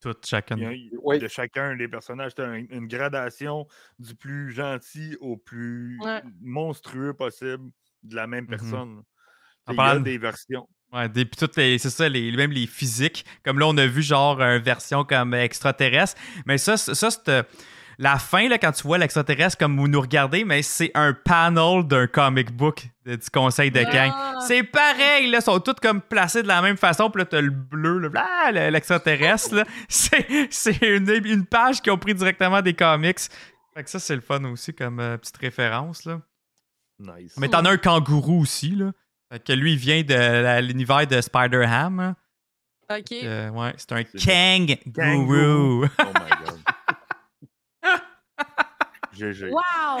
Speaker 2: Toutes, chacune.
Speaker 3: il y a- il-
Speaker 4: Oui.
Speaker 3: de chacun des personnages. T'as un- une gradation du plus gentil au plus
Speaker 6: Ouais.
Speaker 3: monstrueux possible de la même
Speaker 2: Mhm.
Speaker 3: personne.
Speaker 2: En
Speaker 3: Il y a
Speaker 2: parlant de-
Speaker 3: des versions.
Speaker 2: Ouais, des, puis toutes les, c'est ça, les, même les physiques. Comme là, on a vu genre une version comme extraterrestre. Mais ça, c'est- ça c'est euh, la fin, là, quand tu vois l'extraterrestre comme vous nous regardez, mais c'est un panel d'un comic book de- du conseil de
Speaker 3: euh,
Speaker 2: Kang.
Speaker 6: Ah,
Speaker 2: C'est pareil, là, sont toutes comme placées de la même façon. Puis là, t'as le bleu, le bla- le- l'extraterrestre, là. *laughs* C'est, c'est une, une page qu'ils ont pris directement des comics. Fait que ça, c'est le fun aussi comme euh, petite référence, là.
Speaker 3: Nice.
Speaker 2: Mais t'en as un kangourou aussi, là. Fait que lui, il vient de la- l'univers de Spider-Ham. hein.
Speaker 6: OK.
Speaker 2: Euh, ouais, c'est un
Speaker 3: C'est
Speaker 2: kangourou.
Speaker 3: Oh my god. GG. *laughs*
Speaker 6: Wow!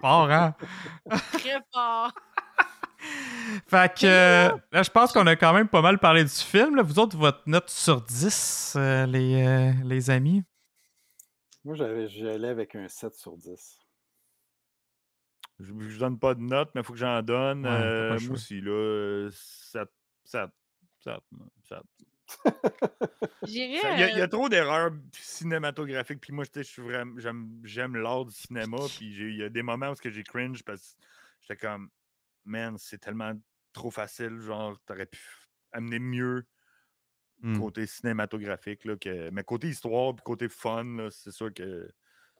Speaker 2: *laughs* Fort, hein?
Speaker 6: Très fort.
Speaker 2: Fait que euh, là, je pense qu'on a quand même pas mal parlé du film. là. Vous autres, votre note sur 10, euh, les, euh, les amis?
Speaker 4: Moi, j'avais- j'allais avec un 7 sur 10.
Speaker 3: Je ne donne pas de notes, mais il faut que j'en donne.
Speaker 2: Ouais, t'as pas le
Speaker 3: Euh,
Speaker 2: choix.
Speaker 3: moi aussi, là, ça. ça, ça, ça.
Speaker 6: J'irais.
Speaker 3: Ça- Il y, a- il y
Speaker 6: euh,
Speaker 3: a trop d'erreurs cinématographiques. Puis moi, tu sais, je suis vraiment. J'aime, j'aime l'art du
Speaker 4: *laughs*
Speaker 3: cinéma. Puis j'ai- il y a des moments où est-ce que j'ai cringe parce que j'étais comme, man, c'est tellement trop facile. Genre, t'aurais pu amener mieux
Speaker 4: Mmh.
Speaker 2: Hmm.
Speaker 3: côté cinématographique. Là, que... Mais côté histoire, puis côté fun, là, c'est sûr que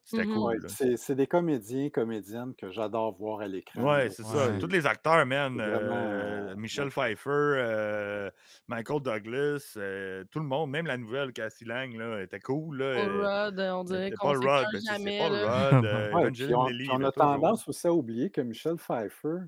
Speaker 3: c'était
Speaker 6: Mhm.
Speaker 3: cool.
Speaker 4: Mmh Ouais,
Speaker 3: là.
Speaker 4: c'est c'est des comédiens et comédiennes que j'adore voir à l'écran.
Speaker 3: Ouais,
Speaker 4: là.
Speaker 3: c'est
Speaker 2: Ouais.
Speaker 3: ça. Tous les acteurs, man.
Speaker 4: C'est vraiment,
Speaker 3: euh,
Speaker 4: euh,
Speaker 3: Michel Pfeiffer, euh, Michael Douglas, euh, tout le monde, même la nouvelle Cassie Lang, là, était cool. Là,
Speaker 6: Paul
Speaker 3: euh,
Speaker 6: Rudd, on dirait
Speaker 3: C'est
Speaker 6: qu'on
Speaker 3: Paul
Speaker 6: ne
Speaker 3: Rudd, mais ben, c'est- c'est
Speaker 6: jamais.
Speaker 3: Paul
Speaker 6: là.
Speaker 4: *laughs*
Speaker 3: Rudd, euh,
Speaker 4: Ouais, puis
Speaker 3: Evangeline
Speaker 4: on,
Speaker 3: Lilly,
Speaker 4: puis on
Speaker 3: là,
Speaker 4: a
Speaker 3: toujours.
Speaker 4: tendance aussi à oublier que Michelle Pfeiffer,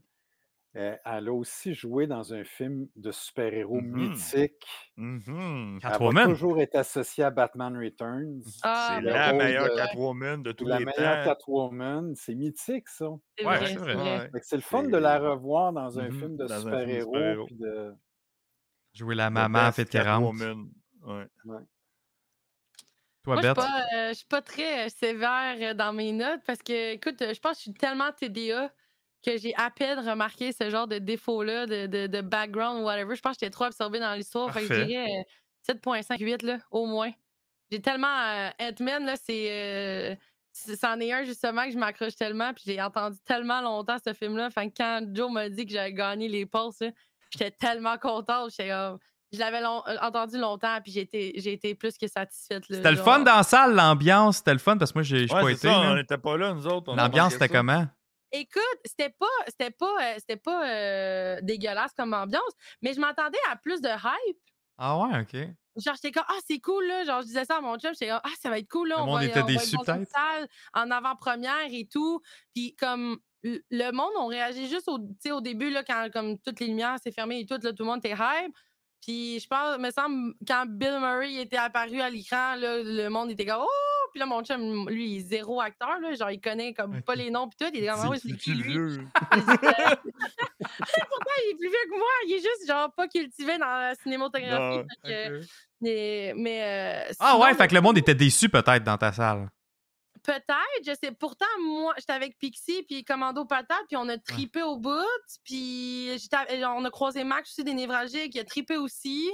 Speaker 4: euh, elle a aussi joué dans un film de super-héros
Speaker 3: Mhm.
Speaker 4: mythique.
Speaker 3: Mhm.
Speaker 4: Elle a
Speaker 2: Catwoman.
Speaker 4: toujours été associée à Batman Returns.
Speaker 6: Ah,
Speaker 3: C'est
Speaker 6: ben
Speaker 3: la
Speaker 6: oui,
Speaker 3: meilleure
Speaker 6: ouais,
Speaker 3: Catwoman de tous
Speaker 4: la
Speaker 3: les
Speaker 4: meilleure
Speaker 3: temps.
Speaker 4: Catwoman. C'est mythique, ça.
Speaker 6: c'est
Speaker 2: Ouais,
Speaker 6: vrai,
Speaker 2: c'est
Speaker 6: c'est
Speaker 2: vrai.
Speaker 6: vrai.
Speaker 3: Ouais.
Speaker 4: Fait que C'est le fun
Speaker 3: C'est-
Speaker 4: de la revoir dans un
Speaker 3: Mhm,
Speaker 4: film de
Speaker 3: dans un film de
Speaker 4: super-héros.
Speaker 3: super-héros.
Speaker 4: puis de-
Speaker 2: Jouer la
Speaker 3: The
Speaker 2: maman
Speaker 3: best
Speaker 2: vétérante.
Speaker 3: Catwoman. Ouais.
Speaker 2: Toi,
Speaker 6: Moi, je suis
Speaker 2: bête.
Speaker 6: pas, euh, je suis pas très euh, sévère euh, dans mes notes parce que, écoute, euh, je pense que je suis tellement TDA que j'ai à peine remarqué ce genre de défaut-là, de, de, de background, whatever. Je pense que j'étais trop absorbée dans l'histoire. Fait que je
Speaker 2: Parfait.
Speaker 6: dirais euh, 7.58, là, au moins. J'ai tellement. euh, Ant-Man, là, c'est. euh, c- C'en est un, justement, que je m'accroche tellement. Puis j'ai entendu tellement longtemps ce film-là. Fait que quand Joe m'a dit que j'avais gagné les pulses, là, j'étais tellement contente. J'étais comme- Je l'avais long- euh, entendu longtemps, puis j'ai été, j'ai été plus que satisfaite. là,
Speaker 2: C'était le
Speaker 6: genre.
Speaker 2: fun dans la salle, l'ambiance. C'était le fun parce que moi, j'ai j'ai
Speaker 3: Ouais,
Speaker 2: pas
Speaker 3: c'est
Speaker 2: été.
Speaker 3: ça, hein,
Speaker 2: là.
Speaker 3: on n'était pas là, nous autres. on a
Speaker 2: L'ambiance,
Speaker 3: manqué
Speaker 2: c'était
Speaker 3: ça.
Speaker 2: comment?
Speaker 6: Écoute, c'était pas, c'était pas, euh, c'était pas euh, dégueulasse comme ambiance, mais je m'attendais à plus de hype.
Speaker 2: Ah ouais, OK.
Speaker 6: Genre, j'étais comme, ah, c'est cool, là. Genre, je disais ça à mon chum, j'étais comme, ah, ça va être cool, là.
Speaker 2: Le
Speaker 6: on
Speaker 2: monde
Speaker 6: va,
Speaker 2: était
Speaker 6: on va être
Speaker 2: déçu,
Speaker 6: dans une
Speaker 2: peut-être?
Speaker 6: salle en avant-première et tout. Puis, comme, l- le monde, on réagit juste au, tu sais, au début, là, quand, comme, toutes les lumières s'est fermées et tout, là, tout le monde était hype. Puis, je pense, me semble, quand Bill Murray était apparu à l'écran, là, le monde était comme, oh! Puis là, mon chum, lui, il est zéro acteur, là. Genre, il connaît, comme, pas
Speaker 2: Ok.
Speaker 6: les noms, puis tout. Il est comme, ah, ouais, c'est qui, lui?
Speaker 3: vieux.
Speaker 2: *laughs*
Speaker 6: *laughs* il est plus vieux que moi. Il est juste, genre, pas cultivé dans la cinématographie.
Speaker 3: Non,
Speaker 6: fait que- Mais. mais, euh,
Speaker 2: Ah
Speaker 6: sinon,
Speaker 2: ouais, fait que le monde était déçu peut-être dans ta salle.
Speaker 6: Peut-être, je sais. Pourtant, moi, j'étais avec Pixie puis Commando Patate, puis on a tripé au bout. Puis j'étais avec- on a croisé Max aussi des névralgiques, il a tripé aussi.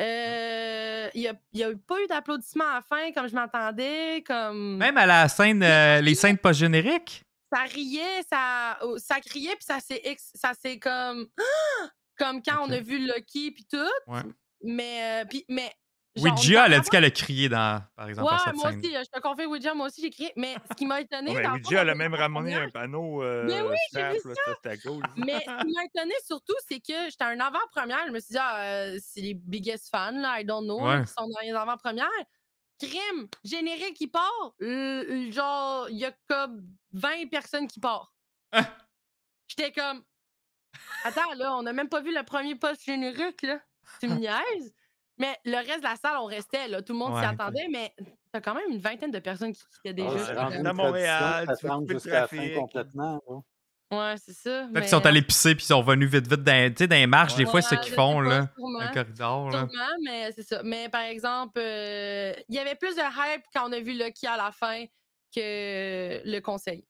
Speaker 6: Euh, il n'y a, il y a eu pas eu d'applaudissements à la fin comme je m'attendais. Comme...
Speaker 2: Même à la scène, euh, les scènes post-génériques.
Speaker 6: ça riait, ça, oh, ça criait, puis ça s'est ex- ça s'est comme *gasps* Ah! comme quand on
Speaker 2: Ok.
Speaker 6: a vu Lucky puis tout.
Speaker 2: Ouais.
Speaker 6: Mais euh, puis mais
Speaker 2: Oui,
Speaker 6: genre, on
Speaker 2: Gia,
Speaker 6: était
Speaker 2: elle a
Speaker 6: vraiment-
Speaker 2: dit qu'elle a crié, dans, par exemple, à
Speaker 6: Ouais,
Speaker 2: cette
Speaker 6: moi
Speaker 2: scène. ben,
Speaker 6: aussi, euh, je te confirme, Ouija, moi aussi j'ai crié. Mais ce qui m'a étonné.
Speaker 3: Ouais,
Speaker 6: dans le
Speaker 3: Luigi,
Speaker 6: fond,
Speaker 3: elle
Speaker 6: dans
Speaker 3: a même
Speaker 6: les
Speaker 3: ramené
Speaker 6: premières-
Speaker 3: un panneau.
Speaker 6: Mais
Speaker 3: euh,
Speaker 6: oui, j'ai vu
Speaker 3: staff, là, ça. C'était cool.
Speaker 2: *laughs*
Speaker 6: Mais ce qui m'a étonné surtout, c'est que j'étais un avant-première. Je me suis dit, ah, euh, c'est les biggest fans, là, I don't know, là,
Speaker 2: Ouais.
Speaker 6: qui sont dans les avant-premières. Crime, générique qui part. l- l- genre, il y a comme 20 personnes qui partent.
Speaker 2: *laughs* Ah.
Speaker 6: J'étais comme, attends, là, on n'a même pas vu le premier post-générique, là. Tu me niaises? Mais le reste de la salle, on restait, là. Tout le monde s'y
Speaker 2: Ouais,
Speaker 6: attendait, mais t'as quand même une vingtaine de personnes qui quittaient
Speaker 4: Ah,
Speaker 6: déjà.
Speaker 4: c'est
Speaker 6: là,
Speaker 4: rendu
Speaker 3: à
Speaker 6: comme-
Speaker 4: une
Speaker 3: Montréal,
Speaker 4: tradition
Speaker 3: tu
Speaker 4: de
Speaker 3: veux
Speaker 4: s'attendre
Speaker 3: couper le
Speaker 4: jusqu'à la fin
Speaker 3: trafic.
Speaker 4: complètement, là.
Speaker 6: Ouais, c'est ça.
Speaker 2: Peut-être qu'ils
Speaker 6: mais- euh,
Speaker 2: sont allés pisser puis ils sont revenus vite, vite dans, tu sais, dans les marches. Des
Speaker 6: Ouais,
Speaker 2: fois, c'est ce
Speaker 6: je
Speaker 2: qu'ils
Speaker 6: sais
Speaker 2: font,
Speaker 6: pas,
Speaker 2: là, dans
Speaker 6: sûrement.
Speaker 2: le corridor. là.
Speaker 6: Sûrement, mais c'est ça. Mais par exemple, euh, il y avait plus de hype quand on a vu Lucky à la fin que le conseil.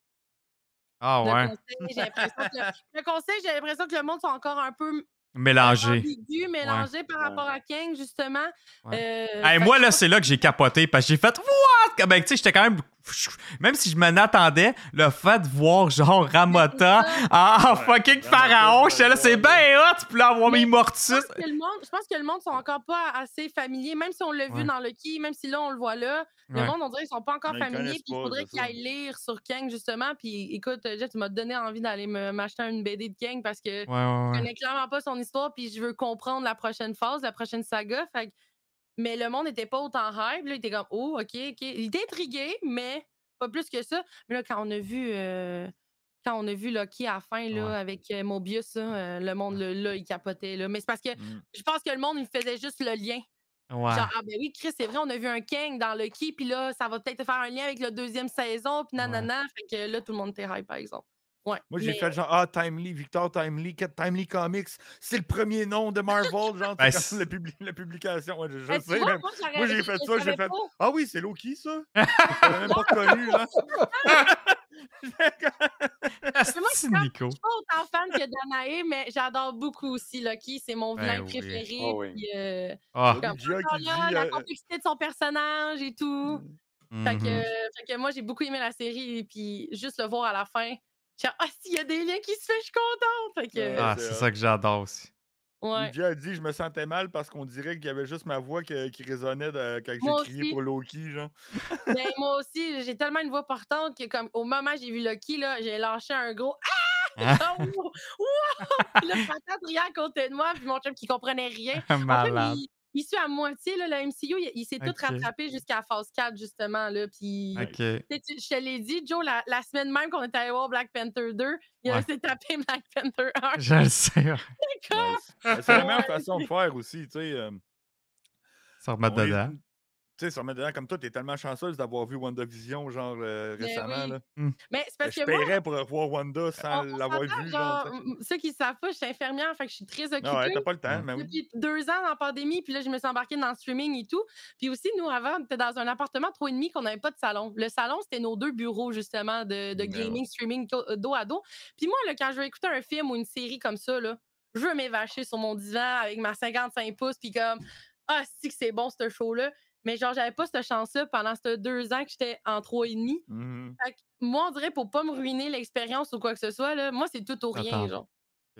Speaker 2: Ah
Speaker 6: Le
Speaker 2: ouais,
Speaker 6: conseil, j'ai l'impression que le, le conseil, j'ai l'impression que le monde sont encore un peu
Speaker 2: mélangé.
Speaker 6: ambigu, mélangé par rapport à King, justement. Euh,
Speaker 2: Hey,
Speaker 6: fait
Speaker 2: moi,
Speaker 6: que-
Speaker 2: là, c'est là que j'ai capoté parce que j'ai fait What? Ben, tu sais, j'étais quand même. Même si je m'en attendais, le fait de voir genre
Speaker 6: *laughs*
Speaker 2: Ramota
Speaker 6: Mais c'est
Speaker 2: ah
Speaker 3: Ouais,
Speaker 2: fucking
Speaker 3: Ramota,
Speaker 2: pharaon,
Speaker 3: ouais,
Speaker 2: j'étais là, c'est
Speaker 3: ouais.
Speaker 2: bien hot, puis là, avoir
Speaker 6: Mais
Speaker 2: mis
Speaker 6: Je
Speaker 2: Mortus.
Speaker 6: pense, que le monde, je pense que le monde sont encore pas assez familiers, même si on l'a
Speaker 2: Ouais.
Speaker 6: vu dans Lucky, même si là on le voit là,
Speaker 2: Ouais.
Speaker 6: le monde on dirait qu'ils sont pas encore
Speaker 3: Non, ils
Speaker 6: familiers.
Speaker 3: connaissent
Speaker 6: Puis il
Speaker 3: pas,
Speaker 6: faudrait
Speaker 3: c'est
Speaker 6: qu'ils
Speaker 3: ça.
Speaker 6: aillent lire sur Kang justement. Puis écoute, euh, Jeff, tu m'as donné envie d'aller me- m'acheter une BD de Kang parce que
Speaker 2: Ouais, ouais,
Speaker 6: je
Speaker 2: ouais.
Speaker 6: connais clairement pas son histoire, puis je veux comprendre la prochaine phase, la prochaine saga. Fait que- Mais le monde n'était pas autant hype. Là, il était comme, oh, OK, OK. Il était intrigué, mais pas plus que ça. Mais là, quand on a vu. euh, Quand on a vu Loki à la fin là,
Speaker 2: Ouais.
Speaker 6: avec euh, Mobius, là, euh, le monde là, là, il capotait. Là. Mais c'est parce que
Speaker 3: Mmh.
Speaker 6: je pense que le monde il faisait juste le lien.
Speaker 2: Ouais.
Speaker 6: Genre, ah ben oui, Chris, c'est vrai, on a vu un Kang dans Loki, puis là, ça va peut-être faire un lien avec la deuxième saison, puis nanana. Fait que là, tout le monde était hype, par exemple. Ouais.
Speaker 3: Moi, j'ai
Speaker 6: mais-
Speaker 3: fait genre, ah, Timely, Victor Timely, Cat- Timely Comics, c'est le premier nom de Marvel, genre,
Speaker 2: Ben,
Speaker 3: c'est
Speaker 2: c'est-
Speaker 3: comme la, publi- la publication. Ouais, je, je
Speaker 6: Ben, tu
Speaker 3: sais, Ah
Speaker 6: vois,
Speaker 3: mais-
Speaker 6: moi, j'aurais-
Speaker 3: moi, j'ai fait
Speaker 6: je
Speaker 3: ça, j'ai
Speaker 6: savais
Speaker 3: fait-
Speaker 6: pas.
Speaker 3: Ah oui, c'est Loki, ça? Je l'avais même pas connu, là.
Speaker 2: Ah, C'est
Speaker 6: moi, je pense-
Speaker 2: Nico.
Speaker 6: pas autant fan que Danae, mais j'adore beaucoup aussi Loki. C'est mon
Speaker 2: Ben
Speaker 6: vilain
Speaker 2: oui.
Speaker 6: préféré.
Speaker 4: Ah oui.
Speaker 6: puis, euh,
Speaker 2: Ah.
Speaker 6: comme,
Speaker 3: Lydia
Speaker 6: encore
Speaker 3: qui
Speaker 6: là,
Speaker 3: dit,
Speaker 6: la
Speaker 3: euh,
Speaker 6: complexité de son personnage et tout. Fait que,
Speaker 2: Mhm.
Speaker 6: fait que moi, j'ai beaucoup aimé la série. Et puis, juste le voir à la fin, j'ai ah, s'il y a des liens qui se fait, je suis contente. Fait que,
Speaker 2: Ah, c'est ça que j'adore aussi.
Speaker 6: ouais.
Speaker 3: Lydia a dit Je me sentais mal parce qu'on dirait qu'il y avait juste ma voix que- qui résonnait de- quand
Speaker 6: Moi
Speaker 3: j'ai crié
Speaker 6: aussi.
Speaker 3: pour Loki.
Speaker 6: *laughs*
Speaker 3: Genre.
Speaker 6: Ben, moi aussi, j'ai tellement une voix portante que, comme au moment où j'ai vu Loki, là, j'ai lâché un gros Ah! Wow! Puis là, patate riait à côté de moi, puis mon chum qui comprenait rien.
Speaker 2: *laughs*
Speaker 6: En fait,
Speaker 2: Malade.
Speaker 6: il, il suit à moitié, là, le MCU, il, il s'est
Speaker 2: Ok.
Speaker 6: tout rattrapé jusqu'à la phase 4, justement. Là, puis,
Speaker 2: Ok.
Speaker 6: Tu sais, tu- je te l'ai dit, Joe, la, la semaine même qu'on était allé voir Black Panther 2, il
Speaker 2: Ouais.
Speaker 6: s'est tapé *laughs* Black Panther 1.
Speaker 2: Je le sais.
Speaker 6: Comme-
Speaker 3: Nice. Mais Ben, C'est la meilleure façon de faire aussi. Tu sais, euh,
Speaker 2: Ça remet
Speaker 3: on est-
Speaker 2: dedans.
Speaker 3: Tu sais, se remettre dedans comme toi, t'es tellement chanceuse d'avoir vu WandaVision genre euh,
Speaker 6: Mais
Speaker 3: récemment.
Speaker 6: oui.
Speaker 3: là.
Speaker 6: Mais c'est parce
Speaker 3: Je
Speaker 6: que moi,
Speaker 3: paierais pour revoir Wanda sans
Speaker 6: on- on
Speaker 3: l'avoir
Speaker 6: s'entend,
Speaker 3: vu.
Speaker 6: genre,
Speaker 3: Genre, tu sais.
Speaker 6: m- ceux qui ne savent pas, je suis infirmière, fait que je suis
Speaker 2: Ah
Speaker 6: très occupée.
Speaker 3: non, ouais, t'as pas le temps, mais Ben oui.
Speaker 6: Depuis deux ans en pandémie, puis là, je me suis embarquée dans le streaming et tout. Puis aussi, nous, avant, on était dans un appartement trois et demi qu'on n'avait pas de salon. Le salon, c'était nos deux bureaux, justement, de, de
Speaker 3: Ben
Speaker 6: gaming, streaming, co- euh, dos à dos. Puis moi, là, quand je veux écouter un film ou une série comme ça, là, je veux m'évacher sur mon divan avec ma 55 pouces, puis comme, ah, si que c'est bon, ce show-là. Mais genre, j'avais pas cette chance-là pendant ces deux ans que j'étais en trois et demi.
Speaker 3: Mhm.
Speaker 6: Moi, on dirait, pour pas me ruiner l'expérience ou quoi que ce soit, là, moi, c'est tout ou rien,
Speaker 2: Attends.
Speaker 6: genre.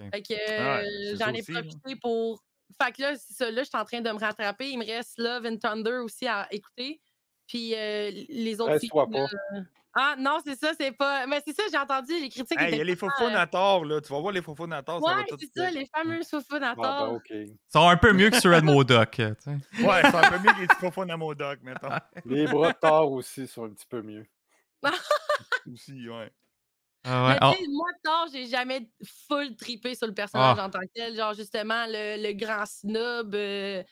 Speaker 2: Ok.
Speaker 6: Fait que
Speaker 3: Ah ouais,
Speaker 6: euh,
Speaker 3: c'est ça
Speaker 6: j'en ai
Speaker 3: aussi, là.
Speaker 6: profité pour. Fait que là, c'est ça, là, je suis en train de me rattraper. Il me reste Love and Thunder aussi à écouter. Puis euh, les autres.
Speaker 4: Reste-toi
Speaker 6: films,
Speaker 4: pas.
Speaker 6: euh, Ah, non, c'est ça, c'est pas. Mais c'est ça, j'ai entendu les critiques.
Speaker 3: Hey, Il y a
Speaker 6: étaient-
Speaker 3: les faux nators, là. Tu vas voir les faux nators, ça va
Speaker 6: euh Ouais,
Speaker 3: tout.
Speaker 6: c'est ça, les fameux Sofa
Speaker 4: Ah, ben,
Speaker 6: Nator.
Speaker 4: OK.
Speaker 3: *laughs*
Speaker 2: Ils sont un peu mieux que sur Red Modoc. euh, tu sais.
Speaker 3: Ouais, c'est
Speaker 6: *laughs*
Speaker 3: un peu mieux que les petits faux à mon doc, mettons.
Speaker 6: Ah.
Speaker 4: Les bras de tard aussi sont un petit peu mieux.
Speaker 3: Aussi, ouais.
Speaker 2: Ah ouais,
Speaker 6: Mais
Speaker 2: on-
Speaker 6: tu sais, moi, Thor, j'ai jamais full tripé sur le personnage
Speaker 3: Ah.
Speaker 6: en tant que tel. Genre, justement, le, le grand snob euh,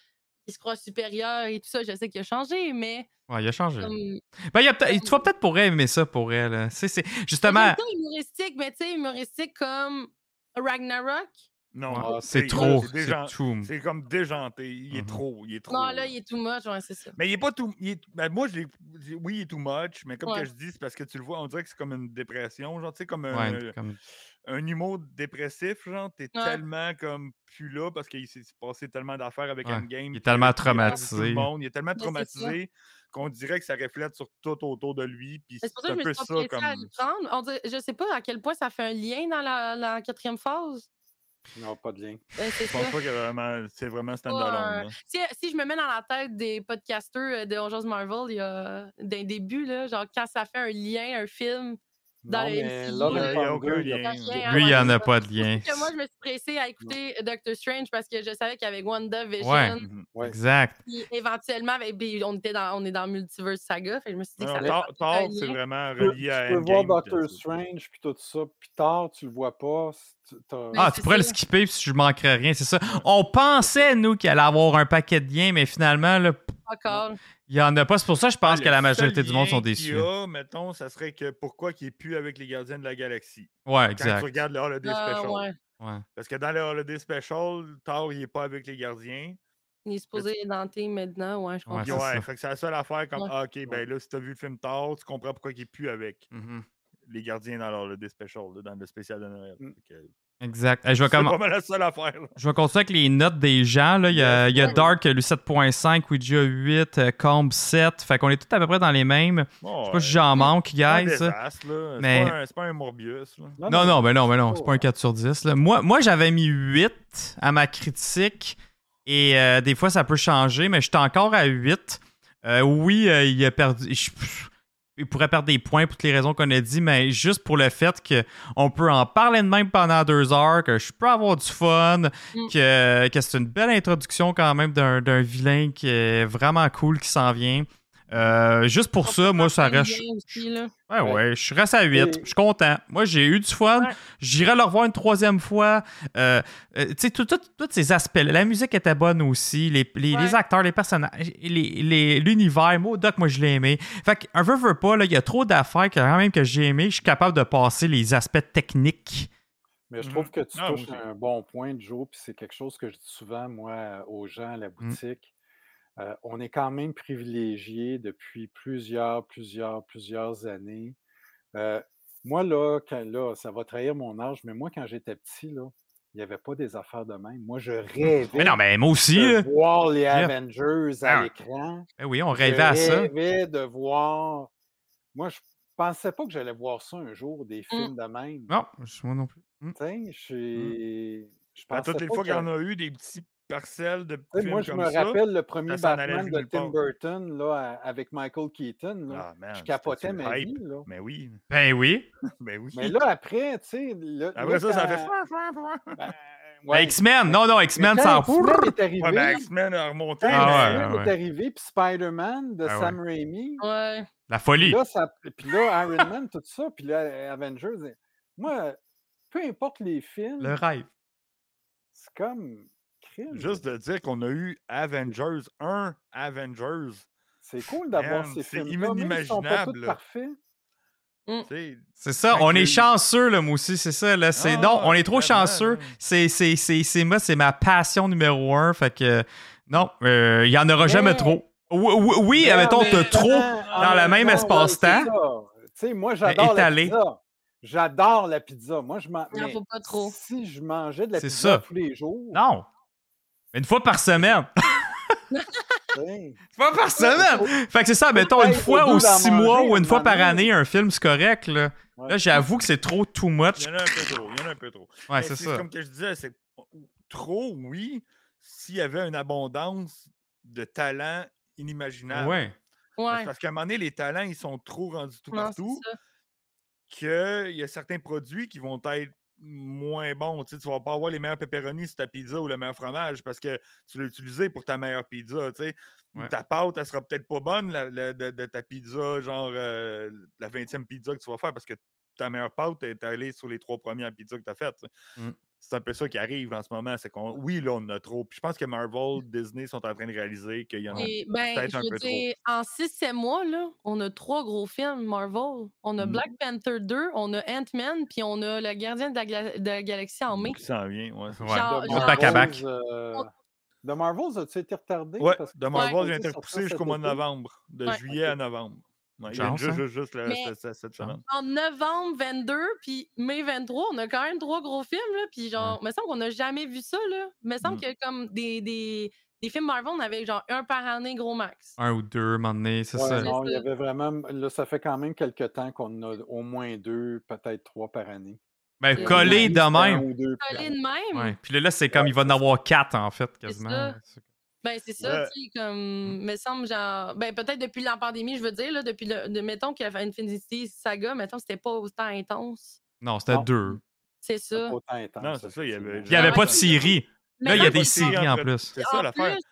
Speaker 6: qui se croit supérieur et tout ça, je sais qu'il a changé, mais.
Speaker 2: ouais, il a changé.
Speaker 6: comme,
Speaker 2: Ben, il a peut-être- tu vas peut-être pour aimer ça pour elle. hein. C'est- c'est- Justement,
Speaker 6: C'est humoristique, mais tu sais, humoristique comme Ragnarok.
Speaker 3: Non,
Speaker 4: Ah,
Speaker 3: tu
Speaker 2: c'est
Speaker 3: sais,
Speaker 2: trop.
Speaker 3: c'est
Speaker 2: C'est
Speaker 3: déjan-
Speaker 2: tout.
Speaker 3: C'est comme déjanté. Il est
Speaker 2: Mhm.
Speaker 3: trop. Il est trop.
Speaker 6: Non, là, il est tout moche, ouais, c'est ça.
Speaker 3: Mais il est pas tout. il est- ben, moi, je l'ai- j'ai- oui, il est too much, mais comme
Speaker 6: Ouais.
Speaker 3: que je dis, c'est parce que tu le vois, on dirait que c'est comme une dépression, genre, tu sais, comme un,
Speaker 2: Ouais, comme-
Speaker 3: un humour dépressif, genre, t'es
Speaker 6: Ouais.
Speaker 3: tellement comme plus là parce qu'il s'est passé tellement d'affaires avec
Speaker 2: Ouais,
Speaker 3: Endgame.
Speaker 2: il est
Speaker 3: puis
Speaker 2: tellement
Speaker 3: perdu Tout
Speaker 2: traumatisé.
Speaker 3: le monde, il est tellement
Speaker 6: Mais c'est ça.
Speaker 3: traumatisé qu'on dirait que ça reflète sur tout autour de lui, puis
Speaker 6: Mais C'est pour ça
Speaker 3: c'est
Speaker 6: que
Speaker 3: un
Speaker 6: je me
Speaker 3: peu
Speaker 6: suis
Speaker 3: ça
Speaker 6: pas pressée à
Speaker 3: comme.
Speaker 6: le prendre. On dirait- je sais pas à quel point ça fait un lien dans la, la quatrième phase.
Speaker 4: Non, pas de lien.
Speaker 6: Euh, c'est
Speaker 3: Je
Speaker 6: ça.
Speaker 3: pense pas que vraiment- c'est vraiment
Speaker 6: Ouais.
Speaker 3: stand-alone. là.
Speaker 6: Si, si je me mets dans la tête des podcasteurs euh, de Ongeance Marvel, il y a euh, d'un début, là, genre quand ça fait un lien, un film, Dans
Speaker 4: non,
Speaker 6: les
Speaker 4: mais
Speaker 6: MCU,
Speaker 4: Love
Speaker 3: il y a
Speaker 4: and
Speaker 3: aucun
Speaker 4: Thunder, il y
Speaker 3: lien.
Speaker 4: a-
Speaker 6: ça fait rien,
Speaker 2: Lui, il n'y
Speaker 6: Ah, ouais,
Speaker 2: en
Speaker 6: c'est
Speaker 2: a
Speaker 6: ça.
Speaker 2: pas de lien.
Speaker 3: Hein?
Speaker 6: Que moi, je me suis pressée à écouter euh, Doctor Strange parce que je savais qu'avec WandaVision,
Speaker 2: Ouais.
Speaker 3: Mhm.
Speaker 4: Ouais.
Speaker 2: Exact.
Speaker 6: puis éventuellement, avec, puis on, était dans, on est dans Multiverse Saga, fait que je me suis dit que
Speaker 3: Non,
Speaker 6: ça
Speaker 3: Thor,
Speaker 6: allait faire
Speaker 3: Thor,
Speaker 6: un
Speaker 3: c'est
Speaker 6: lien.
Speaker 3: vraiment
Speaker 4: Tu peux-
Speaker 3: relié à
Speaker 4: tu peux voir
Speaker 3: Endgame,
Speaker 4: Doctor
Speaker 3: puis-
Speaker 4: Strange, puis tout ça, puis tard, tu le vois pas. c'est- t'as-
Speaker 6: Ouais,
Speaker 2: Ah, tu
Speaker 6: c'est
Speaker 2: pourrais le
Speaker 6: ça.
Speaker 2: skipper si je manquerais rien, c'est ça. On pensait, nous, qu'il allait avoir un paquet de liens, mais finalement, là,
Speaker 6: Encore.
Speaker 2: il n'y en a pas. C'est pour ça que je pense
Speaker 3: Ah, Le
Speaker 2: que la
Speaker 3: seul
Speaker 2: majorité du monde
Speaker 3: lien
Speaker 2: sont
Speaker 3: qu'il y
Speaker 2: déçus.
Speaker 3: a, mettons, ça serait que pourquoi qu'il est plus avec les gardiens de la galaxie.
Speaker 2: Ouais,
Speaker 3: Quand tu
Speaker 2: exact.
Speaker 3: regardes le Holiday
Speaker 6: Ah,
Speaker 3: Special.
Speaker 6: ouais.
Speaker 2: Ouais.
Speaker 3: Parce que dans le Holiday Special, Thor, il est pas avec les gardiens.
Speaker 6: Il est supposé édenter maintenant, ouais, je
Speaker 2: Ouais,
Speaker 6: comprends.
Speaker 3: Puis
Speaker 2: c'est
Speaker 3: Ouais,
Speaker 2: ça.
Speaker 3: fait que c'est la seule affaire comme
Speaker 6: Ouais.
Speaker 3: ah, OK, ben là, si t'as vu le film Thor, tu comprends pourquoi il est plus avec
Speaker 6: Mm-hmm.
Speaker 2: Mhm.
Speaker 3: les gardiens dans le Holiday Special, là, dans le spécial de Noël.
Speaker 4: Mm.
Speaker 3: Fait que
Speaker 2: Exact. Eh, je, vais
Speaker 3: C'est
Speaker 2: comm-
Speaker 3: pas mal la seule affaire. là.
Speaker 2: je vais continuer avec les notes des gens. Là. Il y a, il y a
Speaker 3: Ouais.
Speaker 2: Dark, lui 7.5, Ouija 8, euh, Combe 7. Fait qu'on est tout à peu près dans les mêmes. Je
Speaker 3: Bon,
Speaker 2: sais
Speaker 3: ouais,
Speaker 2: pas si j'en manque,
Speaker 3: c'est pas un
Speaker 2: guys.
Speaker 3: désastre, là. C'est
Speaker 2: mais-
Speaker 3: pas un- C'est pas un Morbius. là.
Speaker 2: Non, non, mais non, mais
Speaker 4: c'est
Speaker 2: non, c'est pas un 4 sur 10. là. Moi, moi j'avais mis 8 à ma critique et euh, des fois ça peut changer, mais j'étais encore à 8. Euh, oui, euh, il a perdu. je- pff, il pourrait perdre des points pour toutes les raisons qu'on a dit, mais juste pour le fait qu'on peut en parler de même pendant deux heures, que je peux avoir du fun, que, que c'est une belle introduction quand même d'un d'un vilain qui est vraiment cool qui s'en vient. Euh, juste pour ça, moi, ça reste.
Speaker 6: Bien aussi, là.
Speaker 2: Ouais, ouais,
Speaker 4: Ouais.
Speaker 2: je reste à 8.
Speaker 4: Et-
Speaker 2: Je suis content. Moi, j'ai eu du fun.
Speaker 6: Ouais.
Speaker 2: J'irai le revoir une troisième fois. Euh, euh, tu sais, tout- tout- tous ces aspects-là. La musique était bonne aussi. Les, les-
Speaker 6: Ouais.
Speaker 2: les acteurs, les personnages, les- les- l'univers. Moi, Doc, moi, je l'ai aimé. Fait que, un veut, veut pas, là, il y a trop d'affaires que, quand même que j'ai aimé. Je suis capable de passer les aspects techniques.
Speaker 4: Mais
Speaker 2: Mmh
Speaker 4: je
Speaker 3: Mhm.
Speaker 4: trouve que tu
Speaker 3: Ah,
Speaker 4: touches
Speaker 3: oui.
Speaker 4: à un bon point, Joe, puis c'est quelque chose que je dis souvent, moi, aux gens à
Speaker 2: Mmh.
Speaker 4: la boutique. Euh, on est quand même privilégié depuis plusieurs, plusieurs, plusieurs années. Euh, Moi, là, quand- là, ça va trahir mon âge, mais moi, quand j'étais petit, là, il n'y avait pas des affaires de même. Moi, je rêvais
Speaker 2: *laughs* Mais non, mais moi aussi.
Speaker 4: de
Speaker 2: là.
Speaker 4: voir les
Speaker 2: Yeah.
Speaker 4: Avengers
Speaker 2: Ah.
Speaker 4: à l'écran.
Speaker 2: Ben oui, on
Speaker 4: Je
Speaker 2: rêvait à ça.
Speaker 4: rêvais de voir. Moi, je pensais pas que j'allais voir ça un jour, des
Speaker 2: Mmh.
Speaker 4: films de même.
Speaker 2: Non, je- moi non plus.
Speaker 4: Tu sais, je suis- je
Speaker 3: À
Speaker 4: pensais
Speaker 3: Mmh. Ben, toutes les
Speaker 4: pas
Speaker 3: fois
Speaker 4: que
Speaker 3: qu'il y
Speaker 4: j'allais-
Speaker 3: en a eu des petits parcelles de
Speaker 4: Tu sais,
Speaker 3: films
Speaker 4: moi, je
Speaker 3: comme
Speaker 4: me
Speaker 3: ça.
Speaker 4: rappelle le premier
Speaker 3: ça s'en allait
Speaker 4: Batman de
Speaker 3: nulle part.
Speaker 4: Tim Burton là, à- avec Michael Keaton. là.
Speaker 3: Ah, man,
Speaker 4: je
Speaker 3: c'était
Speaker 4: capotais
Speaker 3: une
Speaker 4: ma
Speaker 3: hype.
Speaker 4: vie.
Speaker 3: *laughs*
Speaker 4: là.
Speaker 3: Mais oui,
Speaker 2: Ben oui.
Speaker 3: mais oui.
Speaker 4: Mais là, après, tu sais. là-
Speaker 3: *laughs* Après
Speaker 4: là,
Speaker 3: ça, ça
Speaker 4: quand-
Speaker 3: fait. fouin, fouin, fouin.
Speaker 4: ben,
Speaker 2: Ben,
Speaker 4: ouais.
Speaker 2: X-Men, non, non, X-Men,
Speaker 4: Mais
Speaker 2: ça en
Speaker 4: quand X-Men est
Speaker 3: Ouais,
Speaker 4: arrivé,
Speaker 3: ben, X-Men a remonté.
Speaker 4: quand
Speaker 2: Ah ouais,
Speaker 3: mais-
Speaker 4: X-Men
Speaker 2: ouais,
Speaker 4: est arrivé, puis Spider-Man de
Speaker 2: Ah ouais.
Speaker 4: Sam Raimi.
Speaker 6: Ouais.
Speaker 2: La
Speaker 4: Puis
Speaker 2: folie.
Speaker 4: là, ça- puis là, Iron Man, tout ça, puis là, Avengers. et- Moi, peu importe les films,
Speaker 2: Le rêve.
Speaker 4: c'est comme crime.
Speaker 3: Juste de dire qu'on a eu Avengers 1, Avengers.
Speaker 4: C'est cool d'avoir
Speaker 3: Man,
Speaker 4: ces
Speaker 3: c'est
Speaker 4: films-là, même s'ils sont pas
Speaker 3: inimaginable,
Speaker 4: tous
Speaker 3: là.
Speaker 4: parfaits.
Speaker 3: tu sais.
Speaker 2: C'est ça,
Speaker 3: Fait
Speaker 2: on
Speaker 3: que-
Speaker 2: est chanceux, là, moi aussi, c'est ça. Là, c'est...
Speaker 3: Ah,
Speaker 2: non, on est trop
Speaker 3: vraiment,
Speaker 2: chanceux.
Speaker 3: là.
Speaker 2: C'est, c'est, c'est, c'est moi, c'est ma passion numéro un. Fait que, non, euh, il y en aura jamais
Speaker 4: Mais-
Speaker 2: trop. Oui, oui, oui, admettons,
Speaker 6: mais-
Speaker 2: t'as trop.
Speaker 4: dans
Speaker 2: le même espace-temps.
Speaker 4: Tu sais, moi, j'adore la
Speaker 2: étalé.
Speaker 4: pizza. J'adore la pizza. Moi, je m'en.
Speaker 6: Il n'en
Speaker 4: mais
Speaker 6: faut pas trop.
Speaker 4: Si je mangeais de la
Speaker 2: C'est
Speaker 4: pizza
Speaker 2: ça.
Speaker 4: tous les jours,
Speaker 2: Non. Une fois par semaine.
Speaker 4: tu sais,
Speaker 2: Une fois par semaine. Fait que c'est ça, mettons, une
Speaker 4: Hey,
Speaker 2: fois
Speaker 4: au
Speaker 2: ou
Speaker 4: goût d'en
Speaker 2: six mois
Speaker 4: manger,
Speaker 2: ou une
Speaker 4: une
Speaker 2: fois par
Speaker 4: année.
Speaker 2: année, un film, c'est correct, là.
Speaker 4: Ouais.
Speaker 2: Là, j'avoue que c'est trop too
Speaker 3: Il
Speaker 2: much.
Speaker 3: y en a un peu trop. Il y en a un peu trop.
Speaker 2: Ouais,
Speaker 3: Mais
Speaker 2: c'est
Speaker 3: c'est
Speaker 2: ça.
Speaker 3: Comme que je disais, c'est trop, oui, s'il y avait une abondance de talents inimaginables.
Speaker 2: Ouais.
Speaker 3: Parce-
Speaker 6: Ouais.
Speaker 3: Parce qu'à un moment donné, les talents, ils sont trop rendus tout
Speaker 6: Non, c'est
Speaker 3: partout hein.
Speaker 6: ça.
Speaker 3: qu'il y a certains produits qui vont être moins bons. Tu ne vas pas avoir les meilleurs pepperonis sur ta pizza ou le meilleur fromage parce que tu l'as utilisé pour ta meilleure pizza. tu sais. Ou
Speaker 2: Ouais.
Speaker 3: Ta pâte, elle sera peut-être pas bonne la- la- de, de ta pizza, genre euh, la 20e pizza que tu vas faire parce que ta meilleure pâte est allée sur les trois premières pizzas que tu as faites. tu sais.
Speaker 2: Mm.
Speaker 3: C'est un peu ça qui arrive en ce moment. C'est qu'on, oui, là, on en a trop. Puis je pense que Marvel, Disney sont en train de réaliser qu'il y en a
Speaker 6: Et, ben,
Speaker 3: peut-être
Speaker 6: je
Speaker 3: un
Speaker 6: veux
Speaker 3: peu trop.
Speaker 6: dire, en 6 mois, là, on a trois gros films Marvel. On a
Speaker 2: Mmh.
Speaker 3: Mm.
Speaker 6: Black Panther 2, on a Ant-Man, puis on a Le Gardien de la, Gla- de la Galaxie en mai.
Speaker 3: qui s'en vient. Ouais.
Speaker 2: Ouais.
Speaker 6: Genre-
Speaker 4: de
Speaker 2: genre- bac à bac.
Speaker 4: Marvels, euh, de Marvels, as-tu été retardé?
Speaker 3: Ouais,
Speaker 4: Parce que
Speaker 3: de Marvel, j'ai
Speaker 4: ça
Speaker 3: été
Speaker 4: sortait
Speaker 3: repoussé
Speaker 4: cet
Speaker 3: jusqu'au mois de
Speaker 4: été.
Speaker 3: novembre, de
Speaker 6: Ouais.
Speaker 3: juillet à novembre. Ouais, il y a
Speaker 2: Chance,
Speaker 3: juste,
Speaker 2: hein?
Speaker 3: juste, juste la-
Speaker 6: Mais-
Speaker 3: cette- cette- cette semaine.
Speaker 6: En novembre 22, puis mai 23, on a quand même trois gros films, là, puis genre, me semble qu'on n'a jamais vu ça, là. me semble
Speaker 2: Mmh.
Speaker 3: Mm.
Speaker 6: que comme des, des, des films Marvel, on avait genre un par année, gros max.
Speaker 2: Un ou deux, un moment donné, c'est
Speaker 4: Ouais,
Speaker 2: ça.
Speaker 4: non, il y
Speaker 6: ça.
Speaker 4: avait vraiment. Là, ça fait quand même quelques temps qu'on en a au moins deux, peut-être trois par année.
Speaker 2: Ben,
Speaker 6: C'est-
Speaker 2: collé de
Speaker 4: Un
Speaker 2: même.
Speaker 4: ou deux par
Speaker 6: Collé de même,
Speaker 2: Ouais. Puis là, là, c'est comme il va en avoir quatre, en fait, quasiment.
Speaker 6: ça. Ben, c'est ça,
Speaker 3: Ouais.
Speaker 6: tu sais, comme, me semble, genre, ben, peut-être depuis la pandémie, je veux dire, là, depuis le, de- mettons qu'il y avait Infinity Saga, mettons, c'était pas autant intense.
Speaker 2: Non, c'était
Speaker 4: Non.
Speaker 2: deux.
Speaker 6: C'est
Speaker 4: C'était
Speaker 6: ça.
Speaker 4: pas autant intense,
Speaker 3: Non, c'est ça, il y avait-
Speaker 4: effectivement.
Speaker 2: Il n'y avait
Speaker 6: Ouais.
Speaker 2: pas de série. Là, il
Speaker 6: Mais
Speaker 2: y a
Speaker 6: non,
Speaker 2: des
Speaker 3: pas de série,
Speaker 2: séries
Speaker 3: en
Speaker 2: en
Speaker 3: fait.
Speaker 2: plus.
Speaker 3: C'est ça
Speaker 6: en
Speaker 3: l'affaire.
Speaker 6: plus-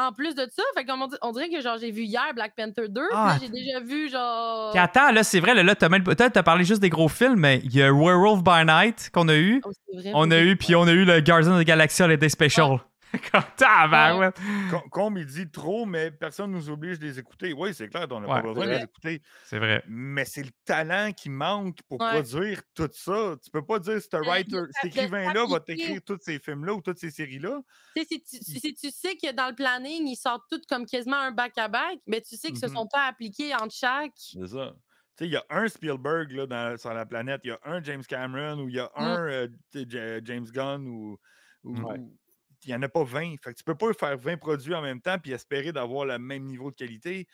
Speaker 6: En plus de ça, fait comme on, dit- on dirait que genre j'ai vu hier Black Panther 2, puis
Speaker 2: Ah,
Speaker 6: là, j'ai déjà vu genre
Speaker 3: Oh.
Speaker 2: Puis attends, là, c'est vrai, là, là, t'as même- peut-être t'as parlé juste des gros films, mais il y a Werewolf by Night qu'on a eu.
Speaker 6: Oh, c'est vrai,
Speaker 2: On a
Speaker 6: oui.
Speaker 2: eu, puis on a eu le Guardian of the Galaxy Holiday Special. *laughs* Comme tabarouette.
Speaker 3: Com- Comme il dit trop, mais personne nous oblige de les écouter. Oui, c'est clair, on n'a
Speaker 2: Ouais.
Speaker 3: pas besoin de
Speaker 6: Ouais.
Speaker 3: les écouter.
Speaker 2: C'est vrai.
Speaker 3: Mais c'est le talent qui manque pour
Speaker 6: Ouais.
Speaker 3: produire tout ça. Tu peux pas dire ce
Speaker 6: il y a
Speaker 3: writer,
Speaker 6: pas
Speaker 3: cet
Speaker 6: de
Speaker 3: écrivain-là va
Speaker 6: stabilité.
Speaker 3: t'écrire tous ces films-là ou toutes ces séries-là.
Speaker 6: Tu sais, si tu,
Speaker 2: Mmh.
Speaker 6: si- si tu sais que dans le planning, ils sortent tous comme quasiment un back-à-back, mais ben, tu sais qu'ils se
Speaker 2: Mmh.
Speaker 3: Mhm.
Speaker 6: sont pas appliqués entre chaque.
Speaker 3: C'est ça. Tu sais, il y a un Spielberg là, dans- sur la planète, il y a un James Cameron ou il y a
Speaker 6: Mm.
Speaker 3: un euh, tu sais, Ja- James Gunn ou. ou-
Speaker 4: Ouais.
Speaker 3: ou- Il n'y en a pas 20. Fait que tu peux pas faire 20 produits en même temps puis espérer d'avoir le même niveau de qualité.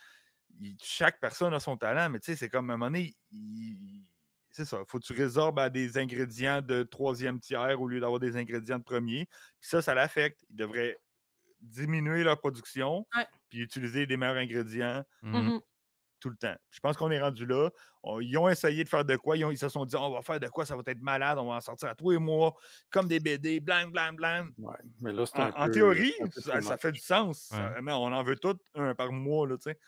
Speaker 3: Il- chaque personne a son talent, mais tu sais, c'est comme à un moment donné, il- c'est ça. Faut que tu résorbes à des ingrédients de troisième tiers au lieu d'avoir des ingrédients de premier. Puis ça, ça l'affecte. Ils devraient diminuer leur production
Speaker 6: Ouais.
Speaker 3: puis utiliser des meilleurs ingrédients
Speaker 2: Mhm.
Speaker 6: Mhm.
Speaker 3: tout le temps. Je pense qu'on est rendu là. On- ils ont essayé de faire de quoi. Ils, ont- ils se sont dit, on va faire de quoi, ça va être malade, on va en sortir à tous les mois, comme des BD, blam, blam, blam.
Speaker 4: Ouais, mais là, c'est
Speaker 3: En,
Speaker 4: un
Speaker 3: en
Speaker 4: peu-
Speaker 3: théorie,
Speaker 4: c'est un peu
Speaker 3: ça,
Speaker 4: too
Speaker 3: ça
Speaker 4: much.
Speaker 3: fait du sens. ça- mais on en veut tout un par mois, là, tu sais.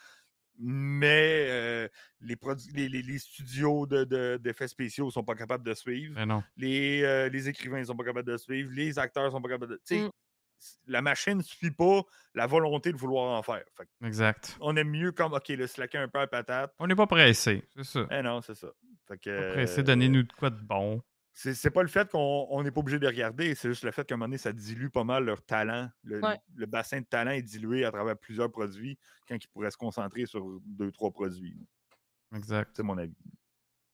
Speaker 3: Mais euh, les, produ- les, les- les studios de- de- d'effets spéciaux ne sont pas capables de suivre.
Speaker 2: Mais non.
Speaker 3: Les, euh, les écrivains ne sont pas capables de suivre. Les acteurs ne sont pas capables de. tu sais,
Speaker 6: Mm.
Speaker 3: s- La machine ne suit pas la volonté de vouloir en faire. Fait que
Speaker 2: Exact.
Speaker 3: on aime mieux comme, OK, le slacker un peu à patate.
Speaker 2: On n'est pas pressé. C'est ça.
Speaker 3: Eh non, c'est ça. Fait que,
Speaker 2: Pas pressé.
Speaker 3: euh,
Speaker 2: Donnez-nous de quoi de bon.
Speaker 3: C'est c'est pas le fait qu'on on n'est pas obligé de regarder, c'est juste le fait qu'à un moment donné, ça dilue pas mal leur talent. Le,
Speaker 6: Ouais.
Speaker 3: le bassin de talent est dilué à travers plusieurs produits quand ils pourraient se concentrer sur deux, trois produits.
Speaker 2: Exact.
Speaker 3: C'est mon avis.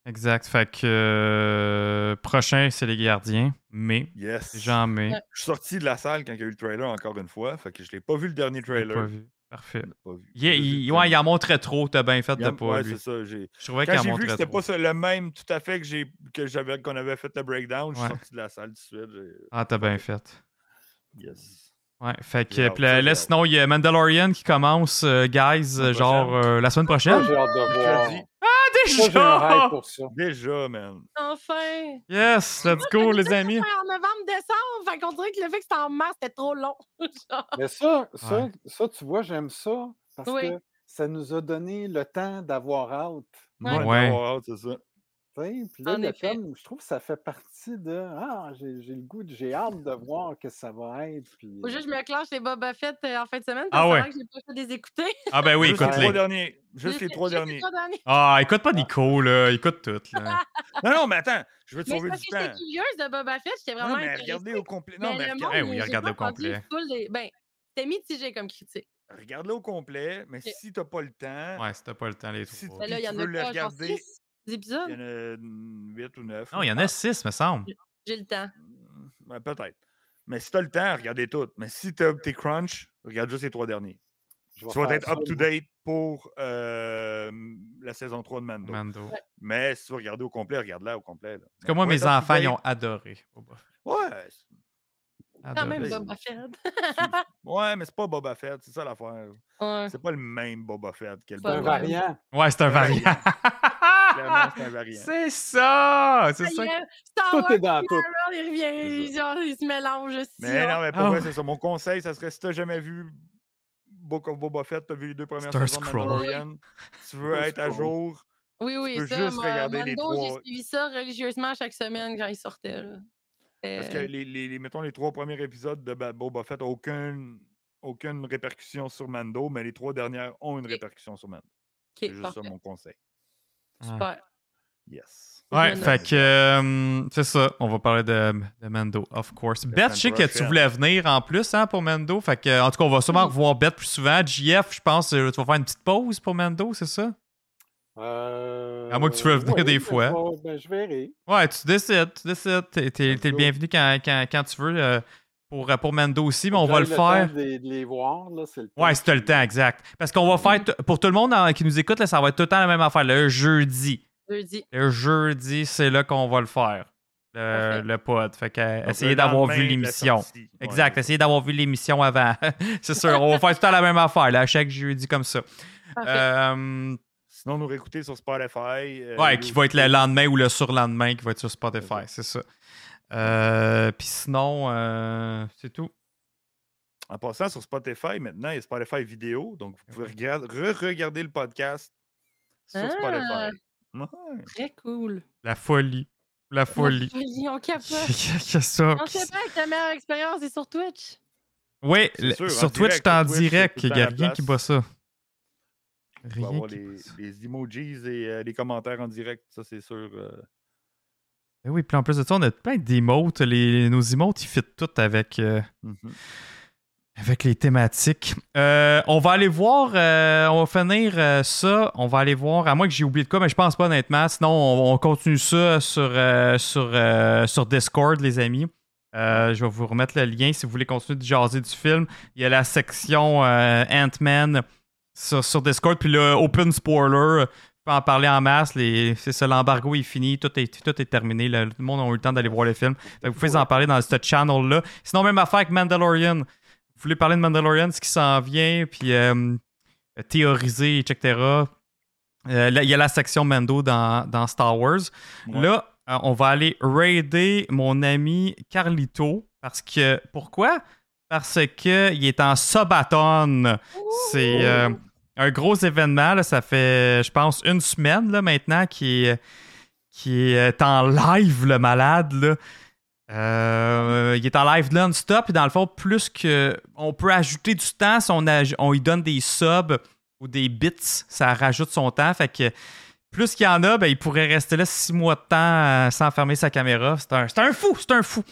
Speaker 2: Exact. Fait que euh, prochain, c'est les gardiens. Mais,
Speaker 3: Yes.
Speaker 2: Jean mai.
Speaker 6: Ouais,
Speaker 3: Je suis sorti de la salle quand il y a eu le trailer encore une fois. Fait que je l'ai pas vu le dernier
Speaker 2: j'ai pas
Speaker 3: trailer.
Speaker 2: vu. Parfait.
Speaker 3: Je l'ai pas vu.
Speaker 2: Il,
Speaker 3: Je l'ai-
Speaker 2: il- ouais, il en montrait trop, t'as bien fait
Speaker 3: Il
Speaker 2: de
Speaker 3: y a-
Speaker 2: pas
Speaker 3: ouais,
Speaker 2: lui.
Speaker 3: c'est ça. j'ai-
Speaker 2: Je trouvais qu'il
Speaker 3: Quand
Speaker 2: en
Speaker 3: j'ai vu que
Speaker 2: montrait
Speaker 3: c'était
Speaker 2: trop.
Speaker 3: pas ça, le même tout à fait que j'ai que j'avais qu'on avait fait le breakdown, je suis
Speaker 2: Ouais.
Speaker 3: sorti de la salle tout de suite. j'ai-
Speaker 2: Ah, t'as bien fait.
Speaker 3: Yes.
Speaker 2: Ouais, fait que
Speaker 3: J'ai hâte,
Speaker 2: puis là,
Speaker 3: ça,
Speaker 2: là,
Speaker 3: j'ai
Speaker 2: sinon, il y a Mandalorian qui commence, euh, guys, euh,
Speaker 3: La
Speaker 2: genre
Speaker 3: prochaine.
Speaker 2: euh, la semaine
Speaker 4: Ça,
Speaker 2: prochaine.
Speaker 6: *laughs*
Speaker 4: j'ai hâte de voir.
Speaker 3: Mercredi.
Speaker 4: Ça, j'ai un hype
Speaker 2: Déjà!
Speaker 4: pour ça.
Speaker 3: Déjà, man.
Speaker 6: Enfin!
Speaker 2: Yes, let's go, les amis.
Speaker 6: Ouais, En novembre, décembre, fait qu'on dirait que le fait que c'était en mars, c'était trop long. *laughs* Genre,
Speaker 4: Mais
Speaker 6: *laughs*
Speaker 4: ça, ça,
Speaker 2: Ouais.
Speaker 4: ça, tu vois, j'aime ça parce
Speaker 6: Oui.
Speaker 4: que ça nous a donné le temps d'avoir hâte.
Speaker 6: Ouais.
Speaker 2: Ouais.
Speaker 3: d'avoir hâte, c'est ça.
Speaker 4: tu sais. Puis là,
Speaker 6: En
Speaker 4: le
Speaker 6: effet.
Speaker 4: thème, je trouve que ça fait partie de Ah, j'ai j'ai le goût, de- j'ai hâte de voir que ça va être. Puis, euh,
Speaker 6: Au jeu, je me clenche les Boba Fett euh, en fin de semaine.
Speaker 2: Ah
Speaker 6: parce que
Speaker 2: ouais.
Speaker 6: avant que j'ai pas fait des écouter.
Speaker 2: Ah ben oui,
Speaker 3: Juste les trois
Speaker 2: écoute-les.
Speaker 3: derniers. Juste
Speaker 6: *laughs*
Speaker 3: les trois derniers.
Speaker 2: Ah, écoute pas Nico, là. Écoute tout,
Speaker 6: *laughs*
Speaker 2: là.
Speaker 3: Non, non, mais attends, je veux te
Speaker 6: Mais
Speaker 3: sauver
Speaker 6: c'est parce
Speaker 3: du
Speaker 6: que j'étais
Speaker 3: temps.
Speaker 6: curieuse de Boba Fett, j'étais vraiment
Speaker 3: Non, mais
Speaker 6: intéressée.
Speaker 3: regardez au complet. Non, mais
Speaker 6: le
Speaker 3: regardez-
Speaker 2: Eh
Speaker 6: monde,
Speaker 2: oui,
Speaker 6: j'ai
Speaker 2: regardez
Speaker 6: pas
Speaker 2: au
Speaker 6: entendu
Speaker 2: complet.
Speaker 6: full des- Ben, c'était mitigé comme critique.
Speaker 3: regarde-le au complet, mais
Speaker 6: Ok.
Speaker 3: si t'as pas le temps,
Speaker 2: Ouais, c'était pas le temps, les
Speaker 3: Si-
Speaker 2: trois.
Speaker 6: Mais là, il y
Speaker 3: tu
Speaker 6: en
Speaker 3: veux
Speaker 6: a
Speaker 3: le
Speaker 6: pas, genre
Speaker 3: regarder.
Speaker 6: six épisodes.
Speaker 3: il y en a 8 ou 9.
Speaker 2: Non, il y en a six, me semble.
Speaker 6: J'ai le temps.
Speaker 3: mm, Peut-être. Mais si t'as le temps, regardez toutes. Mais si t'as tes crunch, regarde juste les trois derniers.
Speaker 4: je vais
Speaker 3: Tu vas
Speaker 4: faire
Speaker 3: être
Speaker 4: ça,
Speaker 3: up to
Speaker 4: moi.
Speaker 3: date pour euh, la saison 3 de Mando.
Speaker 2: Mando. En
Speaker 3: Mais si tu veux regarder au complet, regarde-la au complet. En
Speaker 2: tout cas, moi, mes enfants, ils ont adoré. Boba Fett.
Speaker 3: Ouais, c'est-
Speaker 4: Ah,
Speaker 6: Quand
Speaker 2: Adoré.
Speaker 6: même,
Speaker 3: ben,
Speaker 6: Boba Fett.
Speaker 3: ouais, mais c'est pas Boba Fett, c'est ça l'affaire.
Speaker 6: Ouais.
Speaker 3: C'est pas le même Boba Fett que le
Speaker 4: C'est
Speaker 6: Pas
Speaker 4: un
Speaker 3: Boba Fett.
Speaker 4: variant.
Speaker 2: Ouais, c'est un variant.
Speaker 3: *laughs* Clairement,
Speaker 2: *laughs*
Speaker 3: c'est un variant.
Speaker 2: C'est ça! C'est
Speaker 6: Ça y
Speaker 2: ça.
Speaker 6: est, euh, Star
Speaker 4: Tout est
Speaker 6: Wars,
Speaker 4: dans tout.
Speaker 6: il revient, genre, il se mélange aussi.
Speaker 3: Mais non, mais pour
Speaker 2: Ah
Speaker 3: vrai,
Speaker 2: ouais.
Speaker 3: c'est ça. Mon conseil, ça serait si t'as jamais vu Book of Boba Fett, t'as vu les deux premières
Speaker 2: C'est un
Speaker 3: saisons de
Speaker 2: scroll.
Speaker 3: Mandalorian, tu veux
Speaker 4: un
Speaker 3: être à
Speaker 4: scroll.
Speaker 3: jour,
Speaker 6: Oui, oui,
Speaker 3: peux
Speaker 6: ça,
Speaker 3: juste
Speaker 6: moi,
Speaker 3: regarder les
Speaker 6: Mando,
Speaker 3: trois.
Speaker 6: j'ai suivi ça religieusement chaque semaine quand il sortait. là.
Speaker 3: parce que
Speaker 6: Euh,
Speaker 3: les, les- les- mettons, les trois premiers épisodes de Ba- Boba Fett n'ont aucune, aucune répercussion sur Mando, mais les trois dernières ont une
Speaker 6: Ok.
Speaker 3: répercussion sur Mando.
Speaker 6: ok,
Speaker 3: C'est juste
Speaker 6: parfait,
Speaker 3: ça mon conseil.
Speaker 6: super.
Speaker 3: Yes.
Speaker 2: Ouais,
Speaker 6: Jeune.
Speaker 2: fait que euh, c'est ça. On va parler de, de Mando, of course. Beth, je sais que tu
Speaker 3: prochaine.
Speaker 2: voulais venir en plus hein, pour Mando. Fait que, en tout cas, on va sûrement
Speaker 6: Oui.
Speaker 2: revoir Beth plus souvent. JF, je pense, euh, tu vas faire une petite pause pour Mando, c'est ça?
Speaker 4: Euh,
Speaker 2: À moins que tu veuilles venir
Speaker 4: oui,
Speaker 2: des
Speaker 4: mais
Speaker 2: fois.
Speaker 4: Je, vais- ben, je verrai.
Speaker 2: Ouais, tu décides, tu décides. T'es, t'es-
Speaker 4: Let's
Speaker 2: t'es le
Speaker 4: go.
Speaker 2: bienvenu quand, quand- quand tu veux euh, pour, euh, pour Mando aussi, mais on
Speaker 4: J'ai
Speaker 2: va
Speaker 4: eu
Speaker 2: le
Speaker 4: temps
Speaker 2: faire.
Speaker 4: De, les- de les voir, là, c'est le temps.
Speaker 2: Ouais, c'était le temps, exact. Parce qu'on va faire, t- pour tout le monde euh, qui nous écoute, là, ça va être tout le temps la même affaire, le jeudi.
Speaker 6: Jeudi.
Speaker 2: Le jeudi, c'est là qu'on va le faire, le,
Speaker 6: Parfait.
Speaker 2: le pod. Fait que, euh,
Speaker 3: Donc,
Speaker 2: essayez
Speaker 3: le
Speaker 2: d'avoir
Speaker 3: lendemain
Speaker 2: vu
Speaker 3: de la
Speaker 2: l'émission.
Speaker 3: sortie. Ouais,
Speaker 2: Exact,
Speaker 3: c'est ça.
Speaker 2: essayez d'avoir vu l'émission avant. *laughs* c'est sûr, on va faire tout le temps la même affaire, là, à chaque jeudi comme ça.
Speaker 4: Ah.
Speaker 6: Parfait.
Speaker 2: Euh,
Speaker 3: Sinon, nous réécouter sur Spotify. euh,
Speaker 2: ouais, qui va être le
Speaker 3: YouTube.
Speaker 2: lendemain ou le surlendemain qui va être sur Spotify, c'est ça. Euh, Puis sinon, euh, c'est tout.
Speaker 3: En passant sur Spotify, maintenant, il y a Spotify vidéo, donc vous pouvez regard- re-regarder le podcast sur
Speaker 6: Ah.
Speaker 3: Spotify. Ouais.
Speaker 6: Très cool.
Speaker 2: La folie. La folie.
Speaker 6: On
Speaker 2: *laughs*
Speaker 6: capote.
Speaker 2: Qu'est-ce que ça?
Speaker 6: On sait pas que la meilleure expérience est sur Twitch.
Speaker 2: Oui,
Speaker 3: C'est sûr, en
Speaker 2: sur Twitch,
Speaker 3: direct,
Speaker 2: c'est en
Speaker 3: sur Twitch,
Speaker 2: direct.
Speaker 3: c'est tout
Speaker 2: Il
Speaker 3: le
Speaker 2: n'y a
Speaker 3: temps à la
Speaker 2: rien qui bat
Speaker 3: place.
Speaker 2: ça.
Speaker 3: Tu vas
Speaker 2: Rien
Speaker 3: avoir
Speaker 2: qui
Speaker 3: les,
Speaker 2: bat ça.
Speaker 3: les emojis et euh, les commentaires en direct, ça c'est sûr. euh.
Speaker 2: Ben oui, puis en plus de ça, on a plein d'émotes. Les, nos emotes, ils fit toutes avec, euh,
Speaker 3: Mhm.
Speaker 2: avec les thématiques. Euh, on va aller voir, euh, on va finir euh, ça. On va aller voir, à moins que j'ai oublié de quoi, mais je pense pas honnêtement. Sinon, on, on continue ça sur, euh, sur, euh, sur Discord, les amis. Euh, je vais vous remettre le lien si vous voulez continuer de jaser du film. Il y a la section euh, Ant-Man sur, sur Discord, puis le Open Spoiler. On peut en parler en masse. Les, c'est ça, l'embargo est fini. Tout est, tout est terminé. Le, le monde a eu le temps d'aller voir le film. Fait que vous pouvez en parler dans ce channel-là. Sinon, même affaire avec Mandalorian. Vous voulez parler de Mandalorian, ce qui s'en vient, puis euh, théoriser, etc. Euh, là, il y a la section Mando dans, dans Star Wars.
Speaker 3: Ouais.
Speaker 2: Là, euh, on va aller raider mon ami Carlito. Parce que. Pourquoi? Parce qu'il est en Sabaton. C'est euh, un gros événement. là. Ça fait, je pense, une semaine là, maintenant qui est, qui est en live, le malade. là. Euh, il est en live non-stop. Et dans le fond, plus que. On peut ajouter du temps si on, aj- on lui donne des subs ou des bits. Ça rajoute son temps. Fait que plus qu'il y en a, ben, il pourrait rester là six mois de temps euh, sans fermer sa caméra. C'est un, c'est un fou, c'est un fou.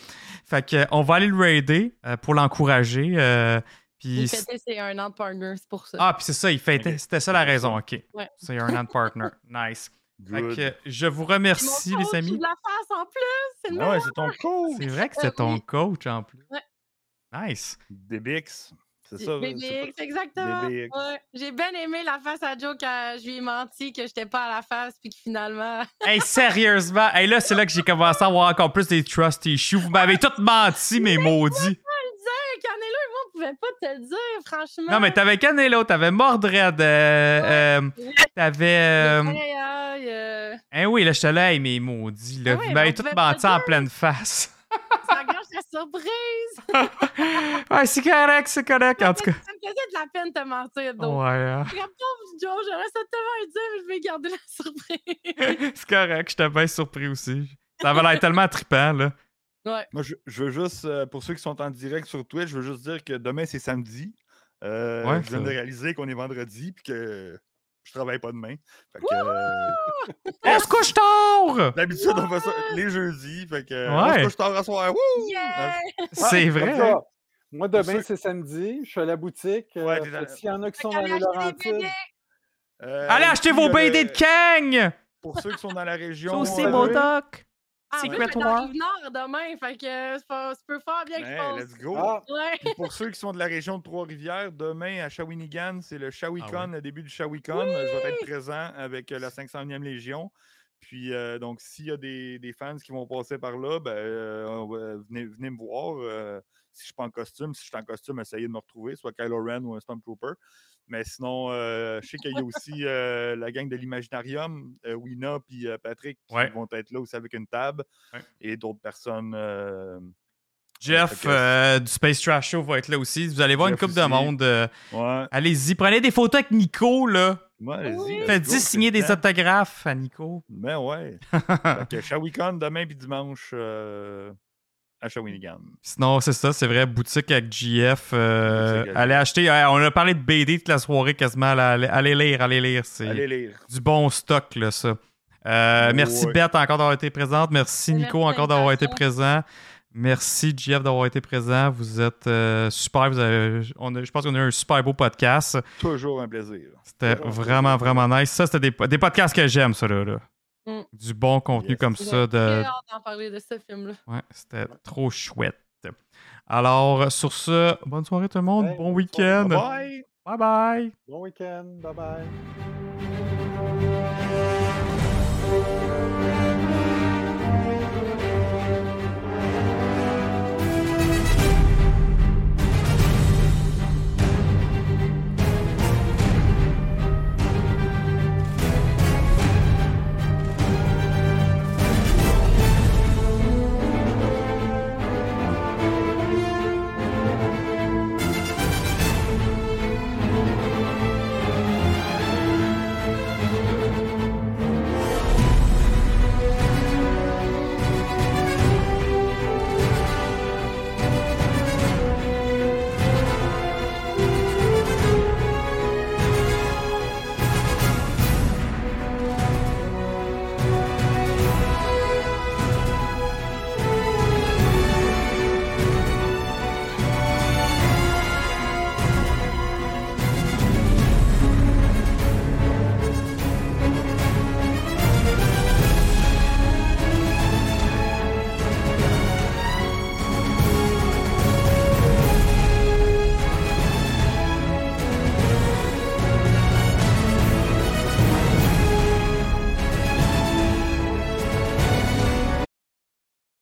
Speaker 2: Fait que, euh, on va aller le raider euh, pour l'encourager. euh, puis
Speaker 6: Il fêtait ses un an de partner, c'est pour ça.
Speaker 2: ah, puis c'est ça, il fêtait.
Speaker 3: Ok.
Speaker 2: C'était ça la raison, ok.
Speaker 6: Ouais. *laughs*
Speaker 2: C'est un an de partner. Nice. Fait
Speaker 3: Good.
Speaker 2: que je vous
Speaker 6: Mon
Speaker 2: remercie,
Speaker 6: coach,
Speaker 2: les
Speaker 6: j'ai
Speaker 2: amis.
Speaker 6: de la face en plus. C'est le
Speaker 3: Ah ouais, c'est ton coach.
Speaker 2: C'est vrai que
Speaker 6: Euh,
Speaker 2: c'est ton
Speaker 6: oui.
Speaker 2: coach en plus.
Speaker 6: Ouais.
Speaker 2: Nice.
Speaker 3: Débix. C'est ça.
Speaker 6: meilleur.
Speaker 3: c'est
Speaker 6: BBX,
Speaker 3: pas-
Speaker 6: exactement.
Speaker 3: BBX.
Speaker 6: Ouais. J'ai bien aimé la face à Joe quand je lui ai menti que j'étais pas à la face puis que finalement. *laughs*
Speaker 2: Hey, sérieusement. Hey, là, c'est là que j'ai commencé à avoir encore plus des trust issues. Vous m'avez toutes menti, mes maudits.
Speaker 6: Hey, Canelo, moi, on pouvait pas te le dire, franchement.
Speaker 2: Non, mais t'avais Canelo, t'avais Mordred, euh, euh, t'avais. euh,
Speaker 6: Aïe, aïe, euh,
Speaker 2: Hein oui, là, je te là, hey, mes maudits, là.
Speaker 6: Ah ouais,
Speaker 2: vous
Speaker 6: mais on
Speaker 2: m'avez toutes
Speaker 6: pouvait pas
Speaker 2: menti en pleine face. *laughs*
Speaker 6: Ça gâche la surprise.
Speaker 2: ouais, c'est correct, c'est correct, en tout cas.
Speaker 6: Ça me faisait de la peine de te mentir, *laughs* donc.
Speaker 2: Ouais, hein.
Speaker 6: Regarde, pauvre Joe, j'aurais ça tellement à dire, mais je vais garder la surprise.
Speaker 2: c'est correct, j'étais bien surpris aussi. Ça avait l'air tellement trippant, là.
Speaker 3: Moi, je, je veux juste, euh, pour ceux qui sont en direct sur Twitch, je veux juste dire que demain, c'est samedi. Euh,
Speaker 2: Ouais,
Speaker 3: je viens
Speaker 2: ça-
Speaker 3: de réaliser qu'on est vendredi puis que je travaille pas demain. Fait que, euh,
Speaker 2: On se couche tard!
Speaker 3: D'habitude, on fait ça les jeudis. Fait que, euh, on se
Speaker 2: Ouais.
Speaker 3: couche tard à soir. Wouh!
Speaker 6: Yeah!
Speaker 4: Ouais,
Speaker 2: C'est
Speaker 4: comme
Speaker 2: vrai. hein?
Speaker 4: ça. Moi,
Speaker 3: Pour
Speaker 4: demain,
Speaker 3: ceux-
Speaker 4: c'est samedi. Je suis à la boutique.
Speaker 3: Ouais,
Speaker 4: euh,
Speaker 3: t'es à-
Speaker 4: fait que S'il y en a qui sont
Speaker 6: Fait
Speaker 4: dans
Speaker 6: qu'allez
Speaker 4: les
Speaker 6: acheter des
Speaker 4: Laurentides,
Speaker 3: Euh,
Speaker 2: Allez acheter vos
Speaker 3: aussi, euh,
Speaker 2: BD de Kang!
Speaker 3: Pour ceux qui sont dans la région.
Speaker 2: Saucez
Speaker 4: c'est
Speaker 3: euh,
Speaker 4: beau,
Speaker 2: vos docs!
Speaker 6: Ah,
Speaker 2: C'est
Speaker 6: moi,
Speaker 2: quoi,
Speaker 6: je vais
Speaker 2: toi?
Speaker 6: dans le Nord demain, fait que euh, c'est pas- tu peux faire bien que je
Speaker 3: hey,
Speaker 6: pense.
Speaker 3: Ben, let's go.
Speaker 4: ah,
Speaker 6: Ouais.
Speaker 3: Puis pour ceux qui sont de la région de Trois-Rivières, demain à Shawinigan, c'est le Shawicon,
Speaker 2: Ah
Speaker 3: le début du Shawicon. Je vais être présent avec euh, la 500e Légion. Puis, euh, donc, s'il y a des, des fans qui vont passer par là, ben, euh, on va- venez, venez me voir. euh, si je suis pas en costume, si je suis en costume, essayez de me retrouver, soit Kylo Ren ou un Stormtrooper. Mais sinon, euh, je sais qu'il y a aussi euh, la gang de l'Imaginarium, euh, Wina puis euh, Patrick, qui
Speaker 2: Ouais.
Speaker 3: vont être là aussi avec une table
Speaker 2: Ouais.
Speaker 3: et d'autres personnes. euh,
Speaker 2: Jeff
Speaker 3: Fait que-
Speaker 2: euh, du Space Trash Show va être là aussi. Vous allez voir
Speaker 3: Jeff
Speaker 2: une coupe de
Speaker 3: aussi.
Speaker 2: monde. euh,
Speaker 3: ouais,
Speaker 2: Allez-y, prenez des photos avec Nico, là.
Speaker 3: moi, allez-y,
Speaker 6: Oui.
Speaker 3: let's
Speaker 2: T'as
Speaker 3: go,
Speaker 2: dit signer
Speaker 3: c'est le
Speaker 2: des
Speaker 3: temps.
Speaker 2: autographes à Nico.
Speaker 3: Ben ouais. fait que Shawinigan demain puis dimanche euh, à Shawinigan.
Speaker 2: Sinon, c'est ça, c'est vrai, boutique avec GF. euh,
Speaker 3: Boutique avec-
Speaker 2: allez acheter. euh, on a parlé de BD toute la soirée quasiment. là. allez, allez lire, allez lire. C'est
Speaker 3: Allez lire.
Speaker 2: du bon stock, là, ça. Euh, Merci,
Speaker 3: Ouais.
Speaker 2: Beth, encore d'avoir été présente. Merci,
Speaker 6: Merci
Speaker 2: Nico,
Speaker 6: de
Speaker 2: encore d'avoir été
Speaker 6: l'invitation.
Speaker 2: présent. Merci, GF, d'avoir été présent. Vous êtes euh, super. Vous avez- on a- je pense qu'on a eu un super beau podcast.
Speaker 3: Toujours un plaisir.
Speaker 2: C'était
Speaker 3: Toujours un
Speaker 2: vraiment,
Speaker 3: plaisir.
Speaker 2: vraiment nice. Ça, c'était des, des podcasts que j'aime, ça, là. là.
Speaker 6: Mm.
Speaker 2: Du bon contenu
Speaker 3: Yes.
Speaker 2: comme
Speaker 6: J'ai
Speaker 2: ça. De...
Speaker 6: très hâte d'en parler de ce film-là.
Speaker 2: Ouais, c'était trop chouette. Alors, sur ce, bonne soirée tout le monde,
Speaker 4: Ouais,
Speaker 2: bon
Speaker 4: bonne soirée.
Speaker 2: week-end.
Speaker 3: Bye
Speaker 2: Bye
Speaker 3: bye.
Speaker 2: bye.
Speaker 4: bon week-end. Bye bye.
Speaker 1: Thank